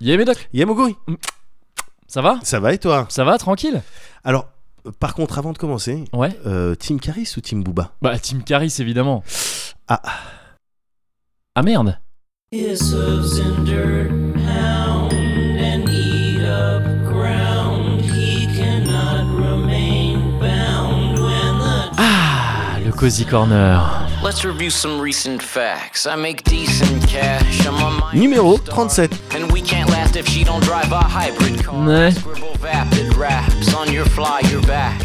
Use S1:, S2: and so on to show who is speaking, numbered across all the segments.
S1: Yé Médoc,
S2: Yamoguri,
S1: ça va
S2: ça va et toi
S1: Ça va, tranquille
S2: Alors, euh, par contre, avant de commencer,
S1: Ouais.
S2: euh, Team Caris ou Team Booba
S1: Bah, Team Caris, évidemment.
S2: Ah.
S1: Ah merde
S3: Hiss of cindered hound and eat up ground. He cannot remain bound when the.
S1: Ah, le Cozy Corner.
S4: Let's review some recent facts. I make decent cash. I'm on my
S2: Numéro
S4: star.
S2: 37.
S4: And we can't last if she don't drive a hybrid car.
S1: Ouais.
S4: Scribble vapid raps on your fly, your back.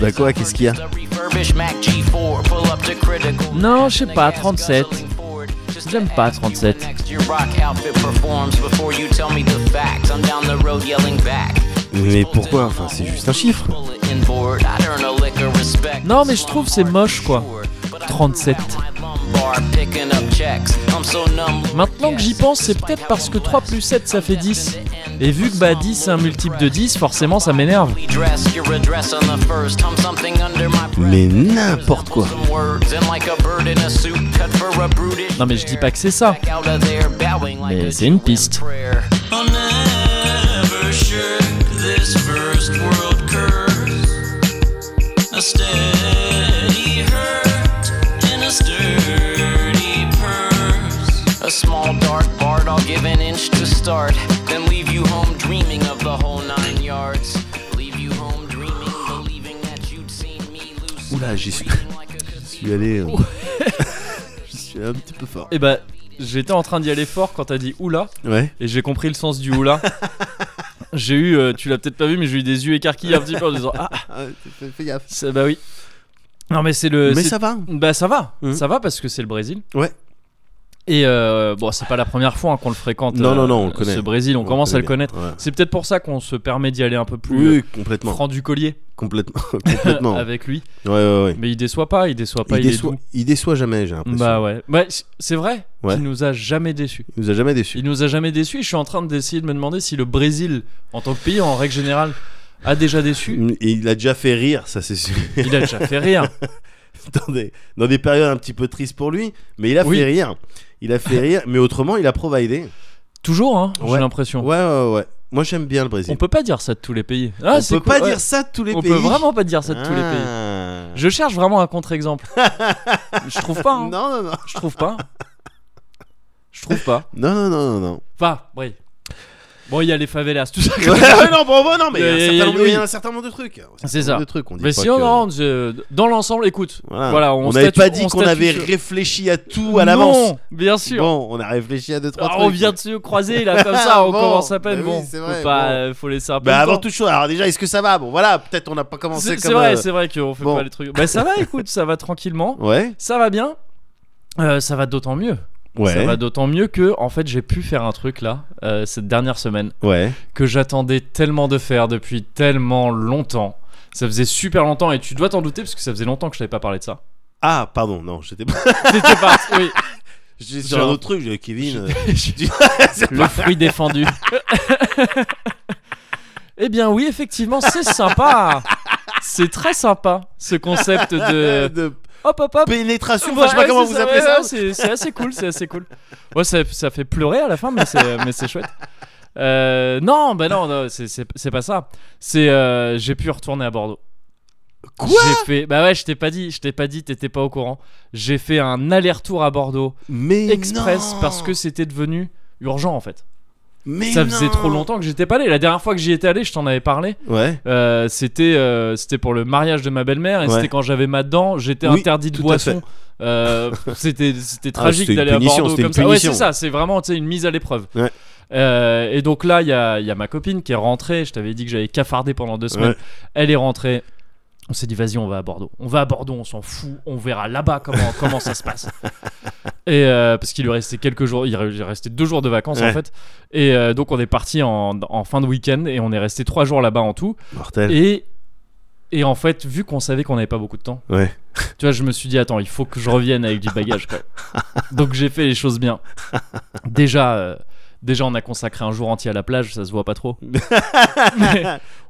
S2: Bah quoi, qu'est-ce qu'il y a
S4: Just a refurbished Mac G4, pull up to critical
S1: Non,
S4: mass
S1: je sais
S4: and a
S1: pas,
S4: gas
S1: 37.
S4: guzzling Ford. Just to
S1: J'aime pas
S4: ask you when
S1: 37.
S4: next your rock outfit performs before you tell me the facts. I'm down the road yelling back.
S2: Mais pourquoi Enfin, c'est juste un chiffre.
S4: Bulletin board, I earn a lick of respect.
S1: Non, mais je trouve c'est moche, quoi. 37. Maintenant que j'y pense, c'est peut-être parce que 3 plus 7, ça fait 10. Et vu que bah 10 c'est un multiple de 10, forcément ça m'énerve.
S2: Mais n'importe quoi.
S1: Non mais je dis pas que c'est ça. Mais c'est une piste.
S3: I'll never shirk this first world curse. A steady hurt in a sturdy purse.
S4: A small dark bard, I'll give an inch to start. Then leave you home dreaming of the whole nine yards. Leave you home dreaming, believing that you'd seen me lose.
S2: Oula, j'y suis, j'y suis allé. euh, j'y suis allé un petit peu fort.
S1: Et bah j'étais en train d'y aller fort quand t'as dit oula
S2: Ouais.
S1: et j'ai compris le sens du oula. J'ai eu, euh, tu l'as peut-être pas vu, mais j'ai eu des yeux écarquillés un petit peu en disant ah
S2: fais, gaffe.
S1: ça, bah oui. Non mais c'est le.
S2: Mais
S1: c'est-
S2: ça va
S1: Bah ça va,
S2: Mhm.
S1: ça va parce que c'est le Brésil.
S2: Ouais.
S1: Et euh, bon c'est pas la première fois hein, qu'on le fréquente.
S2: Non,
S1: euh,
S2: non, non, on le connaît.
S1: Ce Brésil, on, commence à le
S2: connaît bien.
S1: connaître. C'est peut-être pour ça qu'on se permet d'y aller un peu
S2: Ouais.
S1: plus
S2: Oui,
S1: euh,
S2: complètement.
S1: franc du collier euh,
S2: Complètement. complètement. Ouais,
S1: avec lui.
S2: ouais, ouais.
S1: Mais il déçoit pas, il déçoit pas,
S2: Il
S1: il, est
S2: déçoit,
S1: doux.
S2: il déçoit jamais, j'ai l'impression.
S1: Bah ouais, Ouais, c- c'est vrai.
S2: Ouais.
S1: Il nous a jamais déçus.
S2: Il nous a jamais déçus.
S1: Il nous a jamais déçus. Je suis en train d'essayer de me demander si le Brésil, en tant que pays, en règle générale, a déjà déçu.
S2: Et il a déjà fait rire, ça c'est sûr.
S1: Il a déjà fait rire.
S2: dans des, dans des périodes un petit peu tristes pour lui, mais il a
S1: Oui.
S2: fait rire. Il a fait rire, mais autrement, il a providé.
S1: Toujours, hein, j'ai
S2: Ouais.
S1: l'impression.
S2: Ouais, ouais, ouais. Moi, j'aime bien le Brésil.
S1: On peut pas dire ça de tous les pays. Ah,
S2: On
S1: c'est
S2: peut
S1: cool,
S2: pas
S1: ouais.
S2: dire ça de tous les
S1: On
S2: pays.
S1: peut vraiment pas dire ça de tous les pays.
S2: Ah.
S1: Je cherche vraiment un contre-exemple. Je trouve pas. hein.
S2: Non, non, non.
S1: Je trouve pas. Je trouve pas.
S2: Non, non, non, non, non.
S1: Enfin, oui. Bon, il y a les favelas, tout ça.
S2: Ouais, ouais, non, bon, bon, non, mais il y, a un
S1: Il y a-
S2: certain
S1: il y a-
S2: nombre de- il y a
S1: oui.
S2: un certain nombre de trucs. Un certain
S1: C'est ça.
S2: nombre De trucs. On dit
S1: Mais
S2: pas
S1: sinon,
S2: que-
S1: non, je- euh, dans l'ensemble, écoute.
S2: Voilà.
S1: Voilà, on
S2: on n'avait
S1: statue-
S2: pas dit
S1: on
S2: qu'on
S1: statue
S2: avait
S1: sur-
S2: réfléchi à tout à l'avance.
S1: Non, bien sûr.
S2: Bon, on a réfléchi à deux, trois
S1: Ah,
S2: trucs.
S1: on vient de se croiser là, comme ça, on
S2: Bon,
S1: commence à peine.
S2: bah
S1: bon,
S2: oui, c'est
S1: faut
S2: vrai,
S1: pas,
S2: bon.
S1: euh, faut laisser un peu.
S2: Bah,
S1: de
S2: avant
S1: temps.
S2: toute chose, alors déjà, est-ce que ça va Bon, voilà, peut-être on n'a pas commencé
S1: c'est
S2: comme.
S1: c'est vrai,
S2: euh,
S1: c'est vrai qu'on fait
S2: bon.
S1: pas les trucs. Bah, ça va, écoute, ça va tranquillement.
S2: Ouais,
S1: Ça va bien. Euh, ça va d'autant mieux.
S2: ouais,
S1: Ça va d'autant mieux que, en fait, j'ai pu faire un truc là, euh, cette dernière semaine,
S2: ouais.
S1: que j'attendais tellement de faire depuis tellement longtemps. Ça faisait super longtemps et tu dois t'en douter parce que ça faisait longtemps que je t'avais pas parlé de ça.
S2: Ah, pardon, non, j'étais pas.
S1: C'était pas. Oui.
S2: J'étais
S1: Genre-
S2: truc, j'ai Kevin. euh, c'est
S1: Le fruit défendu. eh bien oui, effectivement, c'est sympa. C'est très sympa ce concept de
S2: de
S1: hop hop hop.
S2: pénétration,
S1: euh, Ouais,
S2: enfin, je sais pas
S1: ouais,
S2: comment
S1: c'est
S2: vous appelez
S1: ouais,
S2: ça.
S1: ouais, c'est, c'est assez cool, c'est assez cool. Ouais, ça, ça fait pleurer à la fin, mais c'est, mais c'est chouette. Euh, non, bah non, non, c'est, c'est- c'est pas ça. C'est euh, j'ai pu retourner à Bordeaux. j'ai fait, bah ouais, je t'ai pas dit, je t'ai pas dit, t'étais pas au courant. J'ai fait un aller-retour à Bordeaux
S2: Mais
S1: express
S2: non
S1: parce que c'était devenu urgent en fait.
S2: Mais
S1: Ça faisait
S2: non
S1: trop longtemps que j'étais pas allé. La dernière fois que j'y étais allé, je t'en avais parlé.
S2: Ouais,
S1: Euh, c'était euh, c'était pour le mariage de ma belle-mère et
S2: Ouais.
S1: c'était quand j'avais ma dent. J'étais
S2: Oui,
S1: interdit de
S2: tout à Ah,
S1: boisson. Euh, c'était c'était tragique
S2: c'était une
S1: d'aller à
S2: punition,
S1: Bordeaux
S2: c'était
S1: comme
S2: une
S1: ça. Ouais,
S2: punition.
S1: c'est ça. C'est vraiment tu sais, une mise à l'épreuve.
S2: Ouais.
S1: Euh, et donc là, il y a, il y a ma copine qui est rentrée. Je t'avais dit que j'avais cafardé pendant deux semaines.
S2: Ouais.
S1: Elle est rentrée. On s'est dit, vas-y, on va à Bordeaux. On va à Bordeaux, on s'en fout. On verra là-bas comment, comment ça se passe. Et euh, parce qu'il lui restait quelques jours, il lui restait deux jours de vacances en
S2: Ouais.
S1: fait. Et euh, donc on est parti en, en fin de week-end et on est resté trois jours là-bas en tout.
S2: mortel.
S1: Et, et en fait, vu qu'on savait qu'on n'avait pas beaucoup de temps,
S2: Ouais.
S1: tu vois, je me suis dit, attends, il faut que je revienne avec du bagage. quoi. donc j'ai fait les choses bien. Déjà, euh, déjà, on a consacré un jour entier à la plage, ça se voit pas trop. Mais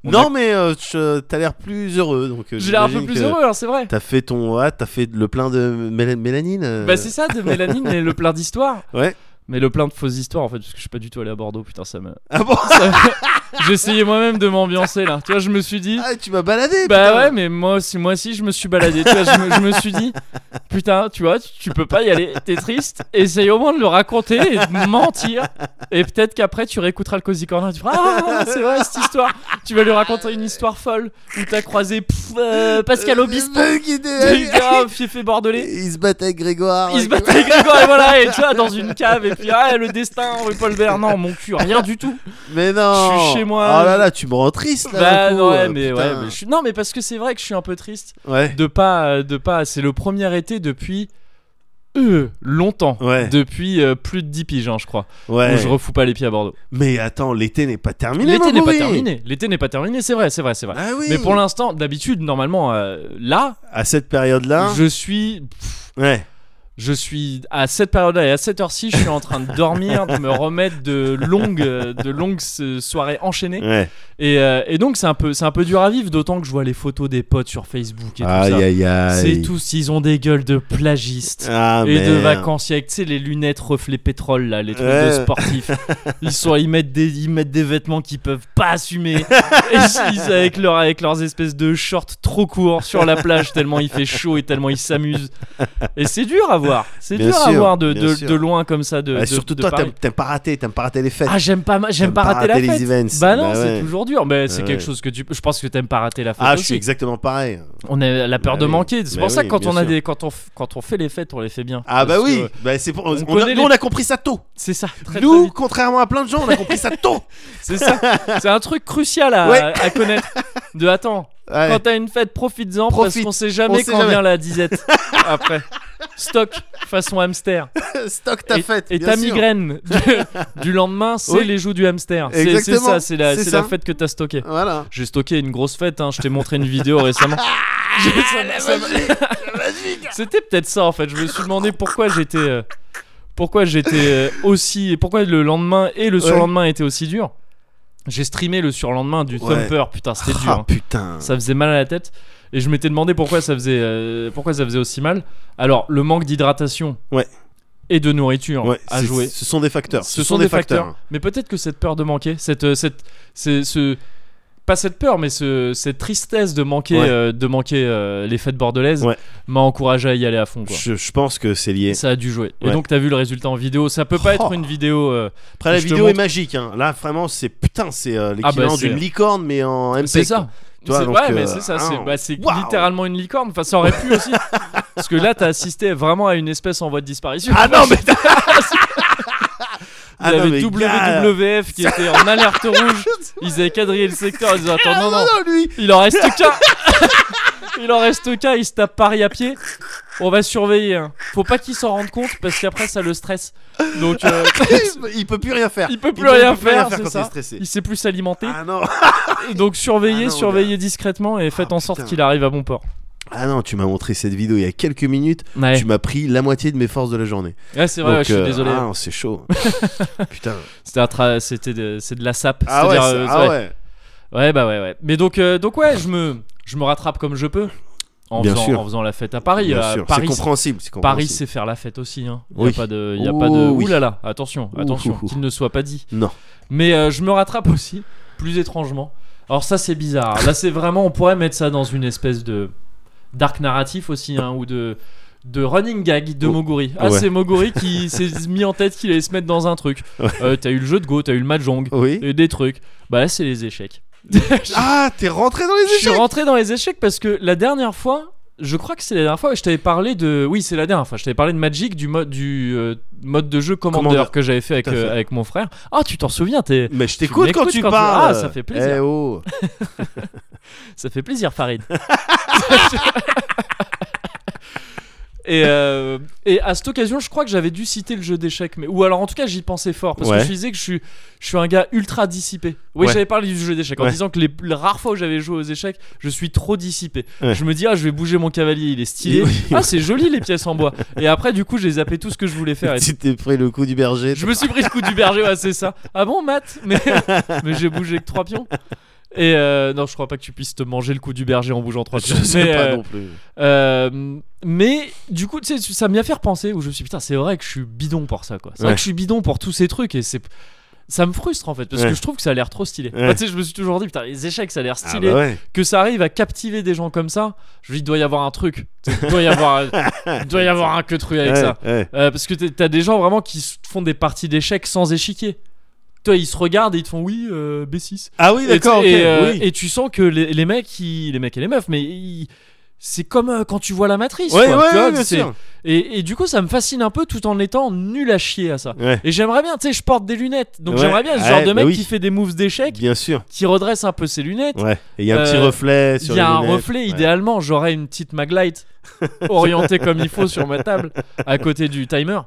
S1: on
S2: non,
S1: a-
S2: mais euh, je- t'as l'air plus heureux. donc euh,
S1: j'ai l'air un peu
S2: j'imagine
S1: plus
S2: que
S1: heureux, alors c'est vrai.
S2: T'as fait ton. Ah, t'as fait le plein de mél- mélanine euh,
S1: Bah c'est ça, de mélanine et le plein d'histoires.
S2: Ouais.
S1: Mais le plein de fausses histoires en fait, parce que je suis pas du tout allé à Bordeaux, putain, ça me.
S2: Ah bon
S1: ça me- J'ai essayé moi-même de m'ambiancer là. Tu vois, je me suis dit.
S2: Ah, tu m'as baladé
S1: Bah
S2: putain.
S1: ouais, mais moi aussi, moi aussi, je me suis baladé. tu vois, je, me, je me suis dit, putain, tu vois, tu, tu peux pas y aller, t'es triste. Essaye au moins de le raconter et de mentir. Et peut-être qu'après, tu réécouteras le Cozy Corner et tu feras, ah, c'est vrai cette histoire. Tu vas lui raconter une histoire folle où t'as croisé pff, euh, Pascal Obispo,
S2: Le mec, il était-
S1: du gars fiefé bordelais.
S2: Il se battait avec Grégoire.
S1: Il se battait avec Grégoire et voilà, et tu vois, dans une cave, et puis ah, le destin, rue Paul Bert, non, mon cul, rien du tout.
S2: Mais non.
S1: Je suis chez moi.
S2: Oh là là, tu me rends triste là.
S1: Bah,
S2: d'un coup,
S1: non, ouais,
S2: euh,
S1: mais ouais,
S2: putain.
S1: mais je suis- non, mais parce que c'est vrai que je suis un peu triste.
S2: Ouais.
S1: de pas de pas c'est le premier été depuis euh, longtemps
S2: Ouais.
S1: depuis euh, plus de 10 pigeons je crois
S2: Ouais. Ah,
S1: où je refous pas les pieds à Bordeaux
S2: Mais attends, l'été n'est pas terminé.
S1: l'été
S2: mon
S1: n'est pas
S2: bourri.
S1: terminé l'été n'est pas terminé c'est vrai c'est vrai c'est vrai
S2: Ah oui.
S1: mais pour l'instant d'habitude normalement euh, là
S2: À cette période-là.
S1: je suis
S2: Ouais.
S1: je suis à cette période-là et à cette heure-ci, je suis en train de dormir, de me remettre de longues, euh, de longues euh, soirées enchaînées.
S2: Ouais.
S1: Et, euh, et donc c'est un peu, c'est un peu dur à vivre, d'autant que je vois les photos des potes sur Facebook et tout
S2: Aïe
S1: ça.
S2: aïe aïe.
S1: C'est tous, ils ont des gueules de plagistes.
S2: Ah,
S1: et de
S2: merde.
S1: vacances avec tu sais les lunettes reflet pétrole là les trucs de
S2: Ouais.
S1: sportifs ils sont ils mettent des ils mettent des vêtements qu'ils peuvent pas assumer et ils avec leur avec leurs espèces de shorts trop courts sur la plage tellement il fait chaud et tellement ils s'amusent et c'est dur à voir c'est
S2: Bien
S1: dur à
S2: sûr,
S1: voir de,
S2: bien
S1: de,
S2: sûr.
S1: de loin comme ça de,
S2: Ah,
S1: de-
S2: surtout
S1: de
S2: toi,
S1: Paris.
S2: t'aimes- t'aimes pas rater, t'aimes pas rater les fêtes.
S1: ah j'aime pas ma- j'aime
S2: T'aimes
S1: pas rater la
S2: les
S1: fête
S2: events.
S1: bah non c'est
S2: ouais.
S1: toujours dur mais c'est
S2: Bah
S1: quelque
S2: ouais.
S1: chose que tu je pense que t'aimes pas rater la fête
S2: Ah, je
S1: aussi.
S2: suis exactement pareil.
S1: on a la peur
S2: Bah
S1: de
S2: oui.
S1: manquer c'est
S2: Bah
S1: pour ça que
S2: oui,
S1: quand
S2: bien
S1: on a
S2: sûr.
S1: des quand on f- quand on fait les fêtes on les fait bien
S2: Ah bah
S1: Parce
S2: oui,
S1: que
S2: bah, c'est pour- on, on
S1: connaît
S2: a,
S1: les-
S2: nous, on a compris ça tôt.
S1: c'est ça très, très
S2: nous,
S1: vite.
S2: contrairement à plein de gens, on a compris ça tôt.
S1: C'est ça. C'est un truc crucial à,
S2: Ouais.
S1: à connaître. De attends,
S2: Ouais.
S1: quand t'as une fête, profites-en parce
S2: Profite.
S1: qu'on sait jamais
S2: On sait
S1: quand
S2: jamais.
S1: vient la disette. Après, stock façon hamster.
S2: Stock ta
S1: et,
S2: fête.
S1: et
S2: bien
S1: ta
S2: sûr.
S1: migraine du, du lendemain, c'est
S2: Oui.
S1: les joues du hamster. C'est- C'est
S2: Exactement.
S1: ça, c'est la,
S2: C'est
S1: c'est la
S2: ça.
S1: fête que t'as stockée.
S2: Voilà.
S1: J'ai stocké une grosse fête. hein, Je t'ai montré une vidéo récemment. J'ai-
S2: Ah,
S1: ça m'a- ça m'a- C'était peut-être ça en fait. Je me suis demandé pourquoi j'étais, euh, pourquoi j'étais euh, aussi, et pourquoi le lendemain et le
S2: Ouais.
S1: surlendemain étaient aussi durs. J'ai streamé le surlendemain du
S2: Ouais.
S1: Thumper. Putain, c'était dur.
S2: Ah
S1: hein.
S2: putain.
S1: Ça faisait mal à la tête. Et je m'étais demandé pourquoi ça faisait, euh, pourquoi ça faisait aussi mal. Alors le manque d'hydratation.
S2: Ouais.
S1: Et de nourriture
S2: Ouais,
S1: à
S2: c'est-
S1: jouer.
S2: Ce sont des facteurs.
S1: Ce sont des facteurs. Mais peut-être que cette peur de manquer, cette, euh, cette, c'est- ce, pas cette peur, mais ce, cette tristesse de manquer,
S2: Ouais.
S1: euh, de manquer euh, les fêtes bordelaises,
S2: Ouais.
S1: m'a encouragé à y aller à fond. Quoi.
S2: Je, je pense que c'est lié.
S1: Ça a dû jouer. Et
S2: Ouais.
S1: donc t'as vu le résultat en vidéo. Ça peut pas
S2: Oh.
S1: être une vidéo. euh,
S2: Après, la
S1: Je te
S2: vidéo est
S1: montre.
S2: magique. hein. Là, vraiment, c'est putain, c'est euh,
S1: Ah bah,
S2: l'équivalent
S1: c'est-
S2: d'une licorne, mais en MP.
S1: c'est ça.
S2: Tu vois,
S1: C'est-
S2: donc,
S1: ouais,
S2: euh,
S1: mais c'est ça. C'est
S2: ah,
S1: bah, c'est
S2: waouh.
S1: littéralement une licorne. Enfin, ça aurait pu aussi. Parce que là, t'as assisté vraiment à une espèce en voie de disparition.
S2: Ah non, mais.
S1: Il y
S2: Ah non,
S1: avait
S2: mais gars,
S1: WWF qui était en alerte rouge. Ils avaient quadrillé le secteur. Ils disaient Attends,
S2: Ah
S1: non,
S2: non,
S1: non,
S2: non, lui.
S1: Il en reste qu'un. il en reste qu'un, il se tape Paris à pied. On va surveiller. hein. Faut pas qu'il s'en rende compte parce qu'après ça le stresse. Donc euh,
S2: Il peut plus rien faire.
S1: Il peut plus rien faire, c'est
S2: quand il
S1: ça.
S2: est stressé.
S1: il sait plus s'alimenter.
S2: Ah non.
S1: Donc surveillez,
S2: Ah non,
S1: surveillez discrètement et faites
S2: Ah,
S1: en sorte
S2: putain.
S1: qu'il arrive à bon port.
S2: Ah non, tu m'as montré cette vidéo il y a quelques minutes.
S1: Ouais,
S2: Tu m'as pris la moitié de mes forces de la journée.
S1: Ouais, Eh. c'est vrai,
S2: Donc,
S1: ouais, je suis
S2: euh,
S1: désolé.
S2: Ah non, c'est chaud. Putain.
S1: C'était un tra- c'était de, c'est de la sape.
S2: Ah ouais,
S1: C'est-à-dire,
S2: c'est-
S1: euh,
S2: ah
S1: ouais.
S2: ouais.
S1: Ouais, bah ouais, ouais. Mais donc, euh, donc ouais, je me, je me rattrape comme je peux. En,
S2: Bien
S1: faisant,
S2: sûr.
S1: en faisant la fête à Paris.
S2: Bien
S1: Euh,
S2: sûr, c'est
S1: Paris,
S2: compréhensible. c'est
S1: Paris,
S2: compréhensible.
S1: c'est faire la fête aussi. Hein. Il
S2: Oui.
S1: a pas de. Y a pas de...
S2: Oh, oui.
S1: Ouh là là, attention,
S2: Ouh,
S1: attention,
S2: ouh, ouh.
S1: qu'il ne soit pas dit.
S2: Non.
S1: Mais euh, je me rattrape aussi, plus étrangement. Alors ça, c'est bizarre. Là, c'est vraiment. On pourrait mettre ça dans une espèce de. Dark narratif aussi, hein, ou de. De running gag de
S2: Oh.
S1: Moguri. Ah,
S2: Ouais.
S1: c'est Moguri qui s'est mis en tête qu'il allait se mettre dans un truc.
S2: Ouais.
S1: Euh, t'as eu le jeu de Go, t'as eu le Mahjong,
S2: Oui.
S1: et des trucs. Bah là, c'est les échecs.
S2: Ah, t'es rentré dans les
S1: Je suis
S2: échecs.
S1: rentré dans les échecs parce que la dernière fois, je crois que c'est la dernière fois, je t'avais parlé de. Oui, c'est la dernière fois, je t'avais parlé de Magic, du mode, du, euh, mode de jeu Commander,
S2: Commander.
S1: que j'avais fait avec,
S2: Tout à fait.
S1: euh, avec mon frère. Ah, tu t'en souviens, t'es-
S2: Mais je
S1: Tu
S2: t'écoute quand
S1: m'écoutes
S2: tu
S1: quand tu-
S2: parles.
S1: Ah, ça fait plaisir.
S2: Eh oh.
S1: ça fait plaisir, Farid. Et, euh, et à cette occasion, je crois que j'avais dû citer le jeu d'échecs, mais ou alors en tout cas j'y pensais fort parce
S2: Ouais.
S1: que je disais que je suis, je suis un gars ultra dissipé. Oui,
S2: Ouais.
S1: j'avais parlé du jeu d'échecs en
S2: Ouais.
S1: disant que les, les rares fois où j'avais joué aux échecs, je suis trop dissipé.
S2: Ouais.
S1: Je me dis ah je vais bouger mon cavalier, il est stylé.
S2: Oui.
S1: Ah c'est joli les pièces en bois. Et après du coup j'ai zappé tout ce que je voulais faire. Et
S2: Tu t'es pris le coup du berger.
S1: je me suis pris le coup du berger, ouais, c'est ça. Ah bon, Matt Mais, mais j'ai bougé que trois pions. Et euh, non, je crois pas que tu puisses te manger le coup du berger en bougeant trois
S2: Je
S1: pieds.
S2: sais
S1: Mais,
S2: pas
S1: euh,
S2: non plus.
S1: euh, mais du coup, tu sais, ça m'y a fait repenser où je me suis dit, putain, c'est vrai que je suis bidon pour ça, quoi. C'est vrai
S2: Ouais.
S1: que je suis bidon pour tous ces trucs et c'est. Ça me frustre en fait parce que
S2: Ouais.
S1: je trouve que ça a l'air trop stylé.
S2: Ouais.
S1: Enfin, tu sais, je me suis toujours dit, putain, les échecs, ça a l'air
S2: Ah
S1: stylé.
S2: bah ouais.
S1: Que ça arrive à captiver des gens comme ça, je me dis, il doit y avoir un truc. Il doit y avoir, il doit y avoir un que truc avec
S2: Ouais,
S1: ça.
S2: ouais.
S1: Euh, parce que t'es- t'as des gens vraiment qui se font des parties d'échecs sans échiquier. Toi, ils se regardent et ils te font oui, euh, B6.
S2: Ah oui,
S1: Et tu-
S2: d'accord, ok.
S1: et, euh,
S2: oui.
S1: et tu sens que les, les mecs, ils- les mecs et les meufs, mais ils- c'est comme euh, quand tu vois la matrice.
S2: Ouais,
S1: quoi,
S2: ouais,
S1: tu vois,
S2: ouais, bien
S1: c'est-
S2: sûr.
S1: Et, et du coup, ça me fascine un peu tout en étant nul à chier à ça.
S2: Ouais,
S1: Et j'aimerais bien, tu sais, je porte des lunettes. Donc
S2: Ouais,
S1: j'aimerais bien ce
S2: ouais,
S1: genre de
S2: bah
S1: mec
S2: oui.
S1: qui fait des moves d'échecs,
S2: bien sûr.
S1: qui redresse un peu ses lunettes.
S2: Ouais. Et il y a un petit
S1: Euh,
S2: reflet
S1: Il
S2: sur
S1: y a
S2: les
S1: un
S2: lunettes.
S1: reflet,
S2: Ouais.
S1: idéalement, j'aurais une petite maglite orientée comme il faut sur ma table, à côté du timer.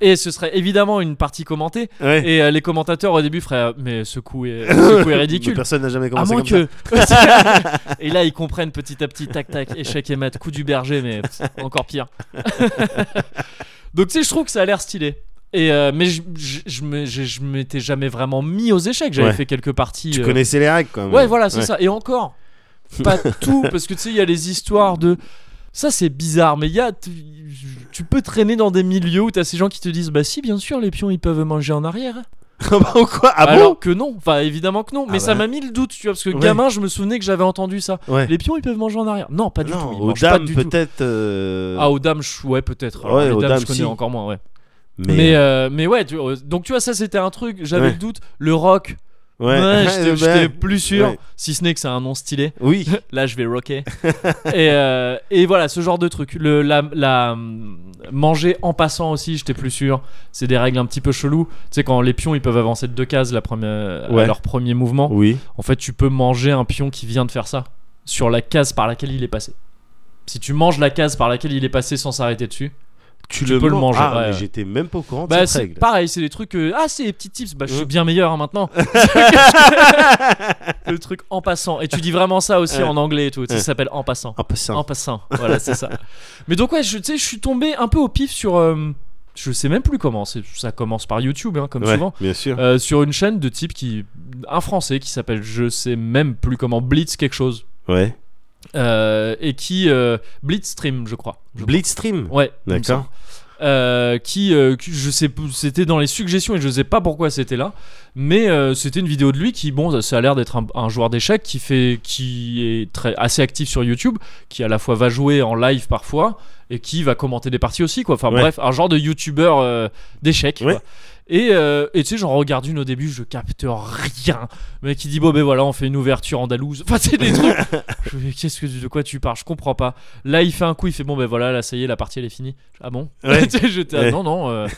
S1: Et ce serait évidemment une partie commentée.
S2: Ouais.
S1: Et euh, les commentateurs au début feraient euh, Mais ce coup est, ce coup est
S2: Mais
S1: ridicule.
S2: Personne n'a jamais
S1: À
S2: commencé
S1: moins
S2: comme
S1: que. et là, ils comprennent petit à petit, tac tac, échec et mat, coup du berger, mais pff, encore pire. Donc, tu sais, je trouve que ça a l'air stylé. Et euh, mais je, je, je me- je- je m'étais jamais vraiment mis aux échecs. J'avais
S2: Ouais.
S1: fait quelques parties.
S2: ça. Tu
S1: euh,
S2: connaissais les règles quand même.
S1: Ouais, voilà, c'est ça. Et encore, pas tout, parce que tu sais, il y a les histoires de. Ça, c'est bizarre, mais il y a. Tu tu peux traîner dans des milieux où t'as ces gens qui te disent Bah, si, bien sûr, les pions ils peuvent manger en arrière.
S2: Quoi Ah
S1: Alors que non, enfin, évidemment que non, mais
S2: Ah
S1: ça m'a
S2: bah.
S1: mis le doute, tu vois, parce que
S2: Ouais.
S1: gamin, je me souvenais que j'avais entendu ça.
S2: bon Ouais.
S1: Les pions ils peuvent manger en arrière. Non, pas du
S2: Non,
S1: tout. Ils
S2: aux
S1: mangent pas
S2: dames
S1: du tout.
S2: peut-être. euh,
S1: Ah, aux dames, je- ouais, peut-être. Alors,
S2: Ouais,
S1: les
S2: aux
S1: dames, je
S2: dames,
S1: connais
S2: si.
S1: encore moins, ouais.
S2: mais.
S1: Mais, euh, mais ouais, tu vois, donc tu vois, ça c'était un truc, j'avais
S2: Ouais.
S1: le doute. Le rock,
S2: Ouais.
S1: euh, ouais,
S2: Ouais,
S1: j'étais
S2: bah,
S1: j'étais plus sûr,
S2: ouais.
S1: si ce n'est que c'est un nom stylé.
S2: Oui.
S1: Là, je vais rocker. et, euh, et voilà, ce genre de truc. Le, la, la, hum, manger en passant aussi, j'étais plus sûr. C'est des règles un petit peu chelou. Tu sais, quand les pions, ils peuvent avancer de deux cases la première,
S2: Ouais.
S1: à leur premier mouvement.
S2: Oui.
S1: En fait, tu peux manger un pion qui vient de faire ça sur la case par laquelle il est passé. Si tu manges la case par laquelle il est passé sans s'arrêter dessus,
S2: Tu,
S1: peux le
S2: man-
S1: manger,
S2: Ah,
S1: ouais,
S2: mais
S1: ouais.
S2: j'étais même pas au courant de
S1: bah,
S2: cette
S1: c'est
S2: règle.
S1: pareil, c'est des trucs. que- ah, c'est des petits tips. Bah, je suis
S2: Mm.
S1: bien meilleur hein, maintenant. le truc en passant. Et tu dis vraiment ça aussi
S2: Ouais.
S1: en anglais et tout. Tu sais,
S2: Ouais.
S1: Ça s'appelle en passant.
S2: En passant.
S1: En passant, voilà, c'est ça. Mais donc, ouais, je- tu sais, je suis tombé un peu au pif sur. euh, je sais même plus comment. c'est- Ça commence par YouTube, hein, comme
S2: Ouais,
S1: souvent.
S2: Bien sûr.
S1: Euh, sur une chaîne de type qui. Un français qui s'appelle, je sais même plus comment, Blitz quelque chose.
S2: Ouais.
S1: Euh, et qui. euh, Blitz Stream, je crois. Je-
S2: Blitzstream.
S1: Ouais. il me semble.
S2: D'accord.
S1: Euh, qui, euh, qui- je sais plus, c'était dans les suggestions et je sais pas pourquoi c'était là, mais euh, c'était une vidéo de lui qui, bon, ça, ça a l'air d'être un, un joueur d'échecs qui fait, qui est très assez actif sur YouTube, qui à la fois va jouer en live parfois et qui va commenter des parties aussi, quoi. Enfin
S2: Ouais.
S1: bref, un genre de YouTuber euh, d'échecs.
S2: Ouais.
S1: quoi. Et euh, et tu sais, j'en regarde une au début, je capte rien. Mais qui dit bon ben voilà, on fait une ouverture andalouse. Enfin c'est des trucs. Je me dis, Qu'est-ce que de quoi tu parles Je comprends pas. Là il fait un coup, il fait bon ben voilà, là ça y est, la partie elle est finie. Ah bon
S2: Ouais.
S1: Tu sais, j'étais, ah,
S2: Ouais.
S1: non non euh,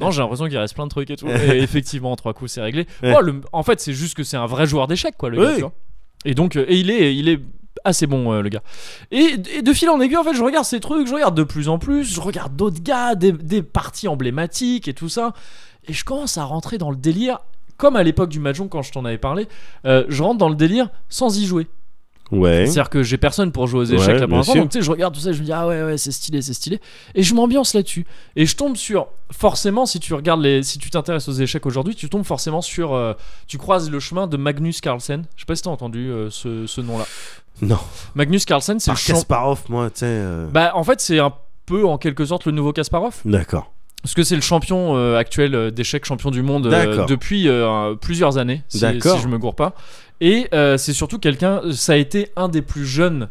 S1: non, j'ai l'impression qu'il reste plein de trucs et tout. Et effectivement, en trois coups c'est réglé.
S2: Ouais.
S1: Oh, le- en fait c'est juste que c'est un vrai joueur d'échecs quoi le gars.
S2: Oui.
S1: tu vois. Et donc euh, et il est il est assez bon euh, le gars. Et, et de fil en aiguille en fait je regarde ces trucs, je regarde de plus en plus, je regarde d'autres gars, des, des parties emblématiques et tout ça. Et je commence à rentrer dans le délire. Comme à l'époque du Mahjong quand je t'en avais parlé, euh, je rentre dans le délire sans y jouer.
S2: Ouais.
S1: C'est-à-dire que j'ai personne pour jouer aux échecs
S2: Ouais,
S1: là pour
S2: bien
S1: l'instant.
S2: sûr.
S1: Donc tu sais, je regarde tout ça, je me dis ah ouais ouais c'est stylé, c'est stylé. Et je m'ambiance là-dessus. Et je tombe sur forcément si tu regardes les, si tu t'intéresses aux échecs aujourd'hui, tu tombes forcément sur, euh, tu croises le chemin de Magnus Carlsen. Je sais pas si t'as entendu euh, ce, ce nom-là.
S2: Non.
S1: Magnus Carlsen, c'est le
S2: Par
S1: champ.
S2: Kasparov, moi, tu sais. euh,
S1: Bah en fait c'est un peu en quelque sorte le nouveau Kasparov.
S2: D'accord.
S1: Parce que c'est le champion euh, actuel euh, d'échecs, champion du monde euh,
S2: D'accord.
S1: depuis euh, un- plusieurs années, si,
S2: D'accord.
S1: si je me gourre pas. Et euh, c'est surtout quelqu'un, ça a été un des plus jeunes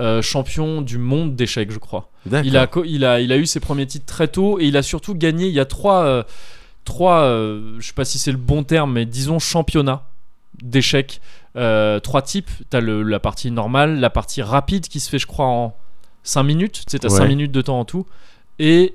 S1: euh, champions du monde d'échecs, je crois.
S2: D'accord.
S1: Il a, co- il, a, il a eu ses premiers titres très tôt et il a surtout gagné, il y a trois, euh, trois euh, je sais pas si c'est le bon terme, mais disons championnats d'échecs. Euh, trois types. Tu as la partie normale, la partie rapide qui se fait, je crois, en 5 minutes. Tu sais, tu as
S2: Ouais.
S1: 5 minutes de temps en tout. Et.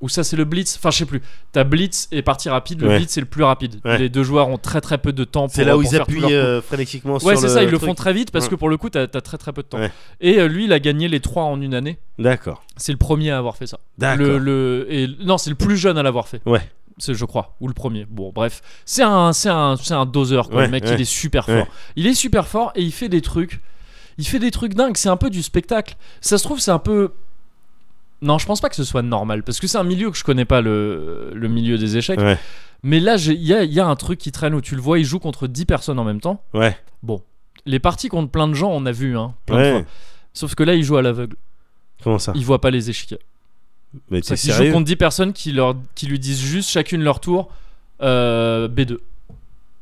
S1: Ou ça, c'est le blitz. Enfin, je sais plus. T'as blitz et partie rapide. Le
S2: Ouais.
S1: blitz, c'est le plus rapide.
S2: Ouais.
S1: Les deux joueurs ont très très peu de temps pour
S2: C'est là où
S1: pour
S2: ils
S1: faire tous leurs
S2: appuient
S1: coups.
S2: euh, frénétiquement sur
S1: Ouais,
S2: le.
S1: c'est ça. Ils le
S2: truc.
S1: font très vite parce
S2: Ouais.
S1: que pour le coup, t'as as très très peu de temps.
S2: Ouais.
S1: Et euh, lui, il a gagné les trois en une année.
S2: D'accord.
S1: C'est le premier à avoir fait ça. Le,
S2: D'accord.
S1: le- et, non, c'est le plus jeune à l'avoir fait.
S2: Ouais.
S1: C'est, je crois, ou le premier. Bon, bref. C'est un, c'est un, c'est un doseur, quoi.
S2: Ouais,
S1: le mec,
S2: ouais.
S1: il est super fort.
S2: Ouais.
S1: Il est super fort et il fait des trucs. Il fait des trucs dingues. C'est un peu du spectacle. Ça se trouve, c'est un peu. Non, je pense pas que ce soit normal. Parce que c'est un milieu que je connais pas, le, le milieu des échecs.
S2: Ouais.
S1: Mais là, j'ai- il y a, il y a un truc qui traîne où tu le vois, il joue contre 10 personnes en même temps.
S2: Ouais.
S1: Bon, les parties contre plein de gens, on a vu, hein, plein de
S2: Ouais. Ah.
S1: fois. Sauf que là, il joue à l'aveugle.
S2: Comment ça
S1: Il voit pas les échiquiers.
S2: Mais t'es
S1: Il joue
S2: sérieux
S1: contre 10 personnes qui, leur, qui lui disent juste chacune leur tour euh, B2.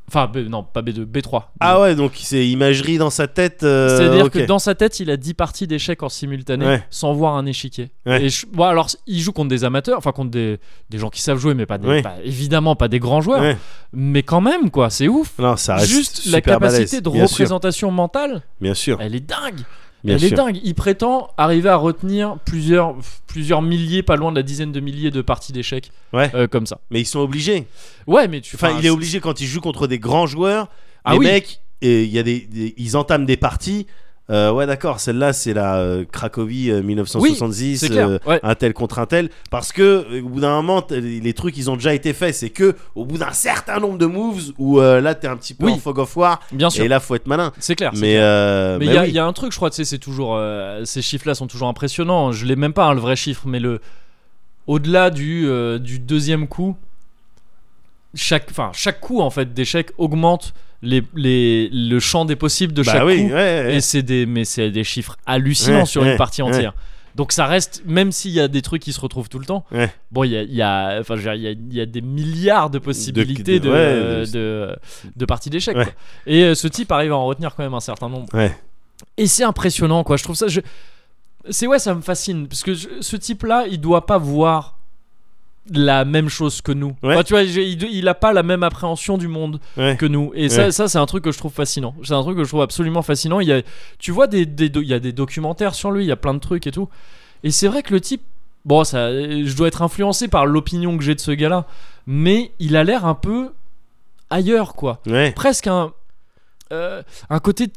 S1: Enfin, B- non, pas B2, B3.
S2: Ah ouais, donc c'est imagerie dans sa tête. euh,
S1: C'est-à-dire
S2: ok.
S1: que dans sa tête, il a 10 parties d'échecs en simultané
S2: Ouais.
S1: sans voir un échiquier.
S2: Ouais.
S1: Et je- bon, alors, il joue contre des amateurs, enfin contre des, des gens qui savent jouer, mais pas, des-
S2: Ouais.
S1: pas- évidemment pas des grands joueurs.
S2: Ouais.
S1: Mais quand même, quoi, c'est ouf.
S2: Non, ça reste
S1: Juste la
S2: super
S1: capacité
S2: balèze,
S1: de
S2: bien sûr,
S1: représentation mentale,
S2: Bien sûr,
S1: elle est dingue.
S2: bien
S1: elle
S2: sûr.
S1: est dingue. Il prétend arriver à retenir plusieurs, plusieurs milliers, pas loin de la dizaine de milliers de parties d'échecs
S2: Ouais.
S1: euh, comme ça.
S2: Mais ils sont obligés.
S1: Ouais, mais tu.
S2: Enfin, il est
S1: c'est-
S2: obligé quand il joue contre des grands joueurs.
S1: Ah
S2: les
S1: oui.
S2: mecs, et il y a des, des- ils entament des parties. Euh, ouais, d'accord. Celle-là, c'est la euh, Cracovie euh, 1970.
S1: c'est clair,
S2: euh,
S1: ouais.
S2: Un tel contre un tel. Parce que euh, au bout d'un moment, t- les trucs, ils ont déjà été faits. C'est que au bout d'un certain nombre de moves, où euh, là, t'es un petit peu
S1: Oui.
S2: en fog of war.
S1: Bien sûr.
S2: Et là, faut être malin.
S1: C'est clair. c'est
S2: Mais, euh,
S1: Mais il
S2: bah
S1: y, a-
S2: oui.
S1: il y a un truc, je crois, tu sais, c'est toujours. euh, ces chiffres-là sont toujours impressionnants. Je l'ai même pas, hein, le vrai chiffre, mais le. Au-delà du, euh, du deuxième coup, chaque, enfin, chaque coup en fait d'échec augmente les, les- le champ des possibles de
S2: Bah
S1: chaque
S2: oui,
S1: coup.
S2: ouais, ouais.
S1: Et c'est des, mais c'est des chiffres hallucinants
S2: Ouais,
S1: sur
S2: ouais,
S1: une partie
S2: ouais.
S1: entière. Donc ça reste, même s'il y a des trucs qui se retrouvent tout le temps.
S2: Ouais.
S1: Bon, il y a, il y a- enfin, je veux dire, il y a, il y a des milliards de possibilités
S2: de-
S1: de,
S2: ouais,
S1: euh,
S2: de-
S1: de- de parties d'échecs.
S2: Ouais.
S1: quoi. Et euh, ce type arrive à en retenir quand même un certain nombre.
S2: Ouais.
S1: Et c'est impressionnant, quoi. Je trouve ça. Je... C'est ouais, ça me fascine parce que je- ce type-là, il doit pas voir la même chose que nous.
S2: Ouais.
S1: Enfin, tu vois, j'ai- il, il a pas la même appréhension du monde
S2: Ouais.
S1: que nous. Et ça,
S2: Ouais.
S1: ça c'est un truc que je trouve fascinant. C'est un truc que je trouve absolument fascinant. Il y a, tu vois, des, des do- il y a des documentaires sur lui, il y a plein de trucs et tout. Et c'est vrai que le type, bon, ça, je dois être influencé par l'opinion que j'ai de ce gars-là, mais il a l'air un peu ailleurs, quoi.
S2: Ouais,
S1: Presque un, euh, un côté.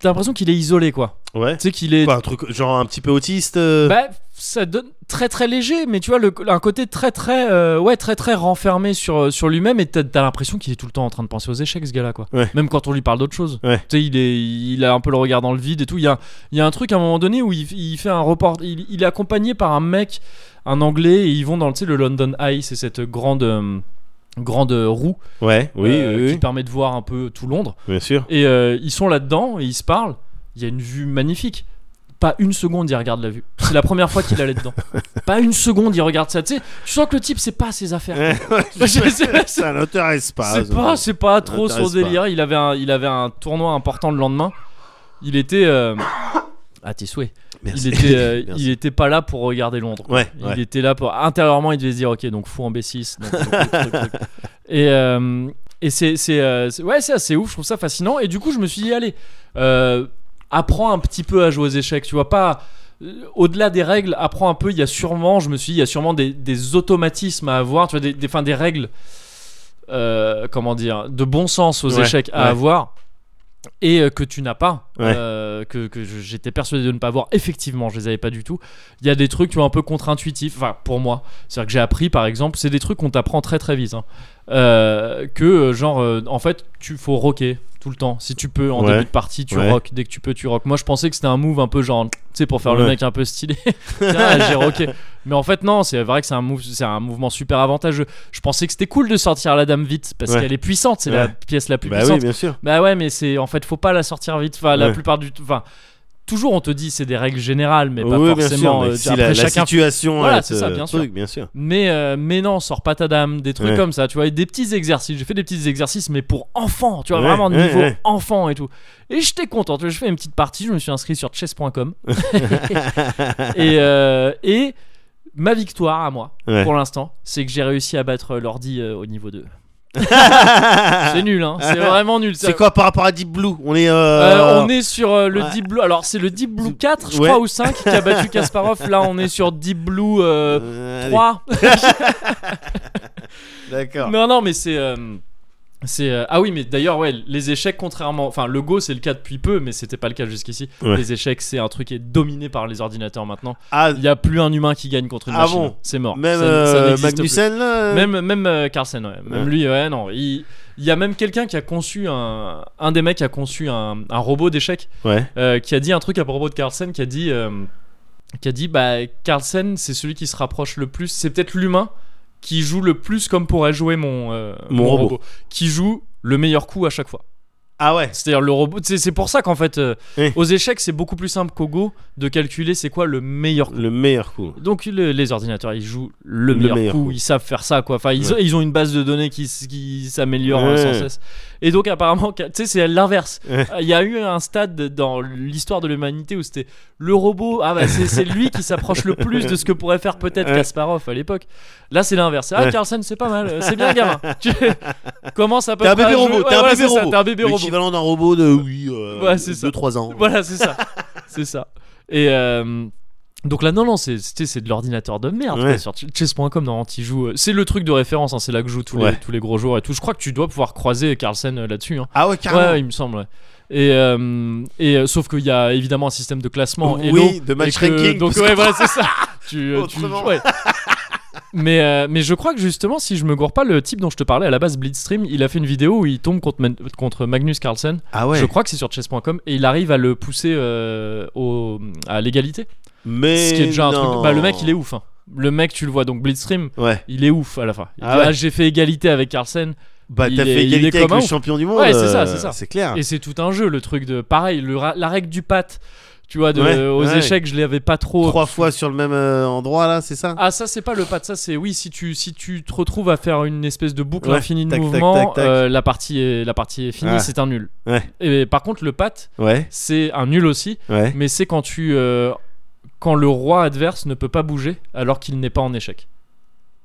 S1: T'as l'impression qu'il est isolé, quoi.
S2: ouais.
S1: Tu sais qu'il est.
S2: Quoi, un truc genre un petit peu autiste. euh,
S1: Bah, ça donne très très léger, mais tu vois, le, un côté très très, euh, ouais, très très renfermé sur, euh, sur lui-même, et t'as t'as l'impression qu'il est tout le temps en train de penser aux échecs, ce gars-là, quoi.
S2: Ouais.
S1: Même quand on lui parle d'autre chose.
S2: Ouais.
S1: Tu sais, il, est, il a un peu le regard dans le vide et tout. Il y a, il y a un truc à un moment donné où il, il fait un report, il, il est accompagné par un mec, un anglais, et ils vont dans tu sais, le London Eye, c'est cette grande. euh, grande roue
S2: Ouais, oui,
S1: euh,
S2: oui,
S1: qui
S2: oui,
S1: permet de voir un peu tout Londres
S2: bien sûr.
S1: et euh, ils sont là-dedans et ils se parlent. Il y a une vue magnifique. Pas une seconde, il regarde la vue. C'est la première fois qu'il allait dedans. Pas une seconde, il regarde ça. Tu sais, tu sens que le type, c'est pas ses affaires.
S2: Ouais,
S1: Je sais- c'est
S2: ça n'intéresse pas.
S1: c'est
S2: ça.
S1: pas, c'est pas trop son
S2: m'intéresse
S1: délire. Il avait un, il avait un tournoi important le lendemain. Il était. euh, À tes souhaits. Il
S2: Merci.
S1: était, euh,
S2: Merci.
S1: il était pas là pour regarder Londres.
S2: Ouais,
S1: Il
S2: ouais.
S1: était là pour intérieurement, il devait se dire ok donc fou en B6. donc, truc, truc, truc, truc. Et euh, et c'est c'est euh, c'est- ouais c'est assez ouf, je trouve ça fascinant. Et du coup je me suis dit allez euh, apprends un petit peu à jouer aux échecs, tu vois pas. euh, Au-delà des règles, apprends un peu. Il y a sûrement, je me suis dit, il y a sûrement des, des automatismes à avoir, tu vois, des, des, enfin, des règles, euh, comment dire, de bon sens aux
S2: Ouais,
S1: échecs à
S2: ouais.
S1: avoir et euh, que tu n'as pas,
S2: Ouais.
S1: euh, que, que je- j'étais persuadé de ne pas avoir. Effectivement, je les avais pas du tout. Il y a des trucs, tu vois, un peu contre-intuitifs. Enfin, pour moi, c'est-à-dire que j'ai appris, par exemple, c'est des trucs qu'on t'apprend très très vite. hein. Euh, que euh, genre, euh, en fait, tu faut rocker tout le temps. Si tu peux, en
S2: Ouais.
S1: début de partie, tu
S2: Ouais.
S1: rock. Dès que tu peux, tu rock. Moi, je pensais que c'était un move un peu genre, tu sais, pour faire le
S2: Ouais.
S1: mec un peu stylé. Tiens, j'ai rocké. Mais en fait, non, c'est vrai que c'est un, move, c'est un mouvement super avantageux. Je pensais que c'était cool de sortir la dame vite parce
S2: Ouais.
S1: qu'elle est puissante. C'est la
S2: Ouais.
S1: pièce la plus
S2: Bah oui,
S1: puissante.
S2: bien sûr.
S1: Bah ouais, mais c'est en fait, faut pas la sortir vite. Enfin, la
S2: Ouais.
S1: plupart du, enfin, toujours on te dit c'est des règles générales, mais pas
S2: oui, bien sûr.
S1: forcément.
S2: mais
S1: euh,
S2: si
S1: après,
S2: la, la
S1: chacun.
S2: situation,
S1: Voilà,
S2: elle
S1: c'est
S2: te-
S1: ça, bien sûr.
S2: truc, bien sûr.
S1: Mais euh, mais non, sors pas ta dame, des trucs
S2: Ouais.
S1: comme ça, tu vois, et des petits exercices. J'ai fait des petits exercices, mais pour enfants, tu vois,
S2: Ouais,
S1: vraiment de
S2: ouais,
S1: niveau
S2: ouais.
S1: enfant et tout. Et j'étais content. tu vois, Je fais une petite partie. Je me suis inscrit sur chess.com et euh, et ma victoire à moi
S2: Ouais.
S1: pour l'instant, c'est que j'ai réussi à battre l'ordi euh, au niveau 2. C'est
S2: c'est
S1: nul, hein. C'est vraiment nul. ça.
S2: quoi par rapport à Deep Blue On est. euh,
S1: Euh, on est sur euh, le
S2: ouais.
S1: Deep Blue. Alors, c'est le Deep Blue 4, je
S2: Ouais.
S1: crois, ou 5 qui a battu Kasparov. Là, on est sur Deep Blue euh,
S2: euh, allez,
S1: 3.
S2: D'accord.
S1: non, non, mais c'est. euh, C'est euh, ah oui mais d'ailleurs ouais les échecs contrairement enfin le Go c'est le cas depuis peu mais c'était pas le cas jusqu'ici
S2: Ouais.
S1: les échecs c'est un truc qui est dominé par les ordinateurs maintenant
S2: Ah,
S1: il y a plus un humain qui gagne contre une
S2: Ah
S1: machine
S2: bon
S1: c'est mort
S2: même
S1: Ça- ça
S2: euh,
S1: n'existe plus.
S2: Magnussen, là. euh,
S1: Même, même euh, Carlsen, ouais. Même
S2: Ouais.
S1: lui, ouais, non. Il, il y a même quelqu'un qui a conçu un. Un des mecs qui a conçu un, un robot d'échecs
S2: Ouais.
S1: euh, qui a dit un truc à propos de Carlsen qui a dit. euh, qui a dit, bah, Carlsen, c'est celui qui se rapproche le plus. C'est peut-être l'humain qui joue le plus comme pourrait jouer mon, euh,
S2: Mon robot.
S1: Qui joue le meilleur coup à chaque fois.
S2: Ah ouais.
S1: C'est-à-dire le robot. C'est c'est pour ça qu'en fait, euh,
S2: Oui.
S1: aux échecs, c'est beaucoup plus simple qu'au Go de calculer c'est quoi le meilleur coup.
S2: Le meilleur coup.
S1: Donc le- les ordinateurs, ils jouent le
S2: Le
S1: meilleur,
S2: meilleur
S1: coup,
S2: coup.
S1: ils savent faire ça quoi. Enfin, ils, ils ont une base de données qui, s- qui s'améliore euh,
S2: Ouais.
S1: sans cesse. Et donc apparemment, tu sais, c'est l'inverse. Euh,
S2: Ouais.
S1: Il y a eu un stade dans l'histoire de l'humanité où c'était le robot. Ah bah c'est c'est lui qui s'approche le plus de ce que pourrait faire peut-être
S2: Ouais.
S1: Kasparov à l'époque. Là c'est l'inverse. Ah
S2: Ouais.
S1: Carlsen, c'est pas mal, c'est bien gamin. Tu commences à peu
S2: T'es un
S1: près à
S2: bébé
S1: jouer-
S2: robot.
S1: Ouais,
S2: T'es un
S1: voilà,
S2: bébé
S1: c'est ça,
S2: robot.
S1: t'es un bébé robot.
S2: L'équivalent d'un robot de oui. Euh,
S1: Ouais, c'est ça.
S2: 3 ans.
S1: Voilà, c'est ça. c'est ça. Et euh, donc là, non, non, c'est c'est- c'est de l'ordinateur de merde. quoi,
S2: Ouais.
S1: Sur ch- chess.com, dans anti joue. euh, C'est le truc de référence, hein, c'est là que jouent tous, les,
S2: Ouais.
S1: tous les gros jours et tout. Je crois que tu dois pouvoir croiser Carlsen euh, là-dessus. hein.
S2: Ah ouais,
S1: Ouais,
S2: carrément.
S1: il me semble. ouais. Et, euh, et euh, sauf qu'il y a évidemment un système de classement.
S2: Oui,
S1: Elo,
S2: de match
S1: et que-
S2: ranking,
S1: Donc,
S2: parce
S1: ouais, voilà, c'est ça. tu, euh, tu-
S2: Autrement.
S1: ouais. mais, euh, mais je crois que justement, si je me gourre pas, le type dont je te parlais à la base, Blitzstream, il a fait une vidéo où il tombe contre, Man- contre Magnus Carlsen.
S2: Ah ouais.
S1: Je crois que c'est sur chess.com et il arrive à le pousser euh, au, à l'égalité.
S2: Mais
S1: Ce qui est déjà un
S2: non.
S1: truc. Bah, le mec, il est ouf. hein. Le mec, tu le vois, donc Blitzstream,
S2: Ouais.
S1: il est ouf à la fin. Il
S2: Ah
S1: dit,
S2: ouais.
S1: Ah, j'ai fait égalité avec Carlsen
S2: Bah
S1: Il
S2: t'as
S1: est-
S2: fait
S1: il est
S2: égalité avec
S1: commun,
S2: le
S1: ouf.
S2: champion du monde.
S1: Ouais, c'est ça,
S2: euh,
S1: c'est ça.
S2: C'est clair.
S1: et c'est tout un jeu, le truc de. Pareil, le ra- la règle du pat, tu vois, de,
S2: Ouais,
S1: aux
S2: ouais.
S1: échecs, je l'avais pas trop.
S2: Trois fois sur le même euh, endroit là, c'est ça.
S1: Ah, ça, c'est pas le pat, ça, c'est oui, si tu, si tu te retrouves à faire une espèce de boucle
S2: Ouais,
S1: infinie de
S2: tac, tac,
S1: mouvements,
S2: tac, tac.
S1: euh, la, partie est, la partie est finie,
S2: Ouais.
S1: c'est un nul.
S2: Ouais.
S1: Et par contre, le pat,
S2: Ouais.
S1: c'est un nul aussi,
S2: Ouais.
S1: mais c'est quand tu euh, quand le roi adverse ne peut pas bouger alors qu'il n'est pas en échec. Tu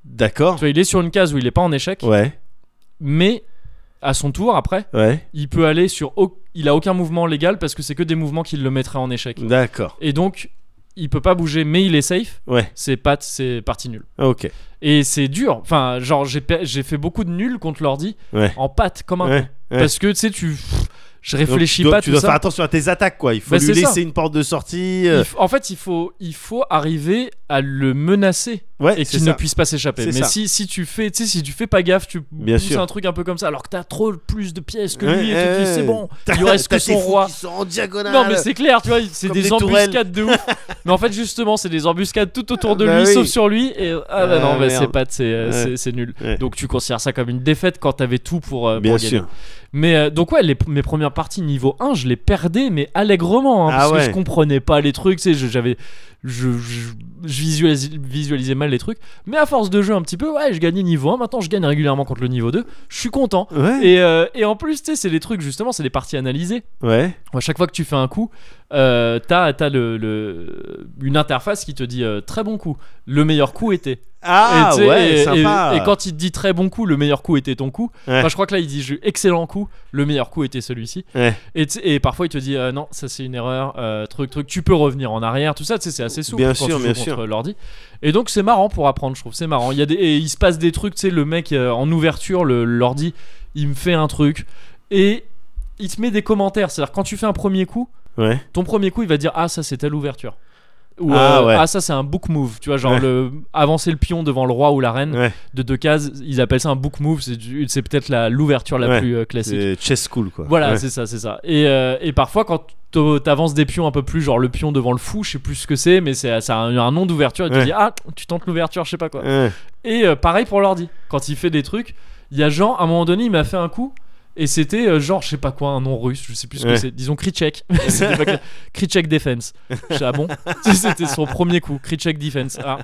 S2: D'accord.
S1: vois, il est sur une case où il n'est pas en échec,
S2: Ouais.
S1: mais à son tour après,
S2: Ouais.
S1: il peut aller sur au- il a aucun mouvement légal parce que c'est que des mouvements qui le mettraient en échec.
S2: Mm. D'accord.
S1: Et donc il peut pas bouger mais il est safe.
S2: Ouais.
S1: C'est pat, c'est partie nulle.
S2: Ok.
S1: Et c'est dur. Enfin, genre j'ai pe- j'ai fait beaucoup de nuls contre l'ordi
S2: Ouais.
S1: en pat comme un con.
S2: Ouais. ouais.
S1: parce que tu sais tu je
S2: Donc,
S1: réfléchis
S2: tu dois,
S1: pas
S2: tu
S1: tout
S2: dois
S1: ça.
S2: faire attention à tes attaques quoi. Il faut
S1: Bah,
S2: lui
S1: c'est ça.
S2: laisser une porte de sortie. euh,
S1: Il f- en fait, il faut, il faut arriver à le menacer
S2: Ouais.
S1: et
S2: c'est
S1: qu'il ne
S2: ça.
S1: puisse pas s'échapper.
S2: C'est
S1: Mais
S2: ça.
S1: si, si tu fais, tu sais, si tu fais pas gaffe, tu
S2: Bien
S1: pousses
S2: sûr.
S1: un truc un peu comme ça, alors que t'as trop plus de pièces que
S2: Ouais,
S1: lui, et
S2: ouais,
S1: tout, tu dis,
S2: ouais.
S1: c'est bon,
S2: T'as-
S1: il lui reste que
S2: t'as tes
S1: son
S2: fous
S1: roi.
S2: qui sont en diagonale.
S1: Non mais c'est clair, tu vois, c'est
S2: Comme
S1: des,
S2: des tourelles.
S1: embuscades de ouf. mais en fait justement, c'est des embuscades tout autour de
S2: Bah
S1: lui,
S2: oui.
S1: sauf sur lui. Et ah bah
S2: Ah,
S1: non, bah, c'est
S2: merde.
S1: pas, c'est euh,
S2: Ouais.
S1: c'est- c'est nul.
S2: Ouais.
S1: Donc tu considères ça comme une défaite quand t'avais tout pour, euh, pour
S2: Bien
S1: gagner.
S2: sûr.
S1: Mais euh, donc ouais, les, mes premières parties niveau 1, je les perdais mais allègrement hein,
S2: Ah
S1: parce que
S2: ouais.
S1: je comprenais pas les trucs, tu sais, je- j'avais je, je, je visualis- visualisais mal les trucs, mais à force de jeu un petit peu, ouais, je gagnais niveau 1, maintenant je gagne régulièrement contre le niveau 2, je suis content.
S2: Ouais.
S1: Et, euh, et en plus, tu sais, c'est les trucs justement, c'est les parties analysées.
S2: Ouais.
S1: À chaque fois que tu fais un coup, euh, t'as t'as le, le- une interface qui te dit euh, très bon coup, le meilleur coup était.
S2: Ah
S1: tu sais,
S2: ouais.
S1: et-
S2: sympa.
S1: et- et quand il te dit très bon coup, le meilleur coup était ton coup.
S2: Ouais.
S1: Enfin, je crois que là, il dit je- excellent coup, le meilleur coup était celui-ci.
S2: Ouais.
S1: Et, tu sais- et parfois, il te dit euh, non, ça c'est une erreur, euh, truc, truc, tu peux revenir en arrière, tout ça, tu sais, c'est assez souple
S2: Bien
S1: quand
S2: sûr,
S1: tu
S2: bien
S1: joues
S2: sûr.
S1: contre l'ordi. Et donc, c'est marrant pour apprendre, je trouve, c'est marrant. Il, y a des, et il se passe des trucs, tu sais, le mec euh, en ouverture, le- l'ordi, il me fait un truc et il te met des commentaires. C'est-à-dire, quand tu fais un premier coup,
S2: Ouais.
S1: ton premier coup, il va dire ah ça c'était l'ouverture. Ou
S2: Ah,
S1: euh,
S2: ouais.
S1: ça c'est un book move, tu vois genre
S2: Ouais.
S1: le avancer le pion devant le roi ou la reine
S2: Ouais.
S1: de deux cases, ils appellent ça un book move, c'est du- c'est peut-être la l'ouverture la
S2: Ouais.
S1: plus euh, classique.
S2: C'est chess cool quoi.
S1: Voilà,
S2: Ouais.
S1: c'est ça, c'est ça. Et, euh, et parfois quand t'o- t'avances des pions un peu plus, genre le pion devant le fou, je sais plus ce que c'est, mais c'est ça a un, un nom d'ouverture, il te
S2: Ouais.
S1: dit ah tu tentes l'ouverture, je sais pas quoi.
S2: Ouais.
S1: Et euh, pareil pour l'ordi. Quand il fait des trucs, il y a Jean, à un moment donné, il m'a fait un coup. Et c'était euh, genre, je sais pas quoi, un nom russe, je sais plus ce que
S2: Ouais.
S1: c'est. Disons Krychek. C'était pas clair. Krychek Defense. Je sais, ah bon C'était son premier coup. Krychek Defense. Ah,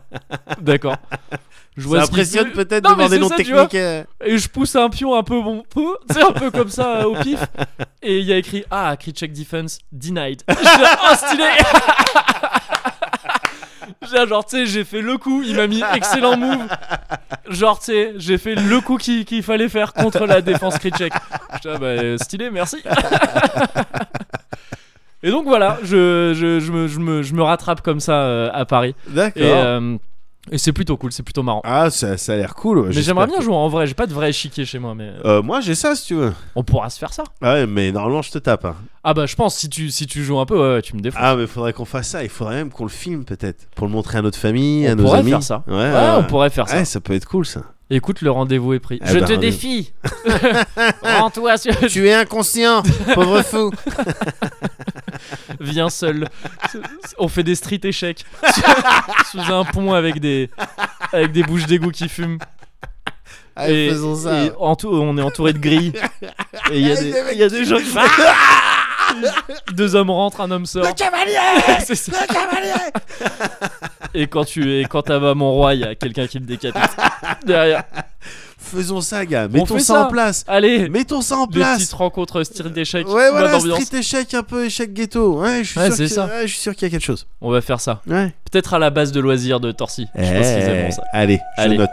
S1: d'accord. Je vois
S2: Ça
S1: ce qu'il
S2: impressionne
S1: fait.
S2: peut-être
S1: Non,
S2: de voir
S1: mais
S2: des
S1: c'est
S2: noms
S1: ça, tu vois.
S2: techniques. euh.
S1: Et je pousse un pion un peu bon peu, tu sais, un peu comme ça euh, au pif. Et il y a écrit Ah, Krychek Defense denied. J'étais là, oh, stylé J'ai là, genre, tu sais, j'ai fait le coup, il m'a mis excellent move. Genre, tu sais, j'ai fait le coup qui- qu'il fallait faire contre la défense Krychek. J'étais là, bah, euh, stylé, merci. Et donc voilà, je, je, je me, je, me, je me rattrape comme ça euh, à Paris. Et,
S2: D'accord.
S1: euh, et c'est plutôt cool, c'est plutôt marrant.
S2: Ah, ça, ça a l'air cool.
S1: Mais
S2: j'espère
S1: j'aimerais bien
S2: que-
S1: jouer en vrai, j'ai pas de vrai échiquier chez moi, mais
S2: Euh, moi, j'ai ça si tu veux.
S1: on pourra se faire ça.
S2: Ah ouais, mais normalement, je te tape. hein.
S1: Ah bah je pense, si tu, si tu joues un peu, ouais, ouais, tu me défends.
S2: Ah, mais faudrait qu'on fasse ça. Il faudrait même qu'on le filme peut-être pour le montrer à notre famille,
S1: On
S2: à nos
S1: pourrait
S2: amis.
S1: faire ça.
S2: Ouais,
S1: Ouais,
S2: ouais.
S1: on pourrait faire ça.
S2: Ouais, ça peut être cool ça.
S1: Écoute, le rendez-vous est pris.
S2: Eh
S1: je
S2: ben,
S1: te
S2: rendez-vous.
S1: défie Rends-toi, sur...
S2: tu es inconscient, pauvre fou.
S1: viens seul. On fait des street échecs sous un pont avec des, avec des bouches d'égout qui fument.
S2: Allez,
S1: Et-
S2: Ah, faisons ça. Ah,
S1: et entou- on est entouré de grilles. et il y a des, il y a des gens qui font- Deux hommes rentrent, un homme sort.
S2: Le cavalier
S1: C'est ça.
S2: Le cavalier
S1: Et quand tu es, quand t'as mon roi, il y a quelqu'un qui le décapite derrière.
S2: Faisons ça, gars. Mettons
S1: fait
S2: ça,
S1: ça.
S2: en place.
S1: Allez,
S2: Mettons ça en
S1: des petites
S2: place.
S1: rencontres style d'échec,
S2: Ouais,
S1: bonne
S2: voilà,
S1: ambiance.
S2: street échec, un peu échec ghetto. Ouais, je suis
S1: Ouais,
S2: sûr
S1: c'est
S2: qu'il-
S1: ça.
S2: ouais, je suis sûr qu'il y a quelque chose.
S1: On va faire ça.
S2: Ouais.
S1: Peut-être à la base de loisirs de Torcy. Je pense qu'ils
S2: Eh.
S1: aimeront ça.
S2: Allez, je
S1: Allez.
S2: note.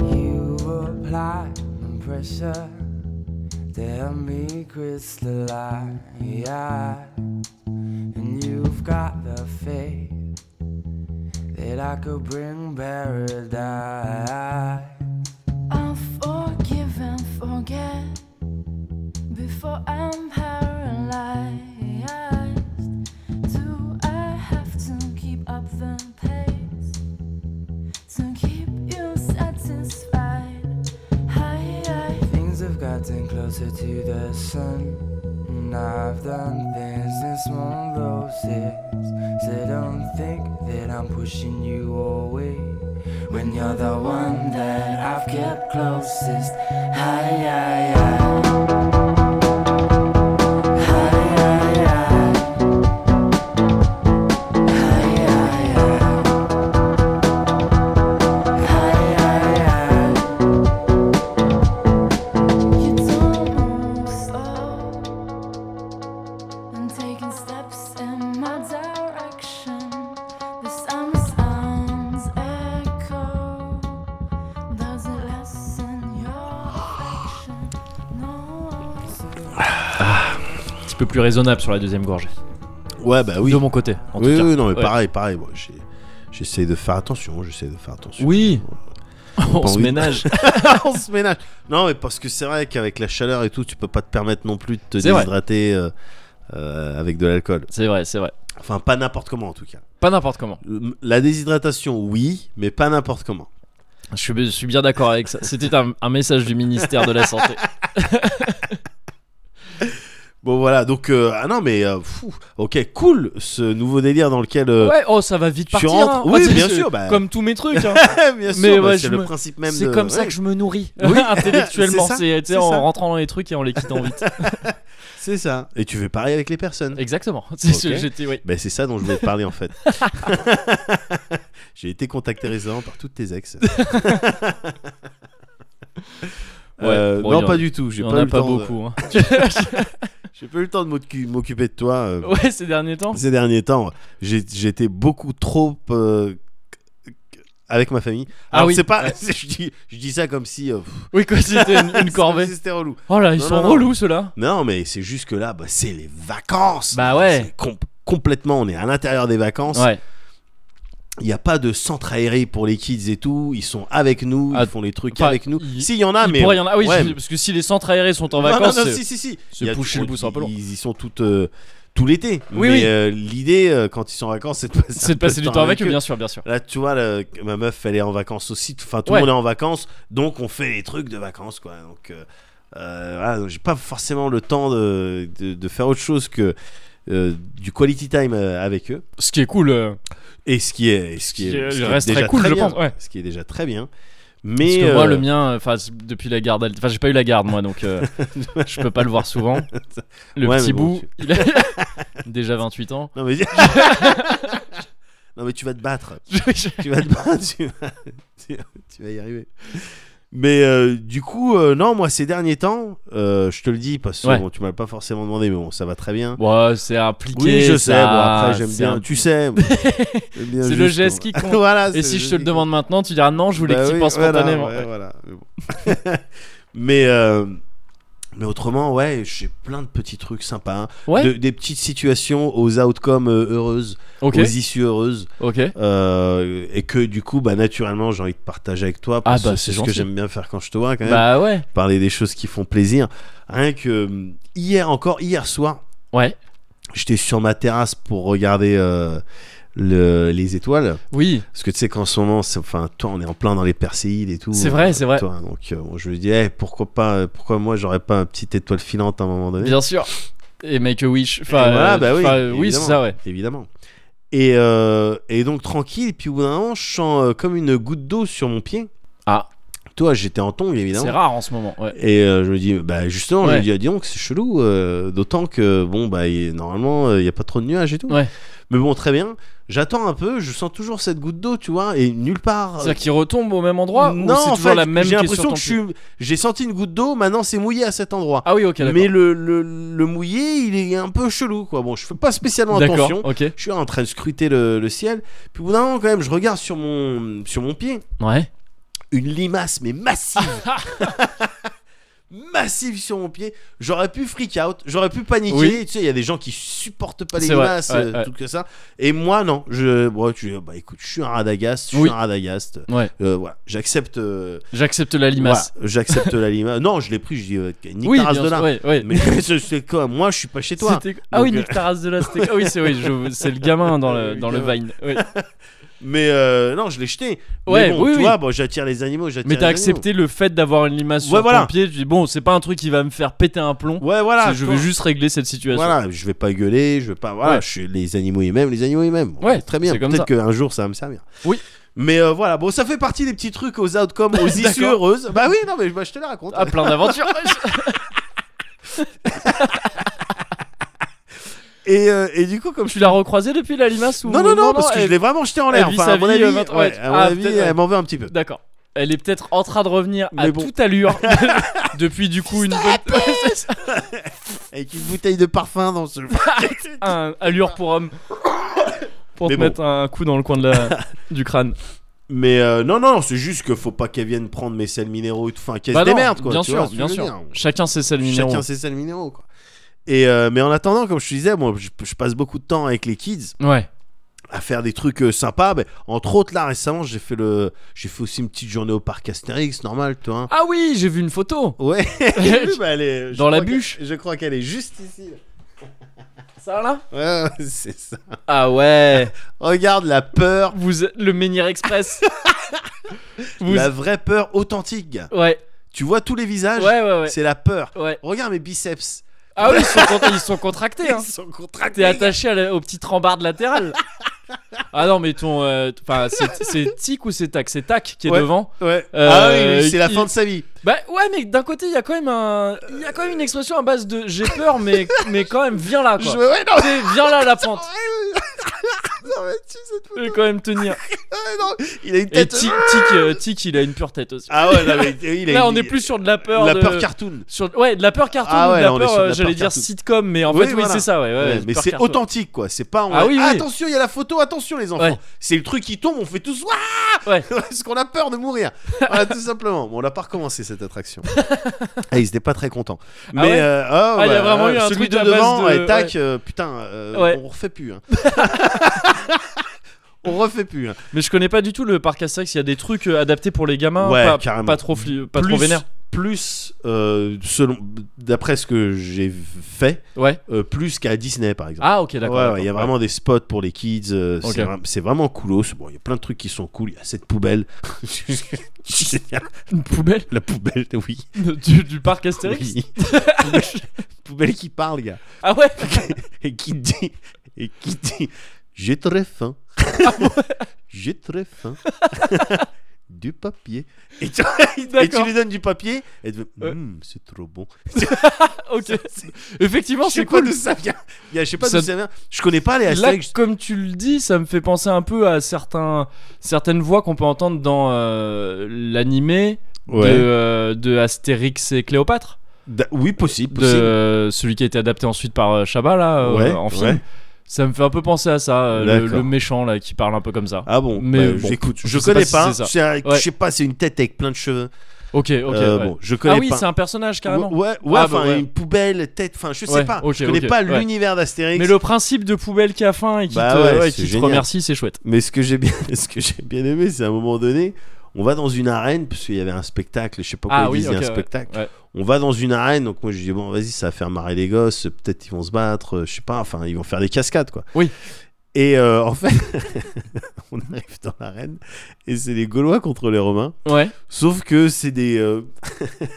S5: You apply the pressure that me crystallize, and you've got the faith that I could bring paradise.
S6: I'll forgive and forget before I'm paralyzed. Do I have to keep up the pace to keep you satisfied? Hi, hi.
S5: Things have gotten closer to the sun. And I've done things in small doses. So don't think that I'm pushing you away. When you're the one that I've kept closest. Hi, hi, hi. Hi, hi, hi. Hi, hi, hi. Hi, hi, hi.
S6: You don't move slow. I'm taking steps in my direction. The summer sounds echo. Does it lessen your affection? No.
S1: Un petit peu plus raisonnable sur la deuxième gorgée.
S2: Ouais, bah oui.
S1: De mon côté, en
S2: oui,
S1: tout cas.
S2: oui, non, mais
S1: Ouais.
S2: pareil, pareil. Moi, j'ai- j'essaie de faire attention. J'essaie de faire attention.
S1: Oui. On
S2: Pas
S1: se
S2: envie.
S1: ménage.
S2: on se ménage. Non, mais parce que c'est vrai qu'avec la chaleur et tout, tu peux pas te permettre non plus de te
S1: C'est vrai.
S2: déshydrater euh, euh, avec de l'alcool.
S1: C'est vrai, c'est vrai.
S2: Enfin, pas n'importe comment en tout cas.
S1: Pas n'importe comment.
S2: Le- La déshydratation, oui, mais pas n'importe comment.
S1: Je suis, je suis bien d'accord avec ça. C'était un, un message du ministère de la Santé.
S2: Euh, Bon voilà, donc euh, ah non mais euh, fou. Ok, cool ce nouveau délire dans lequel euh,
S1: Ouais, oh, ça va vite
S2: tu
S1: partir.
S2: rentres-
S1: hein.
S2: oui,
S1: Ah, c'est-
S2: bien
S1: c'est
S2: sûr, bah.
S1: Comme tous mes trucs. hein.
S2: bien sûr,
S1: Mais
S2: bah,
S1: ouais,
S2: c'est
S1: je
S2: le
S1: me-
S2: principe même
S1: C'est
S2: de-
S1: comme ça
S2: ouais.
S1: que je me nourris intellectuellement.
S2: C'est ça,
S1: C'est tu sais,
S2: c'est
S1: en
S2: ça.
S1: rentrant dans les trucs et en les quittant vite.
S2: C'est ça. Et tu fais pareil avec les personnes.
S1: Exactement. C'est ce
S2: Ok.
S1: que j'étais. Oui.
S2: Ben c'est ça dont je voulais te parler en fait. J'ai été contacté récemment par toutes tes ex. Euh,
S1: Ouais, bon,
S2: non,
S1: il y en-
S2: pas du tout. J'ai
S1: On
S2: pas, eu
S1: a
S2: le
S1: pas
S2: temps de-
S1: beaucoup. hein.
S2: J'ai pas eu le temps de m'occu- m'occuper de toi euh,
S1: Ouais, ces derniers temps.
S2: ces derniers temps. J'ai- J'étais beaucoup trop euh, avec ma famille.
S1: Ah
S2: Alors,
S1: oui.
S2: c'est pas. Je, dis, je dis ça comme si. euh, pff,
S1: Oui, quoi, c'était une, une
S2: c'est
S1: corvée.
S2: comme si C'était relou.
S1: Oh là, ils
S2: Non,
S1: sont
S2: non, non.
S1: relous ceux-là.
S2: Non, mais c'est juste que là, bah, c'est les vacances.
S1: Bah ouais.
S2: C'est com- complètement, on est à l'intérieur des vacances.
S1: Ouais.
S2: Il n'y a pas de centre aéré pour les kids et tout. Ils sont avec nous,
S1: Ah,
S2: ils font les trucs
S1: enfin,
S2: avec nous.
S1: il-
S2: S'il y en
S1: Il
S2: a, Ah, mais.
S1: pourrait y en a. Ah Oui,
S2: ouais,
S1: je- parce que si les centres aérés sont en
S2: Non,
S1: vacances,
S2: non, non,
S1: c'est-
S2: si, si, si.
S1: se
S2: Il y a-
S1: pousser le bout, c'est un peu long.
S2: Ils y sont toutes, euh, tout l'été.
S1: Oui,
S2: mais
S1: oui.
S2: euh, l'idée, euh, quand ils sont en vacances, c'est de passer, un
S1: c'est de
S2: peu
S1: passer
S2: de
S1: du temps avec eux,
S2: eux.
S1: bien sûr, bien sûr.
S2: Là, tu vois, le- ma meuf, elle est en vacances aussi. Enfin, tout
S1: Ouais.
S2: le monde est en vacances, donc on fait les trucs de vacances, quoi. Donc, euh, euh, voilà, donc j'ai pas forcément le temps de, de, de faire autre chose que euh, du quality time euh, avec eux.
S1: Ce qui est cool. euh,
S2: Et ce qui est, ce qui
S1: Ce qui,
S2: est,
S1: euh,
S2: ce qui est
S1: reste
S2: déjà
S1: très cool, je
S2: bien.
S1: pense, ouais.
S2: Ce qui est déjà très bien.
S1: Parce
S2: Mais
S1: que moi,
S2: euh,
S1: le mien, enfin, c'est- depuis la garde, enfin, j'ai pas eu la garde, moi, donc euh, je peux pas le voir souvent. Le
S2: Ouais, mais
S1: petit
S2: bon,
S1: bout,
S2: tu-
S1: il a déjà 28 ans.
S2: non mais non mais tu vas te battre. tu vas te battre, tu vas, tu- tu vas y arriver. Mais euh, du coup, euh, non, moi ces derniers temps, euh, je te le dis parce que
S1: Ouais.
S2: bon, tu m'as pas forcément demandé, mais bon, ça va très bien.
S1: Ouais, c'est impliqué.
S2: Oui, je sais.
S1: ça,
S2: bon, après, j'aime
S1: c'est
S2: bien.
S1: un-
S2: Tu sais. bon, j'aime bien
S1: C'est
S2: juste
S1: le geste
S2: qu'on-
S1: qui compte.
S2: voilà. c'est
S1: Et si je te
S2: geste
S1: le
S2: qui
S1: demande maintenant, tu diras non, je voulais
S2: Bah
S1: que tu
S2: oui,
S1: penses
S2: voilà,
S1: spontanément.
S2: ouais, voilà, mais bon. Mais, euh, Mais autrement, ouais, j'ai plein de petits trucs sympas. hein.
S1: Ouais.
S2: De- des petites situations aux outcomes euh, heureuses,
S1: Ok.
S2: aux issues heureuses.
S1: Ok.
S2: euh, et que du coup, bah, naturellement, j'ai envie de partager avec toi. Parce
S1: Ah bah,
S2: que
S1: c'est
S2: c'est ce que
S1: gentil.
S2: j'aime bien faire quand je te vois, quand même.
S1: Bah ouais.
S2: Parler des choses qui font plaisir. Rien que euh, hier, encore hier soir,
S1: Ouais.
S2: j'étais sur ma terrasse pour regarder euh, le- les étoiles.
S1: Oui.
S2: Parce que tu sais qu'en ce moment, c'est- enfin, toi, on est en plein dans les perséides et tout.
S1: C'est vrai, c'est vrai.
S2: Toi, donc, euh, bon, je me dis, eh, pourquoi pas, euh, pourquoi moi, j'aurais pas une petite étoile filante à un moment donné.
S1: Bien sûr. Et Make a Wish.
S2: Et
S1: Enfin,
S2: voilà,
S1: euh,
S2: bah oui,
S1: enfin, oui, c'est
S2: évidemment,
S1: ça, ouais.
S2: Évidemment. Et, euh, et donc tranquille, et puis au bout d'un moment, je sens euh, comme une goutte d'eau sur mon pied.
S1: Ah.
S2: Toi, j'étais en tongs, évidemment.
S1: C'est rare en ce moment. Ouais.
S2: Et euh, je me dis, bah justement, je
S1: Ouais.
S2: me dis, ah, dis donc, c'est chelou. euh, D'autant que, bon, bah, il- normalement, euh, il n'y a pas trop de nuages et tout.
S1: Ouais.
S2: Mais bon, très bien. J'attends un peu, je sens toujours cette goutte d'eau, tu vois, et nulle part.
S1: C'est-à-dire qu'il retombe au même endroit
S2: Ah, non,
S1: ou c'est
S2: en
S1: toujours
S2: fait,
S1: la même
S2: j'ai
S1: qui est
S2: l'impression
S1: sur ton
S2: que je suis- j'ai senti une goutte d'eau, maintenant c'est mouillé à cet endroit.
S1: Ah oui, ok, d'accord.
S2: Mais le, le, le mouillé, il est un peu chelou, quoi. Bon, je fais pas spécialement
S1: D'accord,
S2: attention.
S1: ok.
S2: Je suis en train de scruter le, le ciel. Puis au bout d'un moment, quand même, je regarde sur mon, sur mon pied
S1: Ouais.
S2: une limace, mais massive. massive sur mon pied. J'aurais pu freak out, j'aurais pu paniquer.
S1: Oui.
S2: Tu sais, il y a des gens qui supportent pas les
S1: C'est vrai,
S2: limaces,
S1: ouais,
S2: euh,
S1: ouais.
S2: tout que ça. Et moi, non. Je, bon, tu, bah, écoute, je suis un radagast, je suis
S1: Oui.
S2: un radagast.
S1: Ouais.
S2: Euh, voilà, j'accepte. euh,
S1: J'accepte la limace.
S2: voilà, j'accepte la limace. Non, je l'ai pris, je dis, euh, nique
S1: Oui,
S2: ta race
S1: bien
S2: de
S1: sûr,
S2: là.
S1: ouais, ouais.
S2: Mais c'est- c'est quoi Moi, je suis pas chez toi.
S1: C'était- Ah oui,
S2: Donc,
S1: Nick Taras de la c'était- Ah oui, c'est oui, je- c'est le gamin dans le,
S2: Le
S1: dans le
S2: gamin.
S1: Vine. ouais.
S2: Mais euh, non, je l'ai jeté.
S1: Ouais,
S2: mais bon,
S1: oui,
S2: tu
S1: oui.
S2: vois, bon, j'attire les animaux, j'attire
S1: Mais
S2: les
S1: t'as accepté le fait d'avoir une limace sur
S2: Ouais, voilà.
S1: ton pied. Tu dis, bon, c'est pas un truc qui va me faire péter un plomb.
S2: animaux. Ouais, voilà.
S1: je
S2: toi.
S1: veux juste régler cette situation.
S2: Voilà, je vais pas gueuler, je vais pas. Voilà,
S1: Ouais.
S2: je suis les animaux et même les animaux et même
S1: Ouais,
S2: très bien.
S1: c'est comme
S2: Peut-être
S1: ça.
S2: qu'un jour ça va me servir.
S1: Oui.
S2: Mais euh, voilà, bon, ça fait partie des petits trucs aux outcomes, aux issues
S1: D'accord.
S2: heureuses. Bah oui, non, mais bah, je te la raconte.
S1: Ah, plein d'aventures.
S2: Et, euh, et du coup, comme je
S1: tu l'as recroisé depuis la limace ou
S2: Non, non, non, parce que
S1: elle-
S2: je l'ai vraiment jeté en l'air.
S1: elle vit
S2: Enfin,
S1: sa
S2: à mon
S1: vie,
S2: avis,
S1: euh, vingt-
S2: ouais,
S1: ouais.
S2: à mon
S1: Ah,
S2: avis
S1: peut-être, ouais.
S2: elle m'en veut un petit peu.
S1: D'accord. Elle est peut-être en train de revenir à
S2: Mais bon.
S1: toute allure depuis du coup une bonne... Ouais, c'est ça.
S2: Avec une bouteille de parfum dans ce.
S1: un allure pour homme pour
S2: Mais
S1: te
S2: bon.
S1: mettre un coup dans le coin de la... du crâne.
S2: Mais euh, non, non, non, c'est juste que faut pas qu'elle vienne prendre mes sels minéraux et tout. Enfin, qu'elle
S1: Bah
S2: se
S1: non,
S2: démerde, quoi.
S1: Bien
S2: tu
S1: sûr,
S2: vois ce que
S1: bien
S2: je veux
S1: sûr.
S2: dire.
S1: Chacun ses sels minéraux.
S2: Chacun ses sels minéraux, quoi. Et euh, mais en attendant, comme je te disais, moi, je, je passe beaucoup de temps avec les kids
S1: Ouais.
S2: à faire des trucs euh, sympas. Mais entre autres, là récemment, j'ai fait le, j'ai fait aussi une petite journée au parc Astérix, normal, toi. Hein.
S1: Ah oui, j'ai vu une photo.
S2: Ouais. Oui, bah, elle est- je
S1: Dans la
S2: crois qu'elle-
S1: bûche.
S2: Je crois qu'elle est juste ici. là.
S1: Ça là
S2: Ouais, ouais, c'est ça.
S1: Ah ouais.
S2: Regarde la peur,
S1: Vous êtes le Menhir Express. Vous-
S2: la vraie peur authentique. gars.
S1: Ouais.
S2: Tu vois tous les visages.
S1: Ouais ouais ouais.
S2: C'est la peur.
S1: Ouais.
S2: Regarde mes biceps.
S1: Ah oui, ils sont, con- ils sont contractés. Hein.
S2: Ils sont
S1: T'es
S2: contractés.
S1: attaché à la- au petit trembard latéral. Ah non, mais ton. euh, Enfin, c'est- c'est Tic ou c'est Tac C'est Tac qui est
S2: Ouais.
S1: devant.
S2: Ouais.
S1: Euh,
S2: ah oui, oui, c'est la
S1: il-
S2: fin de sa vie.
S1: Bah ouais, mais d'un côté, il y a quand même un. Il y a quand même une expression à base de j'ai peur, mais, mais quand même, viens là
S2: Je...
S1: quoi.
S2: Ouais, non,
S1: T'sais, Viens là la pente.
S2: non, mais tu sais,
S1: Je vais quand même tenir.
S2: Ah, non, il a une
S1: Et
S2: tête.
S1: Tic, tic, euh, Tic, il a une pure tête aussi.
S2: Ah ouais, non, mais il a
S1: Là,
S2: une-
S1: on est plus sur de la peur.
S2: la
S1: de-
S2: peur cartoon.
S1: sur- Ouais, de la peur cartoon,
S2: Ah
S1: ou
S2: ouais,
S1: de la
S2: là, on est
S1: peur,
S2: sur de la
S1: euh, j'allais
S2: peur
S1: dire
S2: cartoon.
S1: sitcom, mais en
S2: Oui,
S1: fait,
S2: voilà.
S1: oui, c'est ça, ouais. ouais,
S2: Ouais,
S1: peur
S2: mais c'est
S1: cartoon.
S2: authentique quoi, c'est pas en
S1: Ah
S2: mode,
S1: oui, oui.
S2: attention, il y a la photo, attention les enfants.
S1: Ouais.
S2: C'est le truc qui tombe, on fait tous Ouah
S1: Ouais.
S2: parce qu'on a peur de mourir. Voilà, tout simplement. Bon, on l'a pas recommencé cette attraction. Et ils étaient pas très contents. Mais
S1: ouais
S2: euh, ah,
S1: Ah, il y a
S2: ouais,
S1: vraiment eu un
S2: celui
S1: truc
S2: de
S1: à base
S2: devant
S1: de-
S2: et tac
S1: ouais.
S2: euh, putain, euh,
S1: Ouais.
S2: on refait plus hein. On refait plus. hein.
S1: Mais je connais pas du tout le parc Astérix. Il y a des trucs euh, adaptés pour les gamins.
S2: Ouais,
S1: pas,
S2: carrément.
S1: Pas trop, fli- pas trop
S2: Plus-
S1: vénère.
S2: Plus euh, selon d'après ce que j'ai fait,
S1: Ouais.
S2: euh, plus qu'à Disney par exemple.
S1: Ah, ok, d'accord.
S2: Ouais, ouais,
S1: d'accord.
S2: il y a vraiment des spots pour les kids. euh,
S1: Ok.
S2: c'est vra- C'est vraiment coolos. Bon, il y a plein de trucs qui sont cool. Il y a cette poubelle. Génial.
S1: une poubelle
S2: La poubelle, oui.
S1: du, du parc Astérix.
S2: oui. poubelle qui parle, gars.
S1: Ah ouais.
S2: Et qui dit. Et qui dit. J'ai très faim.
S1: Ah,
S2: J'ai très faim. du papier. Et tu, et tu
S1: D'accord. Euh.
S2: lui donnes du papier. Et tu fais,
S1: Ouais.
S2: Hum, c'est trop bon.
S1: Ok.
S2: C'est-
S1: Effectivement,
S2: je sais
S1: c'est
S2: pas
S1: cool.
S2: d'où ça vient. Il y a- Je sais pas
S1: Ça-
S2: d'où ça vient. Je connais pas les
S1: Là,
S2: hashtags.
S1: comme tu le dis, ça me fait penser un peu à certains, certaines voix qu'on peut entendre dans euh, l'animé
S2: Ouais.
S1: de, euh, de Astérix et Cléopâtre,
S2: Da- Oui, possible.
S1: de
S2: possible.
S1: euh, celui qui a été adapté ensuite par euh, Chabat là euh,
S2: Ouais,
S1: en film.
S2: ouais.
S1: Ça me fait un peu penser à ça, euh, le,
S2: D'accord.
S1: le méchant là qui parle un peu comme ça.
S2: Ah bon,
S1: Mais
S2: bah,
S1: bon,
S2: j'écoute, je,
S1: je sais
S2: connais
S1: pas si
S2: pas.
S1: c'est ça.
S2: c'est un-
S1: Ouais.
S2: Je sais pas, c'est une tête avec plein de cheveux.
S1: Ok, ok.
S2: Euh,
S1: ouais.
S2: bon, je connais
S1: ah oui,
S2: pas.
S1: c'est un personnage carrément.
S2: Ouais, ouais, ouais,
S1: Ah,
S2: enfin
S1: bah ouais.
S2: une poubelle, tête, enfin je sais
S1: Ouais,
S2: pas.
S1: ok,
S2: je connais
S1: ok,
S2: pas
S1: ouais.
S2: l'univers d'Astérix.
S1: Mais le principe de poubelle qui a faim et qui
S2: Bah
S1: te,
S2: ouais,
S1: ouais,
S2: c'est
S1: qui te
S2: génial.
S1: remercie, c'est chouette.
S2: Mais ce que j'ai bien, ce que j'ai bien aimé, c'est à un moment donné, on va dans une arène parce qu'il y avait un spectacle, je sais pas quoi
S1: Ah
S2: ils
S1: oui,
S2: disent, il y a
S1: ok,
S2: un
S1: ouais,
S2: spectacle.
S1: ouais.
S2: On va dans une arène, donc moi je dis bon vas-y, ça va faire marrer les gosses, peut-être ils vont se battre, euh, je sais pas, enfin ils vont faire des cascades quoi.
S1: Oui.
S2: Et euh, en fait, on arrive dans l'arène et c'est les Gaulois contre les Romains.
S1: Ouais.
S2: Sauf que c'est des. euh,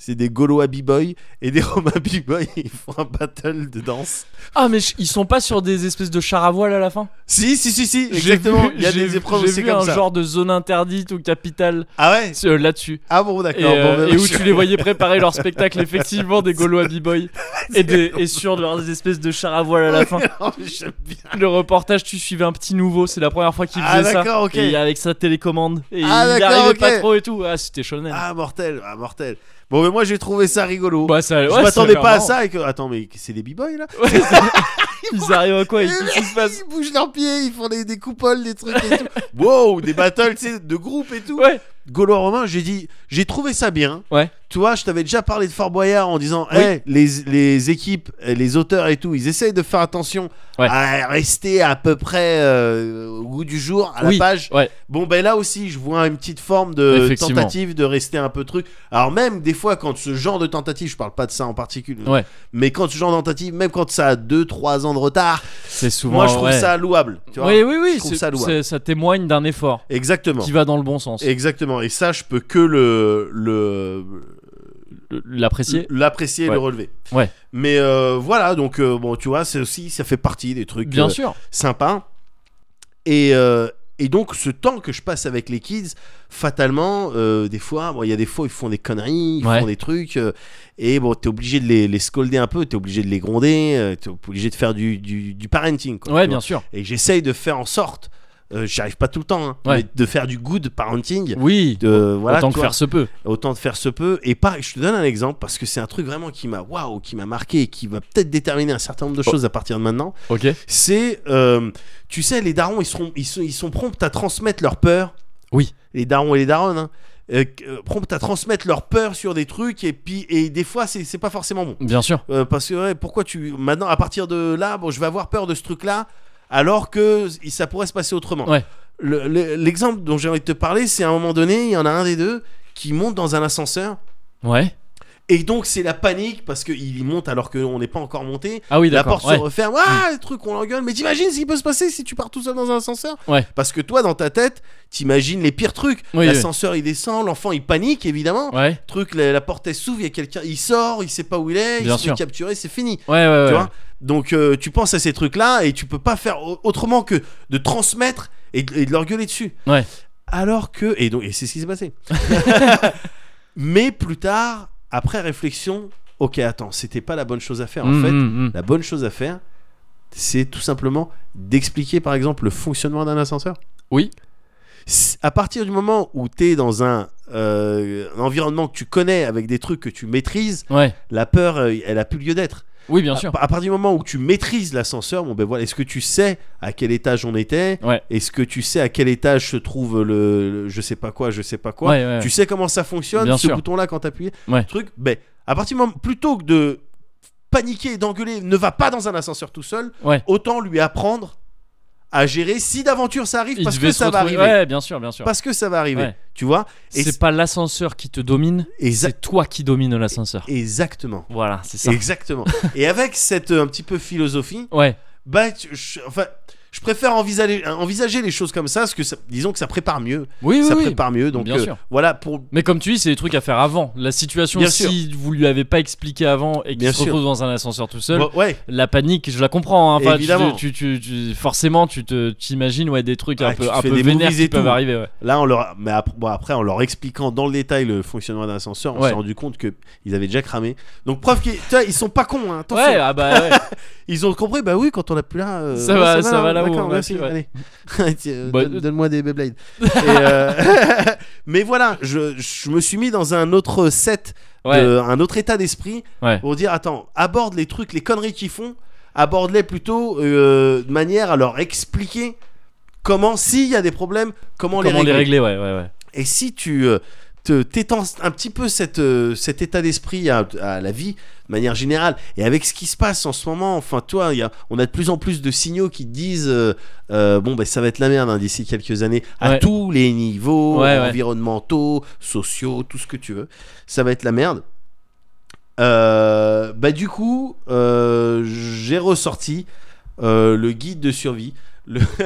S2: c'est des Gaulois b-boy et des Romains b-boy. Ils font un battle de danse.
S1: Ah, mais je- ils sont pas sur des espèces de char à voile à la fin
S2: Si, si, si, si,
S1: J'ai
S2: exactement.
S1: vu-
S2: Il y a
S1: j'ai
S2: des
S1: vu-
S2: épreuves,
S1: J'ai
S2: c'est
S1: vu
S2: comme
S1: un
S2: ça.
S1: genre de zone interdite ou capitale
S2: Ah ouais
S1: euh, là-dessus.
S2: Ah bon,
S1: Et,
S2: d'accord.
S1: euh,
S2: bon, ben,
S1: et où
S2: je-
S1: tu les voyais préparer leur spectacle, effectivement, des Gaulois B-Boy. Et, des- et sur leurs espèces de char à voile à la fin.
S2: Non, mais j'aime bien.
S1: Le reportage, tu suivais un petit nouveau, c'est la première fois qu'il
S2: Ah,
S1: faisait ça.
S2: d'accord, ok.
S1: Et avec sa télécommande. Et
S2: Ah,
S1: il
S2: d'accord,
S1: arrivait
S2: ok.
S1: pas trop et tout. Ah, c'était shonen.
S2: Ah, mortel, ah, mortel. Bon, mais moi j'ai trouvé ça rigolo.
S1: Bah, ça-
S2: je
S1: ouais,
S2: m'attendais
S1: ça a
S2: pas à
S1: l'air
S2: ça. Et que... Attends, mais c'est des b-boys là
S1: marrant. Ouais, c'est- ils arrivent à quoi Ils- Qu'est-ce qui se passe
S2: Ils bougent leurs pieds, ils font des, des coupoles, des trucs et tout. wow, des battles tu sais, de groupe et tout.
S1: Ouais.
S2: Gaulois Romain, j'ai dit, j'ai trouvé ça bien.
S1: Ouais.
S2: Tu vois, je t'avais déjà parlé de Fort Boyard en disant,
S1: Oui.
S2: hey, les, les équipes, les auteurs et tout, ils essayent de faire attention
S1: Ouais.
S2: à rester à peu près euh, au goût du jour, à
S1: Oui,
S2: la page.
S1: ouais.
S2: Bon, ben là aussi, je vois une petite forme de
S1: Effectivement.
S2: tentative de rester un peu truc. Alors, même des fois, quand ce genre de tentative, je parle pas de ça en particulier,
S1: Ouais.
S2: mais quand ce genre de tentative, même quand ça a 2-3 ans de retard,
S1: C'est souvent.
S2: moi je trouve
S1: ouais.
S2: ça louable. Tu vois
S1: Oui, oui, oui.
S2: Je trouve
S1: c'est-
S2: ça louable.
S1: c'est- ça témoigne d'un effort
S2: Exactement.
S1: qui va dans le bon sens.
S2: Exactement. Et ça, je peux que le le
S1: Le- L'apprécier.
S2: l'apprécier et
S1: Ouais.
S2: le relever.
S1: Ouais.
S2: Mais euh, voilà, donc euh, bon, tu vois, c'est aussi ça fait partie des trucs
S1: Bien
S2: euh,
S1: sûr.
S2: sympas. Et euh, et donc ce temps que je passe avec les kids, fatalement, euh, des fois, bon, il y a des fois ils font des conneries, ils
S1: Ouais.
S2: font des trucs, euh, et bon, t'es obligé de les, les scolder un peu, t'es obligé de les gronder, euh, t'es obligé de faire du, du, du parenting. Quoi,
S1: Ouais,
S2: tu vois.
S1: bien sûr.
S2: Et j'essaye de faire en sorte, euh, j'y arrive pas tout le temps, hein,
S1: Ouais.
S2: mais de faire du good parenting.
S1: Oui.
S2: De, voilà,
S1: Autant
S2: tu
S1: que
S2: vois
S1: faire se peut.
S2: autant de faire se peut. Et pareil, je te donne un exemple parce que c'est un truc vraiment qui m'a waouh, qui m'a marqué et qui va peut-être déterminer un certain nombre
S1: Oh.
S2: de choses à partir de maintenant.
S1: Ok.
S2: C'est, euh, tu sais, les darons, ils seront, ils sont, ils sont prompts à transmettre leur peur.
S1: Oui.
S2: Les darons et les daronnes, hein, euh, euh, prompts à transmettre leur peur sur des trucs et puis et des fois c'est c'est pas forcément bon.
S1: Bien sûr.
S2: Euh, parce que ouais, pourquoi tu maintenant à partir de là, bon, je vais avoir peur de ce truc-là, alors que ça pourrait se passer autrement.
S1: Ouais.
S2: Le- le- L'exemple dont j'ai envie de te parler, c'est à un moment donné, il y en a un des deux qui monte dans un ascenseur
S1: Ouais.
S2: et donc c'est la panique parce qu'il monte alors qu'on n'est pas encore monté.
S1: Ah oui,
S2: La
S1: d'accord.
S2: porte
S1: ouais. Mm.
S2: se referme, ah, le truc, on l'engueule. Mais t'imagines ce qui peut se passer si tu pars tout seul dans un ascenseur
S1: Ouais.
S2: Parce que toi, dans ta tête, t'imagines les pires trucs.
S1: Oui,
S2: L'ascenseur, il descend, l'enfant, il panique, évidemment.
S1: Ouais.
S2: Truc, la, la porte, elle s'ouvre, il y a quelqu'un, il sort, il sait pas où il est,
S1: Bien
S2: il se
S1: sûr.
S2: fait capturer, c'est fini.
S1: Ouais, ouais, ouais.
S2: Tu vois Donc euh, tu penses à ces trucs-là et tu peux pas faire au- autrement que de transmettre et de, et de leur gueuler dessus.
S1: Ouais.
S2: Alors que et donc et c'est ce qui s'est passé. Mais plus tard, après réflexion, ok, attends, c'était pas la bonne chose à faire. En
S1: Mm,
S2: fait,
S1: mm, mm.
S2: la bonne chose à faire, c'est tout simplement d'expliquer par exemple le fonctionnement d'un ascenseur.
S1: Oui.
S2: S- À partir du moment où tu es dans un, euh, un environnement que tu connais avec des trucs que tu maîtrises,
S1: Ouais.
S2: la peur, euh, elle a plus lieu d'être.
S1: Oui, bien
S2: À-
S1: sûr.
S2: À, partir du moment où tu maîtrises l'ascenseur, bon ben voilà, est-ce que tu sais à quel étage on était
S1: Ouais.
S2: Est-ce que tu sais à quel étage se trouve le, le- je sais pas quoi, je sais pas quoi
S1: Ouais, ouais,
S2: Tu sais comment ça fonctionne
S1: Bien
S2: ce
S1: sûr.
S2: bouton là quand t'appuies
S1: Ouais.
S2: Truc. Ben à partir du moment plutôt que de paniquer et d'engueuler, ne va pas dans un ascenseur tout seul.
S1: Ouais.
S2: Autant lui apprendre à gérer si d'aventure ça arrive
S1: Il
S2: parce
S1: devait
S2: que
S1: se
S2: ça va
S1: retrouver-
S2: arriver.
S1: Ouais, bien sûr, bien sûr.
S2: Parce que ça va arriver.
S1: Ouais.
S2: Tu vois Et
S1: C'est pas l'ascenseur qui te domine,
S2: exa-
S1: c'est toi qui domine l'ascenseur.
S2: exactement.
S1: Voilà, c'est ça.
S2: Exactement. et avec cette euh, un petit peu philosophie,
S1: Ouais,
S2: bah tu- je, enfin je préfère envisager, envisager les choses comme ça parce que ça- disons que ça prépare mieux
S1: oui, oui,
S2: ça
S1: oui.
S2: prépare mieux donc
S1: Bien
S2: euh,
S1: sûr.
S2: voilà pour
S1: Mais comme tu dis, c'est des trucs à faire avant. La situation,
S2: Bien
S1: si vous lui avez pas expliqué avant et qu'il
S2: Bien
S1: se
S2: sûr.
S1: retrouve dans un ascenseur tout seul,
S2: Ouais, ouais
S1: la panique, je la comprends. hein. Enfin, tu-
S2: Évidemment.
S1: Tu, tu- tu- forcément, tu te, t'imagines ouais, des trucs
S2: Ouais,
S1: un
S2: tu
S1: peu,
S2: te
S1: un
S2: fais
S1: peu
S2: des
S1: vénères
S2: movies
S1: qui
S2: et
S1: peuvent
S2: tout.
S1: arriver. ouais.
S2: là on leur mais après, bon, après, en leur expliquant dans le détail le fonctionnement d'un ascenseur on
S1: Ouais.
S2: s'est rendu compte que ils avaient déjà cramé donc preuve qu'ils tu vois, ils sont pas cons hein, attention.
S1: Ouais, ah bah ouais.
S2: ils ont compris bah oui quand on appuie là euh,
S1: Ça
S2: ouais,
S1: va- ça va
S2: hein,
S1: là où
S2: d'accord,
S1: on
S2: merci,
S1: appuie, ouais.
S2: allez. Tiens, euh,
S1: Bah,
S2: donne-
S1: euh,
S2: donne-moi des Beyblade Et, euh, mais voilà je, je me suis mis dans un autre set
S1: Ouais.
S2: de- un autre état d'esprit
S1: Ouais.
S2: pour dire attends, aborde les trucs, les conneries qu'ils font, aborde-les plutôt euh, de manière à leur expliquer comment, s'il y a des problèmes, comment,
S1: Comment les
S2: régler.
S1: régler, ouais, ouais, ouais.
S2: Et si tu euh, te- te- t'étends un petit peu cette, euh, cet état d'esprit à, à la vie de manière générale. Et avec ce qui se passe en ce moment, enfin, toi, il y a, on a de plus en plus de signaux qui te disent euh, euh, bon, ben ça va être la merde hein, d'ici quelques années, à
S1: Ouais.
S2: tous les niveaux,
S1: Ouais, ouais.
S2: environnementaux, sociaux, tout ce que tu veux. Ça va être la merde. Euh, bah, du coup, euh, j'ai ressorti euh, le guide de survie. Le...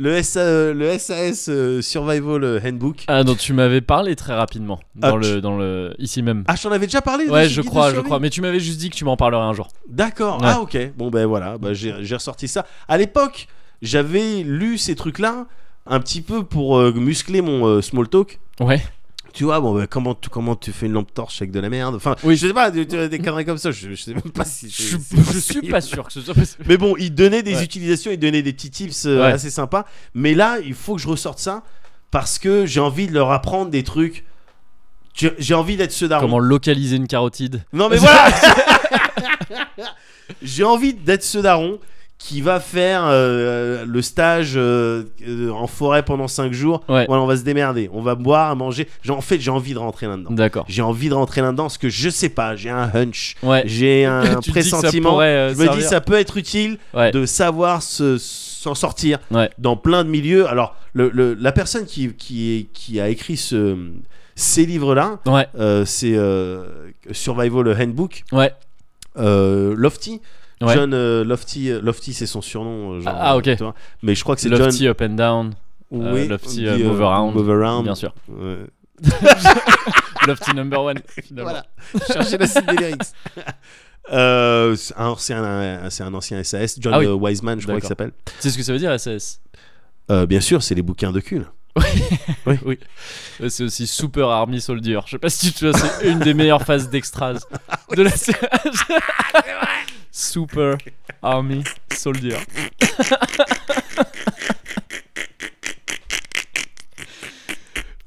S2: Le, SA le SAS euh, Survival Handbook.
S1: Ah non, tu m'avais parlé très rapidement dans
S2: Ah,
S1: le dans le ici même.
S2: Ah, je t'en avais déjà parlé de
S1: ouais,
S2: ce
S1: je
S2: guide de
S1: crois, je
S2: survie
S1: crois. Mais tu m'avais juste dit que tu m'en parlerais un jour.
S2: D'accord.
S1: Ouais.
S2: Ah, ok. Bon, ben voilà, bah, j'ai j'ai ressorti ça. À l'époque, j'avais lu ces trucs-là un petit peu pour euh, muscler mon euh, small talk.
S1: Ouais.
S2: Tu vois, bon, ben, comment, tu, comment tu fais une lampe torche avec de la merde Enfin,
S1: Oui.
S2: je sais pas, des, des des conneries comme ça, je, je sais même pas si.
S1: Je,
S2: c'est-
S1: suis-
S2: c'est
S1: je suis
S2: possible.
S1: pas sûr que ce soit possible.
S2: Mais bon, il donnait des
S1: Ouais.
S2: utilisations, il donnait des petits tips euh,
S1: Ouais.
S2: assez sympas. Mais là, il faut que je ressorte ça parce que j'ai envie de leur apprendre des trucs. J'ai j'ai envie d'être ce daron.
S1: Comment localiser une carotide
S2: Non mais voilà J'ai envie d'être ce daron qui va faire euh, le stage euh, euh, en forêt pendant 5 jours.
S1: Ouais.
S2: Voilà, on va se démerder, on va boire, manger. J'ai- En fait, j'ai envie de rentrer là-dedans.
S1: D'accord.
S2: J'ai envie de rentrer là-dedans parce que je sais pas, j'ai un hunch,
S1: Ouais.
S2: j'ai un
S1: Eh, Tu te dis que ça
S2: pressentiment.
S1: pourrait, euh,
S2: Je me dis
S1: servir.
S2: ça peut être utile
S1: Ouais.
S2: de savoir se- s'en sortir
S1: Ouais.
S2: dans plein de milieux. Alors, le- le- la personne qui, qui, qui a écrit ce- ces livres-là,
S1: Ouais.
S2: euh, c'est euh, Survival Handbook.
S1: Ouais.
S2: Euh, Lofty,
S1: Ouais.
S2: John euh, Lofty, euh, Lofty c'est son surnom. euh, genre,
S1: Ah, ok.
S2: euh, tu vois. Mais je crois que c'est John.
S1: Lofty up and down.
S2: Oui,
S1: euh, Lofty,
S2: on
S1: euh,
S2: dit,
S1: move around,
S2: move around.
S1: Bien sûr.
S2: Ouais.
S1: Lofty number one. finalement.
S2: Voilà. Cherchez la suite des lyrics. Euh, c'est un, c'est un- un- c'est un ancien SAS, John
S1: Ah oui.
S2: euh, Wiseman, je crois
S1: D'accord.
S2: qu'il s'appelle.
S1: C'est ce que ça veut dire SAS.
S2: Euh, bien sûr, c'est les bouquins de cul.
S1: Euh, C'est aussi Super Army Soldier. Je sais pas si tu vois, c'est une des meilleures phases d'extras de la série. Super Army Soldier.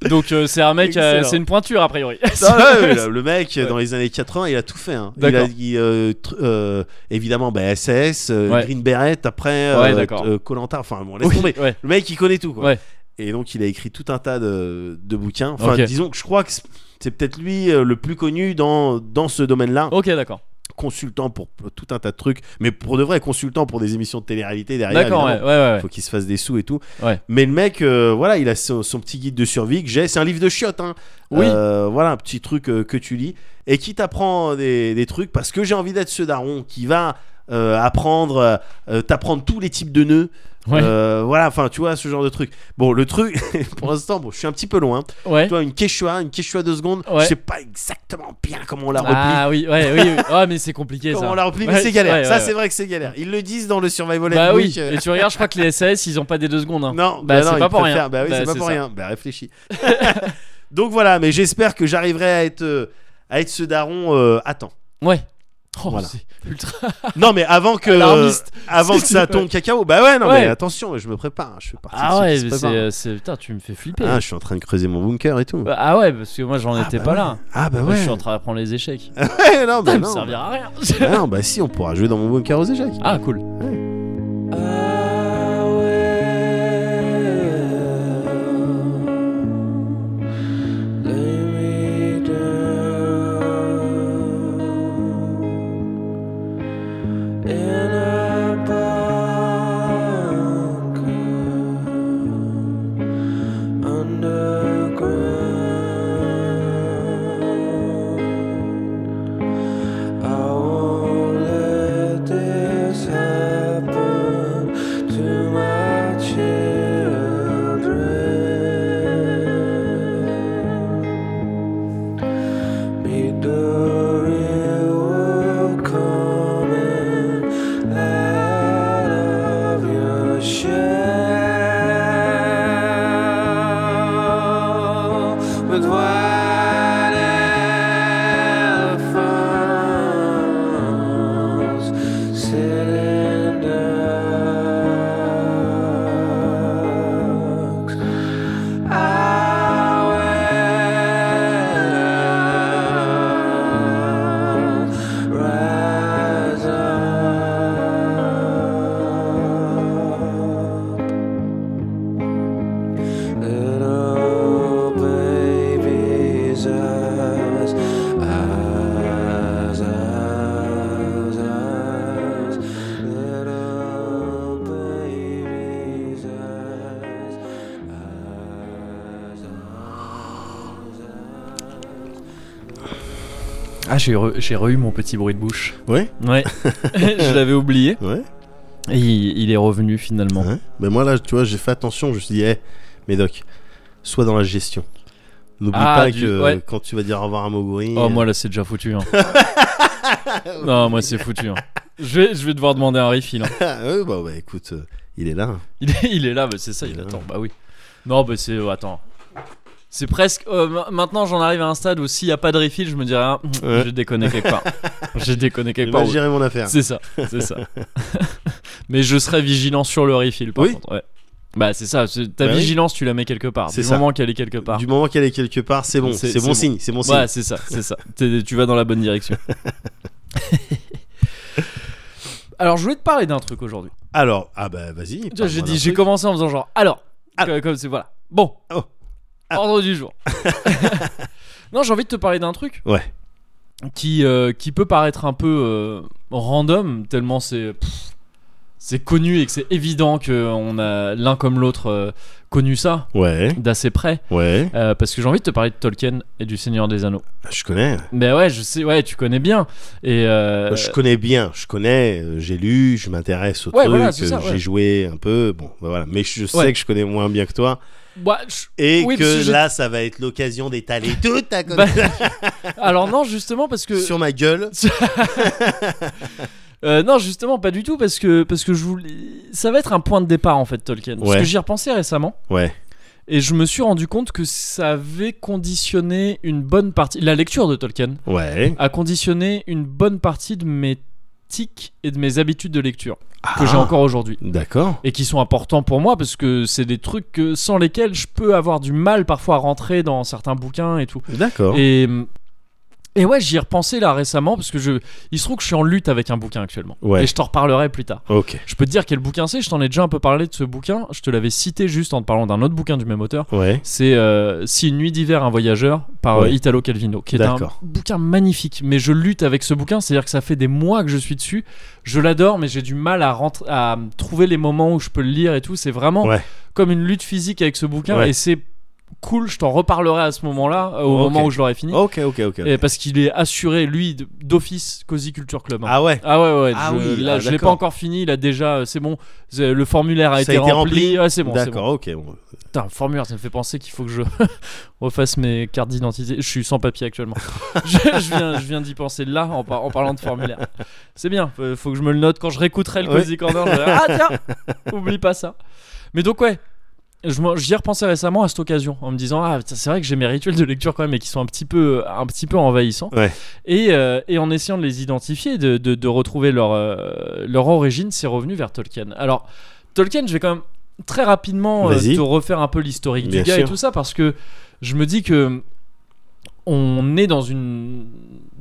S1: Donc euh, c'est un mec, euh,
S2: Excellent.
S1: c'est une pointure a priori.
S2: Ah ouais, le- le mec
S1: Ouais.
S2: dans les années 80 il a tout fait hein. il a,
S1: D'accord.
S2: il, euh, tr- euh, évidemment bah, SAS euh,
S1: Ouais.
S2: Green Beret après euh,
S1: Ouais, d'accord.
S2: Colanta enfin bon laisse
S1: Oui,
S2: tomber
S1: ouais.
S2: le mec il connaît tout quoi.
S1: Ouais.
S2: et donc il a écrit tout un tas de, de bouquins enfin
S1: Ok.
S2: disons que je crois que c'est- c'est peut-être lui euh, le plus connu dans, dans ce domaine-là
S1: Ok d'accord.
S2: consultant pour tout un tas de trucs mais pour de vrai consultant pour des émissions de télé-réalité derrière
S1: D'accord ouais
S2: évidemment.
S1: ouais ouais. ouais.
S2: faut qu'il se fasse des sous et tout.
S1: Ouais.
S2: Mais le mec, euh, voilà, il a son, son petit guide de survie que j'ai. C'est un livre de chiottes. Hein.
S1: Oui.
S2: Euh, voilà, un petit truc euh, que tu lis et qui t'apprend des, des trucs parce que j'ai envie d'être ce daron qui va euh, apprendre, euh, t'apprendre tous les types de nœuds.
S1: Ouais.
S2: Euh, voilà, enfin, tu vois, ce genre de truc. Bon, le truc, pour l'instant, bon, je suis un petit peu loin.
S1: Ouais.
S2: Toi, une quechua, une quechua de secondes,
S1: Ouais.
S2: je sais pas exactement bien comment on la replie.
S1: Ah oui ouais oui. oui. Ah mais c'est compliqué
S2: Comment
S1: ça.
S2: on la replie,
S1: Ouais,
S2: mais c'est galère.
S1: ouais,
S2: ça,
S1: ouais,
S2: c'est vrai que c'est galère. Ils le disent dans le Survival
S1: Bah oui.
S2: Handbook, euh,
S1: Et tu regardes, je crois que les SAS ils ont pas des deux secondes. hein.
S2: Non,
S1: Bah,
S2: bah
S1: c'est
S2: non,
S1: pas
S2: il
S1: pour
S2: préfère-
S1: rien.
S2: Bah oui,
S1: Bah,
S2: c'est pas
S1: c'est
S2: pour
S1: ça.
S2: rien. Bah réfléchis. Donc voilà, mais j'espère que j'arriverai à être euh, à être ce daron euh, à temps.
S1: Ouais. Oh,
S2: Voilà.
S1: c'est ultra.
S2: Non, mais avant que euh,
S1: Alarmiste.
S2: avant que ça tombe cacao. Bah ouais, non
S1: Ouais.
S2: mais attention, je me prépare, hein, je suis parti.
S1: Ah ouais, mais
S2: c'est
S1: c'est, c'est- putain, tu me fais flipper.
S2: ah, je suis en train de creuser mon bunker et tout.
S1: Bah, ah ouais, Ah parce que moi j'en étais
S2: bah
S1: pas
S2: ouais.
S1: là.
S2: Ah bah
S1: Moi, je
S2: ouais.
S1: suis en train d'apprendre les échecs.
S2: Ouais, non, bah
S1: Ça me
S2: non.
S1: servira à rien.
S2: Bah non, bah si, on pourra jouer dans mon bunker aux échecs.
S1: ah cool.
S5: I will lay me down in a bunker underground. I won't let this happen.
S1: Ah, j'ai re- j'ai re eu mon petit bruit de bouche.
S2: Ouais,
S1: Ouais, je l'avais oublié.
S2: ouais.
S1: Et il, il est revenu finalement.
S2: ouais. Mais moi, là, tu vois, j'ai fait attention. Je me suis dit, hé, Médoc, sois dans la gestion. N'oublie
S1: Ah,
S2: pas
S1: du-
S2: que
S1: ouais.
S2: quand tu vas dire au revoir à Moguri.
S1: Oh, moi là, c'est déjà foutu. hein. non, moi, c'est foutu. hein. Je, vais, je vais devoir demander un refill. hein.
S2: ouais, bah, bah, écoute, euh, il est là.
S1: Il est, il est là, bah, c'est ça, il
S2: Il est là.
S1: attend. Bah oui. Non, bah c'est. Attends. C'est presque. euh, ma- maintenant, j'en arrive à un stade où s'il n'y a pas de refill, je me dirais. ah,
S2: Ouais.
S1: J'ai déconné quelque part. J'ai déconné
S2: Il
S1: quelque
S2: va
S1: part.
S2: gérer mon affaire.
S1: C'est ça, c'est ça. Mais je serai vigilant sur le refill, par
S2: Oui.
S1: contre. Ouais. Bah, c'est ça. c'est- Ta
S2: Bah oui.
S1: vigilance, tu la mets quelque part.
S2: C'est
S1: Du
S2: ça.
S1: moment qu'elle est quelque part.
S2: Du moment qu'elle est quelque part, c'est bon.
S1: C'est-
S2: C'est
S1: c'est
S2: bon
S1: bon.
S2: signe. C'est bon signe.
S1: Ouais, c'est ça, c'est ça. T'es- tu vas dans la bonne direction. Alors, je voulais te parler d'un truc aujourd'hui.
S2: Alors, ah bah vas-y.
S1: Tu vois, J'ai dit,
S2: parle-moi d'un
S1: j'ai
S2: truc.
S1: commencé en faisant genre. Alors,
S2: Alors.
S1: comme- comme c'est voilà. Bon.
S2: Oh.
S1: Ordre du jour. non, j'ai envie de te parler d'un truc
S2: Ouais.
S1: qui euh, qui peut paraître un peu euh, random tellement c'est pff, c'est connu et que c'est évident que on a l'un comme l'autre euh, connu ça
S2: Ouais.
S1: d'assez près.
S2: Ouais. Bah,
S1: Euh, parce que j'ai envie de te parler de Tolkien et du Seigneur des Anneaux.
S2: Je connais.
S1: Mais ouais, je sais, ouais, tu connais bien. Et euh,
S2: Je connais bien. Je connais. euh, J'ai lu. Je m'intéresse au
S1: Ouais,
S2: truc.
S1: voilà, c'est
S2: euh,
S1: ça, ouais.
S2: J'ai joué un peu. Bon, bah voilà. Mais je sais
S1: Ouais.
S2: que je connais moins bien que toi.
S1: bah, je-
S2: Et
S1: Oui, parce que
S2: que
S1: j'ai-
S2: là, ça va être l'occasion d'étaler toute ta
S1: bah,
S2: connaissance
S1: alors non, justement parce que
S2: sur ma gueule.
S1: Euh, non, justement, pas du tout parce que parce que je voulais. Ça va être un point de départ en fait, Tolkien. Parce
S2: Ouais.
S1: que j'y repensais récemment.
S2: Ouais.
S1: Et je me suis rendu compte que ça avait conditionné une bonne partie. La lecture de Tolkien
S2: Ouais.
S1: a conditionné une bonne partie de mes tics et de mes habitudes de lecture que
S2: Ah.
S1: j'ai encore aujourd'hui.
S2: D'accord.
S1: Et qui sont importants pour moi parce que c'est des trucs que- sans lesquels je peux avoir du mal parfois à rentrer dans certains bouquins et tout.
S2: D'accord.
S1: Et, et ouais, j'y ai repensé là récemment parce que je, il se trouve que je suis en lutte avec un bouquin actuellement.
S2: Ouais.
S1: Et je t'en reparlerai plus tard.
S2: Ok.
S1: Je peux te dire quel bouquin c'est, je t'en ai déjà un peu parlé de ce bouquin, je te l'avais cité juste en te parlant d'un autre bouquin du même auteur.
S2: Ouais.
S1: C'est euh, Si une nuit d'hiver, un voyageur par euh,
S2: Ouais.
S1: Italo Calvino, qui est un
S2: D'accord.
S1: bouquin magnifique. Mais je lutte avec ce bouquin, c'est-à-dire que ça fait des mois que je suis dessus. Je l'adore, mais j'ai du mal à, rentrer, à trouver les moments où je peux le lire et tout. C'est vraiment
S2: Ouais.
S1: comme une lutte physique avec ce bouquin
S2: Ouais.
S1: et c'est cool. Je t'en reparlerai à ce moment-là, euh, au
S2: Ok. Oh.
S1: moment où je l'aurai fini.
S2: Ok. Ok. Ok.
S1: Et parce qu'il est assuré, lui, de- d'office Cozy Culture Club. hein.
S2: Ah ouais.
S1: Ah ouais, ouais,
S2: Ah
S1: je,
S2: oui,
S1: là
S2: ah,
S1: je l'ai pas
S2: d'accord.
S1: encore fini, là déjà euh, c'est bon, c'est- le formulaire a,
S2: Ça
S1: été, rempli. Ouais, c'est bon, c'est bon.
S2: D'accord. Ok. bon.
S1: Putain, le formulaire, ça me fait penser qu'il faut que je refasse mes cartes d'identité. Je suis sans papier actuellement. je, je viens, je viens d'y penser là en, par- en parlant de formulaire. C'est bien, faut, faut que je me le note quand je réécouterai le
S2: Ouais.
S1: Cozy Corner. je vais, ah tiens, oublie pas ça. Mais donc ouais, je m'en- j'y ai repensé récemment à cette occasion en me disant ah putain, c'est vrai que j'ai mes rituels de lecture quand même et qui sont un petit peu un petit peu envahissants.
S2: Ouais.
S1: Et, euh, et en essayant de les identifier, de, de- de retrouver leur euh, leur origine, c'est revenu vers Tolkien. Alors Tolkien, je vais quand même très rapidement euh,
S2: Vas-y.
S1: te refaire un peu l'historique du
S2: Bien
S1: gars et
S2: sûr.
S1: tout ça parce que je me dis que on est dans une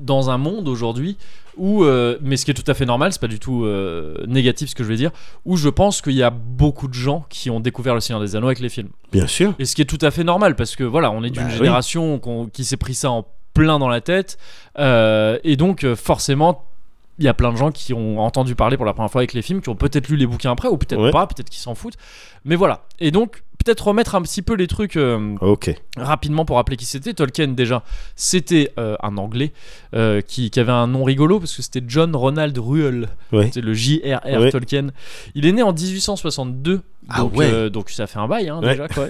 S1: dans un monde aujourd'hui où euh, mais ce qui est tout à fait normal c'est pas du tout euh, négatif ce que je vais dire où je pense qu'il y a beaucoup de gens qui ont découvert le Seigneur des Anneaux avec les films
S2: Bien sûr.
S1: et ce qui est tout à fait normal parce que voilà on est d'une
S2: Bah oui.
S1: génération qu'on- qui s'est pris ça en plein dans la tête euh, et donc euh, forcément il y a plein de gens qui ont entendu parler pour la première fois avec les films, qui ont peut-être lu les bouquins après, ou peut-être
S2: Ouais.
S1: pas, peut-être qu'ils s'en foutent. Mais voilà. Et donc, peut-être remettre un petit peu les trucs euh,
S2: Ok.
S1: rapidement pour rappeler qui c'était, Tolkien déjà, c'était euh, un Anglais euh, qui, qui avait un nom rigolo parce que c'était John Ronald Ruel,
S2: Ouais.
S1: c'était le J.R.R.
S2: Ouais.
S1: Tolkien. Il est né en 1862,
S2: Ah
S1: donc,
S2: ouais.
S1: euh, donc ça fait un bail hein,
S2: Ouais.
S1: déjà. Quoi.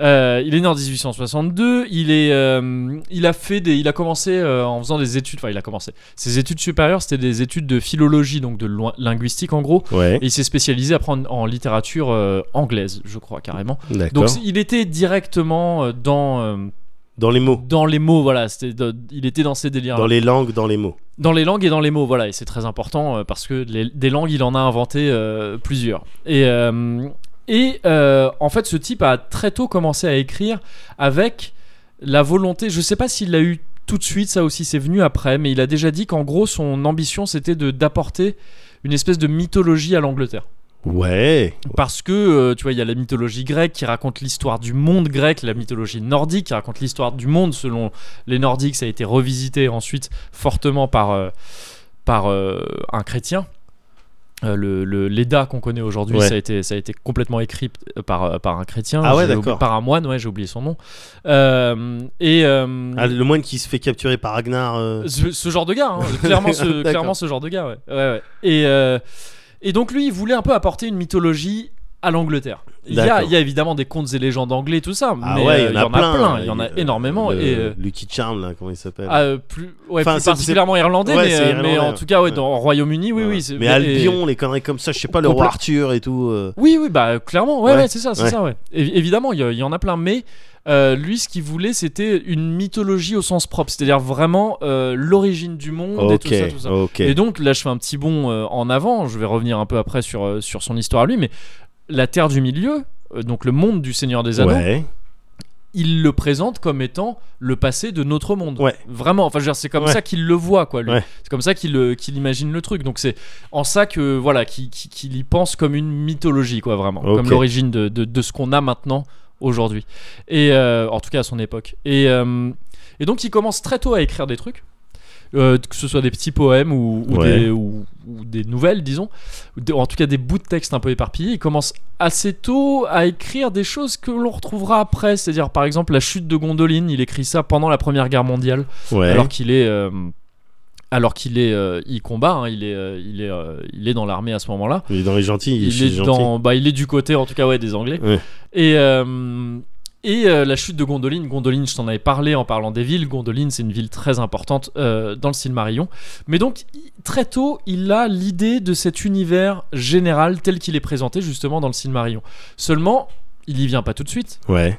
S1: Euh, il est né en 1862, il, est, euh, il, a, fait des, il a commencé euh, en faisant des études, enfin il a commencé, ses études supérieures c'était des études de philologie, donc de loin- linguistique en gros,
S2: Ouais.
S1: et il s'est spécialisé après en, en littérature euh, anglaise, je crois carrément.
S2: D'accord.
S1: Donc c'est- il était directement euh, dans, euh,
S2: Dans les mots.
S1: dans les mots, voilà. C'était de- il était dans ces délires.
S2: Dans les langues, dans les mots.
S1: Dans les langues et dans les mots, voilà. Et c'est très important euh, parce que les- des langues, il en a inventé euh, plusieurs. Et, euh, et euh, en fait, ce type a très tôt commencé à écrire avec la volonté. Je sais pas s'il l'a eu tout de suite, ça aussi c'est venu après, mais il a déjà dit qu'en gros, son ambition c'était de d'apporter une espèce de mythologie à l'Angleterre.
S2: Ouais.
S1: Parce que, euh, tu vois, il y a la mythologie grecque qui raconte l'histoire du monde grec, la mythologie nordique qui raconte l'histoire du monde selon les Nordiques. Ça a été revisité ensuite fortement par, euh, par euh, un chrétien. Euh, le, le- l'EDA qu'on connaît aujourd'hui,
S2: Ouais.
S1: ça, a été, ça a été complètement écrit p- par, euh, par un chrétien,
S2: Ah ouais,
S1: j'ai oublié-
S2: d'accord.
S1: par un moine, ouais, j'ai oublié son nom. Euh, et euh,
S2: Ah, le moine qui se fait capturer par Agnar. euh,
S1: ce, ce genre de gars, hein, clairement, ce,
S2: D'accord.
S1: clairement ce genre de gars, ouais. Ouais, ouais. Et, euh, et donc lui, il voulait un peu apporter une mythologie à l'Angleterre. Il y, a,
S2: D'accord.
S1: il y a évidemment des contes et légendes anglais, tout ça,
S2: Ah
S1: mais
S2: ouais,
S1: euh,
S2: il y en a plein.
S1: il y en a énormément.
S2: Le-
S1: et, euh,
S2: Lucky Charm, là, comment il s'appelle
S1: ah, euh, plus, ouais,
S2: Enfin,
S1: plus
S2: c'est-
S1: particulièrement irlandais,
S2: Ouais,
S1: mais,
S2: c'est
S1: euh,
S2: irlandais,
S1: mais en
S2: ouais.
S1: tout cas, ouais,
S2: Ouais.
S1: dans au Royaume-Uni, oui,
S2: Voilà.
S1: oui. c'est-
S2: Mais
S1: et-
S2: Albion, les conneries comme ça, je sais pas, le roi
S1: Complète-
S2: Arthur et tout. euh,
S1: Oui, oui, bah clairement, ouais,
S2: Ouais.
S1: ouais, c'est ça, c'est
S2: Ouais.
S1: ça, ouais. É- évidemment, il y, a- il y en a plein, mais euh, lui, ce qu'il voulait, c'était une mythologie au sens propre, c'est-à-dire vraiment euh, l'origine du monde
S2: Ok,
S1: et tout ça, tout ça.
S2: ok.
S1: Et donc là, je fais un petit bond euh, en avant. Je vais revenir un peu après sur, euh, sur son histoire à lui, mais la Terre du Milieu, euh, donc le monde du Seigneur des Anneaux,
S2: ouais.
S1: il le présente comme étant le passé de notre monde.
S2: Ouais.
S1: Vraiment, enfin, je veux dire, c'est comme
S2: Ouais.
S1: ça qu'il le voit, quoi. lui.
S2: Ouais.
S1: C'est comme ça qu'il euh, qu'il imagine le truc. Donc c'est en ça que voilà, qu'il qu'il- qu'il y pense comme une mythologie, quoi, vraiment,
S2: Ok.
S1: comme l'origine de, de- de ce qu'on a maintenant aujourd'hui. Et euh, en tout cas à son époque. Et euh, et donc il commence très tôt à écrire des trucs. euh, que ce soit des petits poèmes ou, ou
S2: Ouais.
S1: des, ou- ou des nouvelles, disons, ou des- en tout cas des bouts de texte un peu éparpillés. Il commence assez tôt à écrire des choses que l'on retrouvera après, c'est-à-dire par exemple la chute de Gondoline. Il écrit ça pendant la Première Guerre mondiale,
S2: ouais.
S1: alors qu'il est, euh, alors qu'il est, euh, il combat, hein, il est, euh, il est, euh, il est dans l'armée à ce moment-là
S2: il est dans les gentils, il, est
S1: il
S2: chez les
S1: est
S2: gentils.
S1: dans bah il est du côté en tout cas ouais des anglais
S2: Ouais.
S1: et euh, et euh, la chute de Gondoline Gondoline je t'en avais parlé en parlant des villes Gondoline c'est une ville très importante euh, dans le Silmarillion mais donc il- très tôt il a l'idée de cet univers général tel qu'il est présenté justement dans le Silmarillion seulement il y vient pas tout de suite
S2: Ouais.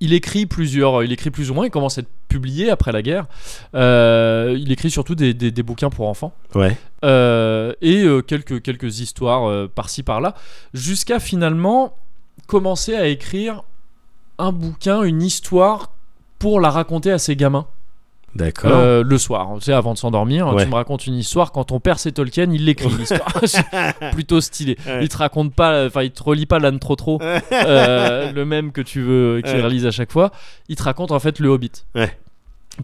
S1: il écrit plusieurs, euh, il écrit plus ou moins, il commence à être publié après la guerre. Euh, il écrit surtout des, des- des bouquins pour enfants.
S2: Ouais.
S1: Euh, et euh, quelques, quelques histoires euh, par-ci par-là, jusqu'à finalement commencer à écrire un bouquin, une histoire pour la raconter à ses gamins
S2: D'accord.
S1: Euh, le soir. Tu sais, avant de s'endormir, hein,
S2: Ouais.
S1: tu me racontes une histoire. Quand ton père c'est Tolkien, il l'écrit l'histoire. C'est plutôt stylé.
S2: Ouais.
S1: Il te raconte pas, enfin il te relit pas l'âne trop trop, euh, le même que tu veux qu'il
S2: Ouais.
S1: réalise à chaque fois. Il te raconte en fait le Hobbit.
S2: Ouais.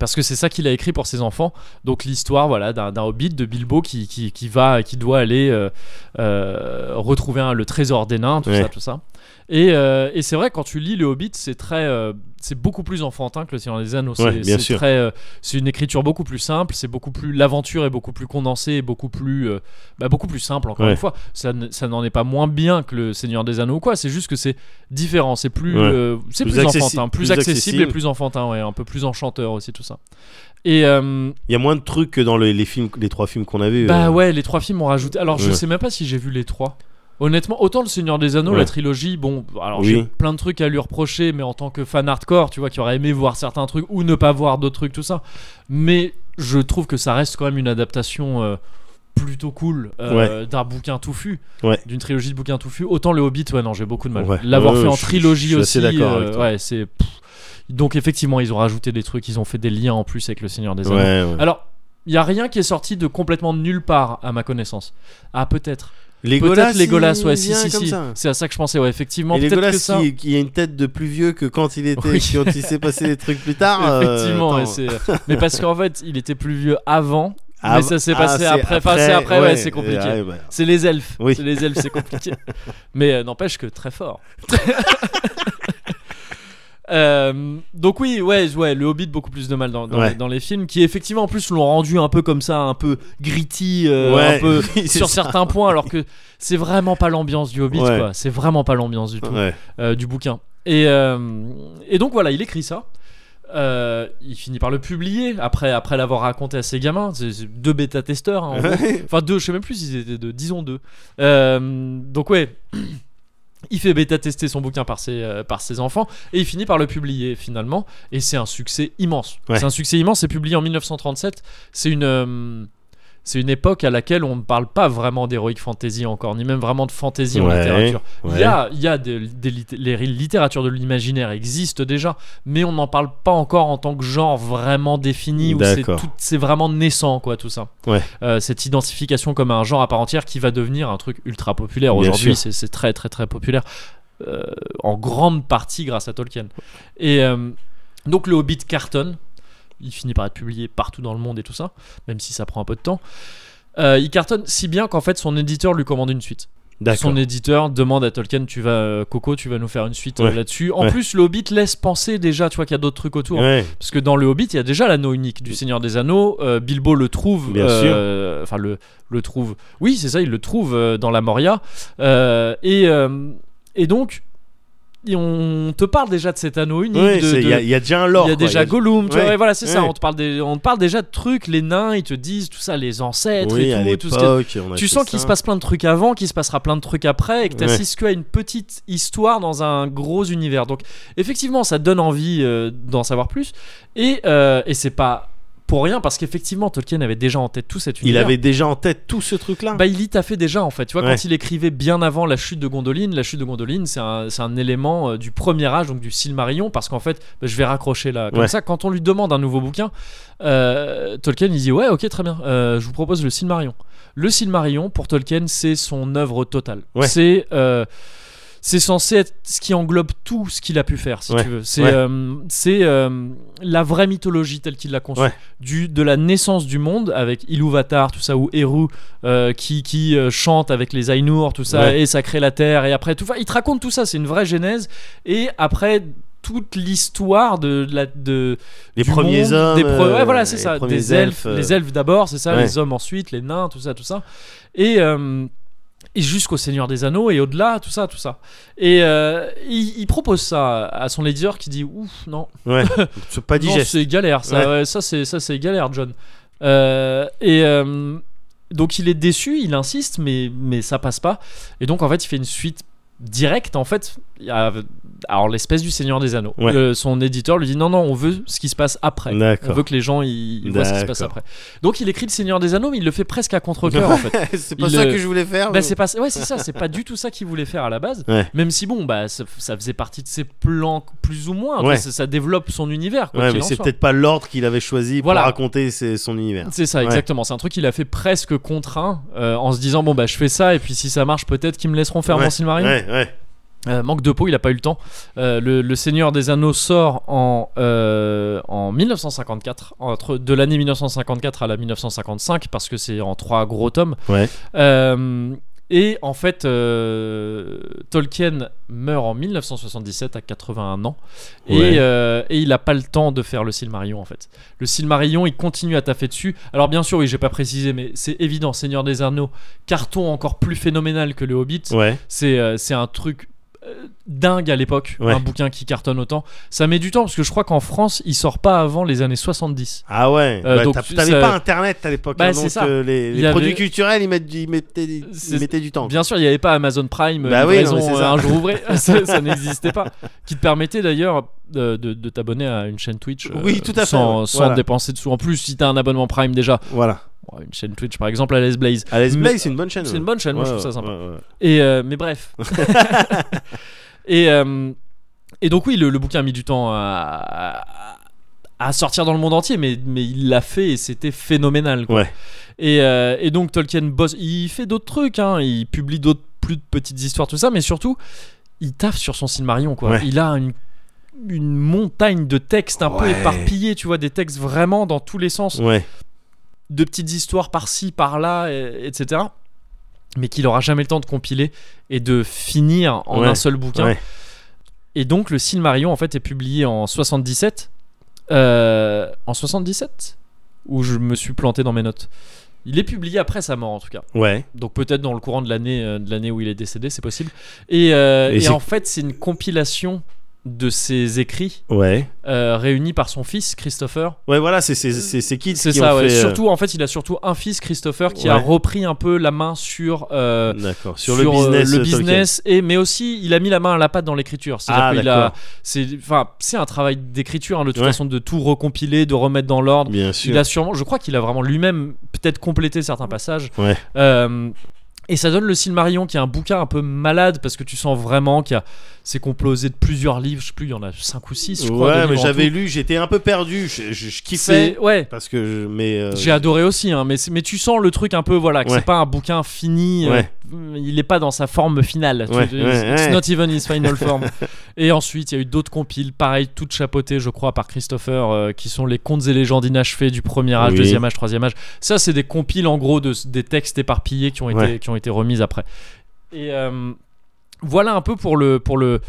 S1: Parce que c'est ça qu'il a écrit pour ses enfants. Donc l'histoire, voilà, d'un d'un hobbit de Bilbo qui, qui, qui va, qui doit aller euh, euh, retrouver un- le trésor des nains, tout
S2: Ouais.
S1: ça, tout ça. Et, euh, et c'est vrai quand tu lis le Hobbit, c'est très, euh, c'est beaucoup plus enfantin que le Seigneur des Anneaux. C'est
S2: Ouais, bien
S1: c'est
S2: sûr.
S1: très, euh, c'est une écriture beaucoup plus simple. C'est beaucoup plus, l'aventure est beaucoup plus condensée, et beaucoup plus, euh, bah, beaucoup plus simple encore
S2: Ouais.
S1: une fois. Ça, ne- ça n'en est pas moins bien que le Seigneur des Anneaux ou quoi. C'est juste que c'est différent. C'est plus,
S2: Ouais.
S1: euh, c'est
S2: Plus
S1: plus,
S2: accessi-
S1: enfantin, plus,
S2: plus
S1: accessible, et
S2: accessible.
S1: plus enfantin, ouais, un peu plus enchanteur aussi tout ça. Et euh,
S2: Il y a moins de trucs que dans le- les films, les trois films qu'on a vus.
S1: bah
S2: euh.
S1: ouais, les trois films ont rajouté. Alors je
S2: Ouais.
S1: sais même pas si j'ai vu les trois. Honnêtement, autant le Seigneur des Anneaux,
S2: Ouais.
S1: la trilogie, bon, alors
S2: Oui.
S1: j'ai plein de trucs à lui reprocher, mais en tant que fan hardcore, tu vois, qui aurait aimé voir certains trucs ou ne pas voir d'autres trucs, tout ça. Mais je trouve que ça reste quand même une adaptation euh, plutôt cool euh, d'un bouquin touffu,
S2: Ouais.
S1: d'une trilogie de bouquins touffus. Autant le Hobbit, ouais, non, j'ai beaucoup de mal.
S2: Ouais.
S1: L'avoir
S2: Ouais,
S1: fait
S2: ouais,
S1: en
S2: je suis-
S1: trilogie
S2: je suis
S1: aussi,
S2: assez d'accord avec
S1: euh,
S2: toi.
S1: ouais, c'est. pff. Donc effectivement, ils ont rajouté des trucs, ils ont fait des liens en plus avec le Seigneur des Anneaux.
S2: Ouais, ouais.
S1: Alors, il y a rien qui est sorti de complètement de nulle part à ma connaissance. Ah peut-être.
S2: Les Golas,
S1: Peut-être les Golas,
S2: il
S1: ouais, si
S2: vient
S1: si
S2: comme
S1: si.
S2: ça.
S1: C'est à ça que je pensais, ouais, effectivement.
S2: Et les
S1: Peut-être que
S2: Golas
S1: ça.
S2: qui, qui a une tête de plus vieux que quand il était,
S1: Oui.
S2: quand il s'est passé des trucs plus tard. euh,
S1: Effectivement, ouais,
S2: attends.
S1: c'est- euh, mais parce qu'en fait, il était plus vieux avant.
S2: Ah,
S1: mais ça s'est
S2: ah,
S1: passé
S2: c'est
S1: après. Enfin, c'est après, ouais, c'est
S2: et,
S1: compliqué.
S2: ah, bah,
S1: C'est les elfes.
S2: Oui.
S1: C'est les elfes, c'est compliqué. Mais euh, n'empêche que très fort. Euh, donc oui, ouais, ouais, le Hobbit beaucoup plus de mal dans, dans,
S2: Ouais.
S1: les, dans les films, qui effectivement en plus l'ont rendu un peu comme ça, un peu gritty, euh,
S2: Ouais,
S1: un peu
S2: oui, c'est
S1: sur
S2: ça.
S1: certains points, alors que c'est vraiment pas l'ambiance du Hobbit,
S2: Ouais.
S1: quoi. C'est vraiment pas l'ambiance du tout
S2: Ouais.
S1: euh, du bouquin. Et, euh, et donc voilà, il écrit ça. Euh, il finit par le publier après, après l'avoir raconté à ses gamins. C'est c'est deux bêta-testeurs. hein, en gros. enfin, deux, je sais même plus s'ils étaient deux, disons deux. Euh, donc, ouais. Il fait bêta-tester son bouquin par ses, euh, par ses enfants et il finit par le publier finalement. Et c'est un succès immense.
S2: Ouais.
S1: C'est un succès immense. C'est publié en 1937. C'est une. euh, c'est une époque à laquelle on ne parle pas vraiment d'heroic fantasy encore, ni même vraiment de fantasy en
S2: Ouais,
S1: littérature. Il
S2: ouais.
S1: y a, il y a des, des lit- les littératures de l'imaginaire existent déjà, mais on n'en parle pas encore en tant que genre vraiment défini où c'est
S2: D'accord.
S1: tout- c'est vraiment naissant quoi tout ça.
S2: Ouais.
S1: Euh, cette identification comme un genre à part entière qui va devenir un truc ultra populaire
S2: Bien
S1: aujourd'hui,
S2: sûr.
S1: c'est- c'est très très très populaire euh, en grande partie grâce à Tolkien. Et euh, donc le Hobbit cartonne, il finit par être publié partout dans le monde et tout ça, même si ça prend un peu de temps. Euh, il cartonne si bien qu'en fait son éditeur lui commande une suite.
S2: D'accord.
S1: Son éditeur demande à Tolkien, tu vas euh, Coco, tu vas nous faire une suite euh,
S2: Ouais.
S1: là-dessus. En
S2: Ouais.
S1: plus, le Hobbit laisse penser déjà, tu vois, qu'il y a d'autres trucs autour.
S2: Ouais.
S1: Parce que dans le Hobbit, il y a déjà l'anneau unique du Seigneur des Anneaux. Euh, Bilbo le trouve.
S2: Bien
S1: euh, Enfin, le, le trouve. Oui, c'est ça, il le trouve euh, dans la Moria. Euh, et, euh, et donc, et on te parle déjà de cet anneau unique.
S2: Ouais,
S1: de-
S2: c'est- il y, a-
S1: de-
S2: il y a déjà un lore.
S1: il y a
S2: quoi.
S1: déjà Gollum, tu
S2: Ouais.
S1: vois, ouais, voilà, c'est ça.
S2: Ouais.
S1: On te, parle des, on te parle déjà de trucs, les nains, ils te disent tout ça, les ancêtres
S2: Oui, à
S1: et tout. tout ce qui est-
S2: l'époque, on a
S1: Tu
S2: fait
S1: sens qu'il
S2: ça.
S1: se passe plein de trucs avant, qu'il se passera plein de trucs après, et que tu
S2: Ouais.
S1: n'assistes qu'à une petite histoire dans un gros univers. Donc, effectivement, ça donne envie euh, d'en savoir plus. Et, euh, et c'est pas pour rien, parce qu'effectivement, Tolkien avait déjà en tête tout cet
S2: Il
S1: univers.
S2: avait déjà en tête tout ce truc-là.
S1: Bah, il y taffait déjà en fait. Tu vois,
S2: Ouais.
S1: quand il écrivait bien avant la chute de Gondoline, la chute de Gondoline, c'est un, c'est un élément euh, du premier âge, donc du Silmarillion, parce qu'en fait, bah, je vais raccrocher là. Comme
S2: Ouais.
S1: ça, quand on lui demande un nouveau bouquin, euh, Tolkien il dit Ouais, ok, très bien, euh, je vous propose le Silmarillion. Le Silmarillion, pour Tolkien, c'est son œuvre totale.
S2: Ouais.
S1: C'est. euh, c'est censé être ce qui englobe tout ce qu'il a pu faire, si
S2: Ouais.
S1: tu veux. C'est
S2: Ouais.
S1: euh, c'est, euh, la vraie mythologie telle qu'il l'a conçue.
S2: Ouais.
S1: Du, de la naissance du monde, avec Ilúvatar, tout ça, ou Eru, euh, qui, qui euh, chante avec les Ainur, tout ça,
S2: Ouais.
S1: et ça crée la terre, et après tout. Enfin, il te raconte tout ça, c'est une vraie genèse. Et après, toute l'histoire de la. De,
S2: Les
S1: du
S2: premiers
S1: monde,
S2: hommes.
S1: Des pre-
S2: euh,
S1: ouais, voilà, c'est
S2: les
S1: ça.
S2: premiers
S1: Des elfes,
S2: euh,
S1: les elfes d'abord, c'est ça,
S2: ouais.
S1: les hommes ensuite, les nains, tout ça, tout ça. Et. euh, et jusqu'au Seigneur des Anneaux et au-delà, tout ça, tout ça. Et euh, il, il propose ça à son éditeur qui dit Ouf, non,
S2: C'est pas
S1: non,
S2: digeste.
S1: c'est galère, ça,
S2: Ouais.
S1: ouais, ça c'est ça c'est galère, John. Euh, et euh, donc il est déçu, il insiste, mais mais ça passe pas. Et donc en fait, il fait une suite directe. En fait, il y a- alors l'espèce du Seigneur des Anneaux.
S2: Ouais.
S1: Euh, son éditeur lui dit non non, on veut ce qui se passe après. On
S2: D'accord.
S1: veut que les gens ils ils voient ce qui se passe
S2: D'accord.
S1: après. Donc il écrit le Seigneur des Anneaux, mais il le fait presque à contre-cœur en fait.
S2: c'est pas
S1: Il,
S2: ça
S1: euh,
S2: que je voulais faire.
S1: Bah,
S2: mais-
S1: c'est pas, ouais, c'est ça, c'est pas du tout ça qu'il voulait faire à la base.
S2: Ouais.
S1: Même si bon, bah, ça, ça faisait partie de ses plans, plus ou moins.
S2: Ouais.
S1: Ça, ça développe son univers. Quoi
S2: Ouais,
S1: qu'il
S2: mais
S1: en
S2: c'est
S1: soit.
S2: peut-être pas l'ordre qu'il avait choisi pour
S1: Voilà.
S2: raconter ses- son univers.
S1: C'est ça,
S2: Ouais.
S1: exactement. C'est un truc qu'il a fait presque contraint euh, en se disant bon bah je fais ça et puis si ça marche peut-être qu'ils me laisseront faire mon Silmarillion.
S2: Ouais, ouais.
S1: Euh, manque de peau, il a pas eu le temps. Euh, le, le Seigneur des Anneaux sort en euh, en 1954, entre de l'année 1954 à la 1955 parce que c'est en trois gros tomes.
S2: Ouais.
S1: Euh, et en fait, euh, Tolkien meurt en 1977 à 81 ans.
S2: Ouais.
S1: Et, euh, et il n'a pas le temps de faire le Silmarillion en fait. Le Silmarillion, il continue à taffer dessus. Alors bien sûr, oui, j'ai pas précisé, mais c'est évident, Seigneur des Anneaux, carton encore plus phénoménal que le Hobbit.
S2: Ouais.
S1: C'est euh, c'est un truc euh, dingue à l'époque,
S2: Ouais.
S1: un bouquin qui cartonne autant. Ça met du temps parce que je crois qu'en France, il sort pas avant les années 70.
S2: Ah ouais.
S1: Euh,
S2: Bah,
S1: donc,
S2: t'as-
S1: tu-
S2: T'avais
S1: ça-
S2: pas internet à l'époque.
S1: Bah,
S2: hein,
S1: c'est
S2: donc
S1: ça.
S2: euh, les,
S1: Il
S2: les
S1: y avait-
S2: produits culturels, ils, mettent du- ils mettaient, ils
S1: C'est-
S2: mettaient du temps.
S1: Bien sûr, il n'y avait pas Amazon Prime,
S2: Bah
S1: euh,
S2: oui,
S1: livraison,
S2: non, mais c'est
S1: euh,
S2: ça.
S1: un jour ouvré, ça, ça n'existait pas. Qui te permettait d'ailleurs de, de- de t'abonner à une chaîne Twitch euh,
S2: Oui, tout à fait,
S1: sans,
S2: ouais.
S1: sans
S2: Voilà.
S1: dépenser de sous. En plus, si t'as un abonnement Prime déjà,
S2: Voilà.
S1: bon, une chaîne Twitch par exemple, à Les Blaze.
S2: Alice
S1: Mais-
S2: Blaze, c'est une bonne chaîne.
S1: Mm. C'est
S2: ouais.
S1: une bonne chaîne, moi je
S2: Ouais,
S1: trouve ça sympa.
S2: ouais, ouais.
S1: Et, euh, mais bref. et, euh, et donc oui, le, le bouquin a mis du temps à, à sortir dans le monde entier, mais, mais il l'a fait et c'était phénoménal. quoi.
S2: Ouais.
S1: Et, euh, et donc Tolkien bosse, il fait d'autres trucs, hein, il publie d'autres plus de petites histoires, tout ça, mais surtout, il taffe sur son Silmarillion. Quoi.
S2: Ouais.
S1: Il a une une montagne de textes un peu
S2: Ouais.
S1: éparpillés, tu vois, des textes vraiment dans tous les sens
S2: Ouais.
S1: de petites histoires par-ci, par-là, et- etc. Mais qu'il aura jamais le temps de compiler et de finir en
S2: Ouais,
S1: un seul bouquin.
S2: ouais.
S1: Et donc le Silmarillion en fait est publié en 77. Euh, en 77 Où je me suis planté dans mes notes. Il est publié après sa mort en tout cas.
S2: Ouais.
S1: Donc peut-être dans le courant de l'année euh, de l'année où il est décédé, c'est possible. Et, euh,
S2: Et
S1: et
S2: c'est-
S1: en fait c'est une compilation de ses écrits
S2: Ouais.
S1: euh, réunis par son fils Christopher
S2: Ouais, voilà, c'est c'est- c'est- c'est Kids
S1: c'est
S2: qui
S1: ça,
S2: ont
S1: ouais.
S2: fait, euh,
S1: Surtout, en fait, il a surtout un fils, Christopher, qui a
S2: Ouais.
S1: repris un peu la main sur. euh,
S2: D'accord. Sur, le
S1: euh,
S2: business.
S1: le
S2: euh, Tolkien.
S1: business et mais aussi il a mis la main à la patte dans l'écriture c'est
S2: Ah, d'accord.
S1: c'est enfin c'est un travail d'écriture hein, de toute
S2: Ouais.
S1: façon de tout recompiler de remettre dans l'ordre
S2: Bien
S1: il
S2: sûr.
S1: a sûrement je crois qu'il a vraiment lui-même peut-être complété certains passages
S2: Ouais.
S1: Euh, et ça donne le Silmarillion qui est un bouquin un peu malade parce que tu sens vraiment qu'il y a c'est composé de plusieurs livres je sais plus il y en a 5 ou 6 je crois de
S2: Ouais, mais
S1: livres en
S2: j'avais
S1: tout.
S2: lu, j'étais un peu perdu. Je, je- je kiffais.
S1: c'est ouais
S2: Parce que je. Mais. euh,
S1: j'ai adoré aussi, hein, mais, c'est- mais tu sens le truc un peu, voilà, que
S2: Ouais.
S1: c'est pas un bouquin fini, euh,
S2: Ouais.
S1: il est pas dans sa forme finale. Tu-
S2: Ouais,
S1: tu-
S2: ouais,
S1: it's
S2: ouais.
S1: not even his final form. Et ensuite, il y a eu d'autres compiles, pareil, toutes chapeautées, je crois, par Christopher, euh, qui sont les contes et légendes inachevées du premier âge,
S2: Oui.
S1: deuxième âge, troisième âge. Ça, c'est des compiles, en gros, de, des textes éparpillés qui ont été,
S2: Ouais.
S1: qui ont été remises après. Et euh, voilà un peu pour le pour le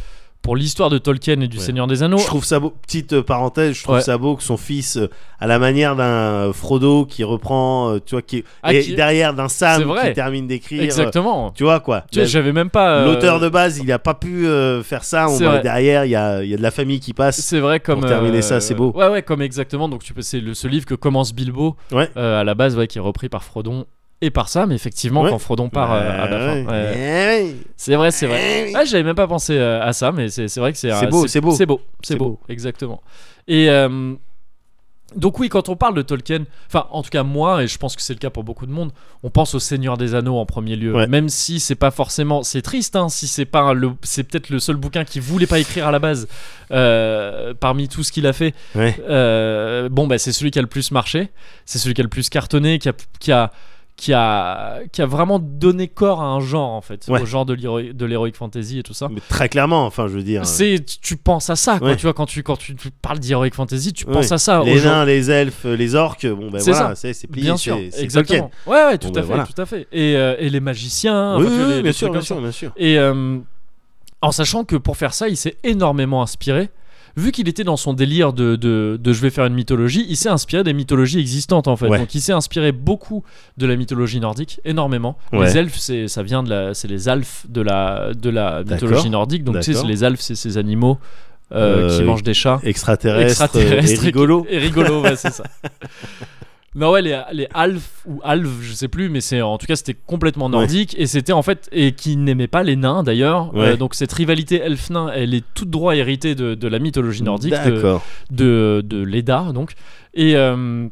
S1: pour l'histoire de Tolkien et du
S2: Ouais.
S1: Seigneur des Anneaux.
S2: Je trouve ça beau. Petite euh, parenthèse, je trouve
S1: Ouais.
S2: ça beau que son fils, euh, à la manière d'un euh, Frodo qui reprend, euh, tu vois, qui,
S1: Ah,
S2: et
S1: qui-
S2: derrière d'un
S1: C'est
S2: Sam
S1: vrai.
S2: qui termine d'écrire. euh,
S1: Exactement.
S2: Tu vois quoi
S1: Tu sais,
S2: La-
S1: j'avais même pas. euh,
S2: L'auteur de base, il n'a pas pu euh, faire ça. On
S1: C'est
S2: voit
S1: vrai.
S2: derrière, il y a, il y a de la famille qui passe.
S1: C'est vrai comme. euh,
S2: Pour terminer ça, c'est beau.
S1: Ouais, ouais, comme exactement. Donc tu peux, c'est le, ce livre que commence Bilbo.
S2: Ouais.
S1: euh, à la base, ouais, qui est repris par Frodon et par Sam. Effectivement,
S2: Ouais.
S1: quand Frodon part euh, à la fin.
S2: Bah Ouais,
S1: Ouais.
S2: ouais. Eh oui.
S1: C'est vrai, c'est vrai. Ah, j'avais même pas pensé euh, à ça, mais c'est c'est vrai que c'est
S2: C'est
S1: euh,
S2: beau, c'est beau.
S1: C'est beau, c'est
S2: C'est
S1: beau.
S2: beau.
S1: exactement. Et euh, donc oui, quand on parle de Tolkien, enfin en tout cas moi, et je pense que c'est le cas pour beaucoup de monde, on pense au Seigneur des Anneaux en premier lieu.
S2: Ouais.
S1: Même si c'est pas forcément, c'est triste, hein, si c'est pas le, c'est peut-être le seul bouquin qu'il voulait pas écrire à la base euh, parmi tout ce qu'il a fait.
S2: Ouais.
S1: Euh, bon, bah, c'est celui qui a le plus marché, c'est celui qui a le plus cartonné, qui a, qui a, qui a, qui a vraiment donné corps à un genre, en fait,
S2: Ouais.
S1: au genre de l'héroï- de l'heroic fantasy et tout ça.
S2: Mais très clairement, enfin, je veux dire.
S1: Oh. C'est, tu- tu penses à ça, quoi,
S2: Ouais.
S1: tu vois, quand tu, quand tu, tu parles d'heroic fantasy, tu
S2: Ouais.
S1: penses à ça. au
S2: Les
S1: genre.
S2: nains, les elfes, les orques, bon ben
S1: C'est
S2: voilà,
S1: ça.
S2: c'est c'est plié.
S1: Bien
S2: c'est-
S1: sûr,
S2: c'est
S1: exactement.
S2: Tolkien.
S1: Ouais, ouais, tout
S2: Bon,
S1: à
S2: bah,
S1: fait,
S2: voilà.
S1: tout à fait. Et, euh, et les magiciens, enfin,
S2: Oui,
S1: tu
S2: oui,
S1: vois, les-
S2: oui,
S1: les
S2: bien sûr,
S1: trucs
S2: bien
S1: comme
S2: sûr, bien sûr.
S1: Et euh, en sachant que pour faire ça, il s'est énormément inspiré. Vu qu'il était dans son délire de, de, de je vais faire une mythologie, il s'est inspiré des mythologies existantes en fait.
S2: Ouais.
S1: Donc il s'est inspiré beaucoup de la mythologie nordique, énormément.
S2: Ouais.
S1: Les elfes, c'est ça vient de la, c'est les alphes de la de la
S2: D'accord.
S1: mythologie nordique. Donc tu sais,
S2: D'accord.
S1: les alphes, c'est ces animaux euh,
S2: Euh,
S1: qui mangent des chats
S2: Extraterrestre, euh, et
S1: extraterrestre
S2: rigolo.
S1: et rigolo, ouais, c'est ça. Non ouais les, les Alf ou Alves je sais plus mais c'est en tout cas c'était complètement nordique et c'était en fait et qui n'aimait pas les nains d'ailleurs Euh,
S2: Ouais.
S1: donc cette rivalité elf nain elle est tout droit héritée de, de la mythologie nordique euh, de,
S2: D'accord.
S1: de, de Leda donc et euh,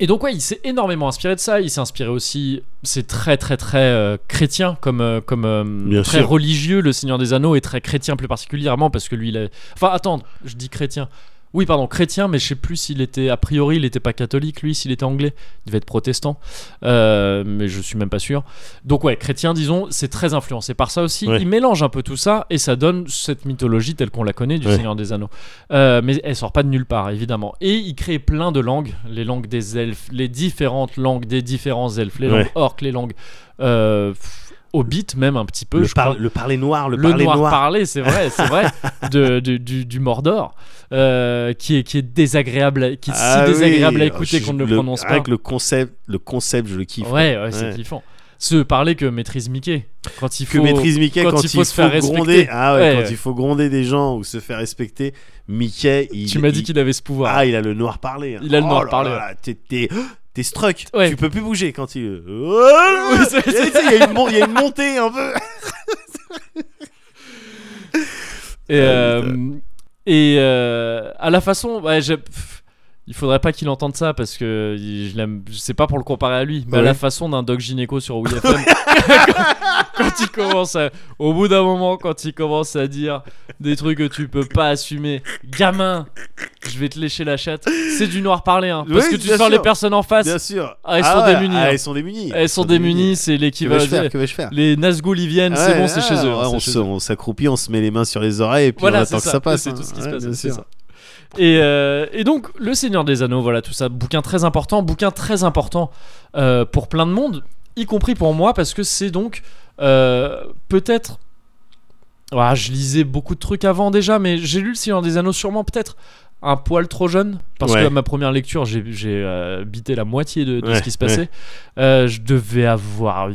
S1: et donc ouais il s'est énormément inspiré de ça il s'est inspiré aussi c'est très très très euh, chrétien comme euh, comme euh,
S2: Bien
S1: très
S2: sûr.
S1: religieux le Seigneur des Anneaux est très chrétien plus particulièrement parce que lui il est enfin attends je dis chrétien oui, pardon, chrétien, mais je sais plus s'il était, a priori, il n'était pas catholique, lui, s'il était anglais, il devait être protestant, Euh, mais je suis même pas sûr. Donc ouais, chrétien, disons, c'est très influencé par ça aussi.
S2: Ouais.
S1: Il mélange un peu tout ça et ça donne cette mythologie telle qu'on la connaît du
S2: Ouais.
S1: Seigneur des Anneaux. Euh, mais elle sort pas de nulle part, évidemment. Et il crée plein de langues, les langues des elfes, les différentes langues des différents elfes, les
S2: Ouais.
S1: langues orques, les langues euh, pff, hobbits même un petit peu.
S2: Le,
S1: je
S2: par-
S1: crois
S2: le parler noir, le,
S1: le,
S2: parler
S1: noir,
S2: noir.
S1: parlé, c'est vrai, c'est vrai, de, du, du, du Mordor, euh, qui, est, qui est désagréable, à- qui est
S2: Ah
S1: si désagréable
S2: oui.
S1: à écouter
S2: Je-
S1: qu'on ne le prononce pas.
S2: Avec le concept, le concept, je le kiffe.
S1: Ouais, ouais, c'est
S2: Ouais.
S1: kiffant. Se parler que maîtrise Mickey. Quand il
S2: Que
S1: faut.
S2: maîtrise Mickey
S1: quand
S2: quand,
S1: il faut se faire respecter.
S2: gronder. Ah ouais,
S1: Ouais,
S2: quand
S1: ouais.
S2: il faut gronder des gens ou se faire respecter, Mickey, il.
S1: tu m'as dit
S2: il-
S1: qu'il avait ce pouvoir.
S2: Ah, il a le noir parlé. hein.
S1: Il a le
S2: Oh
S1: noir
S2: là
S1: parlé,
S2: là, T'es, t'es- t'es struck.
S1: Ouais.
S2: Tu peux plus bouger quand il.
S1: Oui, c'est-
S2: Tu sais, Il y, a une mon- il y a une montée un peu.
S1: Et, euh, et euh, à la façon, ouais, j'ai- pff, il faudrait pas qu'il entende ça parce que il- je l'aime. C'est pas pour le comparer à lui, mais à
S2: Ouais.
S1: la façon d'un doc gynéco sur WFM. quand, quand il commence, à- au bout d'un moment, quand il commence à dire des trucs que tu peux pas assumer, gamin, je vais te lécher la chatte. C'est du noir parlé, hein, parce
S2: Oui,
S1: que tu
S2: bien
S1: sens
S2: sûr.
S1: les personnes en face.
S2: Bien sûr.
S1: Ah, ils sont
S2: ouais,
S1: démunis,
S2: Ah,
S1: hein.
S2: ils sont démunis.
S1: Elles sont démunies, c'est
S2: Que vais-je
S1: l'équivalent.
S2: faire Que vais-je faire
S1: Ah. Les Nazgûl, ils viennent,
S2: Ouais,
S1: c'est bon, c'est
S2: ah,
S1: chez eux.
S2: ouais,
S1: hein, c'est
S2: on
S1: chez
S2: se-
S1: eux.
S2: on s'accroupit, on se met les mains sur les oreilles et puis
S1: Voilà,
S2: on
S1: c'est
S2: attend que
S1: ça.
S2: ça passe.
S1: C'est
S2: hein.
S1: tout ce qui se
S2: Ouais,
S1: passe,
S2: bien
S1: c'est
S2: sûr.
S1: ça. Et, euh, et donc, Le Seigneur des Anneaux, voilà tout ça. Bouquin très important, bouquin très important euh, pour plein de monde, y compris pour moi, parce que c'est donc euh, peut-être. Ouah, je lisais beaucoup de trucs avant déjà, mais j'ai lu Le Seigneur des Anneaux sûrement peut-être un poil trop jeune, parce
S2: Ouais.
S1: que à ma première lecture, j'ai j'ai, euh, bité la moitié de, de
S2: Ouais,
S1: ce qui se passait. Euh, je devais avoir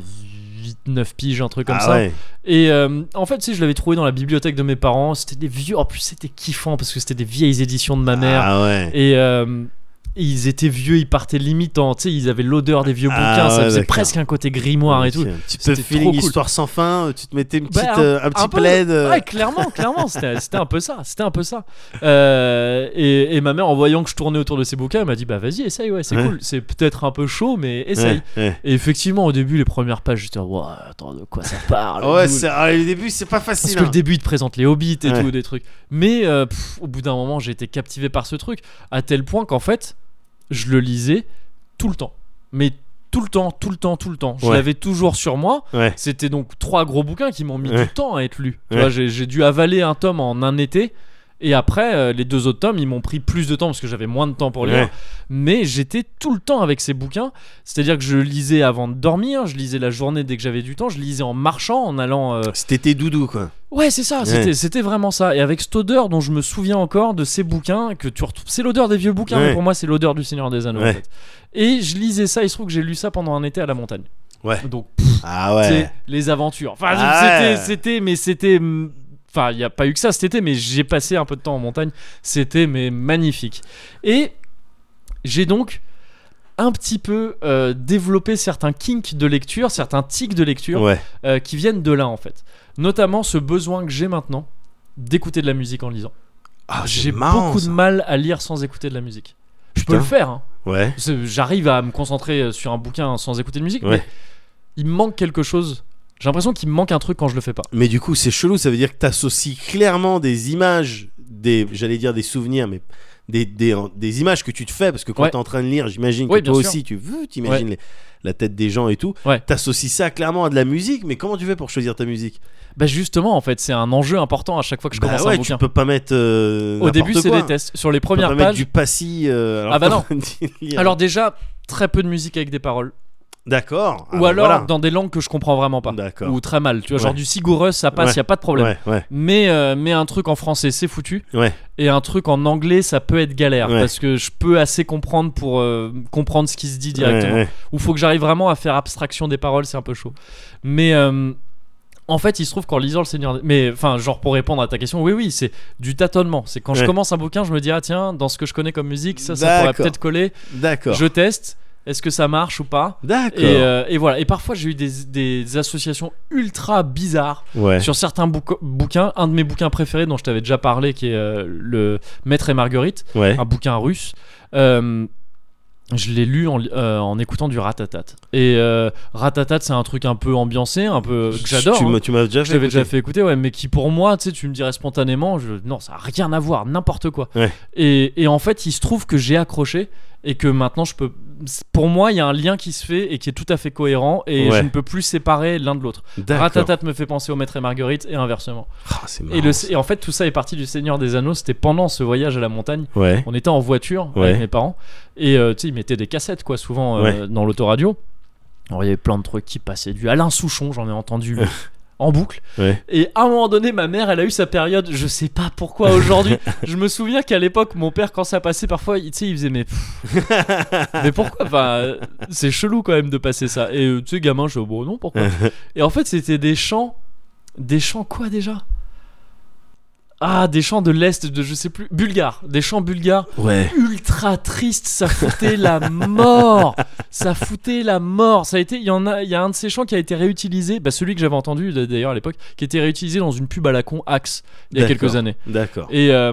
S1: 8-9 piges, un truc comme
S2: Ah
S1: ça.
S2: ouais.
S1: Et euh, en fait, si je l'avais trouvé dans la bibliothèque de mes parents, c'était des vieux. En plus, c'était kiffant parce que c'était des vieilles éditions de ma mère.
S2: Ah ouais.
S1: Et euh, et ils étaient vieux, ils partaient limite en. Tu sais, ils avaient l'odeur des vieux
S2: Ah
S1: bouquins, ça
S2: ouais,
S1: faisait
S2: d'accord.
S1: presque un côté grimoire et tout.
S2: Ok, Un petit peu
S1: C'était
S2: feeling
S1: trop cool.
S2: histoire sans fin, euh, tu te mettais une
S1: Bah,
S2: petite, euh, un, petit
S1: peu-
S2: plaid. euh,
S1: Ouais, clairement, clairement, c'était c'était un peu ça, c'était un peu ça. Euh, et, et ma mère, en voyant que je tournais autour de ces bouquins, elle m'a dit bah vas-y, essaye, ouais, c'est
S2: Ouais.
S1: cool, c'est peut-être un peu chaud, mais essaye.
S2: ouais, ouais.
S1: Et effectivement, au début, les premières pages, j'étais Ouah, attends, de quoi ça parle
S2: Ah ouais,
S1: d'où-
S2: c'est- ah, le début, c'est pas
S1: Parce
S2: facile.
S1: que le
S2: hein.
S1: début, il te présente les hobbits et
S2: Ouais.
S1: tout, des trucs. Mais euh, pff, au bout d'un moment, j'ai été captivé par ce truc, à tel point qu'en fait, je le lisais tout le temps. Mais tout le temps, tout le temps, tout le temps. Je
S2: Ouais.
S1: l'avais toujours sur moi.
S2: Ouais.
S1: C'était donc trois gros bouquins qui m'ont mis
S2: Ouais.
S1: du temps à être lus. Tu
S2: Ouais.
S1: vois, j'ai j'ai dû avaler un tome en un été. Et après, euh, les deux autres tomes, ils m'ont pris plus de temps parce que j'avais moins de temps pour lire.
S2: Ouais.
S1: Mais j'étais tout le temps avec ces bouquins. C'est-à-dire que je lisais avant de dormir, je lisais la journée dès que j'avais du temps, je lisais en marchant, en allant. euh,
S2: C'était tes doudous, quoi.
S1: Ouais, c'est ça,
S2: Ouais.
S1: c'était- c'était vraiment ça. Et avec cette odeur dont je me souviens encore de ces bouquins que tu retrouves. C'est l'odeur des vieux bouquins,
S2: Ouais.
S1: mais pour moi, c'est l'odeur du Seigneur des Anneaux. en
S2: Ouais.
S1: fait. Et je lisais ça, il se trouve que j'ai lu ça pendant un été à la montagne.
S2: Ouais.
S1: Donc,
S2: Ah
S1: tu
S2: ouais.
S1: sais, les aventures. Enfin,
S2: Ah
S1: c'était,
S2: ouais.
S1: c'était, mais c'était. hum, Enfin, il n'y a pas eu que ça cet été, mais j'ai passé un peu de temps en montagne. C'était mais magnifique. Et j'ai donc un petit peu euh, développé certains kinks de lecture, certains tics de lecture
S2: Ouais.
S1: euh, qui viennent de là en fait. Notamment ce besoin que j'ai maintenant d'écouter de la musique en lisant.
S2: Ah, c'est
S1: j'ai
S2: marrant,
S1: beaucoup
S2: ça.
S1: de mal à lire sans écouter de la musique. Je peux
S2: Putain.
S1: le faire. hein.
S2: Ouais.
S1: C'est- J'arrive à me concentrer euh, sur un bouquin sans écouter de musique,
S2: Ouais.
S1: mais il me manque quelque chose. J'ai l'impression qu'il me manque un truc quand je le fais pas.
S2: Mais du coup, c'est chelou, ça veut dire que t'associes clairement des images, des, j'allais dire des souvenirs, mais des, des, des images que tu te fais, parce que quand
S1: Ouais.
S2: t'es en train de lire, j'imagine que
S1: Oui, bien
S2: toi
S1: sûr.
S2: aussi, tu veux, t'imagines les- la tête des gens et tout,
S1: Ouais.
S2: t'associes ça clairement à de la musique, mais comment tu fais pour choisir ta musique
S1: Bah justement, en fait, c'est un enjeu important à chaque fois que je
S2: Bah
S1: commence
S2: ouais,
S1: un
S2: tu
S1: bouquin.
S2: peux pas mettre. euh,
S1: Au début,
S2: n'importe
S1: c'est
S2: quoi.
S1: des tests. Sur les
S2: Tu peux pas
S1: premières
S2: mettre
S1: pages.
S2: du passy. euh, alors
S1: Ah bah
S2: qu'on
S1: non.
S2: peut dire lire.
S1: Alors déjà, très peu de musique avec des paroles.
S2: d'accord. Ah
S1: Ou
S2: bah
S1: alors
S2: voilà.
S1: dans des langues que je comprends vraiment pas.
S2: D'accord.
S1: Ou très mal. Tu vois, genre
S2: Ouais.
S1: du sigoureux, ça passe,
S2: Ouais.
S1: y a pas de problème.
S2: Ouais, ouais,
S1: Mais, euh, mais un truc en français, c'est foutu.
S2: ouais.
S1: Et un truc en anglais, ça peut être galère.
S2: Ouais.
S1: Parce que je peux assez comprendre pour euh, comprendre ce qui se dit directement.
S2: Ouais, ouais.
S1: Ou faut que j'arrive vraiment à faire abstraction des paroles, c'est un peu chaud. Mais euh, en fait, il se trouve qu'en lisant le Seigneur. des- Mais enfin, genre pour répondre à ta question, oui, oui, c'est du tâtonnement. C'est quand je
S2: Ouais.
S1: commence un bouquin, je me dis, ah tiens, dans ce que je connais comme musique, ça, ça pourrait
S2: D'accord.
S1: peut-être coller.
S2: D'accord.
S1: Je teste. Est-ce que ça marche ou pas
S2: D'accord.
S1: et, euh, et voilà. Et parfois, j'ai eu des- des associations ultra bizarres
S2: ouais.
S1: sur certains bouqu- bouquins. Un de mes bouquins préférés dont je t'avais déjà parlé, qui est euh, le Maître et Marguerite,
S2: Ouais.
S1: un bouquin russe. euh, je l'ai lu en, li- euh, en écoutant du Ratatat. Et euh, Ratatat, c'est un truc un peu ambiancé, un peu que j'adore.
S2: Tu
S1: hein.
S2: m'as- Tu m'as déjà
S1: Je t'avais
S2: fait.
S1: déjà
S2: écouter.
S1: fait écouter, ouais, mais qui pour moi, tu sais, tu me dirais spontanément, je, non, ça a rien à voir, n'importe quoi.
S2: Ouais.
S1: Et, et en fait, il se trouve que j'ai accroché et que maintenant je peux. Pour moi, il y a un lien qui se fait et qui est tout à fait cohérent et
S2: Ouais.
S1: je ne peux plus séparer l'un de l'autre.
S2: D'accord.
S1: Ratatat me fait penser au Maître et Marguerite et inversement.
S2: Ah, c'est
S1: Et,
S2: marrant.
S1: le, et en fait, tout ça est parti du Seigneur des Anneaux. C'était pendant ce voyage à la montagne.
S2: Ouais.
S1: On était en voiture
S2: Ouais.
S1: avec mes parents. Et euh, tu sais, ils mettaient des cassettes, quoi, souvent euh, dans l'autoradio. Alors, il y avait plein de trucs qui passaient. Du Alain Souchon, j'en ai entendu mais, en boucle.
S2: Ouais.
S1: Et à un moment donné, ma mère, elle a eu sa période. Je sais pas pourquoi aujourd'hui. je me souviens qu'à l'époque, mon père, quand ça passait, parfois, il- tu sais, il faisait mais. pff, mais pourquoi Enfin, euh, c'est chelou quand même de passer ça. Et euh, tu sais, gamin, je bon, non, pourquoi et en fait, c'était des chants. Des chants quoi déjà Ah, des chants de l'Est, de je sais plus. Bulgares. Des chants bulgares
S2: Ouais.
S1: ultra tristes. Ça foutait la mort. Ça foutait la mort. Ça a été. Il y en a. Il y a un de ces chants qui a été réutilisé. Bah, celui que j'avais entendu d- d'ailleurs à l'époque, qui a été réutilisé dans une pub à la con Axe il y a
S2: D'accord.
S1: quelques années.
S2: D'accord.
S1: Et. euh,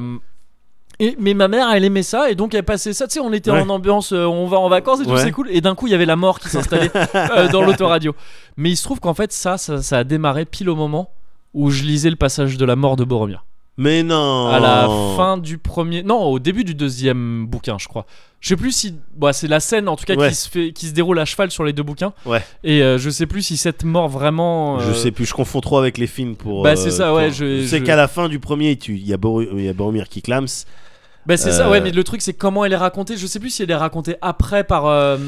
S1: et, mais ma mère, elle aimait ça, et donc elle passait ça. Tu sais, on était
S2: Ouais.
S1: en ambiance, euh, on va en vacances et tout,
S2: Ouais.
S1: c'est cool. Et d'un coup, il y avait la mort qui s'installait euh, dans l'autoradio. Mais il se trouve qu'en fait, ça, ça, ça a démarré pile au moment où je lisais le passage de la mort de Boromir.
S2: Mais non.
S1: À la
S2: Oh.
S1: fin du premier. Non, au début du deuxième bouquin, je crois. Je sais plus si. bah, c'est la scène, en tout cas,
S2: Ouais.
S1: qui, se fait, qui se déroule à cheval sur les deux bouquins.
S2: Ouais.
S1: Et euh, je sais plus si cette mort vraiment.
S2: Je
S1: euh,
S2: sais plus, je confonds trop avec les films pour.
S1: Bah,
S2: euh,
S1: c'est ça,
S2: pour-
S1: ouais, je-
S2: sais
S1: je-
S2: qu'à la fin du premier, tu- il y, a Bor- il y a Boromir qui clame.
S1: Bah, c'est ça, ouais,
S2: Euh,
S1: mais le truc, c'est comment elle est racontée. Je sais plus si elle est racontée après par. euh,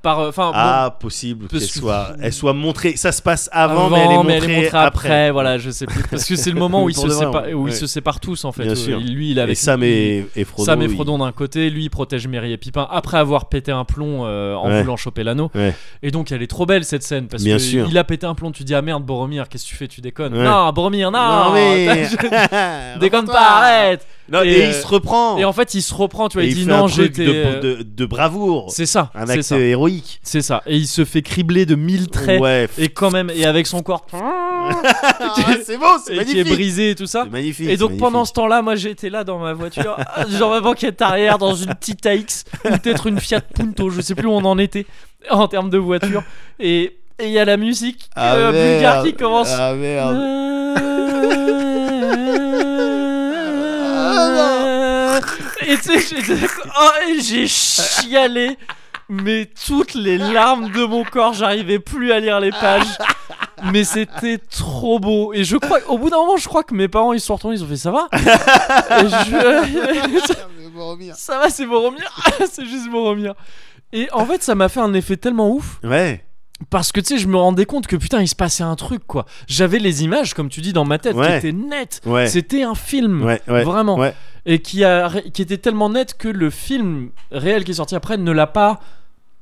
S1: par. euh, Enfin. bon,
S2: Ah, possible qu'elle
S1: Parce que-
S2: soit, elle soit montrée. Ça se passe avant, mais elle est montrée,
S1: après. Voilà, je sais plus. Parce que c'est le moment où, ils
S2: Pour
S1: se,
S2: de vrai,
S1: séparent, où
S2: ouais.
S1: ils se séparent tous en fait.
S2: Bien
S1: Euh,
S2: sûr.
S1: il- Lui, il est
S2: Et
S1: avec
S2: Sam et, et Frodo.
S1: Sam et
S2: ils-
S1: Frodon d'un côté, lui il protège Merry et Pipin après avoir pété un plomb euh, en
S2: Ouais.
S1: voulant choper l'anneau.
S2: Ouais.
S1: Et donc elle est trop belle cette scène parce
S2: Bien
S1: que
S2: sûr.
S1: il a pété un plomb, tu dis ah merde Boromir, qu'est-ce que tu fais, tu déconnes.
S2: Ouais.
S1: Non, Boromir, non,
S2: Non, mais.
S1: déconne pas, arrête.
S2: Non, et,
S1: Et, euh,
S2: il se reprend.
S1: Et en fait il se reprend, tu vois,
S2: Et
S1: il,
S2: il
S1: dit
S2: fait un
S1: non,
S2: truc
S1: j'étais.
S2: de,
S1: euh,
S2: de, de bravoure.
S1: C'est ça,
S2: Un
S1: c'est
S2: acte
S1: ça,
S2: héroïque.
S1: c'est ça. Et il se fait cribler de mille traits.
S2: Ouais.
S1: Et quand même, et avec son corps
S2: Ah, c'est bon, c'est
S1: et qui est
S2: magnifique.
S1: brisé et tout ça.
S2: C'est magnifique.
S1: Et donc
S2: c'est
S1: pendant
S2: magnifique.
S1: ce temps-là, moi j'étais là dans ma voiture, ah, genre ma banquette arrière dans une petite AX, ou peut-être une Fiat Punto, je sais plus où on en était en termes de voiture. Et et il y a la musique
S2: Ah,
S1: euh,
S2: merde.
S1: bulgare qui commence.
S2: Ah merde.
S1: Ah, Et tu sais, j'étais- oh, et j'ai chialé mais toutes les larmes de mon corps, j'arrivais plus à lire les pages. Mais c'était trop beau. Et je crois, au bout d'un moment, je crois que mes parents ils sont retournés, ils ont fait ça va. Et je- ça va, c'est Boromir. c'est juste Boromir. Et en fait, ça m'a fait un effet tellement ouf
S2: Ouais,
S1: parce que tu sais, je me rendais compte que putain, il se passait un truc quoi. J'avais les images, comme tu dis, dans ma tête
S2: Ouais.
S1: qui étaient nettes.
S2: ouais,
S1: C'était un film.
S2: ouais, ouais.
S1: Vraiment.
S2: Ouais.
S1: Et qui, a, qui était tellement net que le film réel qui est sorti après ne l'a pas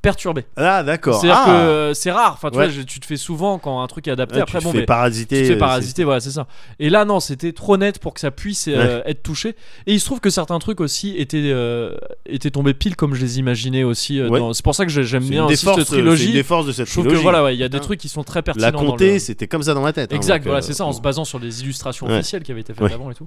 S1: perturbé.
S2: Ah, d'accord.
S1: C'est-à-dire
S2: Ah.
S1: que euh, c'est rare. Enfin, tu
S2: Ouais.
S1: vois, je- tu te fais souvent quand un truc est adapté.
S2: Ouais,
S1: après,
S2: tu te
S1: bon,
S2: fais
S1: mais
S2: parasiter.
S1: tu te
S2: euh,
S1: fais
S2: c'est-
S1: parasiter, voilà, c'est ça. Et là, non, c'était trop net pour que ça puisse euh, être touché. Et il se trouve que certains trucs aussi étaient, euh, étaient tombés pile comme je les imaginais aussi. euh,
S2: Ouais.
S1: dans- C'est pour ça que j'ai- j'aime
S2: c'est
S1: bien
S2: une des
S1: aussi
S2: forces, euh,
S1: cette
S2: c'est une
S1: trilogie.
S2: des forces de cette
S1: je trouve que
S2: trilogie.
S1: voilà, ouais, il y a des
S2: Putain.
S1: trucs qui sont très pertinents.
S2: La
S1: dans le-
S2: comté, c'était comme ça dans ma tête. hein,
S1: Exact,
S2: donc,
S1: voilà,
S2: euh,
S1: c'est ça, en se basant sur les illustrations
S2: Ouais.
S1: officielles qui avaient été faites
S2: Ouais.
S1: avant et tout.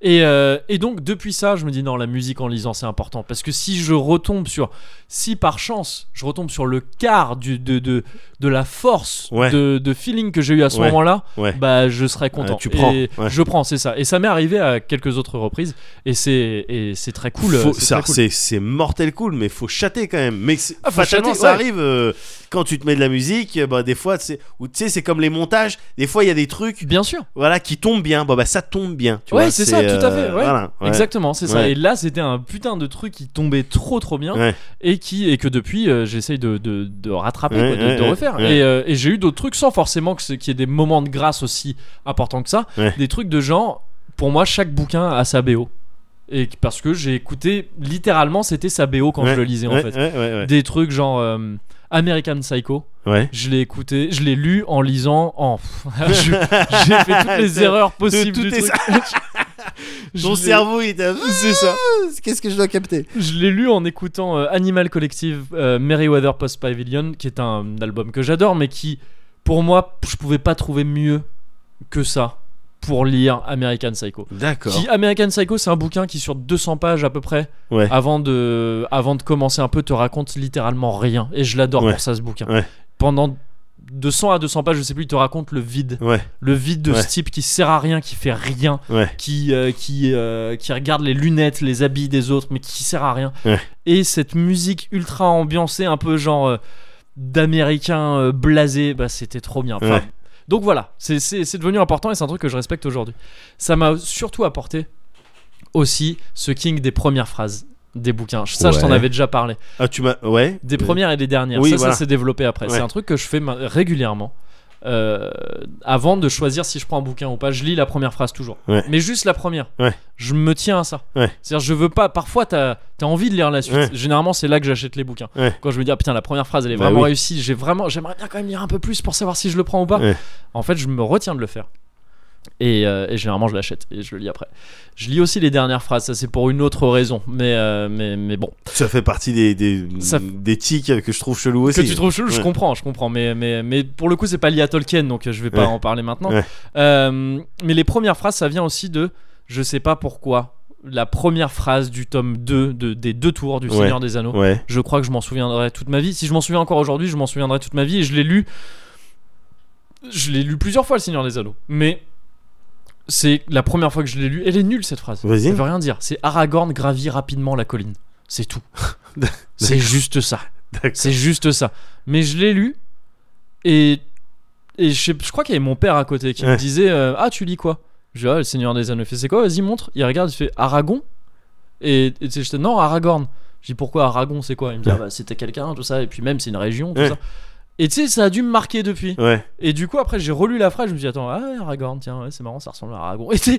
S1: Et, euh, et donc, depuis ça, je me dis, non, la musique en lisant, c'est important. Parce que si je retombe sur, si par chance, je retombe sur le quart du, de, de, de la force
S2: Ouais.
S1: de, de feeling que j'ai eu à ce
S2: Ouais.
S1: moment-là,
S2: Ouais.
S1: bah, je serais content.
S2: Ah, tu prends,
S1: Et
S2: ouais.
S1: Je prends, c'est ça. Et ça m'est arrivé à quelques autres reprises. Et c'est et c'est très cool.
S2: Faut-
S1: c'est
S2: ça-
S1: très cool.
S2: c'est c'est mortel cool, mais faut chater quand même. Mais c'est-
S1: Ah, faut
S2: fatalement,
S1: chatter,
S2: ça
S1: ouais.
S2: arrive euh, quand tu te mets de la musique. euh, Bah, des fois, c'est ou tu sais, c'est comme les montages. Des fois, il y a des trucs,
S1: Bien sûr.
S2: voilà, qui tombent bien. Bah, bah ça tombe bien. Tu
S1: Ouais,
S2: vois, euh,
S1: c'est ça, tout à fait, ouais.
S2: voilà, ouais.
S1: Exactement, c'est ça.
S2: Ouais.
S1: Et là, c'était un putain de truc qui tombait trop trop bien
S2: Ouais.
S1: et qui et que depuis, euh, j'essaye de, de, de rattraper,
S2: Ouais,
S1: quoi, de,
S2: ouais,
S1: de
S2: ouais,
S1: refaire.
S2: ouais.
S1: Et, euh, et j'ai eu d'autres trucs sans forcément que ce- qu'il y ait des moments de grâce aussi importants que ça.
S2: Ouais.
S1: Des trucs de genre, pour moi, chaque bouquin a sa BO. Et que- parce que j'ai écouté littéralement, c'était sa BO quand
S2: Ouais,
S1: je le lisais en
S2: ouais,
S1: fait.
S2: ouais, ouais,
S1: Des trucs genre euh, American Psycho.
S2: ouais. Ouais.
S1: Je l'ai écouté, je l'ai lu en lisant. En... Je- j'ai fait toutes les erreurs possibles
S2: tout
S1: du
S2: est
S1: truc. Je
S2: Ton
S1: l'ai-
S2: cerveau, il t'a.
S1: C'est ça.
S2: Qu'est-ce que je dois capter
S1: Je l'ai lu en écoutant euh, Animal Collective euh, Merryweather Post Pavilion, qui est un, album que j'adore, mais qui, pour moi, je pouvais pas trouver mieux que ça pour lire American Psycho.
S2: D'accord.
S1: Qui, American Psycho, c'est un bouquin qui, sur 200 pages à peu près,
S2: Ouais.
S1: avant, de, avant de commencer un peu, te raconte littéralement rien. Et je l'adore
S2: Ouais.
S1: pour ça, ce bouquin.
S2: Ouais.
S1: Pendant 200 à 200 pages, je sais plus, il te raconte le vide.
S2: Ouais.
S1: Le vide de
S2: Ouais.
S1: ce type qui sert à rien, qui fait rien
S2: Ouais.
S1: qui, euh, qui, euh, qui regarde les lunettes, les habits des autres, mais qui sert à rien.
S2: Ouais.
S1: Et cette musique ultra ambiancée, un peu genre euh, d'américain euh, blasé, bah, c'était trop bien. Enfin,
S2: Ouais.
S1: Donc voilà, c'est- c'est c'est devenu important et c'est un truc que je respecte aujourd'hui. Ça m'a surtout apporté aussi ce king des premières phrases des bouquins. Ça, je t'en
S2: Ouais.
S1: avais déjà parlé.
S2: Ah, tu m'as. Ouais.
S1: Des premières et des dernières.
S2: Oui,
S1: ça,
S2: voilà.
S1: ça s'est développé après.
S2: Ouais.
S1: C'est un truc que je fais ma- régulièrement. euh, avant de choisir si je prends un bouquin ou pas, je lis la première phrase toujours.
S2: Ouais.
S1: Mais juste la première.
S2: Ouais.
S1: Je me tiens à ça.
S2: Ouais.
S1: C'est-à-dire, je veux pas. Parfois, t'as as envie de lire la suite.
S2: Ouais.
S1: Généralement, c'est là que j'achète les bouquins.
S2: Ouais.
S1: Quand je me dis, ah putain, la première phrase, elle est
S2: Bah
S1: vraiment
S2: oui.
S1: réussie. J'ai vraiment, j'aimerais bien quand même lire un peu plus pour savoir si je le prends ou pas.
S2: Ouais.
S1: En fait, je me retiens de le faire. Et, euh, et généralement, je l'achète et je le lis après. Je lis aussi les dernières phrases. Ça, c'est pour une autre raison. Mais, euh, mais, mais bon.
S2: Ça fait partie des des,
S1: Ça-
S2: des tics que je trouve chelou aussi.
S1: que tu trouves chelou, je
S2: Ouais.
S1: comprends, je comprends, mais, mais, mais pour le coup, c'est pas lié à Tolkien, donc euh, je vais pas
S2: Ouais.
S1: en parler maintenant.
S2: Ouais.
S1: Euh, mais les premières phrases, ça vient aussi de je sais pas pourquoi. La première phrase du tome 2 de, des deux tours du
S2: Ouais.
S1: Seigneur des Anneaux,
S2: Ouais.
S1: je crois que je m'en souviendrai toute ma vie. Si je m'en souviens encore aujourd'hui, je m'en souviendrai toute ma vie et je l'ai lu. Je l'ai lu plusieurs fois, Le Seigneur des Anneaux, mais c'est la première fois que je l'ai lu. Elle est nulle cette phrase.
S2: Vas-y.
S1: Ça veut rien dire. C'est Aragorn gravit rapidement la colline. C'est tout. c'est juste ça.
S2: D'accord.
S1: C'est juste ça. Mais je l'ai lu et, et je, sais- je crois qu'il y avait mon père à côté qui me
S2: Ouais.
S1: disait euh, Ah, tu lis quoi Je dis Ah, le Seigneur des Anneaux. Il fait C'est quoi Vas-y, montre. Il regarde, il fait Aragon Et, et tu sais, j'étais Non, Aragorn. Je dis Pourquoi Aragon C'est quoi Il me dit Ah, bah, C'était quelqu'un, tout ça. Et puis même, c'est une région, tout
S2: Ouais.
S1: ça. Et tu sais, ça a dû me marquer depuis.
S2: Ouais.
S1: Et du coup, après, j'ai relu la phrase, je me suis dit, attends, ah, ouais, Aragorn, tiens, ouais, c'est marrant, ça ressemble à Aragorn. Et, t'sais,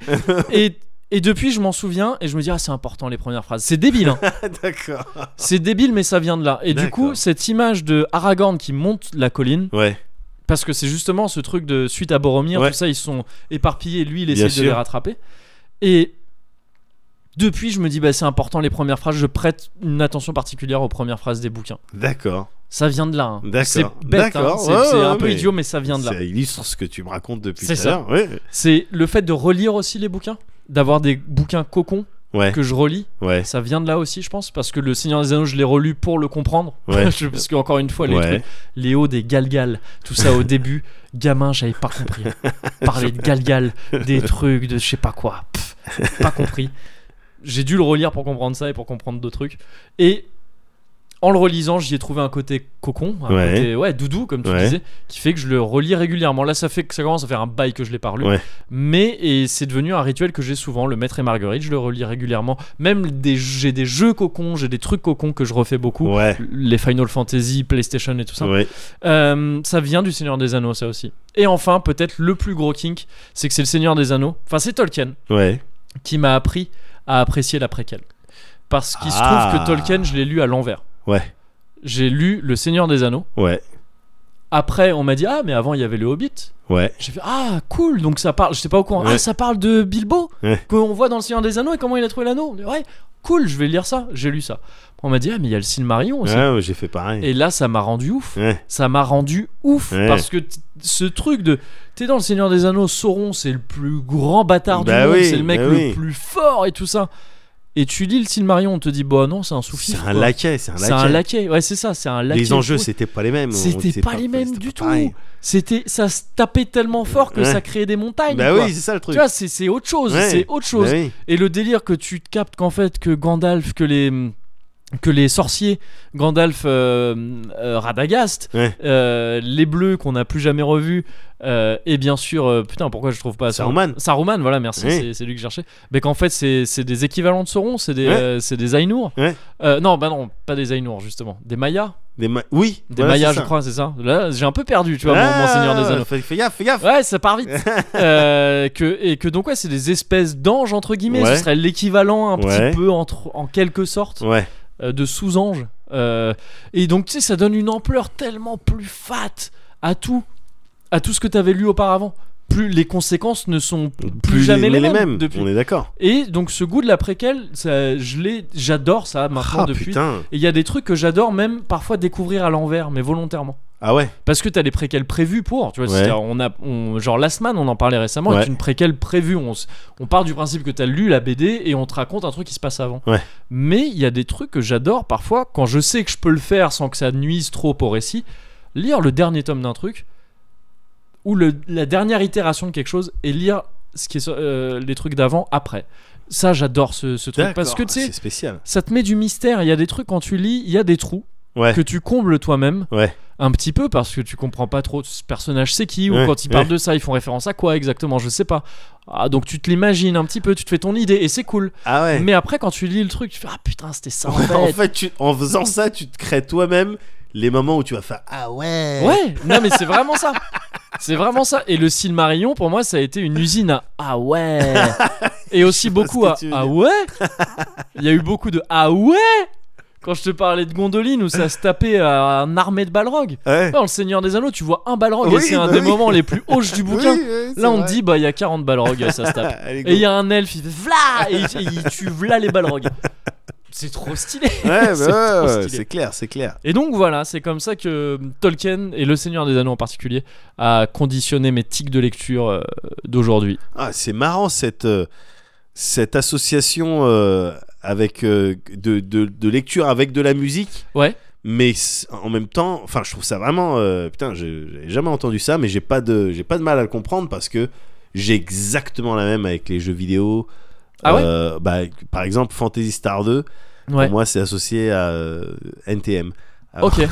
S1: et, et depuis, je m'en souviens et je me dis, ah, c'est important les premières phrases. C'est débile, hein.
S2: D'accord.
S1: c'est débile, mais ça vient de là. Et du
S2: D'accord.
S1: coup, cette image de Aragorn qui monte la colline,
S2: Ouais.
S1: parce que c'est justement ce truc de suite à Boromir,
S2: Ouais.
S1: tout ça, ils sont éparpillés, lui, il
S2: Bien
S1: essaie
S2: sûr.
S1: de les rattraper. Et depuis, je me dis, bah, c'est important les premières phrases, je prête une attention particulière aux premières phrases des bouquins.
S2: D'accord.
S1: Ça vient de là. hein.
S2: D'accord.
S1: C'est bête, hein.
S2: D'accord,
S1: c'est
S2: ouais,
S1: c'est un
S2: ouais,
S1: peu
S2: mais
S1: idiot, mais ça vient de là.
S2: Ça illustre ce que tu me racontes depuis tout
S1: C'est ça.
S2: à l'heure. Ouais.
S1: C'est le fait de relire aussi les bouquins, d'avoir des bouquins cocons
S2: Ouais.
S1: que je relis.
S2: Ouais.
S1: Ça vient de là aussi, je pense, parce que le Seigneur des Anneaux, je l'ai relu pour le comprendre.
S2: Ouais.
S1: Je- parce qu'encore une fois, les
S2: Ouais.
S1: trucs, Léo des Galgal, tout ça au début, gamin, j'avais pas compris. Parler de Galgal, des trucs, de je sais pas quoi, Pff, pas compris. J'ai dû le relire pour comprendre ça et pour comprendre d'autres trucs. Et en le relisant, j'y ai trouvé un côté cocon, un
S2: Ouais.
S1: côté ouais, doudou, comme tu
S2: Ouais.
S1: disais, qui fait que je le relis régulièrement. Là, ça fait que ça commence à faire un bail que je l'ai pas relu.
S2: Ouais.
S1: Mais et c'est devenu un rituel que j'ai souvent, le Maître et Marguerite, je le relis régulièrement. Même des, j'ai des jeux cocons, j'ai des trucs cocons que je refais beaucoup.
S2: Ouais.
S1: Les Final Fantasy, PlayStation et tout ça.
S2: Ouais.
S1: Euh, ça vient du Seigneur des Anneaux, ça aussi. Et enfin, peut-être le plus gros kink, c'est que c'est le Seigneur des Anneaux. Enfin, c'est Tolkien
S2: Ouais.
S1: qui m'a appris à apprécier la préquelle. Parce qu'il
S2: Ah.
S1: se trouve que Tolkien, je l'ai lu à l'envers.
S2: Ouais.
S1: J'ai lu Le Seigneur des Anneaux.
S2: Ouais.
S1: Après, on m'a dit Ah, mais avant, il y avait le Hobbit.
S2: Ouais.
S1: J'ai fait Ah, cool, donc ça parle. J'étais pas au courant.
S2: Ouais.
S1: Ah, ça parle de Bilbo,
S2: Ouais.
S1: qu'on voit dans Le Seigneur des Anneaux et comment il a trouvé l'anneau. Ouais, cool, je vais lire ça. J'ai lu ça. On m'a dit Ah, mais il y a le Silmarillion aussi.
S2: Ouais, ouais, j'ai fait pareil.
S1: Et là, ça m'a rendu ouf.
S2: Ouais.
S1: Ça m'a rendu ouf.
S2: Ouais.
S1: Parce que t- ce truc de. T'es dans le Seigneur des Anneaux, Sauron, c'est le plus grand bâtard
S2: Bah
S1: du monde,
S2: oui,
S1: c'est le mec
S2: bah
S1: le
S2: oui.
S1: plus fort et tout ça. Et tu lis le Silmarillion, on te dit, bah non, c'est un souffle.
S2: C'est un laquais, c'est un
S1: C'est
S2: laquais.
S1: un laquais. Ouais, c'est ça, c'est un laquais.
S2: Les enjeux,
S1: Ouais.
S2: c'était pas les mêmes.
S1: C'était
S2: C'est
S1: pas les mêmes
S2: c'était
S1: du
S2: pas pareil.
S1: tout. C'était, ça se tapait tellement fort que
S2: Ouais.
S1: ça créait des montagnes.
S2: Bah
S1: quoi.
S2: oui, c'est ça le
S1: tu
S2: truc.
S1: vois, c'est c'est autre chose.
S2: Ouais.
S1: C'est autre
S2: Bah
S1: chose.
S2: oui.
S1: Et le délire que tu te captes qu'en fait que Gandalf, que les que les sorciers, Gandalf, euh, euh, Radagast,
S2: Ouais.
S1: euh, les bleus qu'on n'a plus jamais revus, euh, et bien sûr, euh, putain, pourquoi je trouve pas son-
S2: Saruman.
S1: Saruman, voilà, merci,
S2: Ouais.
S1: c'est- c'est lui que je cherchais. Mais qu'en fait, c'est c'est des équivalents de Sauron, c'est des
S2: Ouais.
S1: euh, c'est des Ainur.
S2: Ouais.
S1: Euh, non, bah non, pas des Ainur justement, des Mayas,
S2: Des ma- Oui,
S1: des
S2: voilà,
S1: Mayas,
S2: c'est
S1: je
S2: ça.
S1: crois, c'est ça. Là, j'ai un peu perdu, tu vois, mon-
S2: Ah,
S1: mon Seigneur des Anneaux.
S2: Fais, fais gaffe, fais gaffe.
S1: Ouais, ça part vite. Euh, que, et que donc, ouais, c'est des espèces d'anges, entre guillemets.
S2: Ouais.
S1: Ce serait l'équivalent, un
S2: Ouais.
S1: petit peu, entre, en quelque sorte,
S2: Ouais,
S1: euh, de sous-anges. Euh, et donc, tu sais, ça donne une ampleur tellement plus fat à tout, à tout ce que t'avais lu auparavant. Plus les conséquences ne sont plus, jamais les, mêmes. depuis.
S2: On est d'accord.
S1: Et donc, ce goût de la préquelle, ça, je l'ai, j'adore ça maintenant
S2: Ah
S1: depuis.
S2: putain.
S1: Et il y a des trucs que j'adore même parfois découvrir à l'envers, mais volontairement
S2: Ah ouais.
S1: parce que t'as les préquels prévus pour tu vois
S2: Ouais.
S1: c'est-à-dire, on a on- genre Last Man on en parlait récemment
S2: Ouais.
S1: est une préquelle prévue on, s- on part du principe que t'as lu la BD et on te raconte un truc qui se passe avant
S2: Ouais.
S1: mais il y a des trucs que j'adore parfois quand je sais que je peux le faire sans que ça nuise trop au récit lire le dernier tome d'un truc ou le- la dernière itération de quelque chose et lire ce qui est, sur- euh, les trucs d'avant après ça j'adore ce, ce truc
S2: D'accord.
S1: parce que tu sais
S2: C'est spécial.
S1: ça te met du mystère. Il y a des trucs quand tu lis, il y a des trous
S2: Ouais.
S1: que tu combles toi-même.
S2: Ouais.
S1: Un petit peu parce que tu comprends pas trop ce personnage c'est qui ou
S2: Ouais,
S1: quand ils
S2: ouais.
S1: parlent de ça ils font référence à quoi exactement je sais pas ah, donc tu te l'imagines un petit peu tu te fais ton idée et c'est cool
S2: Ah ouais.
S1: mais après quand tu lis le truc tu fais ah putain c'était ça en
S2: Ouais, en
S1: fait.
S2: fait, tu- en faisant ça, tu te crées toi-même les moments où tu vas faire ah ouais.
S1: ouais non mais c'est vraiment ça c'est vraiment ça et le Silmarillion pour moi ça a été une usine à ah ouais et aussi
S2: sais pas ce
S1: beaucoup
S2: que
S1: à
S2: tu veux
S1: ah
S2: dire.
S1: ouais il y a eu beaucoup de ah ouais quand je te parlais de Gondoline où ça se tapait à un armée de balrogs
S2: Ouais.
S1: Dans le Seigneur des Anneaux, tu vois un Balrog et
S2: Oui,
S1: c'est un
S2: bah
S1: des
S2: oui.
S1: moments les plus hauches du bouquin.
S2: Oui, ouais, c'est
S1: Là, on
S2: vrai. Ah,
S1: te dit, bah, il y a 40 Balrogs, ça se tape.
S2: Allez, go.
S1: Et il y a un elfe, il fait v'là Et il- il tue v'là les Balrogs. C'est trop stylé!
S2: Ouais,
S1: c'est
S2: bah
S1: trop
S2: ouais,
S1: stylé.
S2: c'est clair, c'est clair.
S1: Et donc voilà, c'est comme ça que Tolkien et le Seigneur des Anneaux en particulier a conditionné mes tics de lecture euh, d'aujourd'hui.
S2: Ah, c'est marrant cette, euh, cette association euh, avec, euh, de, de- de lecture avec de la musique.
S1: Ouais.
S2: Mais c- en même temps, enfin, je trouve ça vraiment. euh, putain, je- j'avais jamais entendu ça, mais j'ai pas, de, j'ai pas de mal à le comprendre parce que j'ai exactement la même avec les jeux vidéo.
S1: Ah ouais
S2: Euh, bah, Par exemple, Fantasy Star 2,
S1: Ouais.
S2: pour moi, c'est associé à euh, NTM. Alors,
S1: Ok.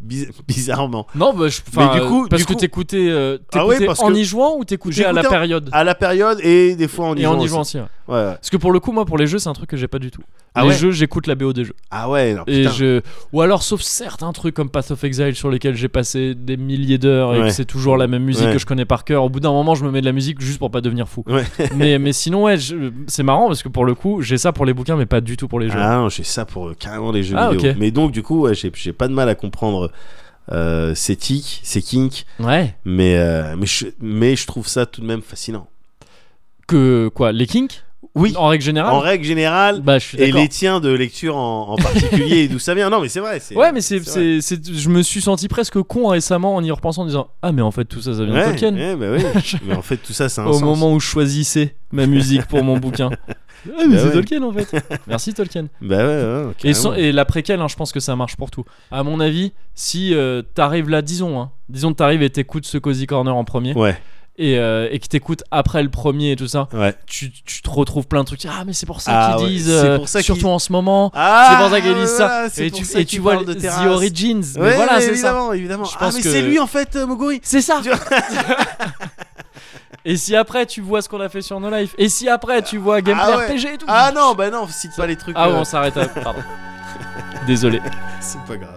S2: biz- bizarrement.
S1: Non, bah, je, enfin,
S2: Mais du
S1: euh,
S2: coup-
S1: parce
S2: du
S1: que
S2: coup-
S1: t'écoutais, euh,
S2: Ah ouais,
S1: t'écoutais
S2: parce
S1: en
S2: que
S1: y jouant ou t'écoutais à la
S2: j'écoutais en-
S1: période?
S2: À la période et des fois en y
S1: et
S2: jouant
S1: en y jouant
S2: aussi.
S1: aussi. ouais.
S2: Ouais, ouais.
S1: Parce que pour le coup, moi, pour les jeux, c'est un truc que j'ai pas du tout.
S2: Ah
S1: les
S2: ouais
S1: jeux, j'écoute la BO des E jeux.
S2: Ah ouais, non,
S1: Et
S2: putain.
S1: je... Ou alors, sauf certains trucs comme Path of Exile sur lesquels j'ai passé des milliers d'heures et
S2: Ouais.
S1: que c'est toujours la même musique
S2: Ouais.
S1: que je connais par cœur. Au bout d'un moment, je me mets de la musique juste pour pas devenir fou.
S2: Ouais.
S1: mais, mais sinon, ouais, je- c'est marrant parce que pour le coup, j'ai ça pour les bouquins, mais pas du tout pour les jeux.
S2: Ah non, j'ai ça pour euh, carrément les jeux
S1: Ah,
S2: vidéo.
S1: ok.
S2: Mais donc, du coup, ouais, j'ai j'ai pas de mal à comprendre euh, ces tics, ces kinks,
S1: Ouais.
S2: mais, euh, mais, je, mais je trouve ça tout de même fascinant.
S1: Que quoi Les kinks
S2: Oui,
S1: En règle générale
S2: en règle générale,
S1: Bah, je suis
S2: et
S1: d'accord.
S2: les tiens de lecture en, en particulier, et d'où ça vient. Non, mais c'est vrai. c'est-
S1: Ouais, mais c'est,
S2: vrai.
S1: c'est, c'est- je me suis senti presque con récemment en y repensant en disant Ah, mais en fait, tout ça, ça vient de
S2: Ouais,
S1: Tolkien.
S2: ouais, bah oui. mais en fait, tout ça, c'est un
S1: Au
S2: sens.
S1: moment où je choisissais ma musique pour mon bouquin. Ah, mais
S2: Bah
S1: c'est
S2: ouais.
S1: Tolkien en fait. Merci Tolkien.
S2: Bah ouais, ouais, ouais,
S1: Et, sans-
S2: carrément.
S1: et la préquelle, hein, je pense que ça marche pour tout. À mon avis, si euh, t'arrives là, disons, hein, disons que t'arrives et t'écoutes ce Cozy Corner en premier,
S2: Ouais,
S1: et, euh, et qui t'écoutent après le premier et tout ça,
S2: Ouais.
S1: tu, tu te retrouves plein de trucs. Ah, mais c'est pour ça
S2: Ah
S1: qu'ils
S2: ouais,
S1: disent,
S2: c'est
S1: euh,
S2: pour ça qu'ils-
S1: surtout en ce moment.
S2: Ah,
S1: c'est pour ça qu'ils disent ça.
S2: voilà, c'est
S1: Et
S2: pour
S1: tu,
S2: ça
S1: et
S2: qu'ils
S1: tu vois
S2: parlent de
S1: The
S2: terrasse.
S1: Origins. Mais
S2: Ouais,
S1: voilà,
S2: mais
S1: c'est ça.
S2: évidemment, évidemment.
S1: Je
S2: ah,
S1: pense
S2: mais
S1: que-
S2: c'est lui en fait, euh, Moguri.
S1: C'est ça.
S2: Tu
S1: et si après tu vois ce qu'on a fait sur No Life, et si après tu vois Gameplay
S2: ouais.
S1: RPG et tout.
S2: Ah non, bah non, cite pas les trucs.
S1: Ah
S2: euh,
S1: ouais, on s'arrête. à- Pardon. Désolé.
S2: c'est pas grave.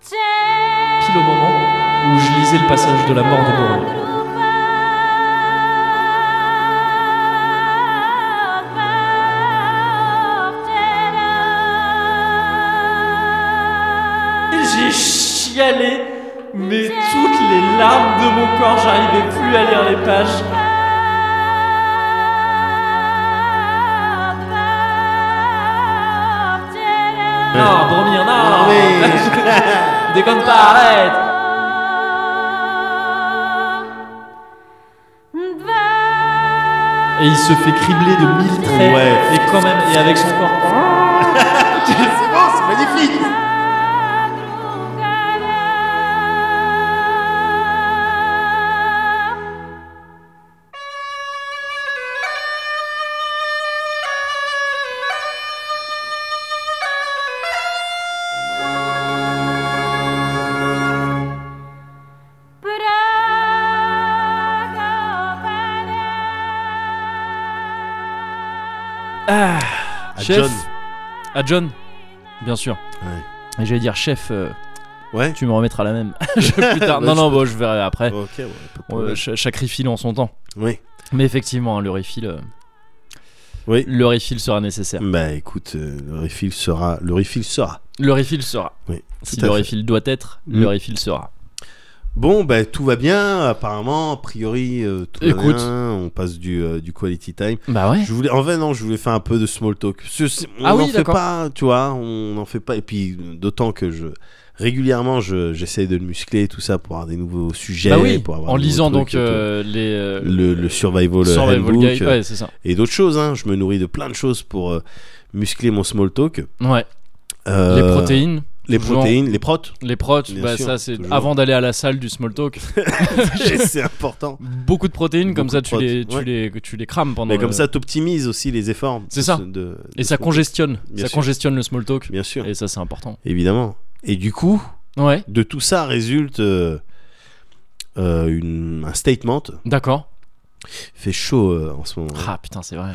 S1: Pile au moment où je lisais le passage de la mort de Boromir. J'ai chialé, mais toutes les larmes de mon corps, j'arrivais plus à lire les pages. Non, Boromir, non Déconne hein. pas, arrête Et il se fait cribler de mille traits.
S2: Ouais.
S1: Et quand même, et avec son corps.
S2: C'est bon, c'est magnifique. Ah,
S1: Chef.
S2: John.
S1: À Ah, John Bien sûr. Et j'allais dire, chef, euh,
S2: Ouais.
S1: tu me remettras la même. Je- plus tard.
S2: Bah,
S1: non,
S2: je
S1: non,
S2: peux-
S1: bon, je verrai après.
S2: Ok, ouais. pas de
S1: Euh,
S2: problème.
S1: ch- chaque refill en son temps.
S2: Oui.
S1: Mais effectivement, hein, le refill. euh,
S2: Oui.
S1: Le refill sera nécessaire.
S2: Bah écoute, euh, le refill sera, le refill sera.
S1: Le refill sera.
S2: Oui.
S1: Si
S2: tout à
S1: le
S2: fait.
S1: refill doit être,
S2: Mm.
S1: le refill sera.
S2: Bon, bah tout va bien. Apparemment, a priori, euh, tout
S1: Écoute.
S2: va bien. On passe du, euh, du quality time.
S1: Bah ouais.
S2: Je voulais, en fait, non, je voulais faire un peu de small talk. Parce que c'est- on
S1: Ah oui,
S2: n'en fait
S1: d'accord.
S2: pas, tu vois, on n'en fait pas. Et puis, d'autant que je régulièrement, je- j'essaye de le muscler et tout ça pour avoir des nouveaux sujets.
S1: Bah oui.
S2: pour avoir
S1: En
S2: des nouveaux
S1: lisant
S2: trucs
S1: donc
S2: et tout.
S1: euh, les. euh,
S2: le, le survival, euh,
S1: Survival
S2: handbook,
S1: Guide.
S2: euh,
S1: Ouais, c'est ça.
S2: et d'autres choses. hein. Je me nourris de plein de choses pour euh, muscler mon small talk.
S1: Ouais.
S2: Euh,
S1: Les protéines.
S2: les
S1: toujours.
S2: protéines, les protes.
S1: Les protes,
S2: Bien
S1: bah
S2: sûr,
S1: ça c'est
S2: toujours.
S1: avant d'aller à la salle du small talk.
S2: c'est important.
S1: Beaucoup de protéines, comme
S2: Beaucoup
S1: ça
S2: de
S1: tu les, tu
S2: protes,
S1: les, tu les crames pendant.
S2: Mais comme
S1: le-
S2: ça, t'optimises aussi les efforts.
S1: C'est ça.
S2: de- de-
S1: Et ça
S2: de-
S1: congestionne.
S2: Bien
S1: Ça
S2: sûr.
S1: congestionne le small talk.
S2: Bien sûr,
S1: Et ça c'est important.
S2: évidemment. Et du coup,
S1: Ouais.
S2: de tout ça résulte euh, euh, une- un statement.
S1: D'accord.
S2: Fait chaud euh, en ce moment.
S1: Ah putain, c'est vrai.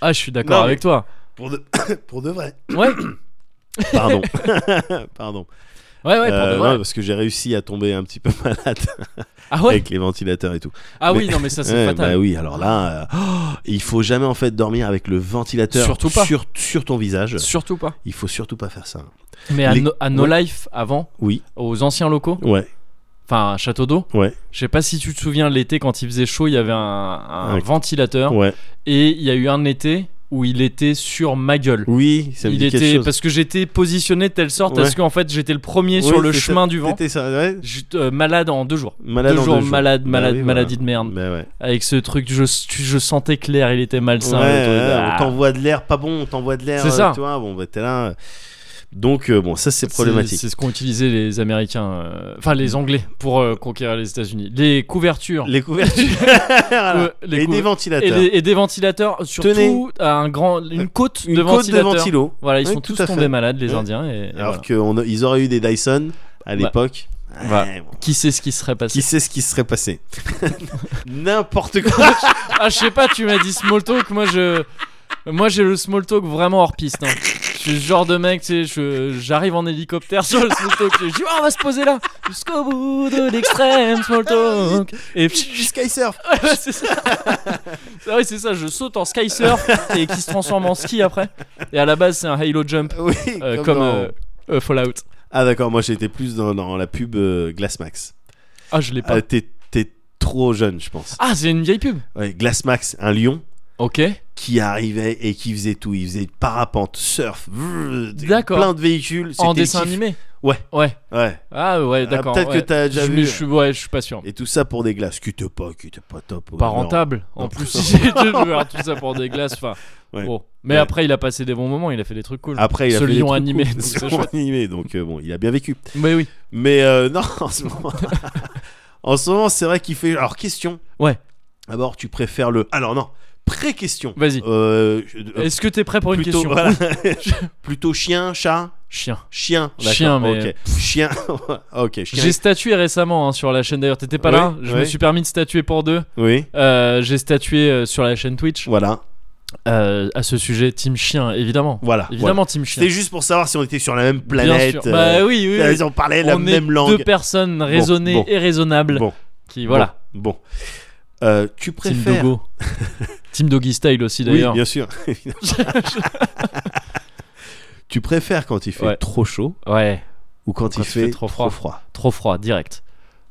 S1: ah, je suis d'accord
S2: Non,
S1: avec toi.
S2: Pour, de... pour de vrai.
S1: Ouais,
S2: Pardon. Pardon.
S1: ouais, ouais, pour
S2: Euh,
S1: de vrai.
S2: non, parce que j'ai réussi à tomber un petit peu malade
S1: Ah ouais.
S2: avec les ventilateurs et tout.
S1: ah oui,
S2: mais-
S1: non mais ça c'est
S2: Ouais,
S1: fatal.
S2: Bah oui, alors là, euh, oh, il faut jamais en fait dormir avec le ventilateur
S1: Surtout pas.
S2: Sur, sur ton visage.
S1: Surtout pas.
S2: Il faut surtout pas faire ça.
S1: Mais à,
S2: Les-
S1: No, à No Life avant,
S2: Oui,
S1: aux anciens locaux,
S2: ouais,
S1: enfin à Château d'eau,
S2: ouais,
S1: je sais pas si tu te souviens l'été quand il faisait chaud, il y avait un, un
S2: Ouais.
S1: ventilateur
S2: ouais.
S1: et il y a eu un été où il était sur ma gueule.
S2: Oui, ça me
S1: il
S2: dit quelque
S1: était
S2: chose.
S1: parce que j'étais positionné de telle sorte
S2: Ouais.
S1: à ce qu'en fait j'étais le premier
S2: Oui,
S1: sur le
S2: c'est
S1: chemin du vent.
S2: C'était ça, ouais.
S1: J'étais, euh, malade en deux jours.
S2: Malade
S1: deux
S2: en
S1: jours,
S2: deux jours.
S1: malade,
S2: Bah
S1: malade,
S2: oui, voilà.
S1: maladie de merde.
S2: Bah ouais.
S1: avec ce truc je, tu- je sentais clair il était malsain le
S2: Ouais,
S1: truc.
S2: ouais,
S1: Ah.
S2: on t'envoie de l'air pas bon, on t'envoie de l'air.
S1: C'est
S2: euh,
S1: ça.
S2: Tu vois, bon, bah t'es là. Donc, euh, bon, ça c'est problématique.
S1: c'est ce qu'ont utilisé les américains euh, enfin les anglais pour euh, conquérir les états unis les couvertures
S2: Les couvertures voilà.
S1: Ouais, les
S2: et des
S1: couver-
S2: ventilateurs.
S1: et, les- et des ventilateurs surtout
S2: Tenez.
S1: à un grand une côte
S2: Une
S1: de
S2: côte de
S1: ventilateurs
S2: ventilo.
S1: voilà ils
S2: Oui,
S1: sont
S2: tout
S1: tous
S2: à fait.
S1: tombés malades les
S2: Ouais.
S1: indiens et, et
S2: Alors
S1: voilà.
S2: qu'ils auraient eu des Dyson à l'époque.
S1: Bah.
S2: Ouais, bon.
S1: qui sait ce qui serait passé
S2: Qui sait ce qui se serait passé N'importe quoi.
S1: ah je sais pas tu m'as dit small talk moi je moi j'ai le small talk vraiment hors piste hein. je suis ce genre de mec tu sais je- j'arrive en hélicoptère sur le small talk je dis Ah, on va se poser là jusqu'au bout de l'extrême small talk et pfff,
S2: Jusqu'à Surf.
S1: ouais, c'est ça Ah oui c'est ça je saute en sky surf et qui se transforme en ski après et à la base c'est un halo jump
S2: Oui,
S1: euh,
S2: comme,
S1: comme
S2: dans-
S1: euh, euh, Fallout
S2: Ah d'accord, moi j'étais plus dans, dans la pub euh, Glassmax.
S1: ah je l'ai pas
S2: Euh, Ah, T'es t'es trop jeune, je pense.
S1: ah c'est une vieille pub
S2: Ouais, Glassmax, un lion.
S1: Ok.
S2: qui arrivait et qui faisait tout. Il faisait parapente, surf, vrrr,
S1: D'accord.
S2: plein de véhicules.
S1: En
S2: C'était
S1: dessin
S2: kiff.
S1: animé
S2: Ouais.
S1: Ouais.
S2: Ouais.
S1: Ah ouais,
S2: Ah,
S1: d'accord.
S2: peut-être que
S1: ouais.
S2: t'as
S1: Je-
S2: déjà vu.
S1: mais Je suis, ouais, je suis pas sûr.
S2: Et tout ça pour des glaces. Qui était pas, qui était pas top.
S1: Pas
S2: Non.
S1: rentable. En
S2: Non.
S1: plus, j'ai dû voir tout ça pour des glaces. Enfin,
S2: Ouais.
S1: bon. Mais
S2: Ouais. Ah.
S1: après, il a passé des bons moments. Il a fait des trucs cool.
S2: Après, il a
S1: Ce
S2: fait des
S1: lion
S2: trucs
S1: animé,
S2: cool.
S1: donc
S2: Ce
S1: c'est
S2: lion
S1: chouette.
S2: animé. Donc euh, bon, il a bien vécu.
S1: Mais oui.
S2: Mais euh, non, en ce moment, en ce moment, c'est vrai qu'il fait. Alors question.
S1: Ouais.
S2: D'abord, tu préfères le. Alors non. Pré-question.
S1: Vas-y.
S2: Euh, je- euh,
S1: Est-ce que t'es prêt pour une
S2: plutôt,
S1: question
S2: voilà.
S1: Oui.
S2: plutôt chien, chat,
S1: Chien.
S2: chien. D'accord,
S1: Chien, mais-
S2: ok. Chien. ok. Chien.
S1: J'ai statué récemment hein, sur la chaîne. D'ailleurs, t'étais pas
S2: Oui,
S1: là. hein. Je me
S2: oui.
S1: suis permis de statuer pour deux.
S2: Oui.
S1: Euh, j'ai statué euh, sur la chaîne Twitch
S2: Voilà.
S1: euh, à ce sujet. Team Chien, évidemment.
S2: Voilà.
S1: Évidemment, Team Chien.
S2: C'était juste pour savoir si on était sur la même
S1: Bien
S2: planète.
S1: sûr.
S2: euh,
S1: Bah oui, oui. oui.
S2: Ils ont parlé la
S1: On est
S2: même langue.
S1: deux personnes raisonnées
S2: bon.
S1: et raisonnables
S2: Bon.
S1: qui voilà.
S2: Bon. bon. Euh, tu
S1: Team
S2: préfères.
S1: Dogo. Team Doggy Style aussi
S2: oui,
S1: d'ailleurs.
S2: bien sûr. évidemment. tu préfères quand il fait
S1: Ouais.
S2: trop chaud
S1: ouais,
S2: ou quand, il fait, trop froid,
S1: trop froid direct.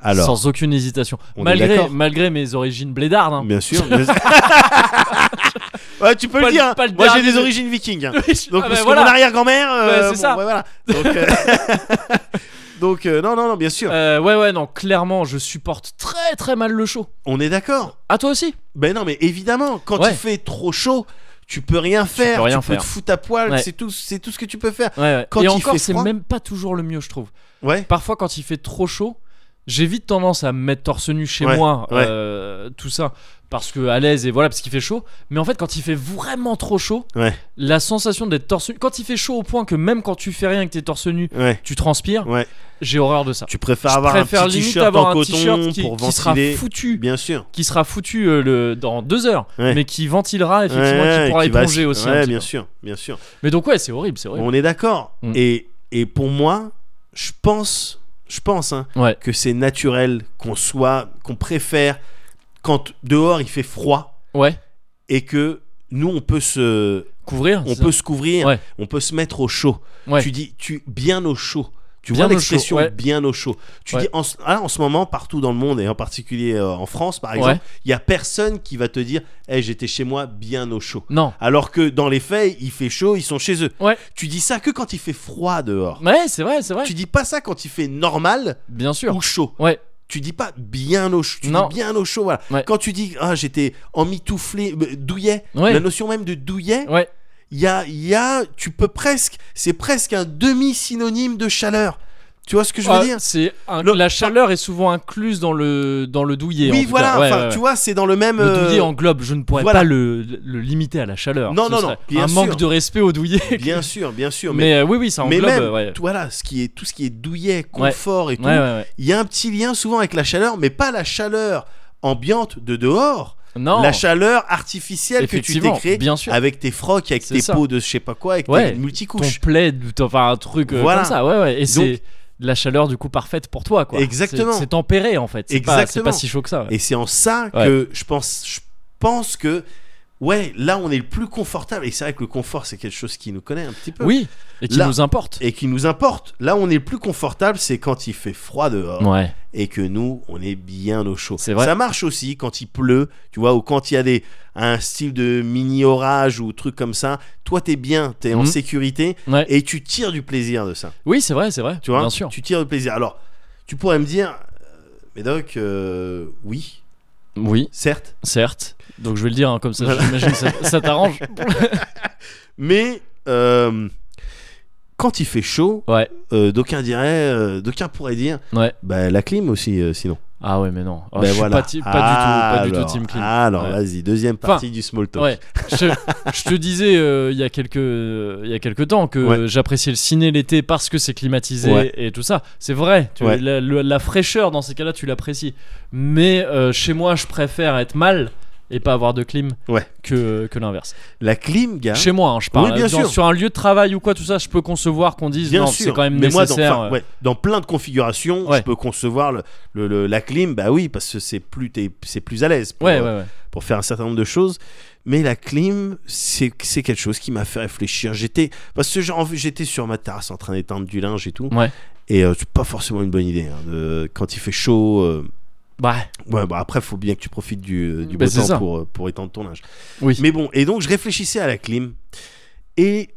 S2: Alors,
S1: sans aucune hésitation.
S2: on est
S1: malgré
S2: d'accord
S1: malgré mes origines blédardes. hein.
S2: bien sûr. bien sûr. ouais, tu
S1: Pas
S2: peux le
S1: le-
S2: dire. hein.
S1: pas le
S2: Moi, j'ai
S1: dernier
S2: des
S1: de-
S2: origines vikings. hein. Donc,
S1: Ah, bah,
S2: parce que
S1: voilà.
S2: mon arrière-grand-mère. euh,
S1: Ouais, c'est
S2: bon,
S1: ça.
S2: ouais, voilà. Donc, euh, Donc, euh, non, non, non, bien sûr.
S1: Euh, ouais ouais non, clairement, je supporte très très mal le chaud.
S2: On est d'accord.
S1: À toi aussi
S2: Ben non, mais évidemment, quand
S1: Ouais.
S2: il fait trop chaud, tu peux rien faire, tu peux,
S1: rien faire.
S2: te foutre à poil,
S1: Ouais.
S2: c'est tout, c'est tout ce que tu peux faire.
S1: Ouais, ouais.
S2: Quand
S1: Et
S2: il
S1: encore,
S2: fait
S1: c'est
S2: froid-
S1: même pas toujours le mieux, je trouve.
S2: Ouais.
S1: Parfois, quand il fait trop chaud, j'ai vite tendance à me mettre torse nu chez
S2: Ouais,
S1: moi,
S2: ouais.
S1: euh, tout ça, parce que à l'aise et voilà, parce qu'il fait chaud. Mais en fait, quand il fait vraiment trop chaud,
S2: Ouais.
S1: la sensation d'être torse nu, quand il fait chaud au point que même quand tu fais rien et que t'es torse nu,
S2: Ouais.
S1: tu transpires,
S2: Ouais.
S1: j'ai horreur de ça.
S2: Tu préfères
S1: Je
S2: avoir un
S1: préfère
S2: petit
S1: limite
S2: t-shirt
S1: avoir
S2: en
S1: un
S2: coton
S1: t-shirt qui,
S2: pour
S1: qui sera
S2: ventiler.
S1: foutu,
S2: Bien sûr.
S1: qui sera foutu euh, le, dans deux heures,
S2: Ouais.
S1: mais qui ventilera effectivement,
S2: Ouais,
S1: qui pourra
S2: qui va-
S1: éponger aussi. un
S2: Ouais,
S1: petit
S2: bien
S1: peu.
S2: sûr, bien sûr.
S1: Mais donc ouais, c'est horrible, c'est horrible.
S2: On est d'accord.
S1: Mm.
S2: Et et pour moi, je pense, je pense hein,
S1: Ouais.
S2: que c'est naturel qu'on soit, qu'on préfère quand dehors il fait froid
S1: Ouais,
S2: et que nous on peut se,
S1: couvrir.
S2: on
S1: Ah, c'est
S2: peut se couvrir,
S1: Ouais.
S2: on peut se mettre au chaud.
S1: Ouais.
S2: Tu dis tu bien au chaud. Tu
S1: Bien
S2: vois
S1: au
S2: l'expression
S1: chaud, ouais.
S2: bien au chaud. Tu
S1: Ouais.
S2: dis en, ce- ah, en ce moment partout dans le monde et en particulier euh, en France par
S1: ça.
S2: exemple,
S1: Ouais.
S2: il y a personne qui va te dire "Eh, j'étais chez moi bien au chaud."
S1: Non.
S2: Alors que dans les faits, il fait chaud, ils sont chez eux.
S1: Ouais.
S2: Tu dis ça que quand il fait froid dehors.
S1: Ouais, c'est vrai, c'est vrai.
S2: Tu dis pas ça quand il fait normal
S1: Bien sûr.
S2: ou chaud.
S1: Ouais.
S2: Tu dis pas bien au chaud. Tu
S1: Non.
S2: dis bien au chaud. Voilà.
S1: Ouais.
S2: Quand tu dis ah j'étais emmitouflé, euh, douillet.
S1: Ouais.
S2: La notion même de douillet,
S1: Ouais.
S2: il y a, il y a, tu peux presque, c'est presque un demi synonyme de chaleur. Tu vois ce que je veux
S1: Ah,
S2: dire
S1: c'est un-
S2: Le-
S1: la chaleur est souvent incluse dans le dans le douillet. en
S2: Oui,
S1: tout
S2: voilà.
S1: cas. Ouais,
S2: enfin,
S1: ouais,
S2: tu
S1: ouais.
S2: vois, c'est dans le même.
S1: Le douillet
S2: euh,
S1: englobe. Je ne pourrais
S2: voilà.
S1: pas le, le limiter à la chaleur.
S2: Non,
S1: Ce
S2: non, non,
S1: serait
S2: bien
S1: un
S2: sûr.
S1: manque de respect au douillet.
S2: Bien sûr, bien sûr.
S1: mais
S2: Mais,
S1: euh, oui, oui, ça
S2: mais
S1: englobe.
S2: même,
S1: euh, ouais.
S2: tout- voilà, ce qui est tout ce qui est douillet, confort et tout.
S1: Ouais, ouais, ouais.
S2: Il y a un petit lien souvent avec la chaleur, mais pas la chaleur ambiante de dehors,
S1: Non.
S2: la chaleur artificielle que tu t'es
S1: Effectivement,
S2: créée
S1: bien sûr.
S2: avec tes frocs, avec
S1: C'est
S2: tes
S1: ça.
S2: peaux de je sais pas quoi, avec
S1: Ouais,
S2: tes
S1: ton
S2: multicouches.
S1: plaid, ou t- enfin un truc euh,
S2: Voilà.
S1: comme ça. Ouais, ouais. Et
S2: Donc-
S1: c'est la chaleur du coup parfaite pour toi, quoi.
S2: Exactement.
S1: C'est- C'est tempéré en fait. C'est pas, c'est
S2: Exactement.
S1: pas si chaud que ça. ouais.
S2: Et c'est en ça
S1: Ouais.
S2: que je pense, je pense que ouais, là on est le plus confortable. Et c'est vrai que le confort c'est quelque chose qui nous connaît un petit peu.
S1: Oui. Et qui
S2: Là-
S1: nous importe.
S2: Et qui nous importe. Là on est le plus confortable, c'est quand il fait froid dehors
S1: Ouais.
S2: et que nous on est bien au chaud.
S1: C'est vrai.
S2: Ça marche aussi quand il pleut, tu vois, ou quand il y a des un style de mini orage ou truc comme ça. Toi t'es bien, t'es en
S1: Mhm.
S2: sécurité
S1: Ouais.
S2: et tu tires du plaisir de ça.
S1: Oui, c'est vrai, c'est vrai.
S2: Tu vois
S1: Bien sûr.
S2: Tu tires du plaisir. Alors tu pourrais me dire, euh, Médoc, euh, oui,
S1: Oui,
S2: certes.
S1: certes. Donc je vais le dire hein, comme ça.
S2: Voilà.
S1: J'imagine que ça, ça t'arrange.
S2: Mais euh, quand il fait chaud,
S1: Ouais.
S2: euh, d'aucuns diraient, euh, d'aucuns pourraient dire,
S1: Ouais.
S2: bah, la clim aussi, euh, sinon.
S1: Ah ouais, mais non. Oh,
S2: Ben
S1: je suis
S2: voilà.
S1: pas, ti- pas du tout, pas du
S2: Alors, ah,
S1: tout team clean.
S2: Alors
S1: Ouais.
S2: vas-y, deuxième partie du small talk.
S1: Ouais, je, je te disais euh, il y a quelques euh, il y a quelques temps que
S2: Ouais.
S1: euh, j'appréciais le ciné l'été parce que c'est climatisé
S2: Ouais.
S1: et tout ça. C'est vrai, tu,
S2: Ouais.
S1: la, le- la fraîcheur dans ces cas-là tu l'apprécies. Mais euh, chez moi je préfère être mal et pas avoir de clim
S2: Ouais.
S1: que, que l'inverse.
S2: La clim, gars.
S1: Chez moi, hein, je parle.
S2: Oui, bien
S1: Dans-
S2: sûr.
S1: sur un lieu de travail ou quoi tout ça, je peux concevoir qu'on dise
S2: Bien
S1: non,
S2: sûr,
S1: c'est quand même
S2: mais moi, dans,
S1: nécessaire.
S2: enfin,
S1: euh,
S2: ouais, dans plein de configurations,
S1: Ouais.
S2: je peux concevoir le, le- le- la clim, bah oui, parce que c'est plus, t'es- c'est plus à l'aise pour,
S1: ouais, ouais,
S2: euh,
S1: ouais.
S2: pour faire un certain nombre de choses. Mais la clim, c'est c'est quelque chose qui m'a fait réfléchir. J'étais parce que j'ai envie- j'étais sur ma terrasse en train d'étendre du linge et tout.
S1: Ouais.
S2: Et euh, c'est pas forcément une bonne idée. hein, de- quand il fait chaud, euh,
S1: Bah,
S2: Ouais, bah après, faut bien que tu profites du, du
S1: Bah,
S2: beau
S1: c'est
S2: temps
S1: ça.
S2: pour, euh, pour étendre ton linge.
S1: Oui.
S2: Mais bon, et donc je réfléchissais à la clim. Et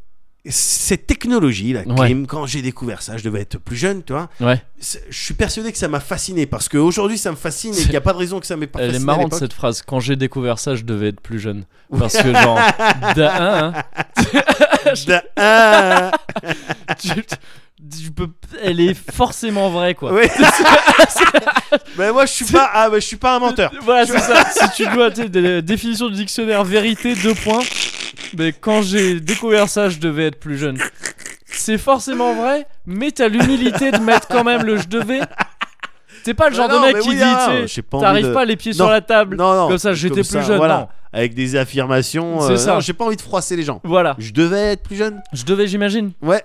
S2: cette technologie, la
S1: Ouais.
S2: clim, quand j'ai découvert ça, je devais être plus jeune, tu vois.
S1: ouais.
S2: c'est- Je suis persuadé que ça m'a fasciné parce qu'aujourd'hui ça me fascine et
S1: C'est-
S2: qu'il n'y a pas de raison que ça m'ait pas
S1: Elle est
S2: fasciné. à
S1: marrante
S2: l'époque.
S1: cette phrase. Quand j'ai découvert ça, je devais être plus jeune. Parce que, genre, d'un, hein,
S2: Da- ah,
S1: tu- tu peux- elle est forcément vraie, quoi.
S2: ouais. mais moi je suis pas, ah, bah, je suis pas un menteur.
S1: Voilà, c'est ça. Si tu dois, tu sais, de- de- définition du dictionnaire vérité, deux points. Mais quand j'ai découvert ça, je devais être plus jeune. C'est forcément vrai, mais t'as l'humilité de mettre quand même le je devais. T'es pas le genre
S2: Ah non,
S1: de mec
S2: mais
S1: qui
S2: oui,
S1: dit,
S2: ah,
S1: tu sais,
S2: j'ai pas envie
S1: t'arrives
S2: de-
S1: pas les pieds
S2: Non,
S1: sur la table.
S2: Non, non.
S1: Comme ça, j'étais
S2: comme
S1: plus jeune,
S2: voilà.
S1: non.
S2: Avec des affirmations.
S1: C'est
S2: euh,
S1: ça.
S2: non, j'ai pas envie de froisser les gens.
S1: Voilà,
S2: Je devais être plus jeune.
S1: je devais, j'imagine.
S2: Ouais.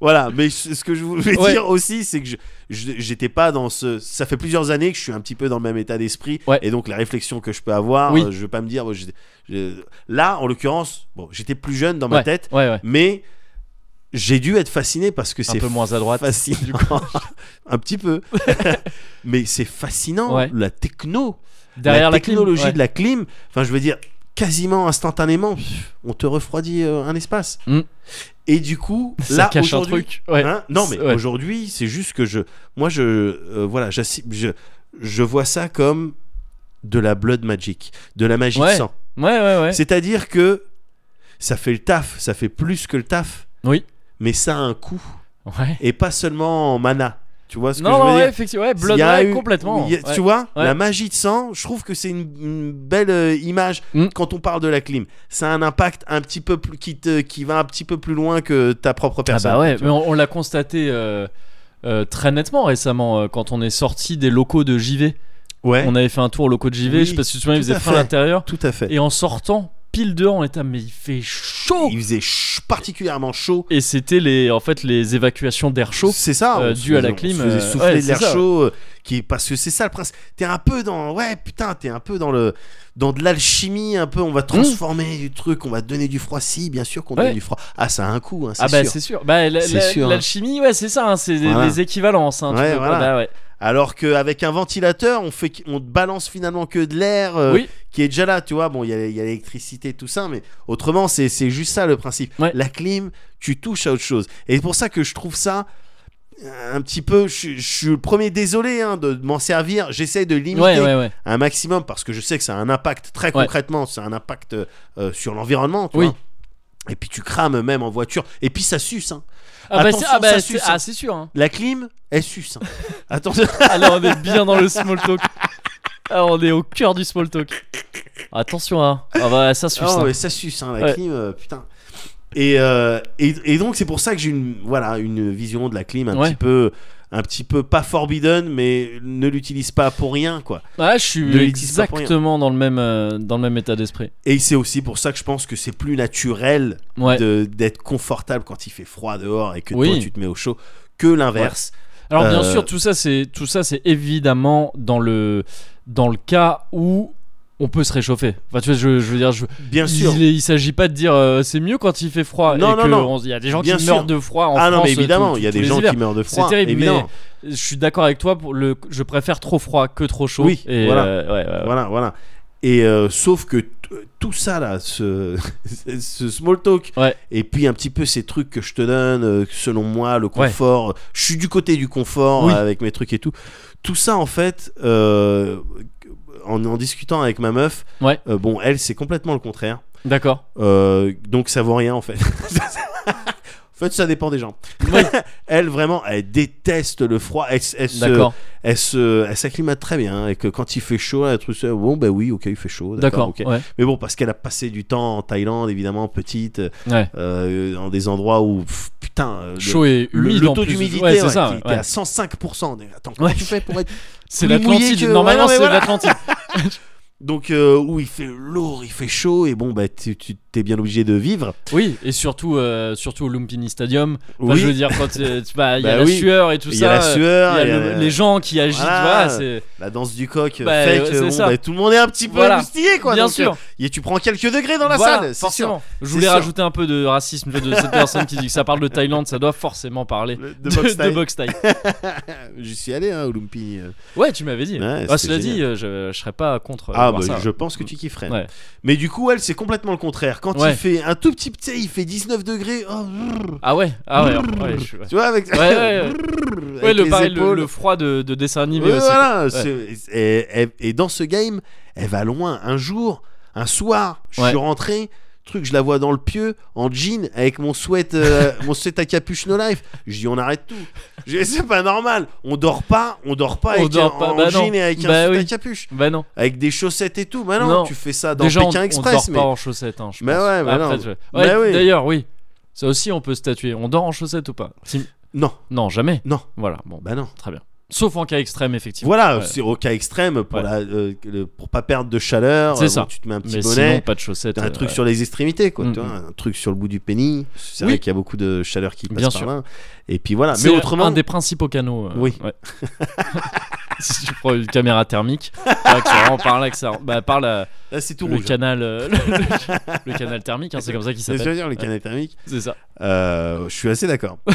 S2: voilà, mais ce ce que je voulais
S1: Ouais.
S2: dire aussi, c'est que je- je- j'étais pas dans ce. Ça fait plusieurs années que je suis un petit peu dans le même état d'esprit.
S1: Ouais.
S2: Et donc, la réflexion que je peux avoir,
S1: Oui.
S2: euh, je veux pas me dire. ouais, j'étais- je- Là, en l'occurrence, bon, j'étais plus jeune dans ma
S1: ouais,
S2: tête,
S1: ouais, ouais.
S2: mais j'ai dû être fasciné parce que c'est.
S1: Un peu moins à droite.
S2: Fascinant. un petit peu. mais c'est fascinant,
S1: Ouais.
S2: la techno,
S1: Derrière la, clim,
S2: technologie
S1: ouais.
S2: de la clim. Enfin, je veux dire, quasiment instantanément, pff, on te refroidit euh, un espace.
S1: Mm.
S2: Et du coup,
S1: Ça
S2: là
S1: cache un
S2: aujourd'hui-
S1: truc. Ouais.
S2: Hein non, mais
S1: C'est- ouais.
S2: aujourd'hui, c'est juste que je, moi, je, euh, voilà, j'assi- je, je vois ça comme de la blood magic, de la magie
S1: Ouais.
S2: de sang.
S1: ouais, ouais, ouais.
S2: C'est-à-dire que ça fait le taf, ça fait plus que le taf,
S1: Oui.
S2: mais ça a un coût
S1: Ouais.
S2: et pas seulement en mana. Tu vois ce que
S1: Non,
S2: je veux
S1: non, ouais,
S2: dire
S1: effectivement, ouais,
S2: Il
S1: Blood
S2: y a
S1: Ray,
S2: eu-
S1: complètement.
S2: il y a-
S1: ouais.
S2: Tu vois,
S1: Ouais.
S2: la magie de sang, je trouve que c'est une, une belle euh, image
S1: Mm.
S2: quand on parle de la clim. Ça a un impact un petit peu plus qui, te- qui va un petit peu plus loin que ta propre personne.
S1: Ah bah ouais,
S2: tu
S1: mais
S2: vois.
S1: on, on l'a constaté euh, euh, très nettement récemment euh, quand on est sorti des locaux de JV.
S2: ouais.
S1: On avait fait un tour aux locaux de JV,
S2: Oui,
S1: je sais pas si tu te souviens, il
S2: tout
S1: faisait
S2: à
S1: frais à
S2: fait.
S1: l'intérieur.
S2: Tout à fait.
S1: Et en sortant, pile dehors, on était ah, mais il fait chaud
S2: Il faisait ch- particulièrement chaud.
S1: Et c'était les, en fait les évacuations d'air chaud.
S2: C'est ça,
S1: euh,
S2: on se
S1: dû à la
S2: faisait- on se
S1: clim,
S2: faisait
S1: euh,
S2: souffler
S1: ouais,
S2: de
S1: c'est
S2: l'air
S1: ça.
S2: chaud, euh, qui parce que c'est ça le principe. T'es un peu dans, ouais, putain, t'es un peu dans le, dans de l'alchimie un peu. On va transformer du truc, on va donner du froid. Si, bien sûr qu'on
S1: Mmh. Ouais.
S2: donne du froid. Ah, ça a un coût, hein, c'est
S1: Ah bah
S2: sûr.
S1: c'est sûr. Bah, la-
S2: C'est
S1: la-
S2: sûr, hein.
S1: L'alchimie, ouais, c'est ça, hein, c'est des-
S2: Voilà.
S1: les équivalences. hein, tu
S2: Ouais,
S1: peux pas-
S2: voilà.
S1: bah ouais.
S2: Alors qu'avec un ventilateur, on fait, on te balance finalement que de l'air euh,
S1: Oui.
S2: qui est déjà là, tu vois. Bon, il y a, il y a l'électricité, tout ça, mais autrement, c'est c'est juste ça le principe.
S1: Ouais.
S2: La clim, tu touches à autre chose. Et c'est pour ça que je trouve ça euh, un petit peu. Je, suis- je suis le premier désolé hein, de m'en servir. J'essaie de limiter
S1: Ouais, ouais, ouais.
S2: un maximum parce que je sais que ça a un impact très
S1: Ouais.
S2: concrètement. C'est un impact euh, sur l'environnement, tu
S1: Oui.
S2: vois. Et puis tu crames même en voiture. Et puis ça suce. hein.
S1: Ah bah, c'est
S2: Attention,
S1: ah bah,
S2: ça
S1: c'est-
S2: suce,
S1: ah,
S2: hein.
S1: c'est sûr. hein.
S2: La clim, elle suce. hein. Attention.
S1: Ah là, on est bien dans le small talk. Ah, on est au cœur du small talk. Attention, hein. Ah bah, ça suce.
S2: Ah
S1: hein.
S2: ouais, ça suce, hein, la
S1: Ouais.
S2: clim, euh, putain. Et, euh, et, et donc c'est pour ça que j'ai une voilà une vision de la clim un
S1: Ouais.
S2: petit peu un petit peu pas forbidden mais ne l'utilise pas pour rien quoi.
S1: Ouais, je suis
S2: Ne l'utilise pas pour rien.
S1: exactement dans le même euh, dans le même état d'esprit.
S2: Et c'est aussi pour ça que je pense que c'est plus naturel
S1: Ouais.
S2: de- d'être confortable quand il fait froid dehors et que
S1: Oui.
S2: toi tu te mets au chaud que l'inverse.
S1: Alors bien
S2: euh,
S1: sûr, tout ça c'est tout ça c'est évidemment dans le dans le cas où on peut se réchauffer. Enfin, tu vois, je, je veux dire, je,
S2: Bien sûr.
S1: il, est- il s'agit pas de dire euh, c'est mieux quand il fait froid.
S2: Non,
S1: et
S2: non,
S1: que
S2: non.
S1: on- Il y a des gens
S2: Bien
S1: qui
S2: sûr.
S1: meurent de froid en
S2: ah non
S1: France.
S2: mais
S1: euh,
S2: évidemment,
S1: tout-
S2: il y a
S1: tous
S2: des
S1: les
S2: gens
S1: hivers.
S2: qui meurent de
S1: C'est
S2: froid.
S1: terrible,
S2: évidemment.
S1: Je suis d'accord avec toi. Pour le, je préfère trop froid que trop chaud.
S2: Oui,
S1: Et,
S2: voilà.
S1: euh, ouais, ouais, ouais.
S2: Voilà, voilà. Et euh, sauf que t- tout ça là, ce, ce small talk,
S1: Ouais.
S2: et puis un petit peu ces trucs que je te donne, euh, selon moi, le confort, je suis du côté du confort
S1: Oui.
S2: euh, avec mes trucs et tout. Tout ça en fait, euh, en, en discutant avec ma meuf,
S1: Ouais.
S2: euh, bon, elle c'est complètement le contraire.
S1: D'accord.
S2: Euh, donc ça vaut rien en fait. en fait, ça dépend des gens.
S1: Oui.
S2: elle vraiment, elle déteste le froid. Elle, s- elle se-
S1: D'accord.
S2: elle se- elle s'acclimate très bien hein, et que quand il fait chaud elle truc bon bah oui ok il fait chaud d'accord
S1: D'accord. Ouais.
S2: ok mais bon parce qu'elle a passé du temps en Thaïlande évidemment petite
S1: Ouais.
S2: euh, dans des endroits où pff, putain euh, le-
S1: Chaud et
S2: le,
S1: humide
S2: le
S1: en
S2: taux
S1: plus.
S2: d'humidité
S1: Ouais, c'est
S2: ouais,
S1: ça.
S2: qui était
S1: ouais.
S2: à 105% attends comment
S1: Ouais.
S2: tu fais pour être
S1: C'est
S2: plus mouillé
S1: l'Atlantide.
S2: que-
S1: Normalement,
S2: Ouais, non, mais
S1: c'est
S2: voilà.
S1: l'Atlantide.
S2: Donc, euh, où il fait lourd, il fait chaud, et bon, bah, tu tu- t'es bien obligé de vivre.
S1: Oui, et surtout, euh, surtout au Lumpini Stadium. Enfin,
S2: Oui.
S1: Je veux dire, quand euh, tu- bah, il y a
S2: Bah
S1: la
S2: oui.
S1: sueur et tout
S2: Il y
S1: ça.
S2: a la
S1: euh,
S2: sueur,
S1: il y a le-
S2: la-
S1: les gens qui agitent.
S2: Voilà.
S1: Voilà, c'est
S2: La danse du coq euh,
S1: Bah,
S2: fait
S1: ouais,
S2: que
S1: c'est
S2: bon,
S1: ça.
S2: bah, tout le monde est un petit peu
S1: Voilà.
S2: moustillé, quoi.
S1: bien
S2: donc,
S1: sûr.
S2: euh, et tu prends quelques degrés dans la
S1: Voilà,
S2: salle, c'est sûr.
S1: forcément. Je
S2: C'est
S1: voulais
S2: sûr.
S1: rajouter un peu de racisme de cette personne qui dit que ça parle de Thaïlande, ça doit forcément parler
S2: Le-
S1: de,
S2: de boxe
S1: de
S2: style.
S1: boxe thaï.
S2: J'y suis allé, hein, au Lumpini. euh.
S1: Ouais, tu m'avais dit.
S2: Ouais,
S1: Ah,
S2: c'était
S1: cela dit,
S2: génial.
S1: euh, je, je serais pas contre. euh,
S2: Ah,
S1: voir
S2: bah,
S1: ça.
S2: je pense que tu kifferais.
S1: Ouais.
S2: Mais du coup, elle, c'est complètement le contraire. Quand
S1: Ouais.
S2: il fait un tout petit, tu sais, il fait 19 degrés. oh, brrr.
S1: Ah ouais, ah ouais, ouais, je suis- ouais.
S2: Tu vois, avec,
S1: Ouais, ouais, ouais.
S2: brrr,
S1: Ouais,
S2: avec
S1: le,
S2: les
S1: pareil, le-
S2: épaules.
S1: le froid de, de dessin animé
S2: Ouais,
S1: aussi.
S2: voilà, c'est- et, et- et dans ce game, elle va loin. Un jour, un soir, je
S1: Ouais.
S2: suis rentré, truc, je la vois dans le pieu, en jean, avec mon sweat, euh, mon sweat à capuche no life. Je dis, on arrête tout. Je dis, c'est pas normal. On dort pas, on dort pas
S1: On
S2: avec
S1: dort
S2: un,
S1: pas,
S2: en
S1: bah
S2: jean
S1: non.
S2: et avec
S1: Bah
S2: un sweat
S1: oui.
S2: à capuche,
S1: Bah non,
S2: avec des chaussettes et tout. Bah non,
S1: Non.
S2: tu fais ça dans
S1: déjà on,
S2: Pékin
S1: on
S2: Express,
S1: dort
S2: mais
S1: pas en chaussettes. Hein, je
S2: Mais
S1: pense.
S2: ouais, mais
S1: Après,
S2: non.
S1: tu-
S2: Mais
S1: Ouais,
S2: oui.
S1: D'ailleurs, oui, ça aussi on peut statuer. On dort en chaussettes ou pas Si-
S2: non,
S1: Non, jamais.
S2: non,
S1: Voilà, bon,
S2: bah non.
S1: très bien. Sauf en cas extrême, effectivement.
S2: Voilà,
S1: Ouais.
S2: c'est au cas extrême pour,
S1: Ouais.
S2: la, euh, le- pour pas perdre de chaleur.
S1: C'est
S2: euh,
S1: ça.
S2: bon, Tu te mets un petit
S1: Mais
S2: bonnet.
S1: sinon, pas de chaussettes.
S2: T'as un
S1: euh,
S2: truc
S1: ouais.
S2: sur les extrémités, quoi.
S1: Mm,
S2: tu vois,
S1: mm.
S2: un truc sur le bout du pénis. C'est
S1: Oui.
S2: vrai qu'il y a beaucoup de chaleur qui passe
S1: Bien
S2: par
S1: sûr.
S2: là. Et puis voilà. Mais
S1: C'est
S2: autrement,
S1: un des principaux canaux. euh,
S2: Oui.
S1: ouais. si tu prends une caméra thermique, là, que c'est vraiment par là que ça. Bah, par la-
S2: là, c'est tout
S1: le
S2: rouge.
S1: canal, euh, le, le- le canal thermique, hein, c'est comme ça qu'il
S2: C'est ce que je
S1: s'appelle.
S2: veux dire, le canal thermique.
S1: C'est ça.
S2: Euh, je suis assez d'accord.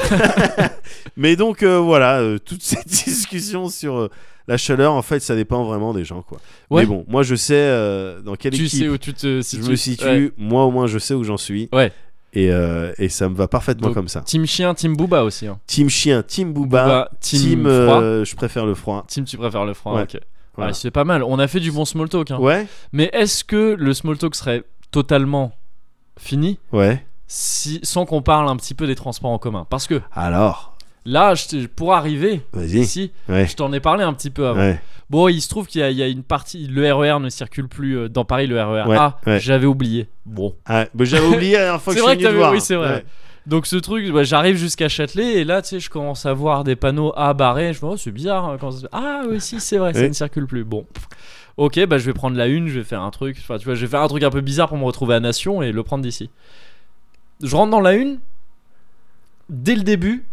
S2: mais donc euh, voilà, euh, toute cette discussion sur euh, la chaleur, en fait, ça dépend vraiment des gens, quoi.
S1: Ouais.
S2: Mais bon, moi, je sais euh, dans quelle
S1: Tu
S2: équipe
S1: sais où tu te situes.
S2: je me situe.
S1: Ouais.
S2: Moi, au moins, je sais où j'en suis.
S1: Ouais.
S2: Et, euh, et ça me va parfaitement
S1: Donc,
S2: comme ça.
S1: Team chien, team booba aussi. hein.
S2: Team chien, team booba,
S1: Booba, team,
S2: Ah, team,
S1: froid. Ah,
S2: euh, je préfère le froid.
S1: Team, tu préfères le froid.
S2: Ouais.
S1: ok.
S2: Voilà.
S1: Ouais, c'est pas mal. On a fait du bon small talk. hein.
S2: Ouais,
S1: Mais est-ce que le small talk serait totalement fini
S2: ouais.
S1: si, sans qu'on parle un petit peu des transports en commun Parce que
S2: Alors,
S1: là, je t'ai- pour arriver
S2: vas-y.
S1: ici,
S2: Ouais.
S1: je t'en ai parlé un petit peu avant.
S2: Ouais.
S1: Ah Bon, il se trouve qu'il y, a- il y a une partie. Le RER ne circule plus euh, dans Paris, le RER
S2: Ouais,
S1: A.
S2: ouais.
S1: J'avais oublié. Bon.
S2: Ah, bah, j'avais oublié la dernière fois que
S1: C'est
S2: je
S1: vrai que
S2: suis venu te
S1: t'avais-
S2: voir.
S1: oui, c'est vrai.
S2: Ouais.
S1: Donc ce truc, bah, j'arrive jusqu'à Châtelet et là, tu sais, je commence à voir des panneaux A barrés. Je me dis, oh, c'est bizarre. hein, comment ça se fait Ah, oui, si, c'est vrai, ça
S2: Oui.
S1: ne circule plus. Bon. Ok, bah je vais prendre la une, je vais faire un truc. Enfin, tu vois, je vais faire un truc un peu bizarre pour me retrouver à Nation et le prendre d'ici. Je rentre dans la une. Dès le début,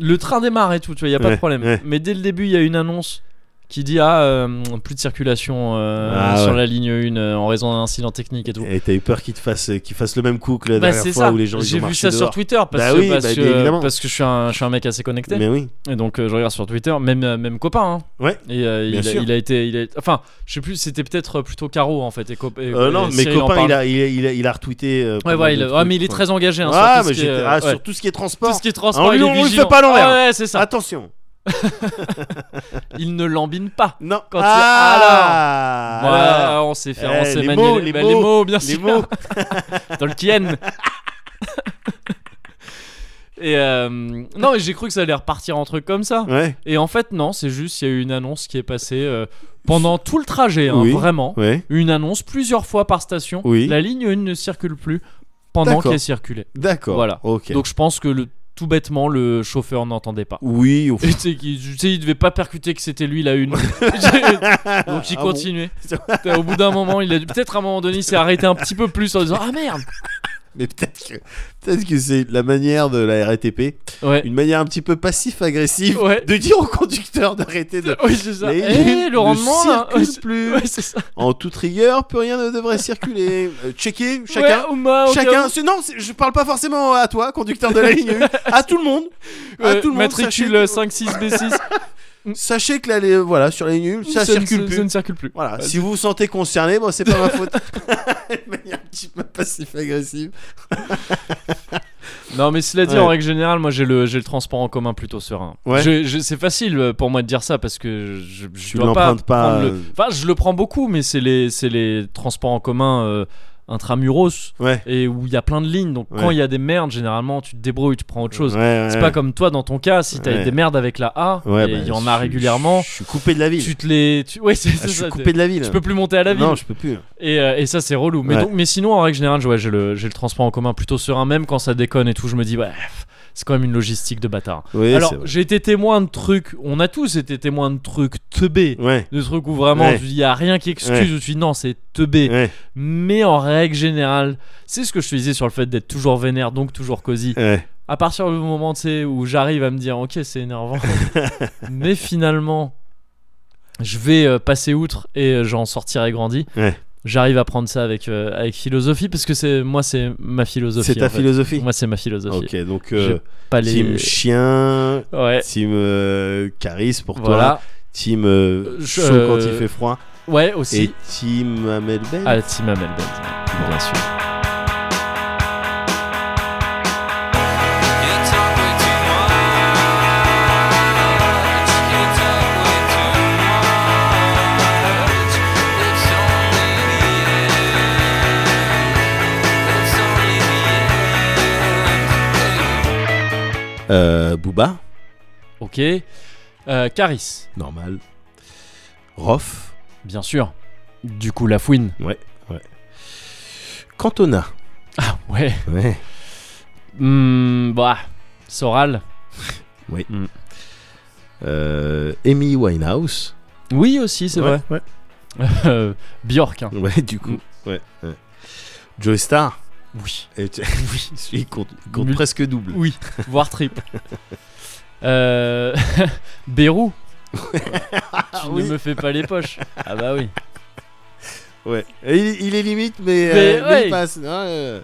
S1: le train démarre et tout, tu vois, il n'y a pas de
S2: Ouais,
S1: problème.
S2: ouais.
S1: Mais dès le début, il y a une annonce qui dit Ah, euh, plus de circulation euh,
S2: Ah,
S1: sur
S2: ouais.
S1: la ligne 1 euh, en raison d'un incident technique et tout.
S2: Et t'as eu peur qu'ils te fassent, qu'ils fassent le même coup que la
S1: Bah,
S2: dernière
S1: c'est
S2: fois
S1: ça,
S2: où les gens ils
S1: j'ai
S2: ont
S1: vu
S2: marché
S1: ça sur
S2: dehors.
S1: Twitter parce,
S2: Bah
S1: que,
S2: oui,
S1: parce
S2: bah,
S1: que-
S2: évidemment.
S1: parce que je suis un, je suis un mec assez connecté.
S2: Mais oui.
S1: Et donc euh, je regarde sur Twitter, même, euh, même copain. hein.
S2: Ouais,
S1: Et euh, il,
S2: bien
S1: a,
S2: sûr.
S1: il a été. Il a, enfin, je sais plus, c'était peut-être euh, plutôt Caro en fait. Et cop- et-
S2: Euh, non,
S1: et
S2: mais
S1: Cyril en
S2: copain,
S1: parle.
S2: il a, il, a, il, a, il a retweeté. euh, pas
S1: Ouais,
S2: mal
S1: ouais,
S2: de
S1: il a-
S2: trucs,
S1: ouais, mais il est
S2: quoi.
S1: très engagé hein,
S2: Ah,
S1: sur, tout
S2: mais
S1: ce qui est,
S2: j'étais-
S1: euh,
S2: ah,
S1: ouais.
S2: sur tout ce qui est
S1: Tout
S2: transport.
S1: ce qui est transport.
S2: Ah, on
S1: il
S2: lui-
S1: est
S2: on lui fait
S1: vigilant.
S2: pas l'envers. Ah.
S1: Ouais, ouais, c'est ça.
S2: Attention.
S1: Il ne l'embine pas.
S2: Non.
S1: Quand il-
S2: ah,
S1: Voilà,
S2: alors.
S1: on s'est fait,
S2: Eh,
S1: on s'est
S2: les
S1: manier
S2: mots, les
S1: bah,
S2: mots,
S1: bien
S2: Les
S1: sûr.
S2: mots.
S1: Tolkien. Et euh, non, mais j'ai cru que ça allait repartir en truc comme ça.
S2: Ouais,
S1: Et en fait, non, c'est juste, il y a eu une annonce qui est passée euh, pendant tout le trajet, hein,
S2: Oui.
S1: vraiment.
S2: ouais.
S1: Une annonce plusieurs fois par station.
S2: Oui.
S1: La ligne 1 ne circule plus pendant
S2: D'accord.
S1: qu'elle circulait.
S2: D'accord.
S1: Voilà.
S2: Ok.
S1: Donc je pense que le, tout bêtement, le chauffeur n'entendait pas.
S2: oui, au
S1: Et tu sais, qu'il- tu sais, il devait pas percuter que c'était lui la une. Donc il
S2: Ah bon
S1: continuait. Au bout d'un moment, il a dû- peut-être à un moment donné, il s'est arrêté un petit peu plus en disant Ah merde
S2: Mais peut-être que, peut-être que c'est la manière de la RATP,
S1: Ouais.
S2: une manière un petit peu passif-agressive
S1: Ouais.
S2: de dire au conducteur d'arrêter de.
S1: Oui, c'est ça.
S2: Les
S1: Eh,
S2: lignes
S1: le rendement
S2: ne
S1: là Ouais,
S2: circulent
S1: c'est-
S2: plus.
S1: Ouais, c'est ça.
S2: En toute rigueur, plus rien ne devrait circuler. Euh, checker, chacun.
S1: Ouais, Ouma, au cas
S2: Chacun,
S1: où.
S2: c'est- non, c'est- je parle pas forcément à toi, conducteur de la ligne 1, à tout le monde, à
S1: Ouais,
S2: tout le monde. Sachez
S1: Euh, Matricule
S2: que,
S1: 56B6.
S2: sachez que là, les- voilà, sur la ligne 1, ça,
S1: ne-
S2: circule plus.
S1: Ça ne circule plus.
S2: Voilà,
S1: Ouais,
S2: si vous vous sentez concerné, bon, c'est pas ma faute. De manière un petit peu passif-agressive.
S1: Non, mais cela dit,
S2: Ouais.
S1: en règle générale, moi j'ai le, j'ai le transport en commun plutôt serein.
S2: Ouais.
S1: Je- je- c'est facile euh, pour moi de dire ça parce que je, je
S2: Tu
S1: dois pas.
S2: l'empruntes pas,
S1: prendre le-
S2: euh.
S1: Enfin, je le prends beaucoup, mais c'est les, c'est les transports en commun. euh, intramuros
S2: Ouais.
S1: et où il y a plein de lignes. Donc
S2: Ouais.
S1: quand il y a des merdes, généralement tu te débrouilles, tu prends autre chose.
S2: Ouais, ouais,
S1: C'est
S2: ouais.
S1: pas comme toi dans ton cas, si t'as
S2: Ouais.
S1: des merdes avec la A,
S2: Ouais,
S1: et
S2: bah,
S1: il y en
S2: je
S1: a
S2: suis-
S1: régulièrement,
S2: Je suis coupé de la ville.
S1: tu te les. Tu... Ouais, c'est
S2: Ah,
S1: c'est
S2: je
S1: ça.
S2: suis
S1: t'es-
S2: coupé de la ville.
S1: Tu peux plus monter à la ville.
S2: Non, je peux plus. hein.
S1: Et, euh, et ça, c'est relou. Mais,
S2: Ouais.
S1: donc, mais sinon, en règle générale, je- ouais, j'ai le, j'ai le transport en commun plutôt serein, même quand ça déconne et tout. Je me dis, ouais, pff, c'est quand même une logistique de bâtard.
S2: Oui,
S1: Alors,
S2: c'est vrai.
S1: j'ai été témoin de trucs, on a tous été témoin de trucs teubés.
S2: Ouais.
S1: De trucs où vraiment,
S2: Ouais.
S1: tu dis, y a rien qui excuse,
S2: Ouais.
S1: où tu dis, non, c'est teubé.
S2: Ouais.
S1: Mais en règle générale, c'est ce que je te disais sur le fait d'être toujours vénère, donc toujours cosy.
S2: Ouais.
S1: À partir du moment tu sais, où j'arrive à me dire, ok, c'est énervant, mais finalement, je vais euh, passer outre et euh, j'en sortirai grandi.
S2: Ouais.
S1: J'arrive à prendre ça avec, euh, avec philosophie parce que c'est moi, c'est ma philosophie.
S2: C'est ta
S1: en fait.
S2: philosophie.
S1: Moi, c'est ma philosophie.
S2: Ok, donc euh,
S1: Pas les.
S2: team chien,
S1: Ouais.
S2: team euh, charisme pour toi,
S1: Voilà.
S2: team euh,
S1: Je-
S2: chaud quand il fait froid
S1: Ouais, aussi.
S2: et team Ben. Amel Bent.
S1: Ah, team Amel Bent, bien sûr.
S4: You talk way too much. You talk way too much. It's only the end. It's only the end.
S2: Euh, Booba,
S1: Ok. Euh, Caris,
S2: normal. Rof,
S1: bien sûr. Du coup, la fouine.
S2: Cantona.
S1: Ouais.
S2: Ouais.
S1: Hmm, bah, Soral.
S2: Euh, Amy Winehouse.
S1: Oui, aussi, c'est
S2: Ouais, ouais.
S1: vrai. Euh, Bjork. hein.
S2: Ouais, du coup. Ouais. ouais. Joey Star.
S1: Oui.
S2: Et tu- oui, celui compte, compte
S1: Mul-
S2: presque double.
S1: Oui, voire triple. Euh, Bérou. tu ne
S2: oui.
S1: me fais pas les poches. Ah bah oui.
S2: Ouais. Et Il, il est limite, mais,
S1: Mais
S2: euh, mais
S1: ouais.
S2: il passe. Ouais, ouais.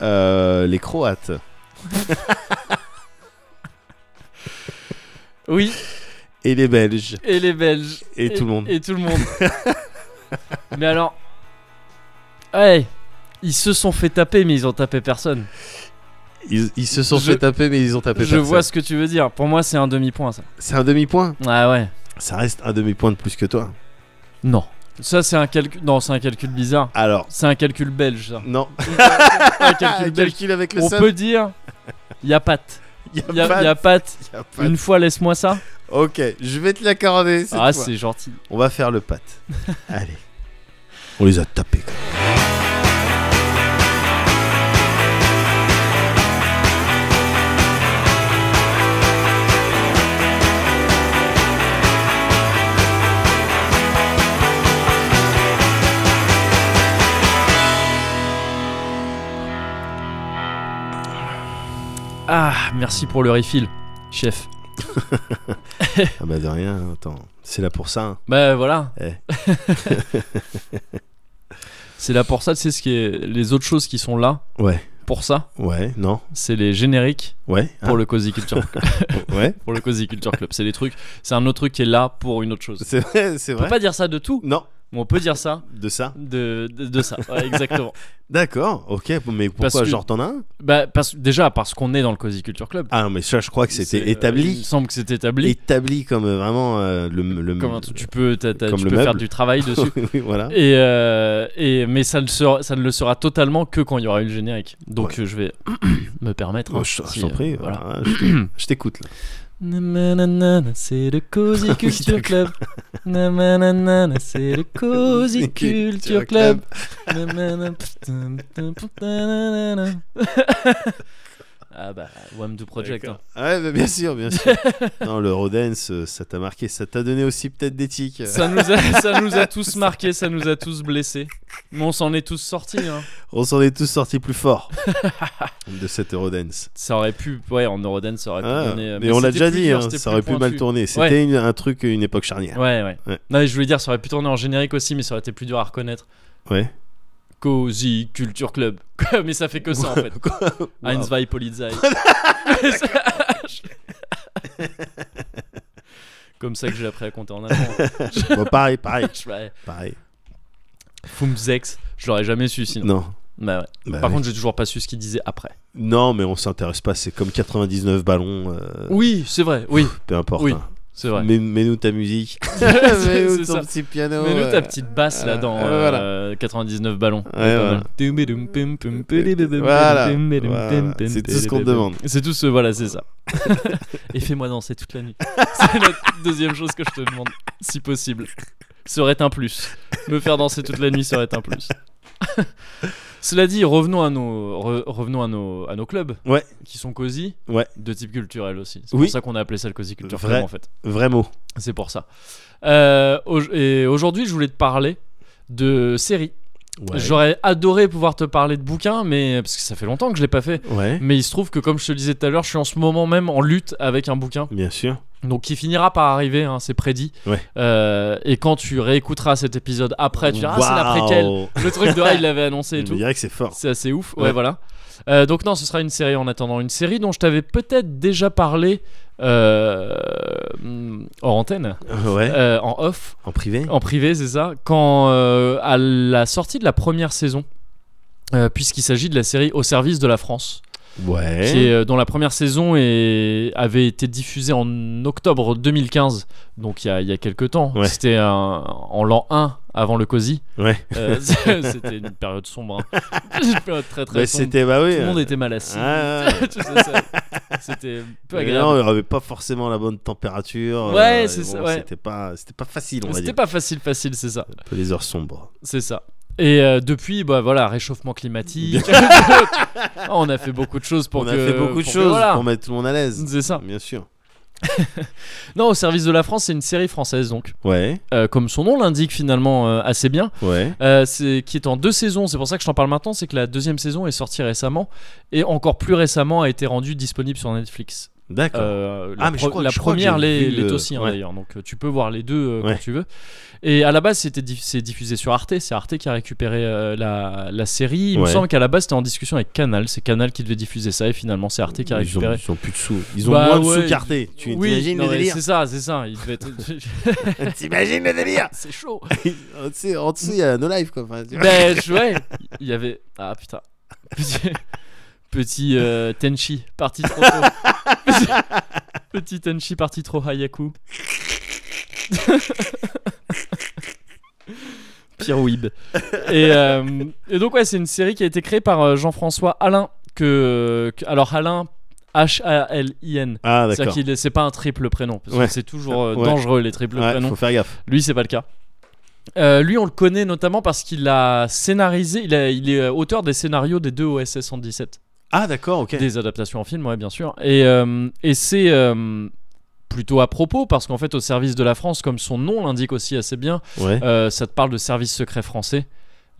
S2: Euh, les Croates.
S1: Oui,
S2: Et les Belges.
S1: et les Belges.
S2: Et, tout le monde.
S1: Et tout le monde. mais alors. Ouais. Ils se sont fait taper, mais ils ont tapé personne.
S2: Ils, ils se sont
S1: Je-
S2: fait taper, mais ils ont tapé
S1: Je
S2: personne.
S1: vois ce que tu veux dire. Pour moi, c'est un demi-point, ça.
S2: C'est un demi-point.
S1: Ah ouais.
S2: Ça reste un demi-point de plus que toi.
S1: Non. Ça, c'est un calcul. Non, c'est un calcul bizarre.
S2: Alors,
S1: C'est un calcul belge, ça.
S2: non.
S1: Un calcul belge.
S2: Calcul avec le
S1: On
S2: seum.
S1: peut dire. Y a patte.
S2: Y a
S1: Y a,
S2: pas-
S1: y a patte.
S2: y a pas-
S1: Une fois, laisse-moi ça.
S2: Ok, je vais te l'accorder. cette
S1: Ah,
S2: fois.
S1: c'est gentil.
S2: On va faire le pat. Allez. On les a tapés. quoi.
S1: Ah, merci pour le refill, chef.
S2: Ah bah de rien, hein, attends. C'est là pour ça. hein.
S1: Bah voilà.
S2: Eh.
S1: c'est là pour ça, tu sais ce qui est. Les autres choses qui sont là,
S2: Ouais.
S1: pour ça,
S2: Ouais, non.
S1: c'est les génériques
S2: Ouais.
S1: pour le Cozy Culture
S2: le... Ouais.
S1: pour le Cozy Culture Club. C'est les trucs. C'est un autre truc qui est là pour une autre chose.
S2: C'est vrai, c'est
S1: On peut
S2: vrai.
S1: pas dire ça de tout,
S2: Non,
S1: mais on peut dire ça
S2: de ça.
S1: de, de, de ça. Ouais, exactement.
S2: D'accord, ok, mais pourquoi
S1: Parce que-
S2: genre t'en as un
S1: bah, parce, déjà, parce qu'on est dans le Cozy Culture Club.
S2: Ah mais ça je crois que
S1: C'est,
S2: c'était
S1: euh,
S2: établi.
S1: il me semble que c'est établi.
S2: établi comme euh, vraiment euh, le, le...
S1: Comme un truc, tu peux, t'as- t'as-
S2: comme
S1: tu
S2: le
S1: peux faire
S2: meuble.
S1: du travail dessus.
S2: oui, voilà.
S1: Et, euh, et- mais ça ne, sera- ça ne le sera totalement que quand il y aura eu le générique. Donc
S2: Ouais.
S1: euh, je vais me permettre.
S2: Oh,
S1: hein,
S2: je je
S1: si,
S2: t'en
S1: euh,
S2: prie,
S1: voilà.
S2: voilà, je je t'écoute. là.
S1: Nananana, c'est le Cozy Culture
S2: d'accord.
S1: Club. Nananana, c'est le Cozy Culture Club. Nanana, putain, putain, putain, nanana. ah bah, Wham do Project. hein.
S2: D'accord. Ouais, bah, bien sûr, bien sûr. non, le Rodens, euh, ça t'a marqué, ça t'a donné aussi peut-être des tics.
S1: hein. Ça nous, a, ça nous a tous marqués, ça nous a tous blessés. Mais on s'en est tous sortis. Hein.
S2: Euh, On s'en est tous sortis plus forts de cette Rodens.
S1: Ça aurait pu, ouais, en Eurodance, ça aurait pu
S2: Ah,
S1: donner. euh,
S2: mais on l'a
S1: c'était
S2: déjà
S1: plus
S2: dit,
S1: dur,
S2: hein,
S1: c'était
S2: ça
S1: plus
S2: aurait pu mal
S1: pointu.
S2: tourner. C'était une- un truc, une époque charnière.
S1: Ouais, ouais.
S2: Ouais.
S1: Non, mais je voulais dire, ça aurait pu tourner en générique aussi, mais ça aurait été plus dur à reconnaître.
S2: Ouais.
S1: Cozy Culture Club. mais ça fait que ça en fait. Heinz Weih Polizei. Comme ça que j'ai appris à compter en allemand.
S2: Bon, pareil, pareil,
S1: Je- ouais.
S2: pareil.
S1: Fumsex, je l'aurais jamais su sinon.
S2: Non.
S1: Bah ouais.
S2: Bah,
S1: Par
S2: oui. Bah
S1: contre, j'ai toujours pas su ce qu'il disait après.
S2: Non, mais on s'intéresse pas, c'est comme 99 ballons, euh,
S1: Oui, c'est vrai, oui.
S2: peu importe.
S1: Oui.
S2: hein.
S1: C'est vrai.
S2: Mets- Mets-nous ta musique.
S1: C'est
S2: Mets-nous
S1: ça.
S2: ton petit piano.
S1: Mais nous,
S2: ouais.
S1: ta petite basse là dans
S2: Euh,
S1: euh, 99 ballons.
S2: Ouais, voilà. Euh, Voilà, voilà. C'est tout ce qu'on te demande.
S1: C'est tout ce. Voilà, c'est ça. Et fais-moi danser toute la nuit. C'est la deuxième chose que je te demande, si possible. Serait un plus. Me faire danser toute la nuit serait un plus. Cela dit, revenons à nos, re- revenons à nos, à nos clubs.
S2: Ouais.
S1: Qui sont cosy.
S2: Ouais.
S1: De type culturel aussi. C'est
S2: Oui.
S1: pour ça qu'on a appelé ça le cosy culture
S2: Vrai.
S1: club en fait.
S2: Vrai mot.
S1: C'est pour ça. Euh, au- et aujourd'hui, je voulais te parler de séries. J'aurais adoré pouvoir te parler de bouquins, mais parce que ça fait longtemps que je l'ai pas fait.
S2: Ouais.
S1: Mais il se trouve que, comme je te le disais tout à l'heure, je suis en ce moment même en lutte avec un bouquin,
S2: Bien sûr.
S1: donc qui finira par arriver, hein, c'est prédit.
S2: Ouais.
S1: Euh, et quand tu réécouteras cet épisode après, tu diras ah c'est la préquelle,
S2: Waouh.
S1: le truc de ah il l'avait annoncé et
S2: Je
S1: tout.
S2: dirais que c'est fort.
S1: C'est assez ouf, ouais,
S2: Ouais.
S1: voilà. Euh, donc non, ce sera une série en attendant. Une série dont je t'avais peut-être déjà parlé euh, hmm, hors antenne,
S2: Ouais.
S1: euh, en off,
S2: En privé.
S1: en privé, c'est ça. Quand euh, à la sortie de la première saison, euh, puisqu'il s'agit de la série Au service de la France, qui est,
S2: Ouais.
S1: euh, dont la première saison est- avait été diffusée en octobre 2015, donc il y a, il y a quelques temps.
S2: Ouais.
S1: C'était un- en l'an 1 avant le COSI.
S2: Ouais.
S1: Euh, c'était une période sombre. hein. Une période très très
S2: Bah,
S1: sombre.
S2: c'était bah oui.
S1: Tout le monde était mal assis.
S2: Ah, ouais.
S1: Tu sais, ça- c'était peu
S2: Mais
S1: agréable.
S2: non, il avait pas forcément la bonne température.
S1: Ouais,
S2: euh,
S1: c'est
S2: et
S1: ça,
S2: bon,
S1: ouais.
S2: C'était pas, c'était pas facile, on va
S1: C'était
S2: dire.
S1: pas facile, facile, c'est ça.
S2: Un peu les heures sombres.
S1: C'est ça. Et euh, depuis, bah voilà, réchauffement climatique. Ah, on a fait beaucoup de choses pour
S2: on
S1: que.
S2: a fait beaucoup
S1: pour
S2: de
S1: que-
S2: choses
S1: voilà.
S2: pour mettre tout le monde à l'aise.
S1: C'est ça.
S2: Bien sûr.
S1: Non, au service de la France, c'est une série française donc,
S2: Ouais.
S1: Euh, comme son nom l'indique finalement euh, assez bien,
S2: Ouais.
S1: Euh, c'est qui est en deux saisons. C'est pour ça que je t'en parle maintenant, c'est que la deuxième saison est sortie récemment et encore plus récemment a été rendue disponible sur Netflix.
S2: D'accord.
S1: Euh, la
S2: Ah, mais je
S1: pro-
S2: crois-
S1: la
S2: je crois que
S1: première
S2: j'ai
S1: l'est
S2: vu le-
S1: l'est aussi hein,
S2: ouais.
S1: d'ailleurs, donc euh, tu peux voir les deux euh,
S2: Ouais.
S1: quand tu veux. Et à la base, c'était diff- c'est diffusé sur Arte, c'est Arte qui a récupéré euh, la, la série. Il me
S2: Ouais.
S1: semble qu'à la base, c'était en discussion avec Canal, c'est Canal qui devait diffuser ça et finalement, c'est Arte qui a
S2: ils, ont,
S1: récupéré.
S2: ils ont plus de sous. Ils ont
S1: Bah
S2: moins de
S1: ouais,
S2: sous qu'Arte. Tu
S1: Oui,
S2: t'imagines
S1: non,
S2: le
S1: mais
S2: délire
S1: C'est ça, c'est ça. Il devait être-
S2: T'imagines le délire
S1: c'est chaud.
S2: Tu sais, En dessous, il y a No Life, quoi. Enfin, tu vois.
S1: ben je- ouais, il y avait ah putain. Petit, petit euh, Tenchi parti trop tôt. Petit, petit Tenchi parti trop Hayaku. Pire weeb. Et, euh, et donc ouais, c'est une série qui a été créée par euh, Jean-François Alain que, que- alors Alain H A L I N.
S2: Ah,
S1: C'est-à-dire
S2: d'accord.
S1: qu'il est- c'est pas un triple prénom parce
S2: Ouais.
S1: que c'est toujours euh,
S2: Ouais.
S1: dangereux les triples
S2: Ouais,
S1: prénoms.
S2: faut faire gaffe.
S1: Lui, c'est pas le cas. Euh, lui, on le connaît notamment parce qu'il a scénarisé, il, a- il est euh, auteur des scénarios des deux OSS 117,
S2: Ah, d'accord, ok.
S1: des adaptations en film, ouais, bien sûr. Et, euh, et c'est euh, plutôt à propos parce qu'en fait, au service de la France, comme son nom l'indique aussi assez bien,
S2: Ouais.
S1: euh, ça te parle de service secret français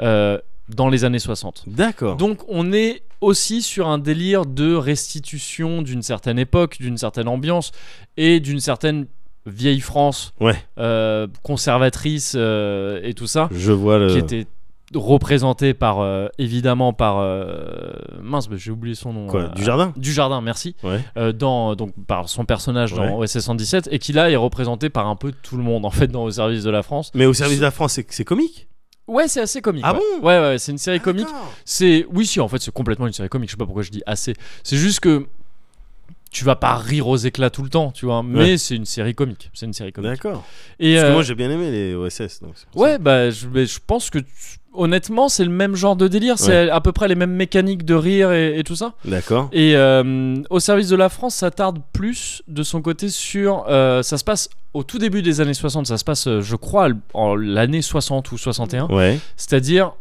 S1: euh, dans les années 60.
S2: D'accord.
S1: Donc on est aussi sur un délire de restitution d'une certaine époque, d'une certaine ambiance et d'une certaine vieille France
S2: Ouais.
S1: euh, conservatrice euh, et tout ça,
S2: Je vois le.
S1: qui était représentée par euh, évidemment par euh, mince, mais j'ai oublié son nom.
S2: Quoi
S1: euh,
S2: Du jardin
S1: Dujardin, merci.
S2: Ouais.
S1: Euh, dans donc par son personnage dans OSS 117 et qui là est représenté par un peu tout le monde en fait dans au service de la France.
S2: Mais au service de la France, c'est c'est comique
S1: Ouais, c'est assez comique.
S2: Ah
S1: ouais.
S2: bon
S1: Ouais, ouais, c'est une série comique.
S2: D'accord.
S1: C'est oui, si en fait c'est complètement une série comique. Je sais pas pourquoi je dis assez. C'est juste que tu vas pas rire aux éclats tout le temps, tu vois. Mais c'est une série comique. C'est une série comique.
S2: D'accord.
S1: Et
S2: Parce que
S1: euh,
S2: moi, j'ai bien aimé les OSS. Donc c'est pour
S1: ouais, bah je, mais je pense que tu- honnêtement c'est le même genre de délire. C'est à peu près les mêmes mécaniques de rire et, et tout ça.
S2: ça. D'accord.
S1: Et euh, au service de la France, ça tarde plus de son côté sur. euh, ça se passe au tout début des années 60. Ça se passe, euh, je crois, en l'année 60 ou 61.
S2: Ouais.
S1: C'est-à-dire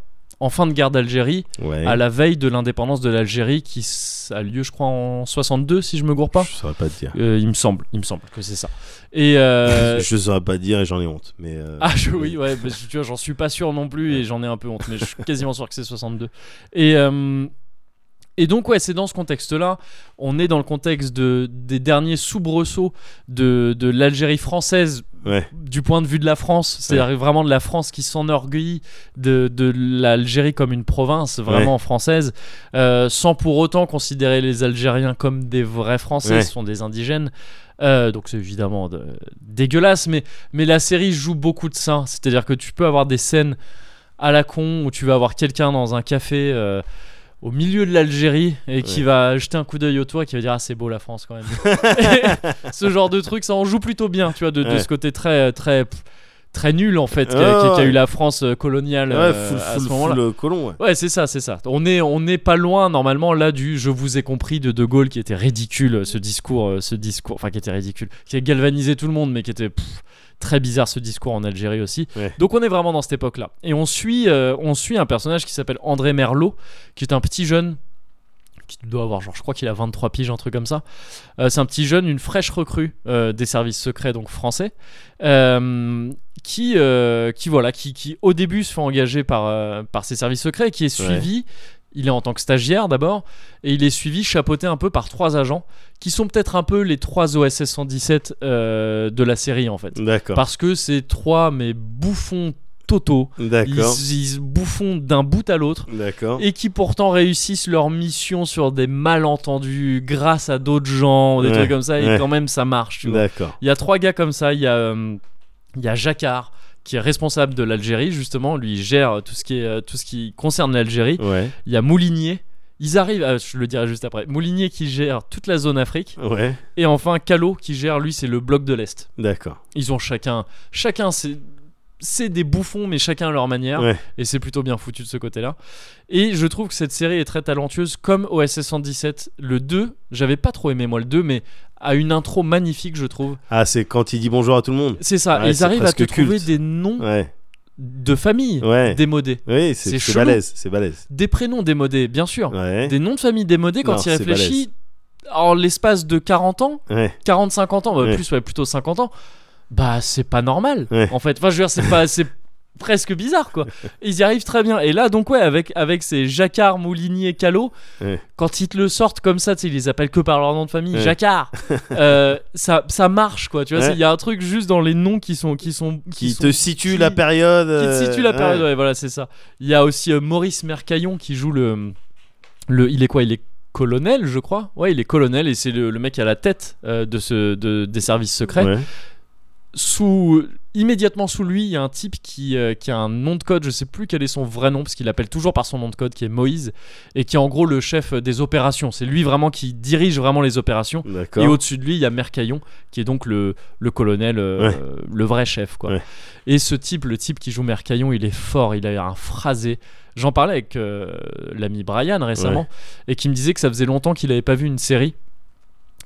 S1: en fin de guerre d'Algérie
S2: Ouais.
S1: à la veille de l'indépendance de l'Algérie qui s- a lieu je crois en 62 si je me gourre pas
S2: Je saurais pas te dire.
S1: Euh, il me semble il me semble que c'est ça et euh,
S2: Je saurais pas te dire et j'en ai honte. Mais. euh,
S1: ah je- oui ouais parce que, tu vois j'en suis pas sûr non plus et j'en ai un peu honte mais je suis quasiment sûr que c'est 62 et euh, et donc ouais c'est dans ce contexte là on est dans le contexte de, des derniers soubresauts de, de l'Algérie française
S2: Ouais.
S1: du point de vue de la France, c'est-à-dire vraiment de la France qui s'enorgueillit de, de l'Algérie comme une province vraiment française, euh, sans pour autant considérer les Algériens comme des vrais Français,
S2: Ouais.
S1: ce sont des indigènes. Euh, donc c'est évidemment de- dégueulasse, mais, mais la série joue beaucoup de ça. C'est-à-dire que tu peux avoir des scènes à la con où tu vas avoir quelqu'un dans un café. euh, au milieu de l'Algérie et qui
S2: Ouais.
S1: va jeter un coup d'œil autour et qui va dire ah c'est beau la France quand même. ce genre de truc, ça en joue plutôt bien, tu vois, de, de
S2: Ouais.
S1: ce côté très très très nul en fait qu'a
S2: Ouais,
S1: qu'a- qu'a
S2: ouais.
S1: eu la France euh, coloniale
S2: Ouais,
S1: euh,
S2: full,
S1: à
S2: full-
S1: ce moment-là.
S2: full, euh, colon, ouais.
S1: Ouais, c'est ça, c'est ça. On est, on n'est pas loin normalement là du je vous ai compris de De Gaulle qui était ridicule, euh, ce discours, euh, ce discours, enfin qui était ridicule, qui a galvanisé tout le monde, mais qui était pff, très bizarre ce discours en Algérie aussi.
S2: Ouais.
S1: Donc on est vraiment dans cette époque-là. Et on suit, euh, on suit un personnage qui s'appelle André Merlot, qui est un petit jeune qui doit avoir genre je crois qu'il a 23 piges un truc comme ça Euh, c'est un petit jeune une fraîche recrue euh, des services secrets donc français euh, qui, euh, qui voilà, qui, qui au début se fait engager par, euh, par ses services secrets, qui est suivi. Il est en tant que stagiaire d'abord, et il est suivi, chapeauté un peu par trois agents, qui sont peut-être un peu les trois OSS 117 euh, de la série en fait.
S2: D'accord.
S1: Parce que c'est trois, mais bouffons totaux. Ils,
S2: D'accord.
S1: ils se bouffons d'un bout à l'autre.
S2: D'accord.
S1: Et qui pourtant réussissent leur mission sur des malentendus grâce à d'autres gens, des
S2: Ouais,
S1: trucs comme ça, et
S2: ouais.
S1: quand même ça marche. Tu vois.
S2: D'accord.
S1: Il y a trois gars comme ça. Il y a, euh, il y a Jacquard qui est responsable de l'Algérie justement. Lui il gère tout ce qui est euh, tout ce qui concerne l'Algérie.
S2: Ouais.
S1: Il y a Moulinier. Ils arrivent, à- je le dirai juste après. Moulinier qui gère toute la zone Afrique
S2: Ouais.
S1: et enfin Callot qui gère lui c'est le bloc de l'est.
S2: D'accord.
S1: Ils ont chacun chacun c'est c'est des bouffons mais chacun à leur manière
S2: Ouais.
S1: et c'est plutôt bien foutu de ce côté-là. Et je trouve que cette série est très talentueuse comme OSS 117 le 2, j'avais pas trop aimé moi le 2 mais a une intro magnifique je trouve.
S2: Ah, c'est quand il dit bonjour à tout le monde.
S1: C'est ça,
S2: Ouais,
S1: ils
S2: c'est
S1: arrivent à te
S2: presque
S1: trouver
S2: culte.
S1: des noms
S2: Ouais.
S1: de famille
S2: Ouais.
S1: démodés, C'est
S2: Oui, c'est- c'est
S1: chelou.
S2: balèze. C'est balèze.
S1: des prénoms démodés, bien sûr.
S2: Ouais.
S1: Des noms de famille démodés, quand
S2: Non,
S1: il
S2: c'est
S1: réfléchit, en l'espace de 40 ans,
S2: Ouais.
S1: 40-50 ans, bah,
S2: Ouais.
S1: plus, ouais, plutôt 50 ans, bah c'est pas normal,
S2: Ouais.
S1: en fait. Enfin, je veux dire, c'est pas. c'est presque bizarre quoi ils y arrivent très bien et là donc ouais avec avec ces Jacquard Moulinier Callot
S2: Ouais.
S1: quand ils te le sortent comme ça tu sais ils les appellent que par leur nom de famille
S2: Ouais.
S1: Jacquard euh, ça ça marche quoi tu vois
S2: Ouais.
S1: c'est- il y a un truc juste dans les noms qui sont qui sont
S2: Qui
S1: sont
S2: te situe
S1: qui-
S2: la période.
S1: qui te
S2: euh,
S1: situe la période,
S2: ouais.
S1: ouais, voilà, c'est ça. Il y a aussi euh, Maurice Mercaillon qui joue le, le. Il est quoi Il est colonel, je crois. Ouais, il est colonel et c'est le, le mec à la tête euh, de ce, de- des services secrets.
S2: Ouais.
S1: Sous, immédiatement sous lui, il y a un type qui, euh, qui a un nom de code, je sais plus quel est son vrai nom, parce qu'il l'appelle toujours par son nom de code, qui est Moïse, et qui est en gros le chef des opérations. C'est lui vraiment qui dirige vraiment les opérations. Et
S2: D'accord.
S1: au-dessus de lui, il y a Mercaillon, qui est donc le, le colonel, euh,
S2: Ouais.
S1: euh, le vrai chef. quoi.
S2: Ouais.
S1: Et ce type, le type qui joue Mercaillon, il est fort, il a un phrasé. J'en parlais avec euh, l'ami Brian récemment, et qui me disait que ça faisait longtemps qu'il n'avait pas vu une série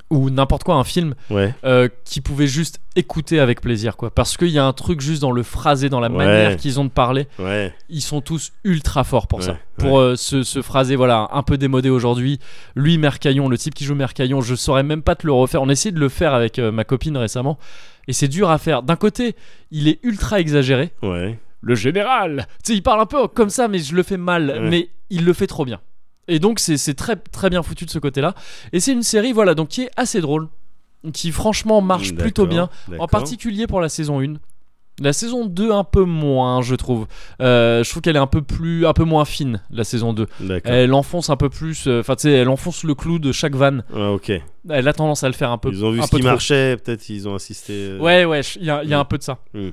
S1: ou n'importe quoi, un film,
S2: Ouais.
S1: euh, qui pouvait juste écouter avec plaisir. quoi. Parce qu'il y a un truc juste dans le phrasé, dans la
S2: Ouais.
S1: manière qu'ils ont de parler
S2: Ouais.
S1: ils sont tous ultra forts pour ça.
S2: Ouais,
S1: Pour euh, ce, ce phrasé, voilà, un peu démodé aujourd'hui. Lui, Mercaillon, le type qui joue Mercaillon, je saurais même pas te le refaire. On a essayé de le faire avec euh, ma copine récemment. Et c'est dur à faire. D'un côté, il est ultra exagéré.
S2: Ouais.
S1: Le général Tu sais, il parle un peu comme ça, mais je le fais mal.
S2: Ouais.
S1: Mais il le fait trop bien. Et donc, c'est c'est très, très bien foutu de ce côté-là. Et c'est une série, voilà, donc qui est assez drôle. Qui, franchement, marche plutôt bien.
S2: Mm, D'accord,
S1: En
S2: d'accord.
S1: particulier pour la saison 1. La saison 2 un peu moins, je trouve. Euh, je trouve qu'elle est un peu plus un peu moins fine la saison 2.
S2: D'accord.
S1: Elle enfonce un peu plus euh, enfin tu sais, elle enfonce le clou de chaque vanne.
S2: Ouais, Ah, ok.
S1: Elle a tendance à le faire un peu
S2: Ils ont vu
S1: un
S2: ce
S1: peu
S2: qui
S1: trop.
S2: marchait. Peut-être ils ont assisté. euh,
S1: Ouais ouais, il y a, y a
S2: Mm.
S1: un peu de ça. Il
S2: Mm.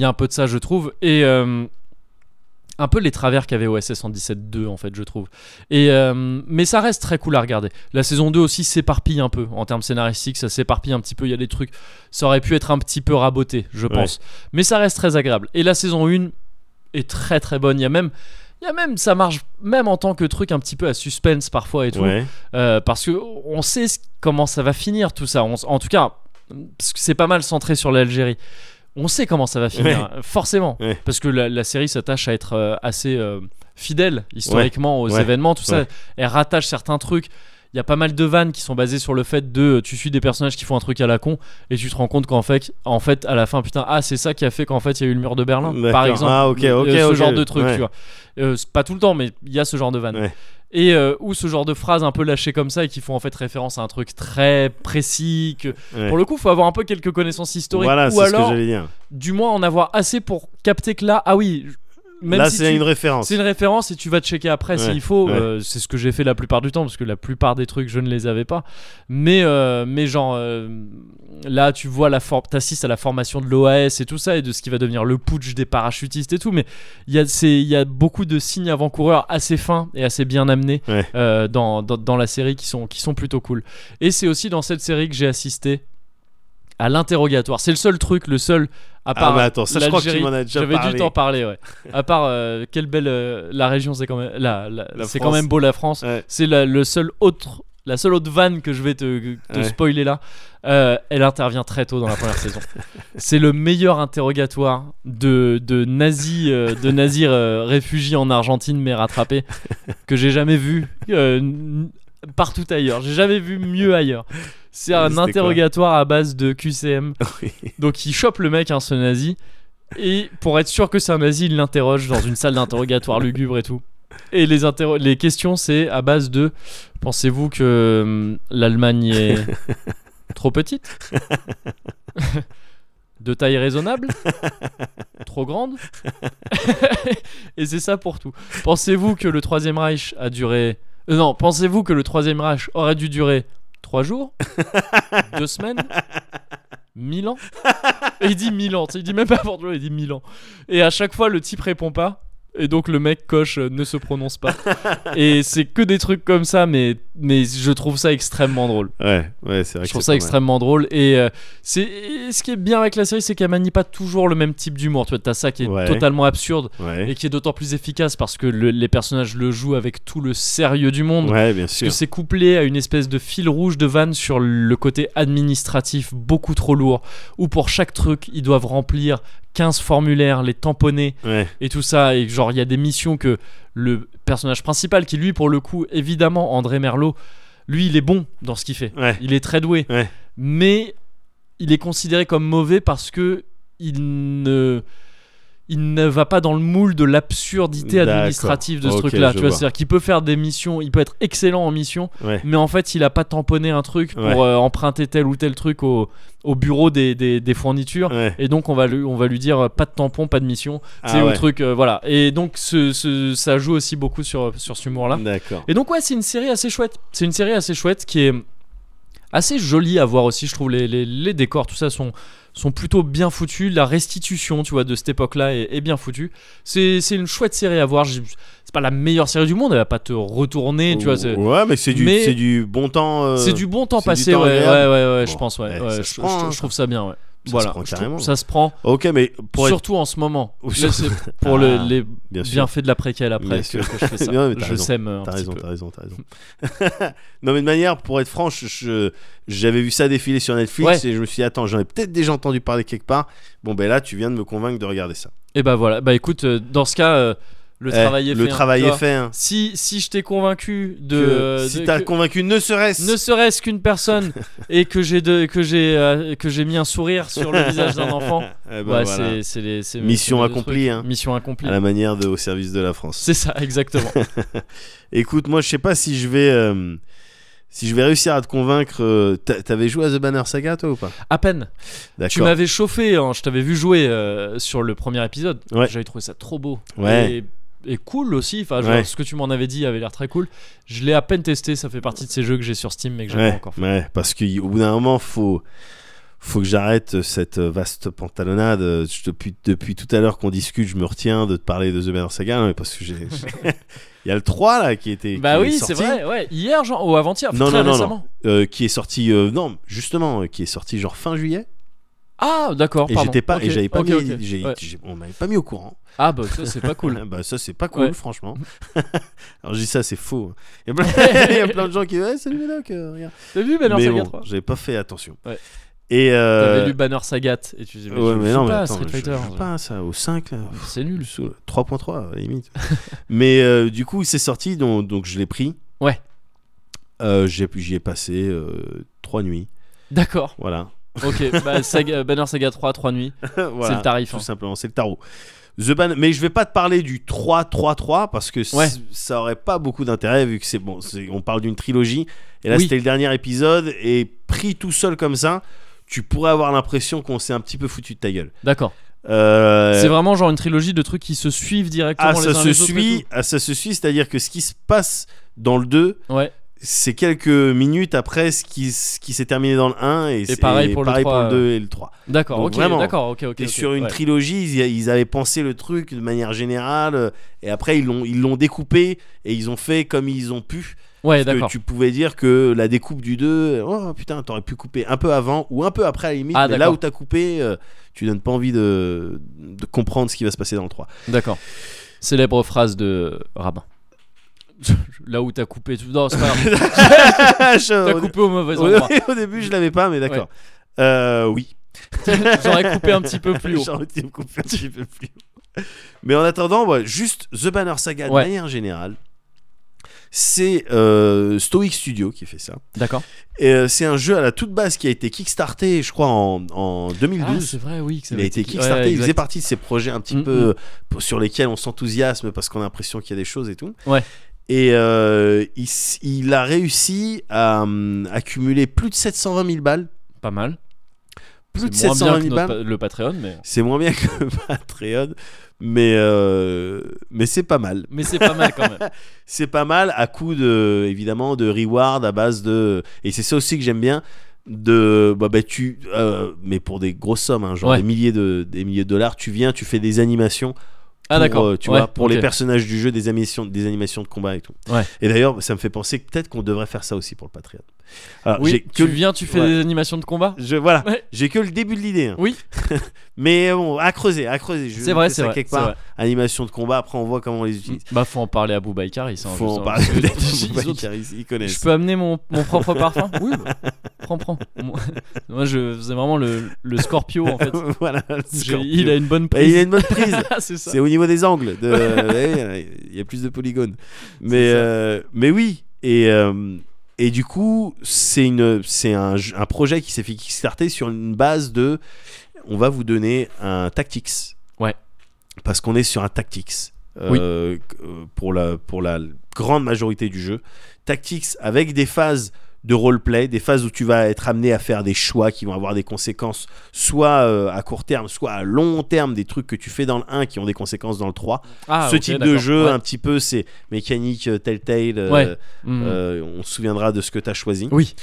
S1: y a un peu de ça, je trouve et euh, un peu les travers qu'avait OSS en 17.2 en fait je trouve et euh, mais ça reste très cool à regarder la saison 2 aussi s'éparpille un peu en termes scénaristiques ça s'éparpille un petit peu il y a des trucs ça aurait pu être un petit peu raboté je pense mais ça reste très agréable et la saison 1 est très très bonne il y a même il y a même ça marche même en tant que truc un petit peu à suspense parfois et tout
S2: Ouais.
S1: euh, parce que on sait ce- comment ça va finir tout ça. On s- en tout cas, parce que c'est pas mal centré sur l'Algérie. On sait comment ça va finir, euh, forcément,
S2: Ouais.
S1: parce que la, la série s'attache à être euh, assez euh, fidèle historiquement aux
S2: Ouais.
S1: événements, tout ça.
S2: Ouais.
S1: Elle rattache certains trucs. Il y a pas mal de vannes qui sont basées sur le fait de euh, tu suis des personnages qui font un truc à la con et tu te rends compte qu'en fait, en fait, à la fin, putain, ah c'est ça qui a fait qu'en fait il y a eu le mur de Berlin, par
S2: D'accord.
S1: exemple.
S2: Ah, ok,
S1: Euh,
S2: ok,
S1: ce
S2: ok.
S1: genre de truc,
S2: Ouais.
S1: tu vois. Euh, c'est pas tout le temps, mais il y a ce genre de vannes
S2: Ouais.
S1: et euh, ou ce genre de phrases un peu lâchées comme ça et qui font en fait référence à un truc très précis que
S2: Ouais.
S1: pour le coup faut avoir un peu quelques connaissances historiques
S2: Voilà,
S1: ou
S2: c'est ce que
S1: alors
S2: j'allais dire.
S1: du moins en avoir assez pour capter que là ah oui même
S2: Là,
S1: si
S2: c'est
S1: tu-
S2: une référence.
S1: c'est une référence et tu vas checker après
S2: Ouais,
S1: s'il faut.
S2: ouais.
S1: Euh, c'est ce que j'ai fait la plupart du temps parce que la plupart des trucs je ne les avais pas. Mais, euh, mais genre euh, là tu vois la forme, t'assistes à la formation de l'OAS et tout ça et de ce qui va devenir le putsch des parachutistes et tout. Mais il y a ces- il y a beaucoup de signes avant-coureurs assez fins et assez bien amenés
S2: Ouais.
S1: euh, dans, dans, dans la série qui sont qui sont plutôt cool. Et c'est aussi dans cette série que j'ai assisté à l'interrogatoire. C'est le seul truc, le seul à
S2: Ah,
S1: part
S2: mais attends, ça, je crois que tu
S1: l'Algérie,
S2: m'en as déjà
S1: J'avais dû
S2: parlé.
S1: t'en parler, ouais. À part euh, quelle belle euh, la région, c'est quand même la, la-
S2: La
S1: c'est
S2: France.
S1: quand même beau la France.
S2: Ouais.
S1: C'est la, le seul autre la seule autre vanne que je vais te, te
S2: Ouais.
S1: spoiler là. Euh, elle intervient très tôt dans la première saison. C'est le meilleur interrogatoire de de nazis euh, de nazis euh, réfugiés en Argentine mais rattrapés que j'ai jamais vu euh, n- partout ailleurs. J'ai jamais vu mieux ailleurs. C'est
S2: Vas-y,
S1: un
S2: c'était quoi
S1: interrogatoire à base de QCM.
S2: Oui.
S1: Donc il chope le mec, hein, ce nazi. Et pour être sûr que c'est un nazi, il l'interroge dans une salle d'interrogatoire lugubre et tout. Et les, interro- les questions, c'est à base de Pensez-vous que hum, l'Allemagne est trop petite De taille raisonnable Trop grande Et c'est ça pour tout. Pensez-vous que le Troisième Reich a duré. euh, non, pensez-vous que le Troisième Reich aurait dû durer 3 jours 2 semaines 1000 ans Et il dit 1000 ans, tu sais, il dit même pas pour il dit 1000 ans. Et à chaque fois, le type répond pas. Et donc le mec coche euh, ne se prononce pas. Et c'est que des trucs comme ça, mais, mais je trouve ça extrêmement drôle.
S2: Ouais, ouais, c'est vrai.
S1: Je trouve ça extrêmement drôle. Et euh, c'est et ce qui est bien avec la série, c'est qu'elle manie pas toujours le même type d'humour. Tu vois, t'as ça qui est
S2: Ouais.
S1: totalement absurde
S2: Ouais.
S1: et qui est d'autant plus efficace parce que le- les personnages le jouent avec tout le sérieux du monde.
S2: ouais, bien
S1: Parce
S2: sûr.
S1: que c'est couplé à une espèce de fil rouge de vanne sur le côté administratif beaucoup trop lourd, où pour chaque truc, ils doivent remplir 15 formulaires, les tamponner
S2: Ouais,
S1: et tout ça. Et genre, il y a des missions que le personnage principal, qui lui, pour le coup, évidemment, André Merlot, lui, il est bon dans ce qu'il fait.
S2: ouais.
S1: Il est très doué.
S2: Ouais.
S1: Mais il est considéré comme mauvais parce que il ne il ne va pas dans le moule de l'absurdité
S2: D'accord.
S1: administrative de ce
S2: Ok,
S1: truc-là.
S2: je
S1: Tu vois,
S2: vois.
S1: c'est-à-dire qu'il peut faire des missions, il peut être excellent en mission,
S2: Ouais.
S1: mais en fait, il a pas tamponné un truc pour
S2: Ouais.
S1: euh, emprunter tel ou tel truc au, au bureau des, des- des fournitures.
S2: Ouais.
S1: Et donc on va lui, on va lui dire euh, pas de tampon, pas de mission, c'est
S2: Ah
S1: au
S2: ouais.
S1: truc euh, voilà. Et donc ce, ce- ça joue aussi beaucoup sur sur ce humour là.
S2: D'accord.
S1: Et donc ouais, c'est une série assez chouette. C'est une série assez chouette qui est assez jolie à voir aussi, je trouve. Les, les- les décors, tout ça sont sont plutôt bien foutus. La restitution, tu vois, de cette époque-là est, est bien foutue. C'est c'est une chouette série à voir. J'ai- C'est pas la meilleure série du monde, elle va pas te retourner, tu vois. c'est-
S2: Ouais, mais c'est du,
S1: Mais-
S2: c'est du bon temps. euh,
S1: C'est du bon temps
S2: Oh, c'est du
S1: passé,
S2: temps
S1: ouais, ouais, ouais,
S2: agréable.
S1: ouais, je
S2: Bon,
S1: pense, ouais.
S2: eh,
S1: ouais,
S2: ça
S1: je,
S2: se
S1: je-
S2: prend,
S1: je-
S2: hein.
S1: je trouve ça bien, ouais.
S2: se
S1: voilà,
S2: prend
S1: je trouve-
S2: carrément.
S1: ça se prend,
S2: Ok, mais pour être
S1: surtout en ce moment.
S2: Ou
S1: Là,
S2: sur-
S1: c'est pour le-
S2: Ah,
S1: les
S2: bien sûr.
S1: bienfaits de la préquelle après
S2: Bien
S1: que,
S2: sûr.
S1: que je fais ça.
S2: Non, mais t'as
S1: je
S2: raison,
S1: sème euh, un
S2: T'as
S1: petit
S2: raison,
S1: peu.
S2: t'as raison, t'as raison. non, mais de manière, pour être franche, je- j'avais vu ça défiler sur Netflix
S1: Ouais.
S2: et je me suis dit, attends, j'en ai peut-être déjà entendu parler quelque part. Bon, ben là, tu viens de me convaincre de regarder ça.
S1: Et bah voilà, bah écoute, euh, dans ce cas, euh, le
S2: Eh,
S1: travail est fait.
S2: Le
S1: hein,
S2: travail
S1: tu
S2: est
S1: vois.
S2: fait. hein.
S1: Si, si je t'ai convaincu de.
S2: Que-
S1: euh,
S2: si
S1: de-
S2: t'as
S1: que-
S2: convaincu, ne serait-ce. Eh,
S1: ne serait-ce qu'une personne et que j'ai de- que j'ai euh, que j'ai mis un sourire sur le visage d'un enfant.
S2: Eh ben
S1: ouais,
S2: voilà.
S1: c'est- c'est les- c'est-
S2: Mission
S1: c'est les deux
S2: accomplie,
S1: trucs.
S2: hein.
S1: Mission accomplie.
S2: À la manière de au service de la France.
S1: C'est ça, exactement.
S2: Écoute, moi, je sais pas si je vais. euh, Si je vais réussir à te convaincre, euh, t'a- t'avais joué à The Banner Saga toi ou pas
S1: à peine. Tu
S2: D'accord.
S1: m'avais chauffé, hein, je t'avais vu jouer euh, sur le premier épisode.
S2: Ouais.
S1: J'avais trouvé ça trop beau.
S2: Ouais.
S1: Et, et cool aussi. Enfin, genre,
S2: Ouais.
S1: ce que tu m'en avais dit avait l'air très cool. Je l'ai à peine testé. Ça fait partie de ces jeux que j'ai sur Steam mais que j'ai
S2: ouais,
S1: pas encore fait.
S2: ouais, parce qu'au bout d'un moment, faut, faut que j'arrête euh, cette vaste pantalonnade. Euh, Je- depuis, depuis tout à l'heure qu'on discute, je me retiens de te parler de The Banner Saga, hein, parce que j'ai. Il y a le 3 là qui était.
S1: Bah
S2: qui est
S1: oui, c'est
S2: sorti,
S1: vrai. Ouais. Hier, genre, ou avant-hier,
S2: Non,
S1: très
S2: non, non,
S1: récemment.
S2: euh, qui est sorti. euh, non, justement, euh, qui est sorti genre fin juillet.
S1: Ah, d'accord.
S2: et
S1: pardon.
S2: j'étais pas.
S1: Ok,
S2: Et j'avais pas
S1: ok,
S2: mis-
S1: ok.
S2: j'ai-
S1: Ouais.
S2: j'ai- on m'avait pas mis au courant.
S1: Ah, bah ça, c'est pas cool.
S2: bah ça, c'est pas cool,
S1: Ouais.
S2: franchement. Alors je dis ça, c'est faux. hein. Il y a plein, il y a plein de gens qui. Ouais, salut Médoc, euh, regarde.
S1: T'as vu Banner
S2: mais
S1: Saga
S2: bon,
S1: 3
S2: j'avais pas fait attention.
S1: Ouais.
S2: Et euh,
S1: T'avais lu Banner Sagat et tu disais, mais je
S2: ouais, mais
S1: joue
S2: non, mais
S1: pas à
S2: attends,
S1: Street
S2: je-
S1: Fighter.
S2: je joue pas à ça, au 5, là, pff,
S1: C'est nul.
S2: sous le 3.3, à la limite. mais euh, du coup, c'est sorti, donc, donc je l'ai pris.
S1: Ouais.
S2: Euh, j'ai- J'y ai, passé euh, trois nuits.
S1: D'accord.
S2: Voilà.
S1: Ok, bah, Saga- Banner Saga 3, 3 nuits.
S2: Voilà,
S1: C'est le tarif,
S2: Tout
S1: hein.
S2: simplement, c'est le tarot. The Ban- Mais je vais pas te parler du 3-3-3 parce que c-
S1: Ouais.
S2: ça aurait pas beaucoup d'intérêt vu que c'est bon. c'est- On parle d'une trilogie et là
S1: Oui.
S2: c'était le dernier épisode et pris tout seul comme ça, tu pourrais avoir l'impression qu'on s'est un petit peu foutu de ta gueule.
S1: D'accord.
S2: Euh,
S1: C'est vraiment genre une trilogie de trucs qui se suivent directement
S2: ah,
S1: les
S2: ça
S1: uns
S2: se
S1: les autres et
S2: suit, ah, ça se suit, c'est-à-dire que ce qui se passe dans le 2,
S1: tout. Ouais.
S2: c'est quelques minutes après ce qui, ce qui s'est terminé dans le 1 et, c'est-
S1: pareil pour le
S2: pareil
S1: 3,
S2: 2 et le 3.
S1: D'accord,
S2: Donc
S1: ok,
S2: vraiment,
S1: d'accord, ok, ok.
S2: Et
S1: ok,
S2: sur une
S1: ouais.
S2: trilogie, ils, ils avaient pensé le truc de manière générale euh, et après ils l'ont ils l'ont découpé et ils ont fait comme ils ont pu.
S1: Ouais,
S2: Parce que
S1: d'accord.
S2: tu pouvais dire que la découpe du 2, oh putain, t'aurais pu couper un peu avant ou un peu après à la limite,
S1: Ah,
S2: mais là
S1: d'accord.
S2: où t'as coupé, euh, tu donnes pas envie de, de comprendre ce qui va se passer dans le 3.
S1: D'accord. Célèbre phrase de Rabin. Là où t'as coupé tout. Non, c'est pas grave.
S2: Je-
S1: T'as
S2: au-
S1: coupé au mauvais
S2: au,
S1: endroit.
S2: au début, je l'avais pas, mais d'accord. Euh, oui.
S1: J'aurais coupé un petit peu plus haut.
S2: J'aurais été coupé un petit peu plus haut. Mais en attendant, ouais, juste The Banner Saga
S1: Ouais.
S2: de manière générale, c'est euh, Stoic Studio qui fait ça.
S1: D'accord.
S2: Et euh, c'est un jeu à la toute base qui a été kickstarté, je crois, en, en
S1: Ah,
S2: 2012.
S1: c'est vrai, oui. que ça
S2: il a
S1: avait
S2: été
S1: qui-
S2: kickstarté,
S1: ouais,
S2: il faisait
S1: exact.
S2: partie de ces projets un petit
S1: Mm,
S2: peu pour- sur lesquels on s'enthousiasme parce qu'on a l'impression qu'il y a des choses et tout.
S1: Ouais.
S2: Et euh, il, s- il a réussi à hum, accumuler plus de 720 000 balles.
S1: Pas mal.
S2: Plus de
S1: C'est moins bien
S2: 720
S1: que
S2: 000
S1: notre
S2: balles.
S1: pa- le Patreon, mais.
S2: C'est moins bien que Patreon, mais, euh, mais c'est pas mal.
S1: Mais c'est pas mal quand même.
S2: C'est pas mal à coup de, évidemment, de reward à base de. Et c'est ça aussi que j'aime bien. De, bah, bah, tu, euh, mais pour des grosses sommes, hein, genre
S1: Ouais.
S2: des, milliers de, des milliers de dollars, tu viens, tu fais des animations.
S1: Ah,
S2: pour,
S1: d'accord.
S2: euh, tu
S1: Ouais,
S2: vois, pour les
S1: ok.
S2: personnages du jeu, des animations, des animations de combat et tout.
S1: Ouais.
S2: Et d'ailleurs, ça me fait penser que peut-être qu'on devrait faire ça aussi pour le Patreon. Alors, j'ai
S1: Oui,
S2: que
S1: tu
S2: le-
S1: viens, tu fais
S2: Ouais.
S1: des animations de combat
S2: je, voilà,
S1: Ouais.
S2: j'ai que le début de l'idée. hein.
S1: Oui.
S2: mais bon, à creuser, à creuser. Je vais
S1: C'est vrai,
S2: noter
S1: c'est
S2: ça
S1: vrai.
S2: quelque
S1: c'est
S2: part.
S1: vrai.
S2: Animation de combat, après on voit comment on les utilise.
S1: Bah, faut en parler à Boubaïkar, il
S2: Faut en parler peut-être à Boubacar, ils, ils
S1: Je
S2: connaissent.
S1: peux amener mon, mon propre parfum Oui, bah, prends, prends. Moi- Moi, je faisais vraiment le, le Scorpio en fait.
S2: voilà, le
S1: J'ai-
S2: scorpion.
S1: Il a une bonne
S2: Et il
S1: prise. Ah,
S2: a une bonne prise.
S1: c'est ça.
S2: C'est au niveau des angles. De... Ouais, ouais, il y a plus de polygones. Mais, euh, mais oui. Et, euh, et du coup, c'est une- c'est un, jeu- un projet qui s'est fait kickstarter sur une base de. On va vous donner un tactics.
S1: Ouais.
S2: Parce qu'on est sur un tactics. euh, qu- euh, pour, la, pour la grande majorité du jeu. Tactics avec des phases de roleplay, des phases où tu vas être amené à faire des choix qui vont avoir des conséquences soit euh, à court terme, soit à long terme, des trucs que tu fais dans le 1 qui ont des conséquences dans le 3.
S1: Ah,
S2: Ce
S1: ok,
S2: type de
S1: d'accord.
S2: jeu,
S1: Ouais.
S2: un petit peu, c'est mécanique euh, Telltale, euh,
S1: Ouais. Mhm.
S2: euh, on se souviendra de ce que tu as choisi.
S1: Oui.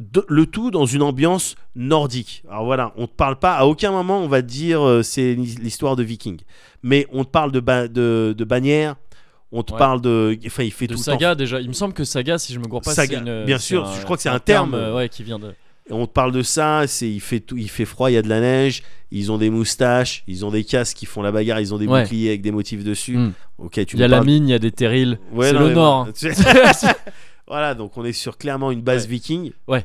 S2: De- le tout dans une ambiance nordique. Alors voilà, on te parle pas, à aucun moment on va te dire euh, c'est l'hi- l'histoire de Viking. Mais on te parle de, ba- de, de bannière, on te
S1: Ouais.
S2: parle de. Enfin, il fait
S1: de
S2: tout le temps
S1: saga déjà. Il me semble que saga, si je me gourre pas,
S2: Saga,
S1: c'est une. euh,
S2: bien
S1: c'est
S2: sûr, je crois que c'est un terme.
S1: euh, ouais, qui vient de.
S2: Et on te parle de ça, c'est il fait tout, il fait froid, il y a de la neige, ils ont des moustaches, ils ont des casques qui font la bagarre, ils ont des
S1: Ouais.
S2: boucliers avec des motifs dessus.
S1: Mm.
S2: Ok, tu
S1: Il y a
S2: me
S1: la
S2: parles-
S1: mine, il y a des terrils.
S2: Ouais,
S1: c'est
S2: non,
S1: le
S2: mais
S1: Nord. hein.
S2: voilà. voilà, donc on est sur clairement une base
S1: Ouais.
S2: viking.
S1: Ouais.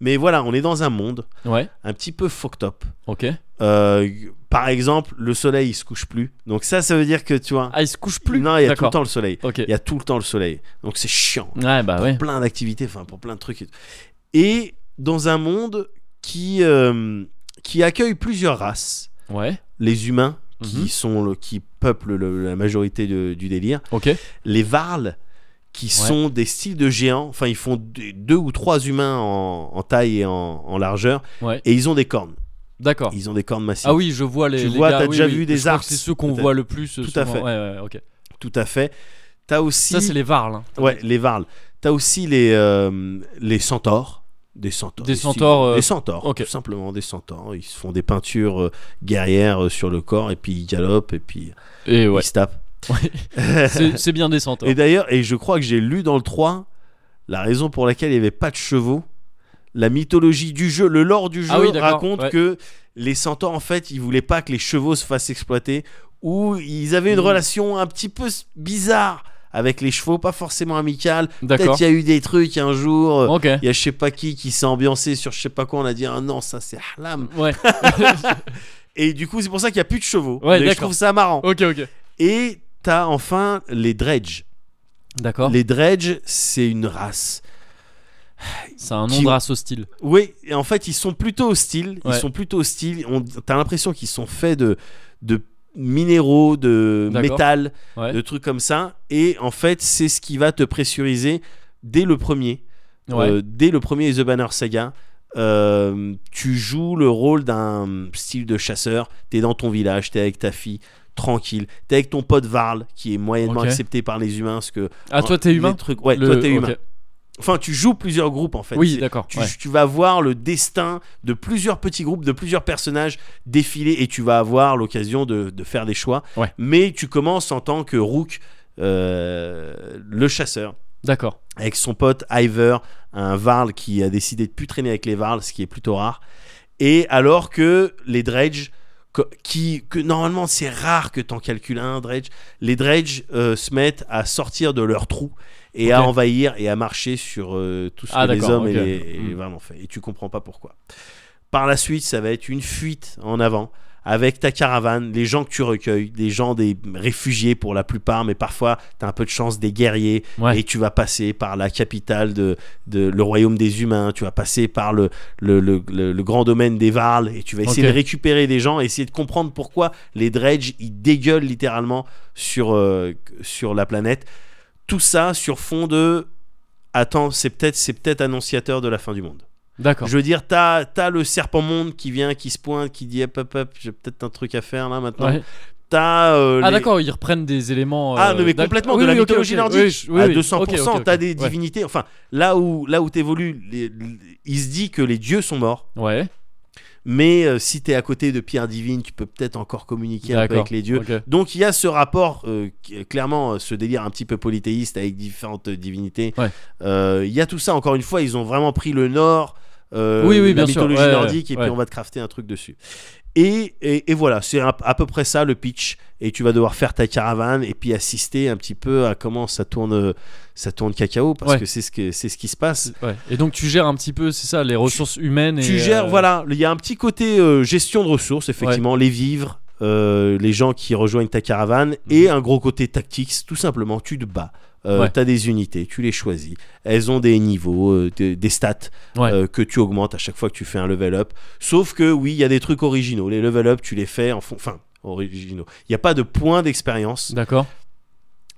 S2: Mais voilà, on est dans un monde
S1: Ouais.
S2: un petit peu fucked up.
S1: Ok.
S2: Euh, par exemple, le soleil il se couche plus. Donc ça, ça veut dire que tu vois.
S1: Ah, il se couche plus.
S2: Non, il y a tout le
S1: D'accord.
S2: temps le soleil.
S1: Ok.
S2: Il y a tout le temps le soleil. Donc c'est chiant
S1: Ouais, bah ouais.
S2: pour plein d'activités, enfin pour plein de trucs. Et, tout. Et dans un monde qui, euh, qui accueille plusieurs races,
S1: Ouais.
S2: les humains qui
S1: Mhm.
S2: sont le- qui peuplent le- la majorité de- du délire,
S1: Ok.
S2: les varles qui
S1: Ouais.
S2: sont des styles de géants, enfin ils font deux, deux ou trois humains en, en taille et en, en largeur,
S1: Ouais.
S2: et ils ont des cornes.
S1: D'accord.
S2: Ils ont des cornes massives.
S1: Ah oui, je vois les.
S2: Tu
S1: les
S2: vois,
S1: gars,
S2: t'as
S1: oui,
S2: déjà
S1: oui.
S2: vu des
S1: Je crois
S2: arcs,
S1: que C'est ceux qu'on
S2: peut-être.
S1: voit le plus. euh,
S2: Tout
S1: souvent.
S2: à fait.
S1: Ouais, ouais, ok.
S2: Tout à fait. T'as aussi
S1: Ça, c'est les varles. hein.
S2: ouais les varles. T'as aussi les euh, les centaures. Des centaures.
S1: Des
S2: styles-
S1: centaures, euh,
S2: Des centaures.
S1: ok.
S2: Tout simplement des centaures. Ils se font des peintures euh, guerrières euh, sur le corps et puis ils galopent et puis
S1: Et ouais.
S2: ils se tapent.
S1: Ouais. C'est c'est bien des centaures.
S2: Et d'ailleurs, et je crois que j'ai lu dans le 3 la raison pour laquelle il n'y avait pas de chevaux. La mythologie du jeu, le lore du jeu
S1: Ah oui, d'accord,
S2: raconte
S1: ouais.
S2: que les centaures, en fait, ils voulaient pas que les chevaux se fassent exploiter ou ils avaient une
S1: Mm.
S2: relation un petit peu s- bizarre avec les chevaux, pas forcément amicale. Peut-être
S1: D'accord.
S2: il y a eu des trucs un jour. euh,
S1: Ok.
S2: Il y a je sais pas qui qui s'est ambiancé sur je sais pas quoi, on a dit ah non, ça c'est halam.
S1: Ouais.
S2: Et du coup, c'est pour ça qu'il y a plus de chevaux.
S1: Ouais,
S2: Mais je
S1: d'accord.
S2: trouve ça marrant.
S1: ok, ok.
S2: Et t'as enfin les dredges.
S1: D'accord.
S2: Les dredges, c'est une race.
S1: C'est un nom
S2: qui-
S1: de race hostile.
S2: Oui, et en fait, ils sont plutôt hostiles. Ils
S1: Ouais.
S2: sont plutôt hostiles. On- T'as l'impression qu'ils sont faits de, de minéraux, de
S1: D'accord.
S2: métal,
S1: Ouais.
S2: de trucs comme ça. Et en fait, c'est ce qui va te pressuriser dès le premier.
S1: Ouais.
S2: Euh, dès le premier The Banner Saga, euh, tu joues le rôle d'un style de chasseur, t'es dans ton village, t'es avec ta fille, tranquille, t'es avec ton pote Varl, qui est moyennement
S1: Ok.
S2: accepté par les humains, parce que...
S1: Ah, toi, t'es
S2: les
S1: humain
S2: trucs- Ouais,
S1: Le-
S2: toi t'es humain.
S1: ok.
S2: Enfin, tu joues plusieurs groupes, en fait.
S1: Oui,
S2: C'est-
S1: d'accord.
S2: tu,
S1: ouais.
S2: tu vas voir le destin de plusieurs petits groupes, de plusieurs personnages défiler et tu vas avoir l'occasion de, de faire des choix.
S1: Ouais.
S2: Mais tu commences en tant que Rook, euh, le chasseur,
S1: D'accord.
S2: avec son pote Ivor, un Varl qui a décidé de plus traîner avec les Varls, ce qui est plutôt rare. Et alors que les Dredge, co- qui, que normalement c'est rare que t'en calcules un Dredge, les Dredge euh, se mettent à sortir de leur trou et à
S1: Ok.
S2: envahir et à marcher sur euh, tout ce
S1: Ah,
S2: que les
S1: d'accord,
S2: hommes
S1: ok.
S2: et les, et les
S1: Mm.
S2: Varls ont fait. Et tu comprends pas pourquoi. Par la suite, ça va être une fuite en avant avec ta caravane, les gens que tu recueilles, des gens des réfugiés pour la plupart, mais parfois tu as un peu de chance des guerriers,
S1: Ouais.
S2: et tu vas passer par la capitale de, de le royaume des humains, tu vas passer par le, le, le- le- le grand domaine des Varles, et tu vas essayer
S1: Ok.
S2: de récupérer des gens, essayer de comprendre pourquoi les Dredge, ils dégueulent littéralement sur, euh, sur la planète. Tout ça sur fond de... Attends, c'est peut-être c'est peut-être annonciateur de la fin du monde.
S1: D'accord.
S2: Je veux dire, t'as as le serpent monde qui vient, qui se pointe, qui dit hop hop hop, j'ai peut-être un truc à faire là maintenant.
S1: Ouais.
S2: T'as euh,
S1: Ah
S2: les-
S1: d'accord, ils reprennent des éléments.
S2: Ah
S1: euh,
S2: non mais
S1: d'ac-
S2: complètement
S1: Oui,
S2: de la
S1: oui, ok,
S2: mythologie
S1: ok,
S2: nordique
S1: oui, je- oui,
S2: à
S1: oui,
S2: 200%.
S1: ok, ok, ok,
S2: T'as des
S1: ouais.
S2: divinités. Enfin, là où là où t'évolues, les- les- il se dit que les dieux sont morts.
S1: Ouais.
S2: Mais euh, si t'es à côté de pierres divines, tu peux peut-être encore communiquer un peu
S1: D'accord.
S2: avec les dieux.
S1: ok.
S2: Donc il y a ce rapport, euh, qui est clairement euh, ce délire un petit peu polythéiste avec différentes euh, divinités.
S1: Ouais.
S2: Euh, il y a tout ça, encore une fois, ils ont vraiment pris le nord, euh,
S1: Oui, oui,
S2: la
S1: bien sûr,
S2: mythologie
S1: ouais, ouais,
S2: nordique, et
S1: ouais.
S2: puis on va te crafter un truc dessus. Et, et- et voilà, c'est à, à peu près ça le pitch. Et tu vas devoir faire ta caravane et puis assister un petit peu à comment ça tourne, euh, ça tourne cacao, parce
S1: Ouais.
S2: que c'est ce, que, c'est ce qui se passe.
S1: Ouais. Et donc tu gères un petit peu, c'est ça, les ressources humaines. et,
S2: Tu gères,
S1: euh,
S2: voilà, il y a un petit côté euh, gestion de ressources, effectivement, les vivres, euh, les gens qui rejoignent ta
S1: Mhm.
S2: caravane, et un gros côté tactique, tout simplement, tu te bats. Euh,
S1: Ouais.
S2: T'as des unités, tu les choisis. Elles ont des niveaux, euh, des, des stats
S1: Ouais.
S2: euh, que tu augmentes à chaque fois que tu fais un level up. Sauf que oui, il y a des trucs originaux. Les level up, tu les fais en fond. Enfin, originaux. Il n'y a pas de point d'expérience.
S1: D'accord.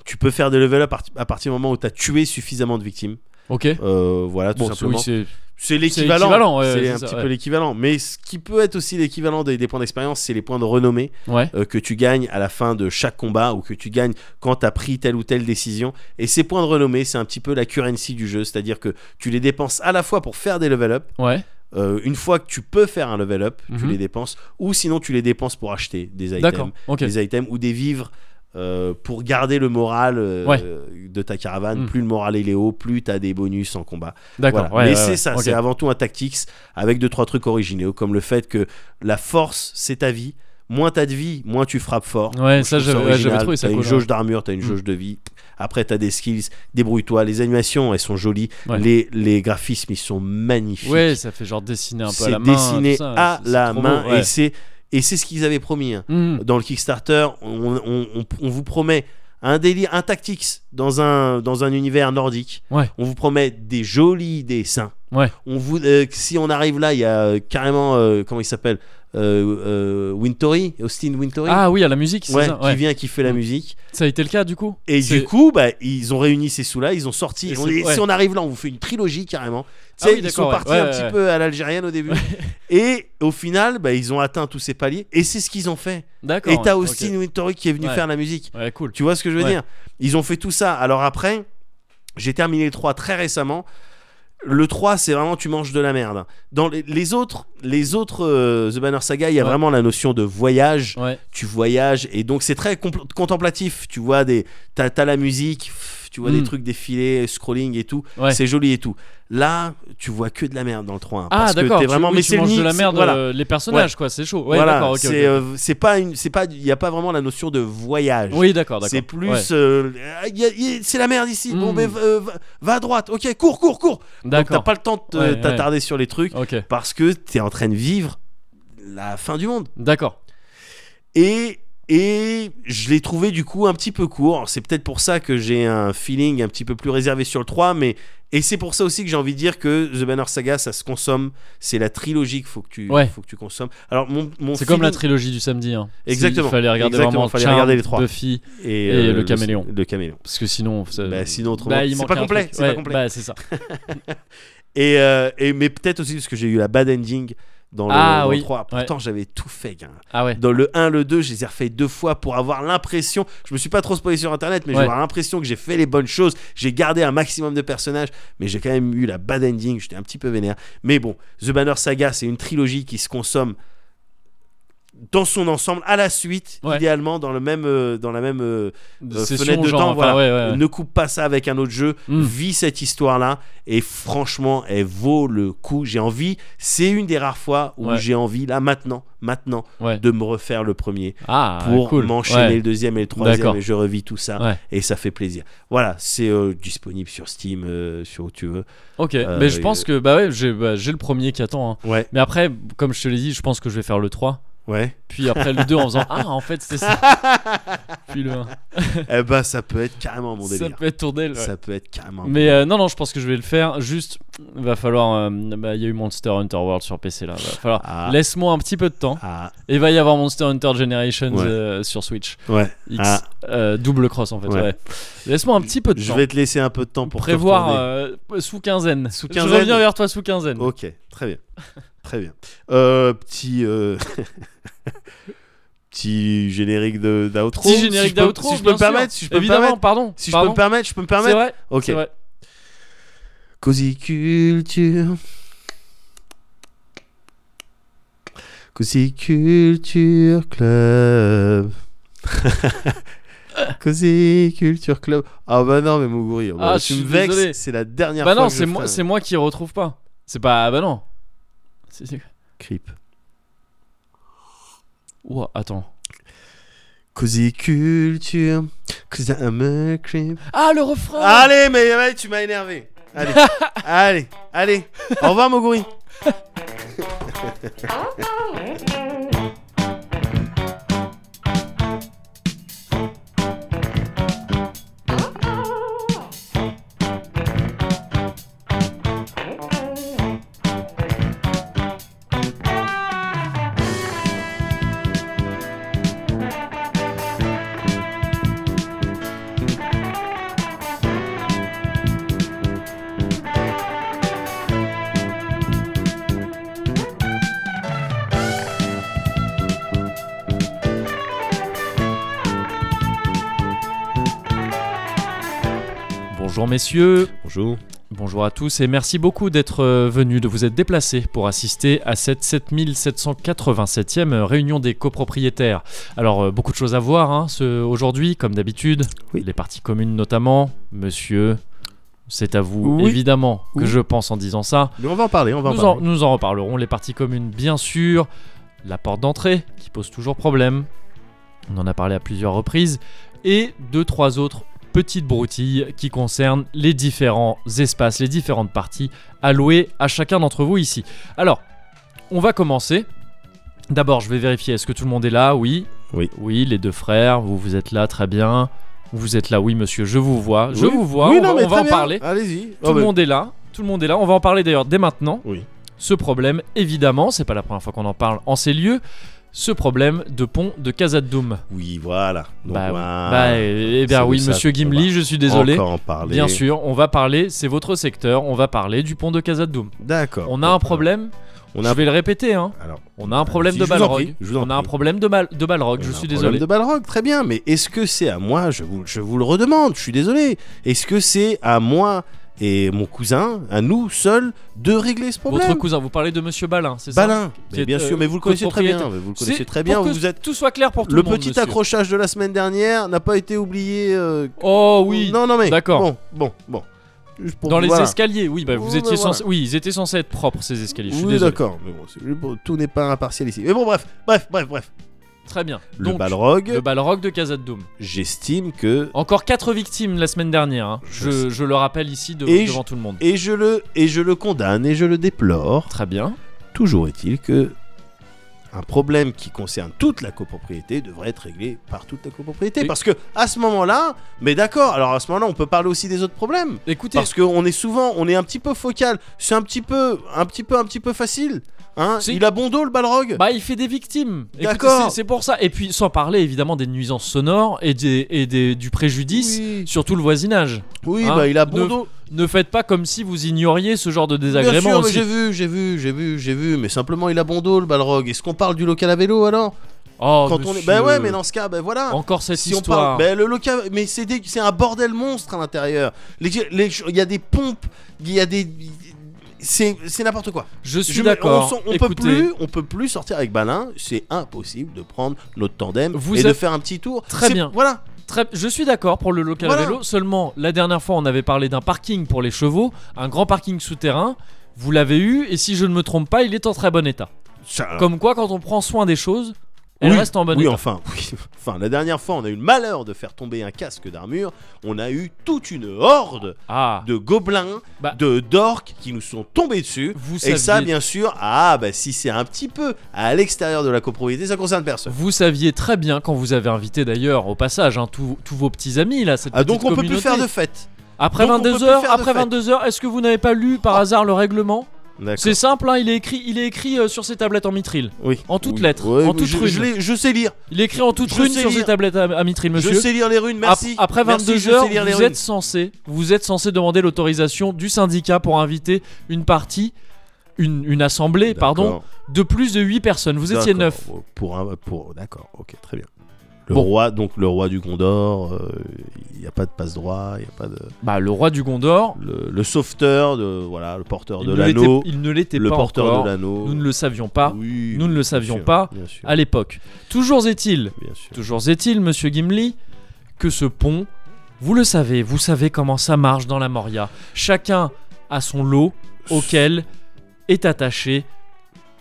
S2: Tu peux faire des level up à, part- à partir du moment où tu as tué suffisamment de victimes.
S1: Ok.
S2: Euh, voilà, tout
S1: Bon, c'est-
S2: simplement.
S1: oui, c'est
S2: C'est l'équivalent. C'est,
S1: l'équivalent, ouais, c'est
S2: un
S1: ça,
S2: petit
S1: ouais.
S2: peu l'équivalent. Mais ce qui peut être aussi l'équivalent des, des points d'expérience, c'est les points de renommée
S1: ouais.
S2: euh, que tu gagnes à la fin de chaque combat ou que tu gagnes quand tu as pris telle ou telle décision. Et ces points de renommée, c'est un petit peu la currency du jeu. C'est-à-dire que tu les dépenses à la fois pour faire des level up.
S1: Ouais.
S2: euh, une fois que tu peux faire un level up, tu
S1: Mhm.
S2: les dépenses. Ou sinon, tu les dépenses pour acheter des
S1: D'accord.
S2: items,
S1: Ok.
S2: des items ou des vivres. euh, pour garder le moral euh,
S1: Ouais.
S2: de ta caravane,
S1: Mm.
S2: plus le moral il est haut, plus tu as des bonus en combat.
S1: D'accord.
S2: Voilà.
S1: ouais,
S2: mais
S1: ouais,
S2: c'est
S1: ouais.
S2: ça,
S1: Ok.
S2: c'est avant tout un tactics avec deux trois trucs originaux comme le fait que la force c'est ta vie. Moins t'as de vie, moins tu frappes fort.
S1: Ouais,
S2: Donc,
S1: ça,
S2: je trouve
S1: j'avais- ouais, j'avais
S2: original.
S1: trouvé ça
S2: T'as une
S1: cool,
S2: jauge
S1: ouais.
S2: d'armure, t'as une
S1: Mm.
S2: jauge de vie. Après t'as des skills, débrouille-toi. Les animations elles sont jolies.
S1: Ouais.
S2: Les, les graphismes ils sont magnifiques.
S1: Ouais, ça fait genre dessiner un peu à
S2: c'est
S1: la main.
S2: dessiné
S1: tout ça,
S2: à
S1: c'est- c'est
S2: la
S1: trop
S2: main
S1: beau, ouais.
S2: et c'est et c'est ce qu'ils avaient promis. hein.
S1: Mhm.
S2: Dans le Kickstarter, on, on- on- on vous promet un délire, un tactics dans un dans un univers nordique.
S1: Ouais.
S2: On vous promet des jolis dessins
S1: Ouais.
S2: on vous, euh, si on arrive là, il y a euh, carrément, euh, comment il s'appelle euh, euh, Wintory, Austin Wintory,
S1: Ah oui, à la musique, c'est
S2: Ouais,
S1: ça. ouais.
S2: qui vient et qui fait la
S1: Mm.
S2: musique.
S1: Ça a été le cas du coup.
S2: Et
S1: C'est-
S2: du coup, bah, ils ont réuni ces sous-là, ils ont sorti.
S1: Et
S2: on
S1: c'est-
S2: est-
S1: ouais.
S2: Si on arrive là, on vous fait une trilogie carrément.
S1: Ah
S2: Tu sais,
S1: oui,
S2: ils sont
S1: d'accord, ouais.
S2: partis
S1: Ouais,
S2: un
S1: ouais,
S2: petit
S1: ouais.
S2: peu à l'algérienne au début. Et au final, bah, ils ont atteint tous ces paliers. Et c'est ce qu'ils ont fait.
S1: D'accord.
S2: Et t'as
S1: ouais,
S2: Austin Wintory qui est venu
S1: Ouais.
S2: faire la musique.
S1: ok. Ouais, cool.
S2: Tu vois ce que je veux
S1: Ouais.
S2: dire Ils ont fait tout ça. Alors après, j'ai terminé le 3 très récemment. Le 3, c'est vraiment tu manges de la merde. Dans les, les autres, les autres euh, The Banner Saga, il y a
S1: Ouais.
S2: vraiment la notion de voyage.
S1: Ouais.
S2: Tu voyages et donc c'est très compl- contemplatif. Tu vois des, t'as t'as la musique, pff, tu vois des
S1: Mm.
S2: trucs défiler, scrolling et tout.
S1: Ouais.
S2: C'est joli et tout. Là, tu vois que de la merde dans le 3. hein,
S1: Ah
S2: parce que
S1: d'accord.
S2: t'es
S1: tu-
S2: vraiment,
S1: oui,
S2: mais
S1: tu
S2: c'est le
S1: manges de
S2: nid,
S1: la
S2: c'est-
S1: merde
S2: voilà.
S1: euh, les personnages quoi. C'est chaud. Ouais,
S2: voilà,
S1: d'accord. ok,
S2: c'est
S1: ok.
S2: euh, c'est pas une, c'est pas, il y a pas vraiment la notion de voyage.
S1: Oui, d'accord, d'accord.
S2: euh, C'est plus.
S1: Ouais.
S2: euh, ah, y a- y a- c'est la merde ici. Bon,
S1: Mm.
S2: mais euh, va, va à droite. Ok, cours, cours, cours. Donc, t'as
S1: D'accord.
S2: pas le temps de te-
S1: Ouais,
S2: t'attarder sur les trucs
S1: Ok.
S2: parce que t'es en train de vivre la fin du monde.
S1: D'accord.
S2: Et. Et je l'ai trouvé du coup un petit peu court. C'est peut-être pour ça que j'ai un feeling un petit peu plus réservé sur le 3, mais et c'est pour ça aussi que j'ai envie de dire que The Banner Saga ça se consomme. C'est la trilogie qu'il faut que tu
S1: Ouais.
S2: faut que tu consommes. Alors mon, mon
S1: C'est comme la
S2: feeling-
S1: trilogie du samedi. hein. C'est-
S2: Exactement.
S1: Il fallait regarder
S2: Exactement,
S1: vraiment
S2: fallait
S1: Charmed,
S2: regarder les trois.
S1: Buffy,
S2: et, euh,
S1: et le caméléon.
S2: Le caméléon.
S1: parce que sinon, ça-
S2: Bah, sinon, autrement,
S1: Bah, il
S2: c'est
S1: manque
S2: pas
S1: un
S2: complet,
S1: truc. bah.
S2: c'est pas
S1: Ouais,
S2: complet.
S1: Bah, c'est ça.
S2: Et, euh, et- mais peut-être aussi parce que j'ai eu la bad ending dans le,
S1: Ah
S2: dans le
S1: oui,
S2: 3. Pourtant,
S1: ouais.
S2: j'avais tout fait, gars.
S1: Ah ouais.
S2: Dans le 1, le 2, je les ai refait deux fois pour avoir l'impression. Je me suis pas trop spoilé sur internet, mais j'ai
S1: Ouais.
S2: avoir l'impression que j'ai fait les bonnes choses. J'ai gardé un maximum de personnages, mais j'ai quand même eu la bad ending. J'étais un petit peu vénère. Mais bon, The Banner Saga, c'est une trilogie qui se consomme dans son ensemble à la suite,
S1: Ouais.
S2: idéalement dans le même, euh, dans la même euh, euh,
S1: Session,
S2: fenêtre de
S1: genre,
S2: temps.
S1: enfin,
S2: voilà.
S1: ouais, ouais, ouais.
S2: Ne coupe pas ça avec un autre jeu.
S1: Mm.
S2: Vis cette histoire-là. Et franchement, elle vaut le coup. J'ai envie. C'est une des rares fois où
S1: Ouais.
S2: j'ai envie, là, maintenant, maintenant,
S1: Ouais.
S2: de me refaire le premier
S1: Ah,
S2: pour
S1: cool.
S2: m'enchaîner
S1: Ouais.
S2: le deuxième et le troisième.
S1: D'accord.
S2: Et je revis tout ça.
S1: Ouais.
S2: Et ça fait plaisir. Voilà, c'est euh, disponible sur Steam, euh, sur où tu veux.
S1: Ok,
S2: Euh,
S1: mais je
S2: et-
S1: pense que bah ouais, j'ai bah, j'ai le premier qui attend. hein.
S2: Ouais,
S1: Mais après, comme je te l'ai dit, je pense que je vais faire le 3.
S2: ouais.
S1: Puis après le 2 en faisant Ah, en fait, c'est ça. Puis le 1.
S2: eh ben, ça peut être carrément mon
S1: Ça
S2: délire.
S1: peut être tourné. le-
S2: Ça peut être carrément.
S1: Mais euh, non, non, je pense que je vais le faire. Juste, va falloir. euh, bah, Il y a eu Monster Hunter World sur PC là. Va falloir.
S2: Ah.
S1: Laisse-moi un petit peu de temps.
S2: Ah,
S1: Et va y avoir Monster Hunter Generations
S2: Ouais.
S1: euh, sur Switch.
S2: ouais.
S1: X.
S2: Ah.
S1: Euh, double cross en fait.
S2: Ouais.
S1: Ouais. Laisse-moi un petit peu de
S2: Je
S1: temps.
S2: vais te laisser un peu de temps pour te
S1: prévoir
S2: retourner.
S1: euh, sous quinzaine.
S2: Sous
S1: Je
S2: quinzaine. Oh,
S1: reviens vers toi sous quinzaine.
S2: Ok, très bien. Très bien. Euh, petit. euh, petit générique de- d'outro.
S1: Petit générique
S2: si je peux-
S1: d'outro,
S2: Si je peux
S1: bien
S2: me permettre,
S1: sûr.
S2: si je peux me
S1: Évidemment,
S2: permettre.
S1: pardon.
S2: Si je peux
S1: pardon.
S2: me permettre, je peux me
S1: C'est
S2: permettre.
S1: vrai.
S2: Ok.
S1: c'est vrai.
S2: Cozy culture. Cozy culture club. Cozy culture club. Ah bah non, mais Muguri, ah,
S1: Ah, je
S2: tu
S1: suis
S2: me vexes.
S1: désolé.
S2: C'est la dernière
S1: Bah
S2: fois
S1: non,
S2: que
S1: c'est
S2: je
S1: moi,
S2: fais un-
S1: c'est moi qui retrouve pas. C'est pas. Bah non. C'est- c'est-
S2: Creep.
S1: Ouah, attends.
S2: Cozy culture. Cause I'm a creep.
S1: Ah, le refrain
S2: Allez, mais ouais, tu m'as énervé. Allez, allez, allez. Au revoir, Moguri.
S1: Bonjour messieurs,
S2: Bonjour.
S1: bonjour à tous et merci beaucoup d'être euh, venus, de vous être déplacés pour assister à cette 7787e réunion des copropriétaires. Alors euh, beaucoup de choses à voir hein, ce- aujourd'hui, comme d'habitude,
S2: Oui.
S1: les parties communes notamment. Monsieur, c'est à vous
S2: Oui.
S1: évidemment que
S2: Oui.
S1: je pense en disant ça.
S2: Mais on va en parler, on va en
S1: Nous en,
S2: parler.
S1: nous en reparlerons. Les parties communes, bien sûr. La porte d'entrée, qui pose toujours problème. On en a parlé à plusieurs reprises. Et deux, trois autres petites broutilles qui concernent les différents espaces, les différentes parties allouées à chacun d'entre vous ici. Alors, on va commencer. D'abord, je vais vérifier est-ce que tout le monde est là Oui.
S2: Oui.
S1: Oui, les deux frères, vous vous êtes là, très bien. Vous êtes là, oui, monsieur, je vous vois. Je
S2: Oui.
S1: vous vois,
S2: Oui,
S1: on,
S2: non,
S1: va-
S2: mais
S1: on va
S2: très
S1: en
S2: bien.
S1: parler.
S2: Allez-y. Oh,
S1: Tout le monde est là. Tout le monde est là. On va en parler d'ailleurs dès maintenant.
S2: Ah, bah. Oui.
S1: Ce problème, évidemment, c'est pas la première fois qu'on en parle en ces lieux. Ce problème de pont de Casa de Doom.
S2: Oui, voilà. Donc,
S1: bah,
S2: voilà.
S1: bah, eh eh
S2: C'est
S1: bien
S2: de
S1: oui,
S2: ça
S1: monsieur
S2: qu'on va
S1: Gimli, je suis désolé.
S2: Encore en parler.
S1: Bien sûr, on va parler, c'est votre secteur, on va parler du pont de Casa de Doom.
S2: D'accord.
S1: On a un problème,
S2: On a.
S1: je vais le répéter, hein.
S2: Alors.
S1: on a un problème
S2: Si,
S1: de
S2: je vous en
S1: balrog.
S2: prie, je vous en
S1: On a un
S2: prie.
S1: problème de, mal, de balrog,
S2: on
S1: je
S2: a
S1: suis
S2: un problème
S1: désolé.
S2: De Balrog, très bien. Mais est-ce que c'est à moi je vous, je vous le redemande. Je suis désolé. Est-ce que c'est à moi et mon cousin, à nous seuls, de régler ce problème
S1: Votre cousin, vous parlez de monsieur Balin, c'est ça
S2: Balin.
S1: Qui
S2: Mais
S1: est,
S2: bien
S1: euh,
S2: sûr, mais vous le connaissez très bien.
S1: copropriétaire.
S2: Vous le
S1: C'est
S2: connaissez très bien.
S1: pour que
S2: Vous êtes.
S1: Tout soit clair pour tout
S2: Le
S1: le, monde,
S2: petit
S1: monsieur.
S2: accrochage de la semaine dernière n'a pas été oublié. euh,
S1: Oh oui,
S2: Non, non, mais.
S1: D'accord.
S2: Bon, bon, bon. Juste pour
S1: dans les
S2: voilà.
S1: escaliers, oui, bah,
S2: Oh,
S1: vous
S2: bah,
S1: étiez
S2: voilà.
S1: censé- oui, ils étaient censés être propres ces escaliers. Je suis
S2: Oui,
S1: désolé.
S2: d'accord. Mais bon, c'est- bon, tout n'est pas impartial ici. Mais bon, bref, bref, bref, bref.
S1: Très bien.
S2: Le
S1: Donc,
S2: Balrog,
S1: le Balrog de Casa de Doom.
S2: j'estime que.
S1: Encore 4 victimes la semaine dernière. hein.
S2: Je
S1: Je, je le rappelle ici de-
S2: Et
S1: devant tout le monde.
S2: Et je le, et je le condamne et je le déplore.
S1: Très bien.
S2: Toujours est-il que. Un problème qui concerne toute la copropriété devrait être réglé par toute la copropriété.
S1: Et-
S2: Parce que, à ce moment-là, mais d'accord, alors à ce moment-là, on peut parler aussi des autres problèmes.
S1: Écoutez,
S2: Parce qu'on est souvent, on est un petit peu focal. C'est un petit peu, un petit peu, un petit peu facile. Hein
S1: Si.
S2: Il a bon dos, le Balrog.
S1: bah, il fait des victimes. Écoutez,
S2: D'accord.
S1: c'est- C'est pour ça. Et puis, sans parler évidemment des nuisances sonores et, des, et des- du préjudice
S2: Oui.
S1: sur tout le voisinage.
S2: Oui,
S1: Hein,
S2: bah il a bon
S1: ne-
S2: dos.
S1: ne faites pas comme si vous ignoriez ce genre de
S2: Bien
S1: désagrément
S2: sûr, mais
S1: aussi.
S2: j'ai vu, j'ai vu, j'ai vu, j'ai vu, mais simplement il a bon dos le balrog. Est-ce qu'on parle du local à vélo alors
S1: Oh,
S2: Quand on est...
S1: monsieur.
S2: Ben ouais, mais dans ce cas, ben voilà.
S1: Encore cette
S2: si on
S1: histoire.
S2: parle, ben le local, mais c'est des- c'est un bordel monstre à l'intérieur. Les- les- Il y a des pompes, il y a des, c'est c'est n'importe quoi.
S1: Je suis
S2: Je me-
S1: d'accord.
S2: On, s'en- on peut
S1: Écoutez,
S2: plus, on peut plus sortir avec Balin. C'est impossible de prendre notre tandem
S1: Vous
S2: et
S1: êtes-
S2: de faire un petit tour.
S1: Très
S2: C'est-
S1: bien.
S2: Voilà.
S1: Très- je suis d'accord pour le local
S2: Voilà.
S1: vélo. Seulement, la dernière fois, on avait parlé d'un parking pour les chevaux, un grand parking souterrain. Vous l'avez eu, et si je ne me trompe pas, il est en très bon état.
S2: Ça-
S1: Comme quoi, quand on prend soin des choses, elles
S2: Ah. Oui,
S1: restent en bon
S2: oui,
S1: état.
S2: enfin, oui. enfin, la dernière fois, on a eu le malheur de faire tomber un casque d'armure. On a eu toute une horde
S1: Ah,
S2: de gobelins,
S1: Bah.
S2: de d'orques qui nous sont tombés dessus.
S1: vous
S2: Et
S1: saviez,
S2: ça, bien sûr, ah bah si c'est un petit peu à l'extérieur de la copropriété, ça concerne personne.
S1: vous saviez très bien quand vous avez invité d'ailleurs au passage hein, tous tous vos petits amis là. Cette
S2: Ah, donc
S1: petite
S2: on peut plus
S1: communauté.
S2: faire de fête.
S1: Après
S2: donc on peut plus
S1: 22 heures,
S2: faire de
S1: après
S2: fête.
S1: 22 heures, est-ce que vous n'avez pas lu par
S2: Oh.
S1: hasard le règlement
S2: D'accord.
S1: C'est simple, hein, il est écrit, il est écrit euh, sur ses tablettes en mitril.
S2: Oui.
S1: En toutes
S2: Oui.
S1: lettres,
S2: Ouais,
S1: en toutes
S2: je,
S1: runes.
S2: je l'ai- je sais lire.
S1: Il est écrit en toute
S2: Je
S1: rune
S2: sais
S1: sur ses
S2: lire.
S1: tablettes à, à mitril, monsieur.
S2: Je sais lire les runes, merci.
S1: Ap- Après
S2: Merci,
S1: 22
S2: je
S1: heures,
S2: sais lire les
S1: vous
S2: runes.
S1: êtes censé, vous êtes censé demander l'autorisation du syndicat pour inviter une partie, une, une assemblée, pardon,
S2: D'accord,
S1: de plus de 8 personnes. Vous étiez
S2: d'accord. Euh,
S1: 9
S2: Pour un, pour d'accord, ok, très bien. Le
S1: Bon.
S2: roi, donc le roi du Gondor, euh, il n'y a pas de passe droit, il n'y a pas de
S1: Bah, le roi du Gondor,
S2: le, le sauveteur, de voilà, le porteur
S1: il
S2: de
S1: ne l'était-
S2: l'anneau,
S1: il ne l'était
S2: le
S1: pas
S2: porteur
S1: encore.
S2: de l'anneau.
S1: Nous ne le savions pas
S2: Oui,
S1: nous ne le
S2: bien
S1: savions
S2: sûr,
S1: pas.
S2: Bien sûr.
S1: à l'époque. Toujours est-il
S2: bien sûr.
S1: Toujours est-il, monsieur Gimli, que ce pont, vous le savez, vous savez comment ça marche dans la Moria. Chacun a son lot auquel est attaché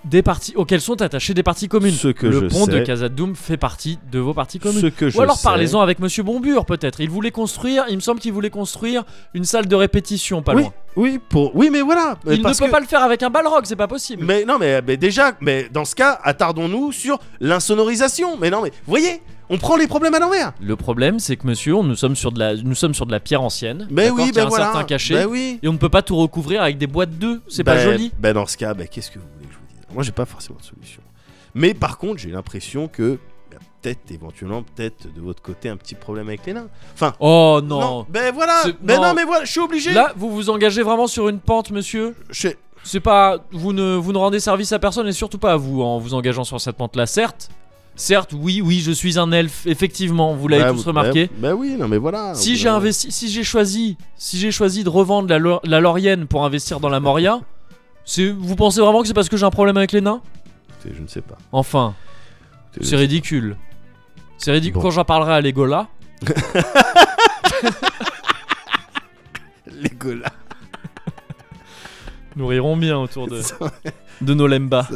S1: des parties auxquelles sont attachées des parties communes.
S2: Ce que
S1: le
S2: je
S1: pont de
S2: sais.
S1: Khazad-dûm fait partie de vos parties communes.
S2: Ce que je
S1: Ou alors
S2: sais-
S1: parlez-en avec monsieur Bombure peut-être. Il voulait construire, il me semble qu'il voulait construire une salle de répétition pas
S2: oui,
S1: loin.
S2: oui, pour oui, mais voilà. mais
S1: il ne
S2: parce
S1: peut
S2: que-
S1: pas le faire avec un balrog, c'est pas possible.
S2: Mais non, mais, mais déjà, mais dans ce cas, attardons-nous sur l'insonorisation. Mais non, mais vous voyez, on prend les problèmes à l'envers.
S1: Le problème, c'est que monsieur, on- nous sommes sur de la, nous sommes sur de la pierre ancienne.
S2: Mais
S1: d'accord,
S2: oui,
S1: qui a
S2: ben
S1: un
S2: voilà.
S1: certain cachet.
S2: Ben oui.
S1: Et on ne peut pas tout recouvrir avec des boîtes d'œufs, c'est pas
S2: Ben-
S1: joli.
S2: Ben dans ce cas, ben qu'est-ce que vous voulez que je vous dise Moi, j'ai pas forcément de solution. Mais par contre, j'ai l'impression que ben, peut-être, éventuellement, peut-être de votre côté, un petit problème avec les nains. Enfin,
S1: Oh non.
S2: Ben voilà.
S1: C'est-
S2: Ben
S1: non.
S2: non. mais voilà, je suis obligé.
S1: Là, vous vous engagez vraiment sur une pente, monsieur.
S2: Je-
S1: C'est pas, vous ne, vous ne rendez service à personne et surtout pas à vous en vous engageant sur cette pente-là. Certes, certes, oui, oui, je suis un elfe, effectivement. Vous Ah, l'avez
S2: Ben,
S1: tous
S2: ben-
S1: remarqué.
S2: Ben, oui, non mais voilà.
S1: Si j'ai
S2: investi
S1: investi, si j'ai choisi, si j'ai choisi de revendre la, Lo- la Laurienne pour investir dans la Moria, c'est, vous pensez vraiment que c'est parce que j'ai un problème avec les nains
S2: Je ne sais pas.
S1: Enfin,
S2: Écoutez,
S1: c'est
S2: je-
S1: ridicule. C'est ridicule.
S2: Bon.
S1: Quand j'en parlerai à l'Egola,
S2: Les gueulas.
S1: nous rirons bien autour de, de nos lembas.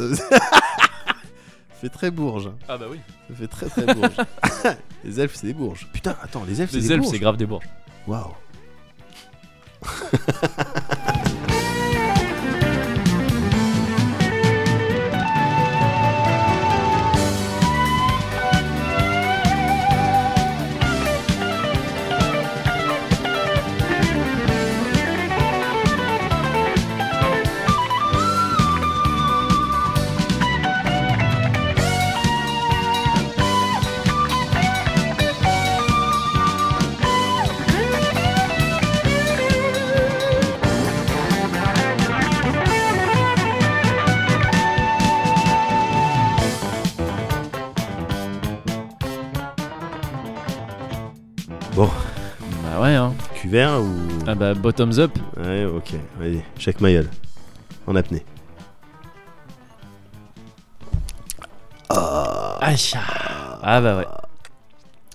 S2: fait très bourge. hein.
S1: Ah bah oui.
S2: Ça fait très très bourge. les elfes, c'est des bourges. Putain, attends, les elfes, c'est
S1: Les
S2: des
S1: elfes,
S2: bourges.
S1: c'est grave des bourges.
S2: Waouh.
S1: Bah ouais, hein.
S2: Cuvert ou
S1: Ah bah, bottoms up.
S2: Ouais, ok. Vas-y, chaque maillot. En apnée.
S1: Aïe. Ah bah ouais.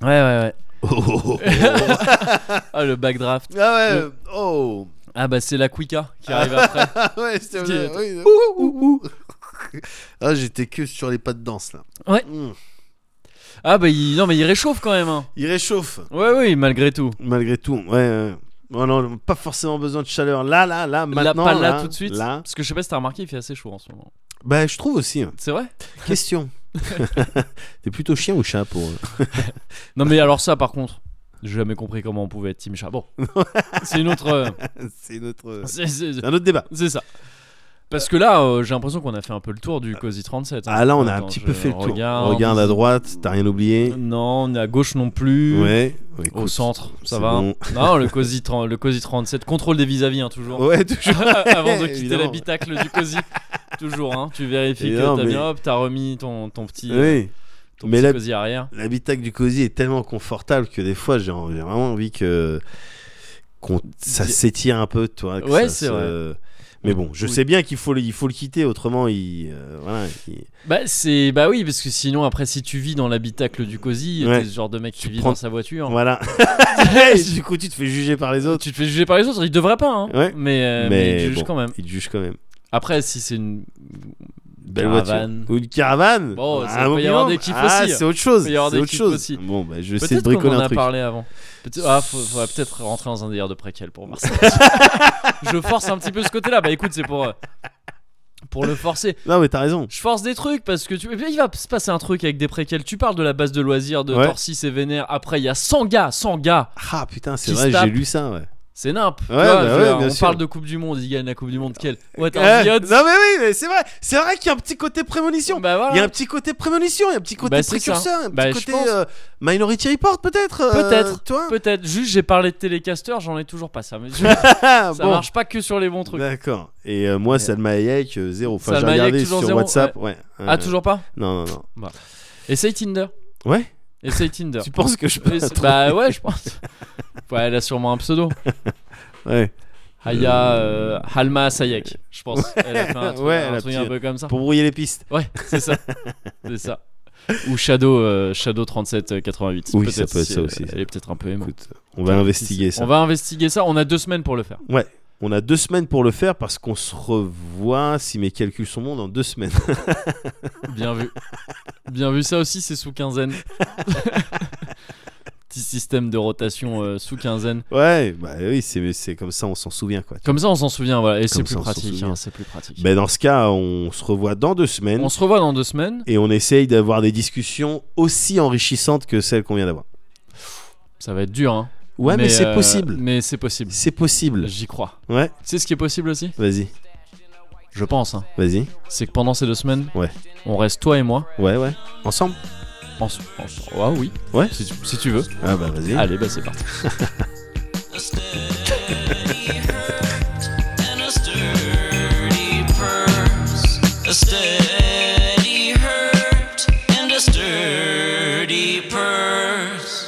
S1: Ouais, ouais,
S2: Oh,
S1: ouais. Ah, le backdraft.
S2: Ah ouais, euh, oh
S1: Ah bah, c'est la Quika qui arrive après.
S2: Ah ouais, c'était
S1: Qui est-
S2: oui, euh, ouh, ouh, ouh. Ah, j'étais que sur les pas de danse là.
S1: Ouais.
S2: Mm.
S1: Ah bah, il... non, mais il réchauffe quand même. Hein.
S2: Il réchauffe,
S1: Ouais, oui, malgré tout.
S2: malgré tout. Ouais, ouais. Oh non, pas forcément besoin de chaleur. Là, là, là, maintenant.
S1: là, pas là, tout de suite.
S2: Là.
S1: Parce que je sais pas si t'as remarqué, il fait assez chaud en ce moment.
S2: Bah, je trouve aussi. hein.
S1: C'est vrai
S2: Question. T'es plutôt chien ou chat pour. euh?
S1: Non, mais alors, ça, par contre, j'ai jamais compris comment on pouvait être Team Chat. Bon, c'est une autre. euh,
S2: C'est notre.
S1: c'est- c'est-
S2: Un autre débat.
S1: C'est ça. Parce que là, euh, j'ai l'impression qu'on a fait un peu le tour du COSI 37. hein.
S2: Ah là, on a
S1: Attends,
S2: un petit
S1: je
S2: peu fait le tour.
S1: regarde.
S2: Regarde à droite, t'as rien oublié.
S1: Non, on est à gauche non plus.
S2: Ouais.
S1: Au
S2: écoute,
S1: centre, ça
S2: c'est
S1: va.
S2: bon.
S1: Non, le COSI, 30 le COSI 37, contrôle des vis-à-vis, hein, toujours.
S2: Ouais, toujours.
S1: Avant de quitter
S2: Oh. Évidemment.
S1: l'habitacle du COSI. Toujours, hein, tu vérifies
S2: Évidemment,
S1: que t'as
S2: mais-
S1: bien, hop, t'as remis ton, ton petit,
S2: Oui.
S1: ton
S2: mais
S1: petit
S2: là-
S1: COSI arrière.
S2: L'habitacle du cosy est tellement confortable que des fois, j'ai en- j'ai vraiment envie que qu'on- ça
S1: Di-
S2: s'étire un peu, toi. que
S1: Ouais,
S2: ça
S1: c'est
S2: se- Mais bon, je
S1: Oui.
S2: sais bien qu'il faut, le- il faut le quitter, autrement, il. euh, voilà. il-
S1: Bah, c'est... bah oui, parce que sinon, après, si tu vis dans l'habitacle du COSI,
S2: Ouais.
S1: t'es ce genre de mec qui
S2: Tu
S1: vit
S2: prends-
S1: dans sa voiture.
S2: Voilà. Et du coup, tu te fais juger par les autres.
S1: Tu te fais juger par les autres, il devrait pas, hein.
S2: Ouais.
S1: mais, euh, mais il te juge
S2: bon,
S1: quand même.
S2: Il te juge quand même.
S1: Après, si c'est une.
S2: Belle
S1: Caravane.
S2: voiture. Ou une caravane.
S1: Bon,
S2: À
S1: ça
S2: un
S1: peut y avoir
S2: moment,
S1: des kiffs
S2: ah,
S1: aussi. hein.
S2: c'est autre chose.
S1: Peut y avoir
S2: C'est
S1: des
S2: autre
S1: kiffs
S2: chose.
S1: aussi.
S2: Bon, bah, je vais essayer de
S1: Peut-être qu'on
S2: bricoler
S1: en
S2: un
S1: a
S2: truc.
S1: parlé avant. Peut-être- ah, faut- faudrait peut-être rentrer dans un délire de préquel pour voir ça. Je force un petit peu ce côté-là. Bah écoute, c'est pour. euh, pour le forcer.
S2: Non, mais t'as raison.
S1: Je force des trucs parce que tu. Et puis, il va se passer un truc avec des préquels. Tu parles de la base de loisirs de
S2: Ouais.
S1: Torsis et Vénère. Après, il y a 100 gars, 100 gars.
S2: Ah putain, c'est
S1: Qui
S2: vrai,
S1: se tape.
S2: j'ai lu ça, ouais.
S1: C'est nimp. Tu
S2: Ouais,
S1: vois,
S2: bah
S1: je-
S2: ouais, bien
S1: on
S2: sûr.
S1: parle de Coupe du Monde. Ils gagnent la Coupe du Monde. Quel What
S2: Eh,
S1: un idiot.
S2: non, mais oui, mais c'est vrai. C'est vrai qu'il y a un petit côté prémonition.
S1: Bah voilà.
S2: Il y a un petit côté prémonition, il y a un petit côté
S1: Bah, c'est ça.
S2: précurseur, un petit
S1: Bah, je
S2: côté
S1: pense.
S2: euh, Minority Report peut-être. euh,
S1: Peut-être.
S2: Toi.
S1: Peut-être. Juste, j'ai parlé de télécaster. J'en ai toujours pas ça. Mais je-
S2: Ah,
S1: ça
S2: bon. Bah,
S1: marche pas que sur les bons trucs.
S2: D'accord. Et euh, moi, Salma Hayek, euh, zéro. Enfin, j'ai
S1: Salma Hayek,
S2: regardé
S1: toujours
S2: sur
S1: zéro,
S2: WhatsApp. Ouais.
S1: Ah,
S2: Euh,
S1: toujours pas
S2: Non, non, non.
S1: Essaye Tinder.
S2: Ouais.
S1: Essaye Tinder.
S2: Tu penses que je peux
S1: Essaye- Bah ouais, je pense. Ouais, elle a sûrement un pseudo.
S2: Ouais.
S1: Haya euh, Halma Sayek, je pense. Elle a fait un truc,
S2: Ouais,
S1: un,
S2: elle a
S1: truc
S2: petit-
S1: un peu comme ça.
S2: Pour brouiller les pistes.
S1: Ouais, c'est ça. C'est ça. Ou Shadow, euh, Shadow 3788.
S2: Oui, ça peut être
S1: si
S2: ça
S1: elle-
S2: aussi.
S1: Elle est peut-être un peu aimante.
S2: Écoute, on va investiguer ça.
S1: On va investiguer ça. On a deux semaines pour le faire.
S2: Ouais. On a deux semaines pour le faire parce qu'on se revoit, si mes calculs sont bons, dans deux semaines.
S1: Bien vu. Bien vu, ça aussi, c'est sous quinzaine. Petit système de rotation euh, sous quinzaine.
S2: ouais, bah oui, c'est c'est comme ça, on s'en souvient quoi.
S1: Comme ça, on s'en souvient, voilà. Et c'est
S2: Comme
S1: plus
S2: ça, on s'en
S1: pratique.
S2: souvient.
S1: hein, c'est plus pratique.
S2: Ben dans ce cas, on se revoit dans deux semaines
S1: On se revoit dans deux semaines.
S2: et on essaye d'avoir des discussions aussi enrichissantes que celles qu'on vient d'avoir.
S1: Ça va être dur, hein.
S2: Ouais, mais, c'est
S1: euh,
S2: possible.
S1: Mais c'est possible.
S2: C'est possible.
S1: J'y crois.
S2: Ouais,
S1: Tu sais ce qui est possible aussi
S2: vas-y,
S1: Je pense. hein.
S2: vas-y.
S1: C'est que pendant ces deux semaines,
S2: Ouais.
S1: on reste toi et moi.
S2: Ouais, ouais. Ensemble
S1: En, en- ah oui.
S2: Ouais.
S1: Si tu, si tu veux.
S2: Ah bah vas-y.
S1: Allez, bah c'est parti.
S3: A steady hurt and a sturdy purse. A steady hurt and a sturdy purse.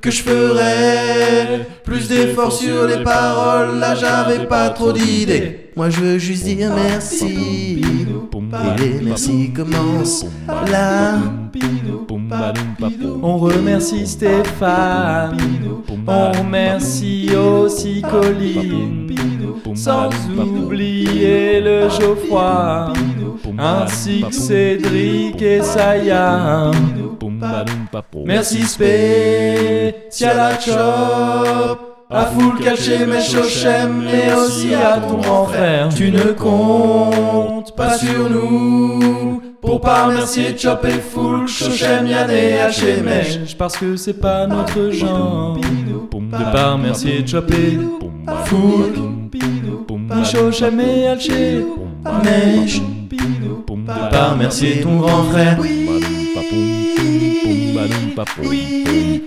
S7: que je ferai plus d'efforts sur les paroles, là j'avais pas trop d'idées. Moi je veux juste dire merci. Et les merci commencent là.
S5: On remercie Stéphane, on remercie aussi Colline, sans oublier le Geoffroy, ainsi que Cédric et Saya. Merci spécial à Chop, à full caché mes chochem, mais aussi à ton grand frère. Tu ne comptes pas sur nous pour pas remercier Chop et full chochem, Yann et HMH.
S1: parce que c'est pas notre genre de pas remercier Chop et
S5: Full
S1: Chochem et Alché
S5: Mèche,
S1: de
S5: de pas remercier ton grand frère. Oui, oui,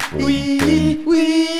S5: oui, oui, oui.